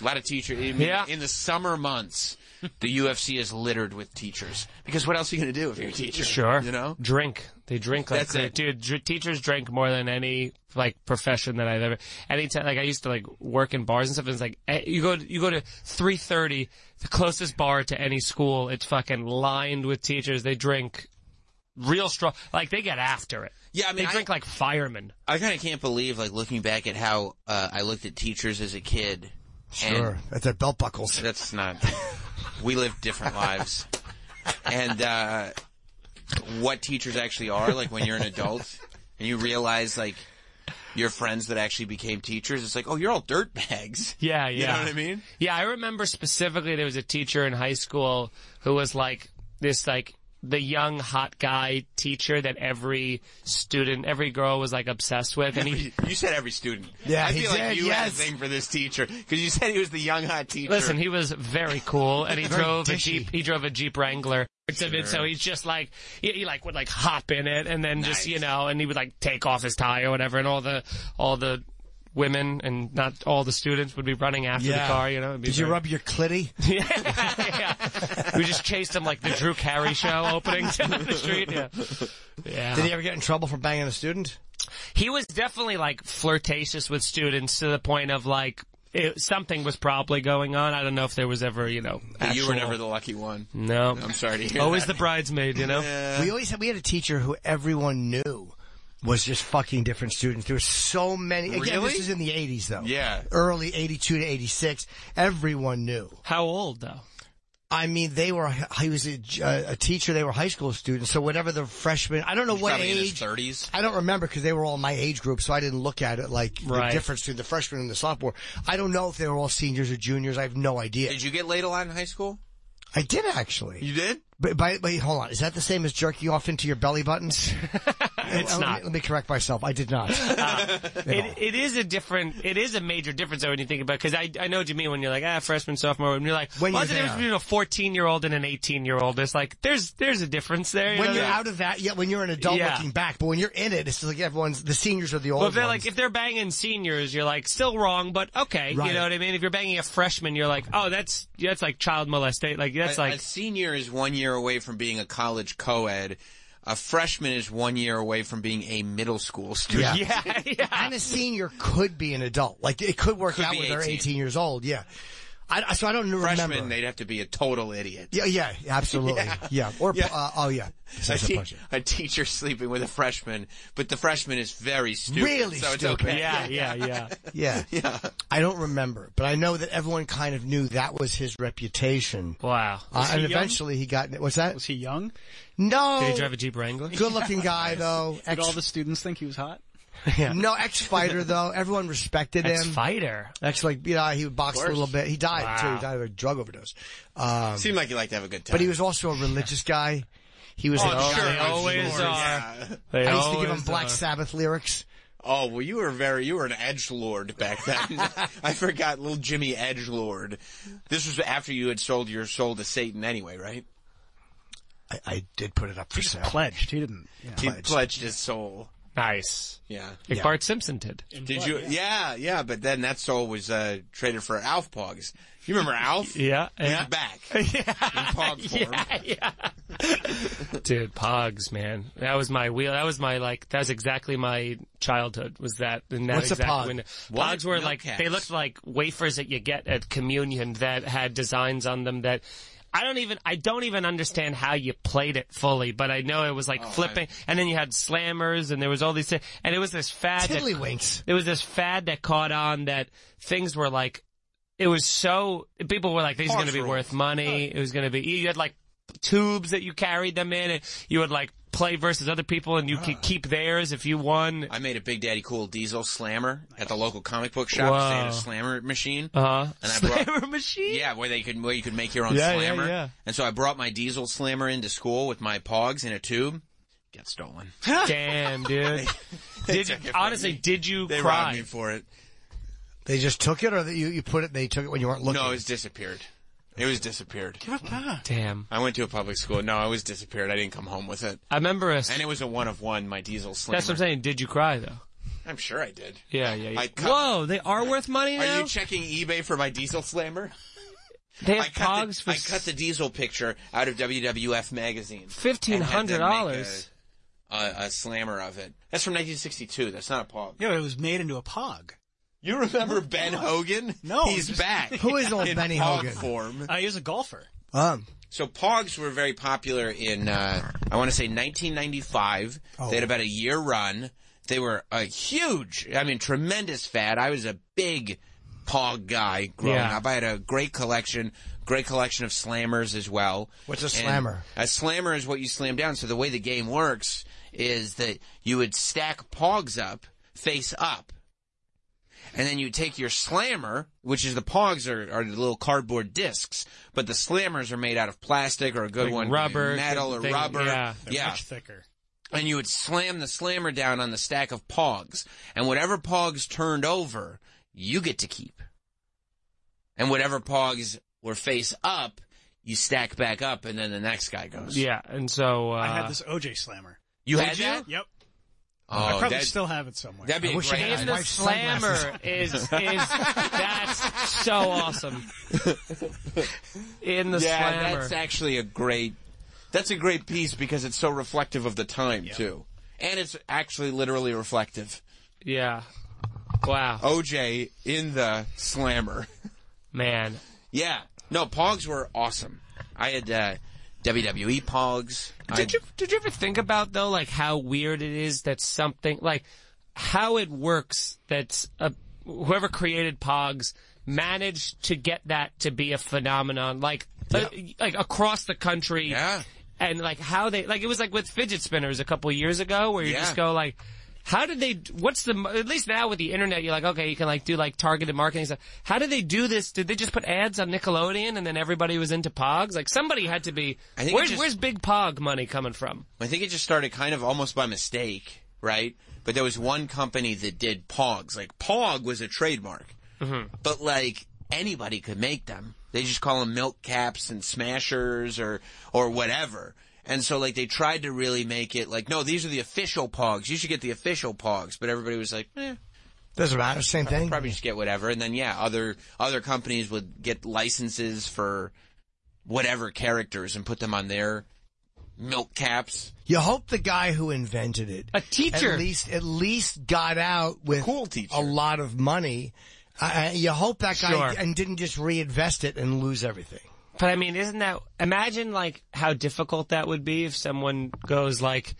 Speaker 5: A lot of teachers. I mean,
Speaker 6: Yeah.
Speaker 5: In the summer months, the UFC is littered with teachers because what else are you going to do if you're a teacher?
Speaker 23: Sure.
Speaker 5: You know.
Speaker 23: Drink. They drink like
Speaker 5: That's
Speaker 23: cra-
Speaker 5: it.
Speaker 23: dude. Dr- teachers drink more than any like profession that I've ever. Anytime, like I used to like work in bars and stuff. And it's like eh, you go to, you go to three thirty, the closest bar to any school. It's fucking lined with teachers. They drink real strong. Like they get after it.
Speaker 5: Yeah, I mean,
Speaker 23: they
Speaker 5: I-
Speaker 23: drink like firemen.
Speaker 5: I kind of can't believe, like, looking back at how uh, I looked at teachers as a kid.
Speaker 4: Sure. That's their belt buckles.
Speaker 5: That's not. We live different lives, and uh, what teachers actually are like when you're an adult and you realize like your friends that actually became teachers. It's like, oh, you're
Speaker 23: *laughs*
Speaker 5: all dirtbags.
Speaker 23: Yeah,
Speaker 5: You
Speaker 23: yeah.
Speaker 5: know what I mean?
Speaker 23: Yeah, I remember specifically there was a teacher in high school who was like this like the young hot guy teacher that every student, every girl was like obsessed with, and he.
Speaker 5: You said every student.
Speaker 23: Yeah,
Speaker 5: I
Speaker 23: he
Speaker 5: feel
Speaker 23: did,
Speaker 5: like you had a
Speaker 23: yes.
Speaker 5: thing for this teacher because you said he was the young hot teacher.
Speaker 23: Listen, he was very cool, and he
Speaker 5: Very
Speaker 23: drove a
Speaker 5: dishy.
Speaker 23: jeep. He drove a Jeep Wrangler.
Speaker 5: Sure.
Speaker 23: So he's just like he, he like would like hop in it, and then just you know, and he would like take off his tie or whatever, and all the all the women and not all the students would be running after the car. You know, It'd be
Speaker 4: Did you
Speaker 23: very-
Speaker 4: rub your
Speaker 23: *laughs*
Speaker 4: clitty?
Speaker 23: We just chased him like the Drew Carey show
Speaker 5: *laughs*
Speaker 23: opening down the street.
Speaker 4: *laughs*
Speaker 23: Yeah. Yeah.
Speaker 4: Did he ever get in trouble for banging a student?
Speaker 23: He was definitely like flirtatious with students to the point of like it, something was probably going on. I don't know if there was ever, you know,
Speaker 5: But you were
Speaker 23: actual-
Speaker 5: never the lucky one.
Speaker 23: No.
Speaker 5: I'm sorry to hear.
Speaker 23: Always
Speaker 5: that.
Speaker 23: the bridesmaid, you know?
Speaker 4: We always had, we had a teacher who everyone knew was just fucking different students. There were so many. Again,
Speaker 23: Really?
Speaker 4: this is in the 80s though.
Speaker 5: Yeah.
Speaker 4: Early 82 to 86. Everyone knew.
Speaker 23: How old though?
Speaker 4: I mean, they were, he was a, a teacher, they were high school students, so whatever the freshman, I don't know what
Speaker 5: Probably in his
Speaker 4: age.
Speaker 5: thirties.
Speaker 4: I don't remember because they were all my age group, so I didn't look at it like
Speaker 5: Right.
Speaker 4: the difference between the freshman and the sophomore. I don't know if they were all seniors or juniors. I have no idea.
Speaker 5: Did you get laid a lot in high school?
Speaker 4: I did actually.
Speaker 5: You did?
Speaker 4: But, but, but hold on, is that the same as jerking off into your belly buttons? let
Speaker 23: *laughs* it's
Speaker 4: me-
Speaker 23: not.
Speaker 4: Let me correct myself. I did not.
Speaker 23: Ah.
Speaker 4: *laughs*
Speaker 23: it, it is a different, it is a major difference though when you think about because I, I know what you mean when you're like, ah, freshman, sophomore, when you're like,
Speaker 4: When
Speaker 23: what's the
Speaker 4: you're
Speaker 23: difference
Speaker 4: there.
Speaker 23: between a 14 year old and an 18 year old? It's like, there's, there's a difference there. you
Speaker 4: when
Speaker 23: know,
Speaker 4: you're
Speaker 23: like-
Speaker 4: out of that, yeah, when you're an adult
Speaker 23: Yeah.
Speaker 4: looking back, but when you're in it, it's like everyone's the seniors are the old
Speaker 23: Well, if they're
Speaker 4: ones.
Speaker 23: like, if they're banging seniors, you're like, still wrong, but okay.
Speaker 4: Right.
Speaker 23: You know what I mean? If you're banging a freshman, you're like, oh, that's, that's like child molestation. Like, that's
Speaker 5: a,
Speaker 23: like,
Speaker 5: a senior is one year away from being a college co-ed. A freshman is one year away from being a middle school
Speaker 23: *laughs*
Speaker 5: student. *laughs*
Speaker 23: yeah,
Speaker 4: And a senior could be an adult. Like it could work
Speaker 5: Could
Speaker 4: out
Speaker 5: be
Speaker 4: where they're
Speaker 5: 18.
Speaker 4: 18 years old. Yeah. I, I- so I don't
Speaker 5: Freshman,
Speaker 4: remember.
Speaker 5: they'd have to be a total idiot.
Speaker 4: Yeah, yeah,
Speaker 23: *laughs*
Speaker 4: absolutely.
Speaker 5: Yeah.
Speaker 4: Yeah. Or,
Speaker 5: Yeah.
Speaker 4: Uh, oh yeah.
Speaker 5: A,
Speaker 4: Besides the
Speaker 5: te-
Speaker 4: punch.
Speaker 5: a teacher sleeping with a freshman, but the freshman is very stupid.
Speaker 4: Really
Speaker 5: so It's
Speaker 4: stupid.
Speaker 5: okay.
Speaker 4: Yeah, yeah,
Speaker 23: *laughs*
Speaker 5: *laughs*
Speaker 23: yeah.
Speaker 4: Yeah.
Speaker 5: yeah.
Speaker 4: I don't remember, but I know that everyone kind of knew that was his reputation.
Speaker 23: Wow.
Speaker 4: Uh,
Speaker 23: Was he
Speaker 4: and
Speaker 23: young?
Speaker 4: eventually he got, what's that? Was
Speaker 6: he young?
Speaker 4: No.
Speaker 23: did he drive a Jeep Wrangler?
Speaker 4: Oh. Good
Speaker 6: *laughs*
Speaker 4: looking
Speaker 23: *laughs*
Speaker 4: guy though.
Speaker 6: Did all the students think he was hot?
Speaker 4: No, ex-fighter though. Everyone
Speaker 23: *laughs*
Speaker 4: respected him.
Speaker 6: Ex-fighter?
Speaker 4: Actually, like, you know, he boxed
Speaker 5: Of
Speaker 4: a
Speaker 5: course.
Speaker 4: little bit. He died too.
Speaker 5: Wow.
Speaker 4: He died of a drug overdose. Um,
Speaker 5: Seemed like he liked to have a good time.
Speaker 4: but he was also a religious guy. He was
Speaker 5: Oh,
Speaker 4: a
Speaker 5: I'm sure
Speaker 4: guy.
Speaker 5: they always
Speaker 4: Lord.
Speaker 5: are.
Speaker 4: Yeah.
Speaker 5: They
Speaker 4: I used to give
Speaker 5: always
Speaker 4: him Black
Speaker 5: are.
Speaker 4: Sabbath lyrics.
Speaker 5: Oh well, you were very you were an edge lord back then. *laughs* I forgot, little Jimmy Edge Lord. This was after you had sold your soul to Satan, anyway, right?
Speaker 4: I, I did put it up for sale.
Speaker 6: Pledged. He didn't. Yeah.
Speaker 5: He pledged his soul.
Speaker 23: Nice.
Speaker 5: Yeah.
Speaker 23: Like Bart Simpson did.
Speaker 5: Did you? Yeah, yeah. But then that soul was uh, traded for Alf Pogs. You remember Alf?
Speaker 23: Yeah,
Speaker 5: He's
Speaker 23: yeah.
Speaker 5: back. *laughs* Yeah. In Pog *laughs*
Speaker 23: *laughs*
Speaker 5: form.
Speaker 23: Dude, Pogs, man. That was my wheel. That was my like. That was exactly my childhood. Was that in that
Speaker 4: What's a
Speaker 23: exact
Speaker 4: pog?
Speaker 23: window?
Speaker 4: What?
Speaker 23: Pogs were
Speaker 4: Milk
Speaker 23: like
Speaker 4: cans.
Speaker 23: they looked like wafers that you get at communion that had designs on them that. I don't even, I don't even understand how you played it fully, but I know it was like
Speaker 5: Oh, I-
Speaker 23: flipping, and then you had slammers, and there was all these things, and it was this fad. that-
Speaker 4: Tiddlywinks.
Speaker 23: There was this fad that caught on that things were like, it was so, people were like, these are going to be worth money. It was going to be, you had like tubes that you carried them in and you would like play versus other people and you could keep theirs if you won.
Speaker 5: I made a Big Daddy Cool Diesel slammer at the local comic book shop. 'cause They had a
Speaker 23: Wow.
Speaker 5: slammer machine.
Speaker 23: Uh-huh.
Speaker 5: And I brought,
Speaker 23: slammer machine?
Speaker 5: Yeah, where they could where you could make your own
Speaker 23: Yeah, yeah,
Speaker 5: slammer.
Speaker 23: yeah.
Speaker 5: And so I brought my diesel slammer into school with my pogs in a tube. Got
Speaker 6: *laughs*
Speaker 5: stolen.
Speaker 23: Damn,
Speaker 5: *laughs*
Speaker 23: dude. did you, honestly, did you
Speaker 5: They
Speaker 23: cry?
Speaker 5: robbed me for it.
Speaker 4: They just took it, or that you you put it. They took it when you weren't looking.
Speaker 5: No, it was disappeared. It was disappeared.
Speaker 6: Give it back.
Speaker 23: Damn.
Speaker 5: I went to a public school. No, I was disappeared. I didn't come home with it.
Speaker 23: I remember a,
Speaker 5: And it was a one of one, my diesel slammer.
Speaker 23: that's what I'm saying. Did you cry though?
Speaker 5: I'm sure I did.
Speaker 23: Yeah, yeah, yeah.
Speaker 5: I cut-
Speaker 23: Whoa, they are worth money now?
Speaker 5: Are you checking eBay for my diesel slammer?
Speaker 23: They have
Speaker 5: I cut
Speaker 23: pogs
Speaker 5: the,
Speaker 23: for
Speaker 5: I cut the diesel picture out of WWF magazine.
Speaker 23: $1,500?
Speaker 5: and had them make A, a, a slammer of it. That's from 1962. That's not a pog.
Speaker 6: Yeah, but it was made into a pog. *laughs*
Speaker 5: You remember Ben Hogan?
Speaker 6: No,
Speaker 5: he's
Speaker 6: just-
Speaker 5: back.
Speaker 6: Who is old
Speaker 5: in
Speaker 6: Benny
Speaker 5: pog
Speaker 6: Hogan?
Speaker 5: Form.
Speaker 6: Uh, he was a golfer.
Speaker 4: Um,
Speaker 5: So Pogs were very popular in, uh, I want to say 1995.
Speaker 4: Oh.
Speaker 5: They had about a year run. They were a huge, I mean, tremendous fad. I was a big Pog guy growing
Speaker 4: Yeah.
Speaker 5: up. I had a great collection, great collection of slammers as well.
Speaker 4: What's a
Speaker 5: And
Speaker 4: slammer?
Speaker 5: a slammer is what you slam down. So the way the game works is that you would stack Pogs up, face up. And then you take your slammer, which is the pogs are, are the little cardboard discs, but the slammers are made out of plastic or a good
Speaker 23: Like
Speaker 5: one,
Speaker 23: rubber,
Speaker 5: metal or
Speaker 23: thing-
Speaker 5: rubber.
Speaker 23: yeah.
Speaker 6: They're much thicker.
Speaker 5: And you would slam the slammer down on the stack of pogs. And whatever pogs turned over, you get to keep. And whatever pogs were face up, you stack back up and then the next guy goes.
Speaker 23: Yeah, and so, uh.
Speaker 6: I had this OJ Slammer.
Speaker 5: You
Speaker 6: Did
Speaker 5: had that?
Speaker 6: Yep.
Speaker 5: Oh,
Speaker 6: I probably
Speaker 5: that-
Speaker 6: still have it somewhere.
Speaker 5: that'd be I a wish I great had
Speaker 23: And the
Speaker 5: Wife's
Speaker 23: slammer is,
Speaker 5: sunglasses. *laughs*
Speaker 23: *laughs* is, that's so awesome. In the
Speaker 5: yeah,
Speaker 23: slammer.
Speaker 5: that's actually a great. That's a great piece because it's so reflective of the time too, and it's actually literally reflective.
Speaker 23: Yeah. Wow.
Speaker 5: OJ in the slammer.
Speaker 23: Man.
Speaker 5: Yeah. No, Pogs were awesome. I had uh, WWE Pogs. I had-
Speaker 23: Did you did you ever think about though, like how weird it is that something like how it works that uh, whoever created Pogs managed to get that to be a phenomenon, like uh, like across the country, and like how they like it was like with fidget spinners a couple years ago, where you
Speaker 5: Yeah.
Speaker 23: just go like. How did they, what's the, at least now with the internet, you're like, okay, you can like do like targeted marketing stuff. How did they do this? Did they just put ads on Nickelodeon and then everybody was into Pogs? Like somebody had to be,
Speaker 5: I think it
Speaker 23: where's,
Speaker 5: just-
Speaker 23: where's big Pog money coming from?
Speaker 5: I think it just started kind of almost by mistake. right? But there was one company that did Pogs. Like Pog was a trademark, but like anybody could make them. They just call them milk caps and smashers or or whatever. And so like they tried to really make it like no, these are the official Pogs. You should get the official Pogs, but everybody was like, eh,
Speaker 4: Doesn't matter. Same thing.
Speaker 5: probably just get whatever. And then yeah, other other companies would get licenses for whatever characters and put them on their milk caps.
Speaker 4: You hope the guy who invented it,
Speaker 5: A teacher.
Speaker 4: at least at least got out with a lot of money. Uh, you hope that guy
Speaker 23: Sure.
Speaker 4: and didn't just reinvest it and lose everything.
Speaker 23: But I mean, isn't that imagine like how difficult that would be if someone goes like,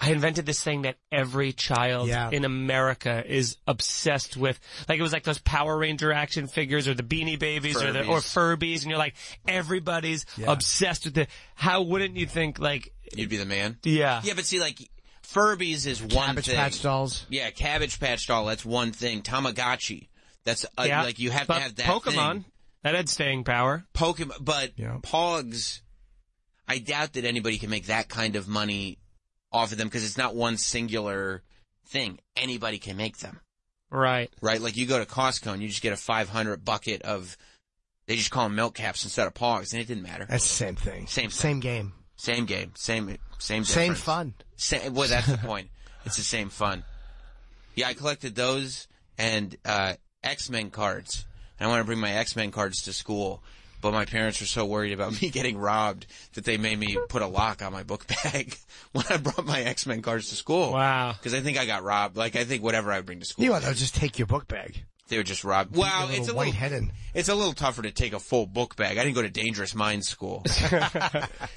Speaker 23: I invented this thing that every child
Speaker 4: Yeah.
Speaker 23: in America is obsessed with. Like it was like those Power Ranger action figures or the Beanie Babies or the or Furbies, and you're like everybody's obsessed with it. How wouldn't you think like
Speaker 5: You'd be the man.
Speaker 23: Yeah.
Speaker 5: Yeah, but see, like Furbies is one
Speaker 4: Cabbage
Speaker 5: thing.
Speaker 4: Patch dolls.
Speaker 5: Yeah, Cabbage Patch doll. That's one thing. Tamagotchi. That's uh,
Speaker 23: Yeah.
Speaker 5: like you have
Speaker 23: But
Speaker 5: to have that.
Speaker 23: Pokemon,
Speaker 5: thing.
Speaker 23: that had staying power.
Speaker 5: Pokemon, but Pogs. I doubt that anybody can make that kind of money off of them because it's not one singular thing. Anybody can make them,
Speaker 23: right?
Speaker 5: Right? Like you go to Costco and you just get a 500 bucket of. They just call them milk caps instead of Pogs, and it didn't matter.
Speaker 4: That's the same thing.
Speaker 5: Same thing.
Speaker 4: Same game.
Speaker 5: Same game, same
Speaker 4: Same
Speaker 5: same difference.
Speaker 4: fun.
Speaker 5: Sa- well, that's the point. It's the same fun. Yeah, I collected those and uh, X Men cards. And I want to bring my X Men cards to school, but my parents were so worried about *laughs* me getting robbed that they made me put a lock on my book bag *laughs* when I brought my X Men cards to school.
Speaker 23: Wow!
Speaker 5: Because I think I got robbed. Like I think whatever I bring to school,
Speaker 4: You know, they'll just take your book bag.
Speaker 5: they were just robbed. Wow,
Speaker 4: Your
Speaker 5: it's a
Speaker 4: little white
Speaker 5: little
Speaker 4: head in.
Speaker 5: it's a little tougher to take a full book bag. I didn't go to Dangerous
Speaker 4: *laughs*
Speaker 5: Minds school.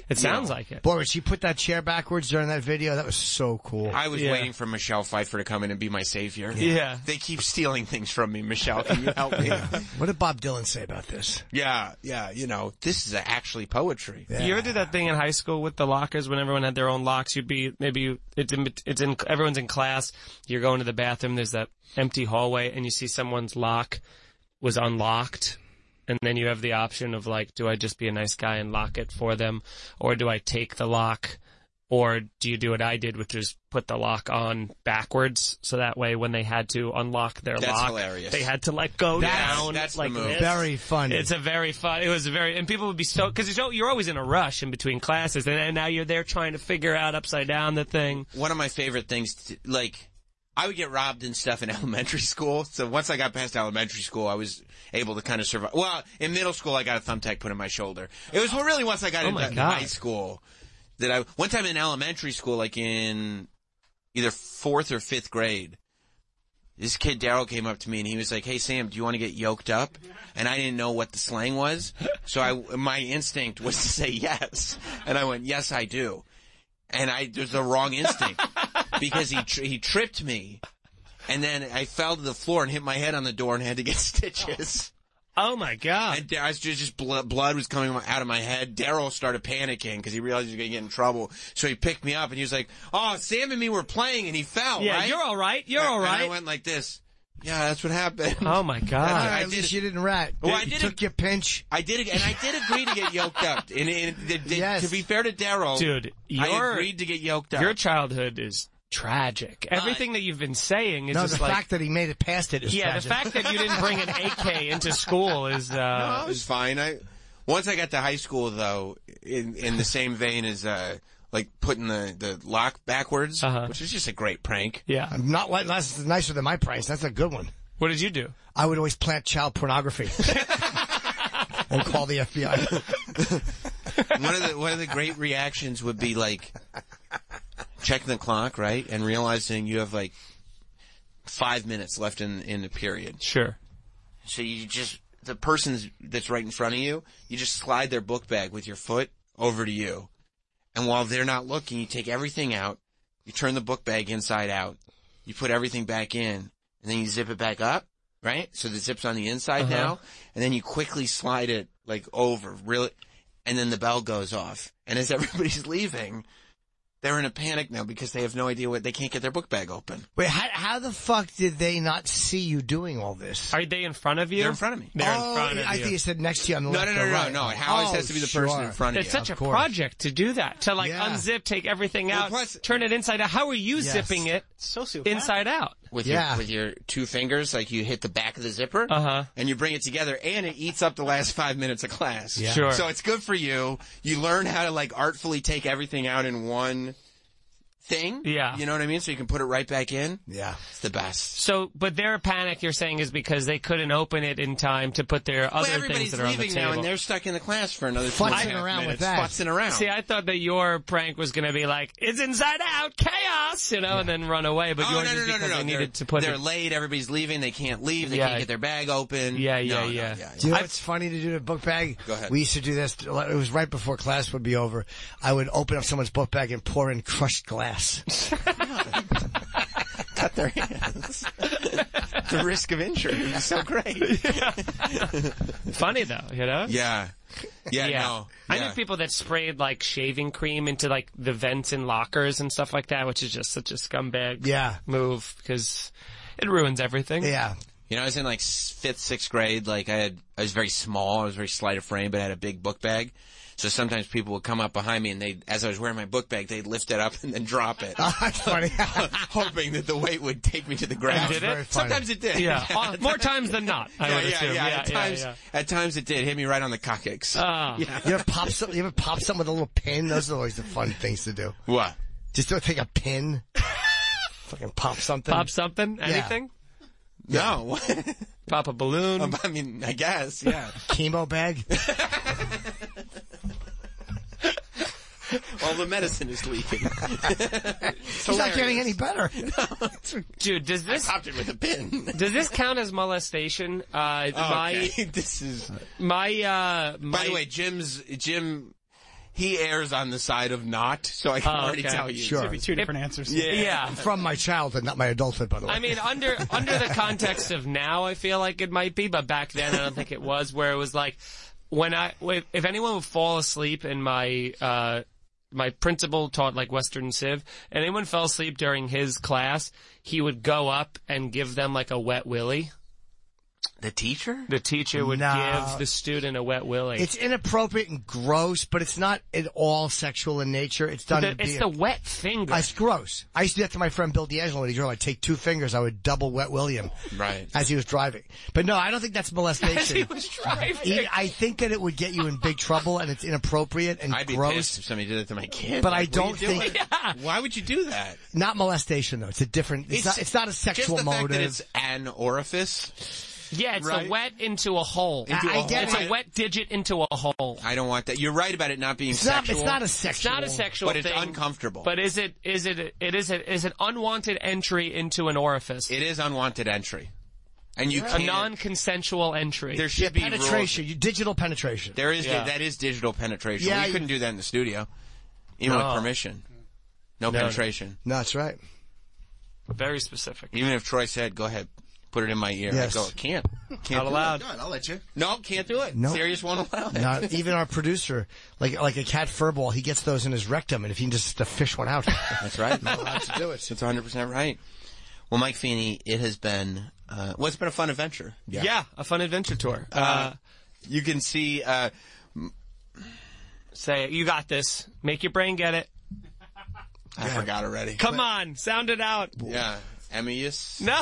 Speaker 23: It sounds like it.
Speaker 4: Boy, when she put that chair backwards during that video, that was so cool.
Speaker 5: I was
Speaker 4: Yeah.
Speaker 5: waiting for Michelle Pfeiffer to come in and be my savior.
Speaker 4: Yeah.
Speaker 5: They keep stealing things from me, Michelle. Can you
Speaker 4: *laughs*
Speaker 5: help me?
Speaker 4: Yeah. What did Bob Dylan say about this?
Speaker 5: yeah, yeah, you know, this is actually poetry.
Speaker 23: You ever did that thing in high school with the lockers when everyone had their own locks? You'd be maybe you, it's in, it's in everyone's in class. You're going to the bathroom. There's that empty hallway, and you see someone's lock was unlocked, and then you have the option of like, do I just be a nice guy and lock it for them, or do I take the lock, or do you do what I did, which is put the lock on backwards, so that way when they had to unlock their
Speaker 5: That's
Speaker 23: lock,
Speaker 5: hilarious.
Speaker 23: they had to like go
Speaker 5: That's-
Speaker 23: down.
Speaker 5: that's the
Speaker 23: like
Speaker 5: move.
Speaker 23: this.
Speaker 5: Very
Speaker 4: funny.
Speaker 23: It's a very fun. It was very, and people would be so because you're, you're always in a rush in between classes, and, and now you're there trying to figure out upside down the thing.
Speaker 5: One of my favorite things, to, like, I would get robbed and stuff in *laughs* elementary school. So once I got past elementary school, I was able to kind of survive. Well, in middle school, I got a thumbtack put in my shoulder. It was really once I got
Speaker 23: Oh
Speaker 5: into
Speaker 23: my God.
Speaker 5: high school that I, one time in elementary school, like in either fourth or fifth grade, this kid Daryl came up to me and he was like, "Hey Sam, do you want to get yoked up?" And I didn't know what the slang was, so I my instinct was to say yes, and I went, "Yes, I do," and I it was the wrong instinct because he tr- he tripped me, and then I fell to the floor and hit my head on the door and had to get *laughs* stitches.
Speaker 23: Oh my god!
Speaker 5: And I was just, just blood, blood was coming out of my head. Daryl started panicking because he realized he was going to get in trouble. So he picked me up and he was like, "Oh, Sam and me were playing and he fell."
Speaker 23: yeah,
Speaker 5: right?
Speaker 23: you're all right. You're
Speaker 5: And-
Speaker 23: all
Speaker 5: And I
Speaker 23: right.
Speaker 5: went like this. Yeah, that's what happened.
Speaker 23: Oh my *laughs* god!
Speaker 5: And I,
Speaker 4: at
Speaker 5: I did.
Speaker 4: least you didn't rat.
Speaker 5: Well, I
Speaker 4: You
Speaker 5: did
Speaker 4: took your pinch.
Speaker 5: I did, and I did agree to get yoked up. And, and the,
Speaker 4: *laughs*
Speaker 5: the- to be fair to Daryl,
Speaker 23: Dude,
Speaker 5: I
Speaker 23: your-
Speaker 5: agreed to get yoked up. Uh,
Speaker 23: Your childhood is tragic. Everything that you've been saying is
Speaker 4: no,
Speaker 23: just
Speaker 4: the
Speaker 23: like
Speaker 4: fact that he made it past it is
Speaker 23: yeah,
Speaker 4: tragic.
Speaker 23: the fact that you didn't bring
Speaker 4: *laughs*
Speaker 23: an AK into school is uh,
Speaker 5: *laughs* no, it was fine. I once I got to high school though, in in the same vein as uh, like putting the the lock backwards,
Speaker 23: Uh-huh.
Speaker 5: which is just a great prank.
Speaker 4: *laughs*
Speaker 23: Yeah.
Speaker 4: I'm not like that's nicer than my price. That's a good one.
Speaker 23: What did you do?
Speaker 4: I would always plant child
Speaker 23: *laughs*
Speaker 4: pornography and call the FBI.
Speaker 5: one of the one of the great reactions would be like checking the clock, right, and realizing you have like five minutes left in in the period.
Speaker 23: Sure.
Speaker 5: So you just the person that's right in front of you, you just slide their book bag with your foot over to you, and while they're not looking, you take everything out, you turn the book bag inside out, you put everything back in, and then you zip it back up, right? So the zip's on the inside
Speaker 23: Uh-huh.
Speaker 5: now, and then you quickly slide it *laughs* like over, really, and then the bell goes off, and as everybody's leaving, They're in a panic now because they have no idea what they can't get their book bag open.
Speaker 4: Wait, how, how the fuck did they not see you doing all this?
Speaker 23: Are they in front of you?
Speaker 5: They're in front of me.
Speaker 23: They're
Speaker 4: Oh,
Speaker 23: in front of
Speaker 4: I
Speaker 23: you.
Speaker 4: think it said next to you on the
Speaker 5: No,
Speaker 4: left.
Speaker 5: no, no,
Speaker 4: or
Speaker 5: no,
Speaker 4: right. Oh,
Speaker 5: no. It always has to be the person in front of
Speaker 23: it's
Speaker 5: you.
Speaker 23: such a
Speaker 5: Of course.
Speaker 23: project to do that. To like unzip, take everything
Speaker 5: Well,
Speaker 23: out,
Speaker 5: plus-
Speaker 23: turn it inside out. How are you
Speaker 5: Yes.
Speaker 23: zipping it inside out?
Speaker 5: With
Speaker 23: Yeah.
Speaker 5: your with your two fingers, like you hit the back of the zipper, uh-huh. and you bring it together, and it eats up the last *laughs* five minutes of class.
Speaker 23: Yeah. Sure.
Speaker 5: So it's good for you. You learn how to like artfully take everything out in one thing. Yeah. You know what I mean? So you can put it right back in.
Speaker 4: Yeah.
Speaker 5: It's the best.
Speaker 23: So, but their panic, you're saying, is because they couldn't open it in time to put their
Speaker 5: Well,
Speaker 23: other things
Speaker 5: everybody's
Speaker 23: that are on the
Speaker 5: leaving
Speaker 23: table.
Speaker 5: now, and they're stuck in the class for another two and a half minutes, Futzing around.
Speaker 23: See, I thought that your prank was going to be like, it's inside out, chaos, you know, and then run away. But
Speaker 5: Oh,
Speaker 23: yours
Speaker 5: no, no,
Speaker 23: is
Speaker 5: no, no,
Speaker 23: because
Speaker 5: no.
Speaker 23: they
Speaker 5: They're-
Speaker 23: needed to put
Speaker 5: They're
Speaker 23: it.
Speaker 5: late. Everybody's leaving. They can't leave. They
Speaker 23: Yeah.
Speaker 5: can't get their bag open.
Speaker 23: Yeah, yeah,
Speaker 5: No, no,
Speaker 23: yeah.
Speaker 4: Do you know what's funny to do to book bag?
Speaker 5: Go ahead.
Speaker 4: We used to do this. It was right before class would be over. I would open up someone's book bag and pour in crushed
Speaker 5: *laughs*
Speaker 4: glass.
Speaker 5: cut their hands. *laughs* the risk of injury is
Speaker 4: Oh, *laughs*
Speaker 23: *laughs*
Speaker 5: so *laughs* great.
Speaker 23: Funny though, you know?
Speaker 5: Yeah. Yeah, no.
Speaker 23: I
Speaker 5: Yeah.
Speaker 23: knew people that sprayed like shaving cream into like the vents in lockers and stuff like that, which is just such a scumbag
Speaker 4: yeah.
Speaker 23: move because it ruins everything.
Speaker 4: Yeah.
Speaker 5: You know, I was in like s- fifth, sixth grade. Like I had, I was very small. I was very slight of frame, but I had a big book bag. So sometimes people would come up behind me and they, as I was wearing my book bag, they'd lift it up and then
Speaker 23: *laughs*
Speaker 5: drop it.
Speaker 23: Ah,
Speaker 5: *laughs* Hoping that the weight would take me to the ground.
Speaker 23: Did it? Very funny.
Speaker 5: Sometimes it did. *laughs*
Speaker 23: Yeah. Uh, more times than not, I
Speaker 5: yeah,
Speaker 23: would
Speaker 5: yeah,
Speaker 23: assume.
Speaker 5: yeah.
Speaker 23: Yeah,
Speaker 5: At
Speaker 23: yeah,
Speaker 5: times,
Speaker 23: yeah. Ah.
Speaker 5: at times it did hit me right on the coccyx. *laughs* Yeah.
Speaker 4: You ever pop some, you ever pop something with a little pin? Those are always the fun things to do.
Speaker 5: What?
Speaker 4: Just don't take a pin. *laughs* Fucking pop something.
Speaker 23: Pop something?
Speaker 4: Yeah.
Speaker 5: *laughs*
Speaker 23: Anything?
Speaker 5: No. *laughs* Um,
Speaker 23: Pop a balloon.
Speaker 5: I mean, I guess, yeah.
Speaker 4: *laughs* Chemo bag?
Speaker 5: All the medicine is
Speaker 23: *laughs*
Speaker 5: leaking. *laughs*
Speaker 4: He's not getting any better.
Speaker 23: Dude, does this
Speaker 5: popped it with a pin? Oh,
Speaker 23: does this count as molestation? Uh, my
Speaker 5: okay. *laughs* this is.
Speaker 23: my uh. My,
Speaker 5: By the way, Jim's Jim, he errs on the side of not, *laughs* so I can
Speaker 23: Oh,
Speaker 5: already
Speaker 23: okay.
Speaker 5: tell you.
Speaker 4: Sure.
Speaker 5: Yeah.
Speaker 4: From my childhood, not my adulthood, by the way.
Speaker 23: I mean, under under the context of now, I feel like it might be, but back then, I don't think it was. Where it was like, when I if if anyone would fall asleep in my uh my principal taught like Western Civ, and anyone fell asleep during his class, he would go up and give them like a wet willy.
Speaker 5: The teacher?
Speaker 23: The teacher would
Speaker 4: No.
Speaker 23: give the student a wet willy.
Speaker 4: It's inappropriate and gross, but it's not at all sexual in nature. It's done.
Speaker 23: The-
Speaker 4: to
Speaker 23: it's
Speaker 4: be-
Speaker 23: the wet finger.
Speaker 4: It's gross. I used to do that to my friend Bill D'Angelo when he drove. I'd take two fingers. I would double wet William
Speaker 5: Right.
Speaker 4: as he was driving. But no, I don't think that's molestation.
Speaker 23: *laughs* As he was driving.
Speaker 4: E- I think that it would get you in big trouble and it's inappropriate and
Speaker 5: I'd be
Speaker 4: gross.
Speaker 5: pissed if somebody did it to my kid.
Speaker 4: But I
Speaker 5: Like, what
Speaker 4: don't
Speaker 5: are you
Speaker 4: think-
Speaker 5: doing? Why would you do that?
Speaker 4: Not molestation though. It's a different. It's, not. It's not a sexual
Speaker 5: just the
Speaker 4: motive.
Speaker 5: Fact that it's an orifice.
Speaker 23: yeah, it's
Speaker 5: Right.
Speaker 23: a wet into a hole.
Speaker 5: Into a I- I get
Speaker 23: it's
Speaker 5: it.
Speaker 23: a wet digit into a hole.
Speaker 5: I don't want that. You're right about it not being
Speaker 23: It's not-
Speaker 5: sexual.
Speaker 23: it's not a It's sexual- not a sexual
Speaker 5: but it's
Speaker 23: thing.
Speaker 5: uncomfortable.
Speaker 23: But is it is it it is it is an unwanted entry into an orifice?
Speaker 5: it is unwanted entry, and you
Speaker 23: a
Speaker 5: can't.
Speaker 23: non-consensual entry.
Speaker 5: There should be rules.
Speaker 4: penetration. You, digital penetration.
Speaker 5: There is
Speaker 23: Yeah.
Speaker 5: that is digital penetration.
Speaker 4: Yeah,
Speaker 5: we
Speaker 4: you-
Speaker 5: couldn't do that in the studio, even
Speaker 4: No.
Speaker 5: with permission. No,
Speaker 4: No.
Speaker 5: penetration.
Speaker 4: No, that's right.
Speaker 23: Very specific.
Speaker 5: Even if Troy said, "Go ahead, put it in my ear,"
Speaker 4: Yes.
Speaker 5: I go, "Can't, can't do It.
Speaker 1: I'll let you.
Speaker 5: No, can't do it.
Speaker 4: No.
Speaker 5: Serious won't allow it.
Speaker 4: Not even our producer, like like a cat furball, he gets those in his rectum, and if he can just to fish one out,
Speaker 5: That's right.
Speaker 4: Not allowed to do it.
Speaker 5: That's 100 percent right. Well, Mike Feeney, it has been uh, well, it's been a fun adventure.
Speaker 23: Yeah. a fun adventure tour. Uh,
Speaker 5: you can see. Uh,
Speaker 23: say it. you got this. Make your brain get it.
Speaker 5: *laughs* I forgot already.
Speaker 23: Come on, sound it out.
Speaker 5: Yeah, Emmaus.
Speaker 23: No,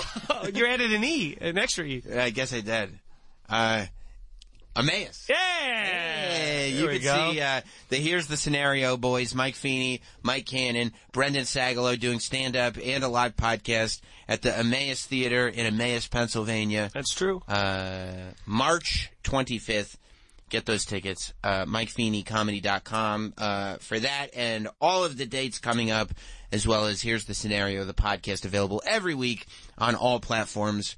Speaker 23: you added an e, an extra e.
Speaker 5: E I guess I did. Uh, Emmaus.
Speaker 23: Yeah.
Speaker 5: Hey, you
Speaker 23: There we
Speaker 5: can
Speaker 23: go.
Speaker 5: see uh, the Here's the Scenario boys, Mike Feeney, Mike Cannon, Brendan Sagalow doing stand-up and a live podcast at the Emmaus Theater in Emmaus, Pennsylvania.
Speaker 23: That's true.
Speaker 5: Uh, March 25th. Get those tickets, uh, MikeFeeneyComedy.com, uh, for that and all of the dates coming up, as well as Here's the Scenario, the podcast available every week on all platforms.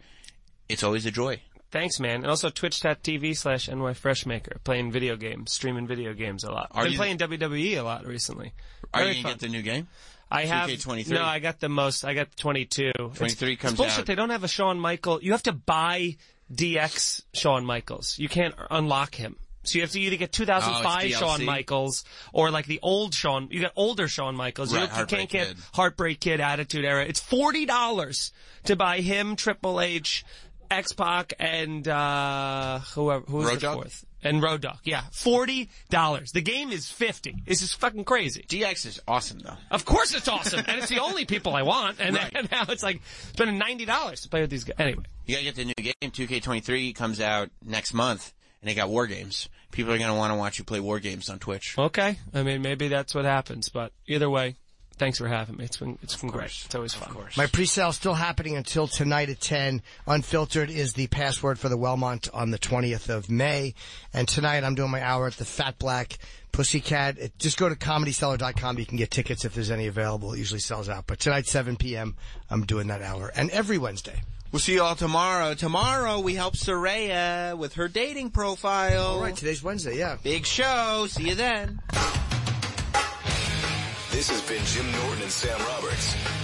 Speaker 5: It's always a joy.
Speaker 23: Thanks, man. And also twitch.tv slash nyfreshmaker, playing video games, streaming video games a lot.
Speaker 5: Are
Speaker 23: Been
Speaker 5: you-
Speaker 23: playing WWE a lot recently.
Speaker 5: Are
Speaker 23: Very fun.
Speaker 5: you going to get the new game?
Speaker 23: I have
Speaker 5: 2K23.
Speaker 23: no. I got the most. I got 22. It's-
Speaker 5: 23 comes
Speaker 23: it's bullshit.
Speaker 5: out.
Speaker 23: They don't have a Shawn Michael. You have to buy DX Shawn Michaels. You can't unlock him. So you have to either get 2005
Speaker 5: Oh, it's
Speaker 23: Shawn
Speaker 5: DLC?
Speaker 23: Michaels or like the old Shawn. You got older Shawn Michaels.
Speaker 5: Right,
Speaker 23: you, you can't
Speaker 5: Heartbreak
Speaker 23: get
Speaker 5: Kid.
Speaker 23: Heartbreak Kid Attitude Era. It's forty dollars to buy him, Triple H, X Pac, and uh whoever who's
Speaker 5: Road
Speaker 23: the
Speaker 5: Dogg?
Speaker 23: fourth. And Road Dogg, yeah, forty dollars. The game is fifty. This is fucking crazy.
Speaker 5: DX is awesome though.
Speaker 23: Of course, it's awesome, and it's the only people I want. And,
Speaker 5: Right.
Speaker 23: and *laughs* now it's like spending ninety dollars to play with these guys. Anyway,
Speaker 5: You gotta get the new game. 2K23 comes out next month, and they got war games. People are gonna want to watch you play war games on Twitch.
Speaker 23: okay. I mean, maybe that's what happens, but either way, thanks for having me. It's been it's been great. It's always fun. Of course.
Speaker 4: My pre-sale still happening until tonight at 10. Unfiltered is the password for the Wellmont on the 20th of May. And tonight I'm doing my hour at the Fat Black Pussycat. It- Just go to comedyseller.com. You can get tickets if there's any available. It usually sells out. But tonight, 7 p.m., I'm doing that hour. And every Wednesday.
Speaker 5: We'll see you all tomorrow. Tomorrow we help Soraya with her dating profile. All right,
Speaker 4: today's Wednesday, yeah.
Speaker 5: Big show. See you then.
Speaker 11: This has been Jim Norton and Sam Roberts.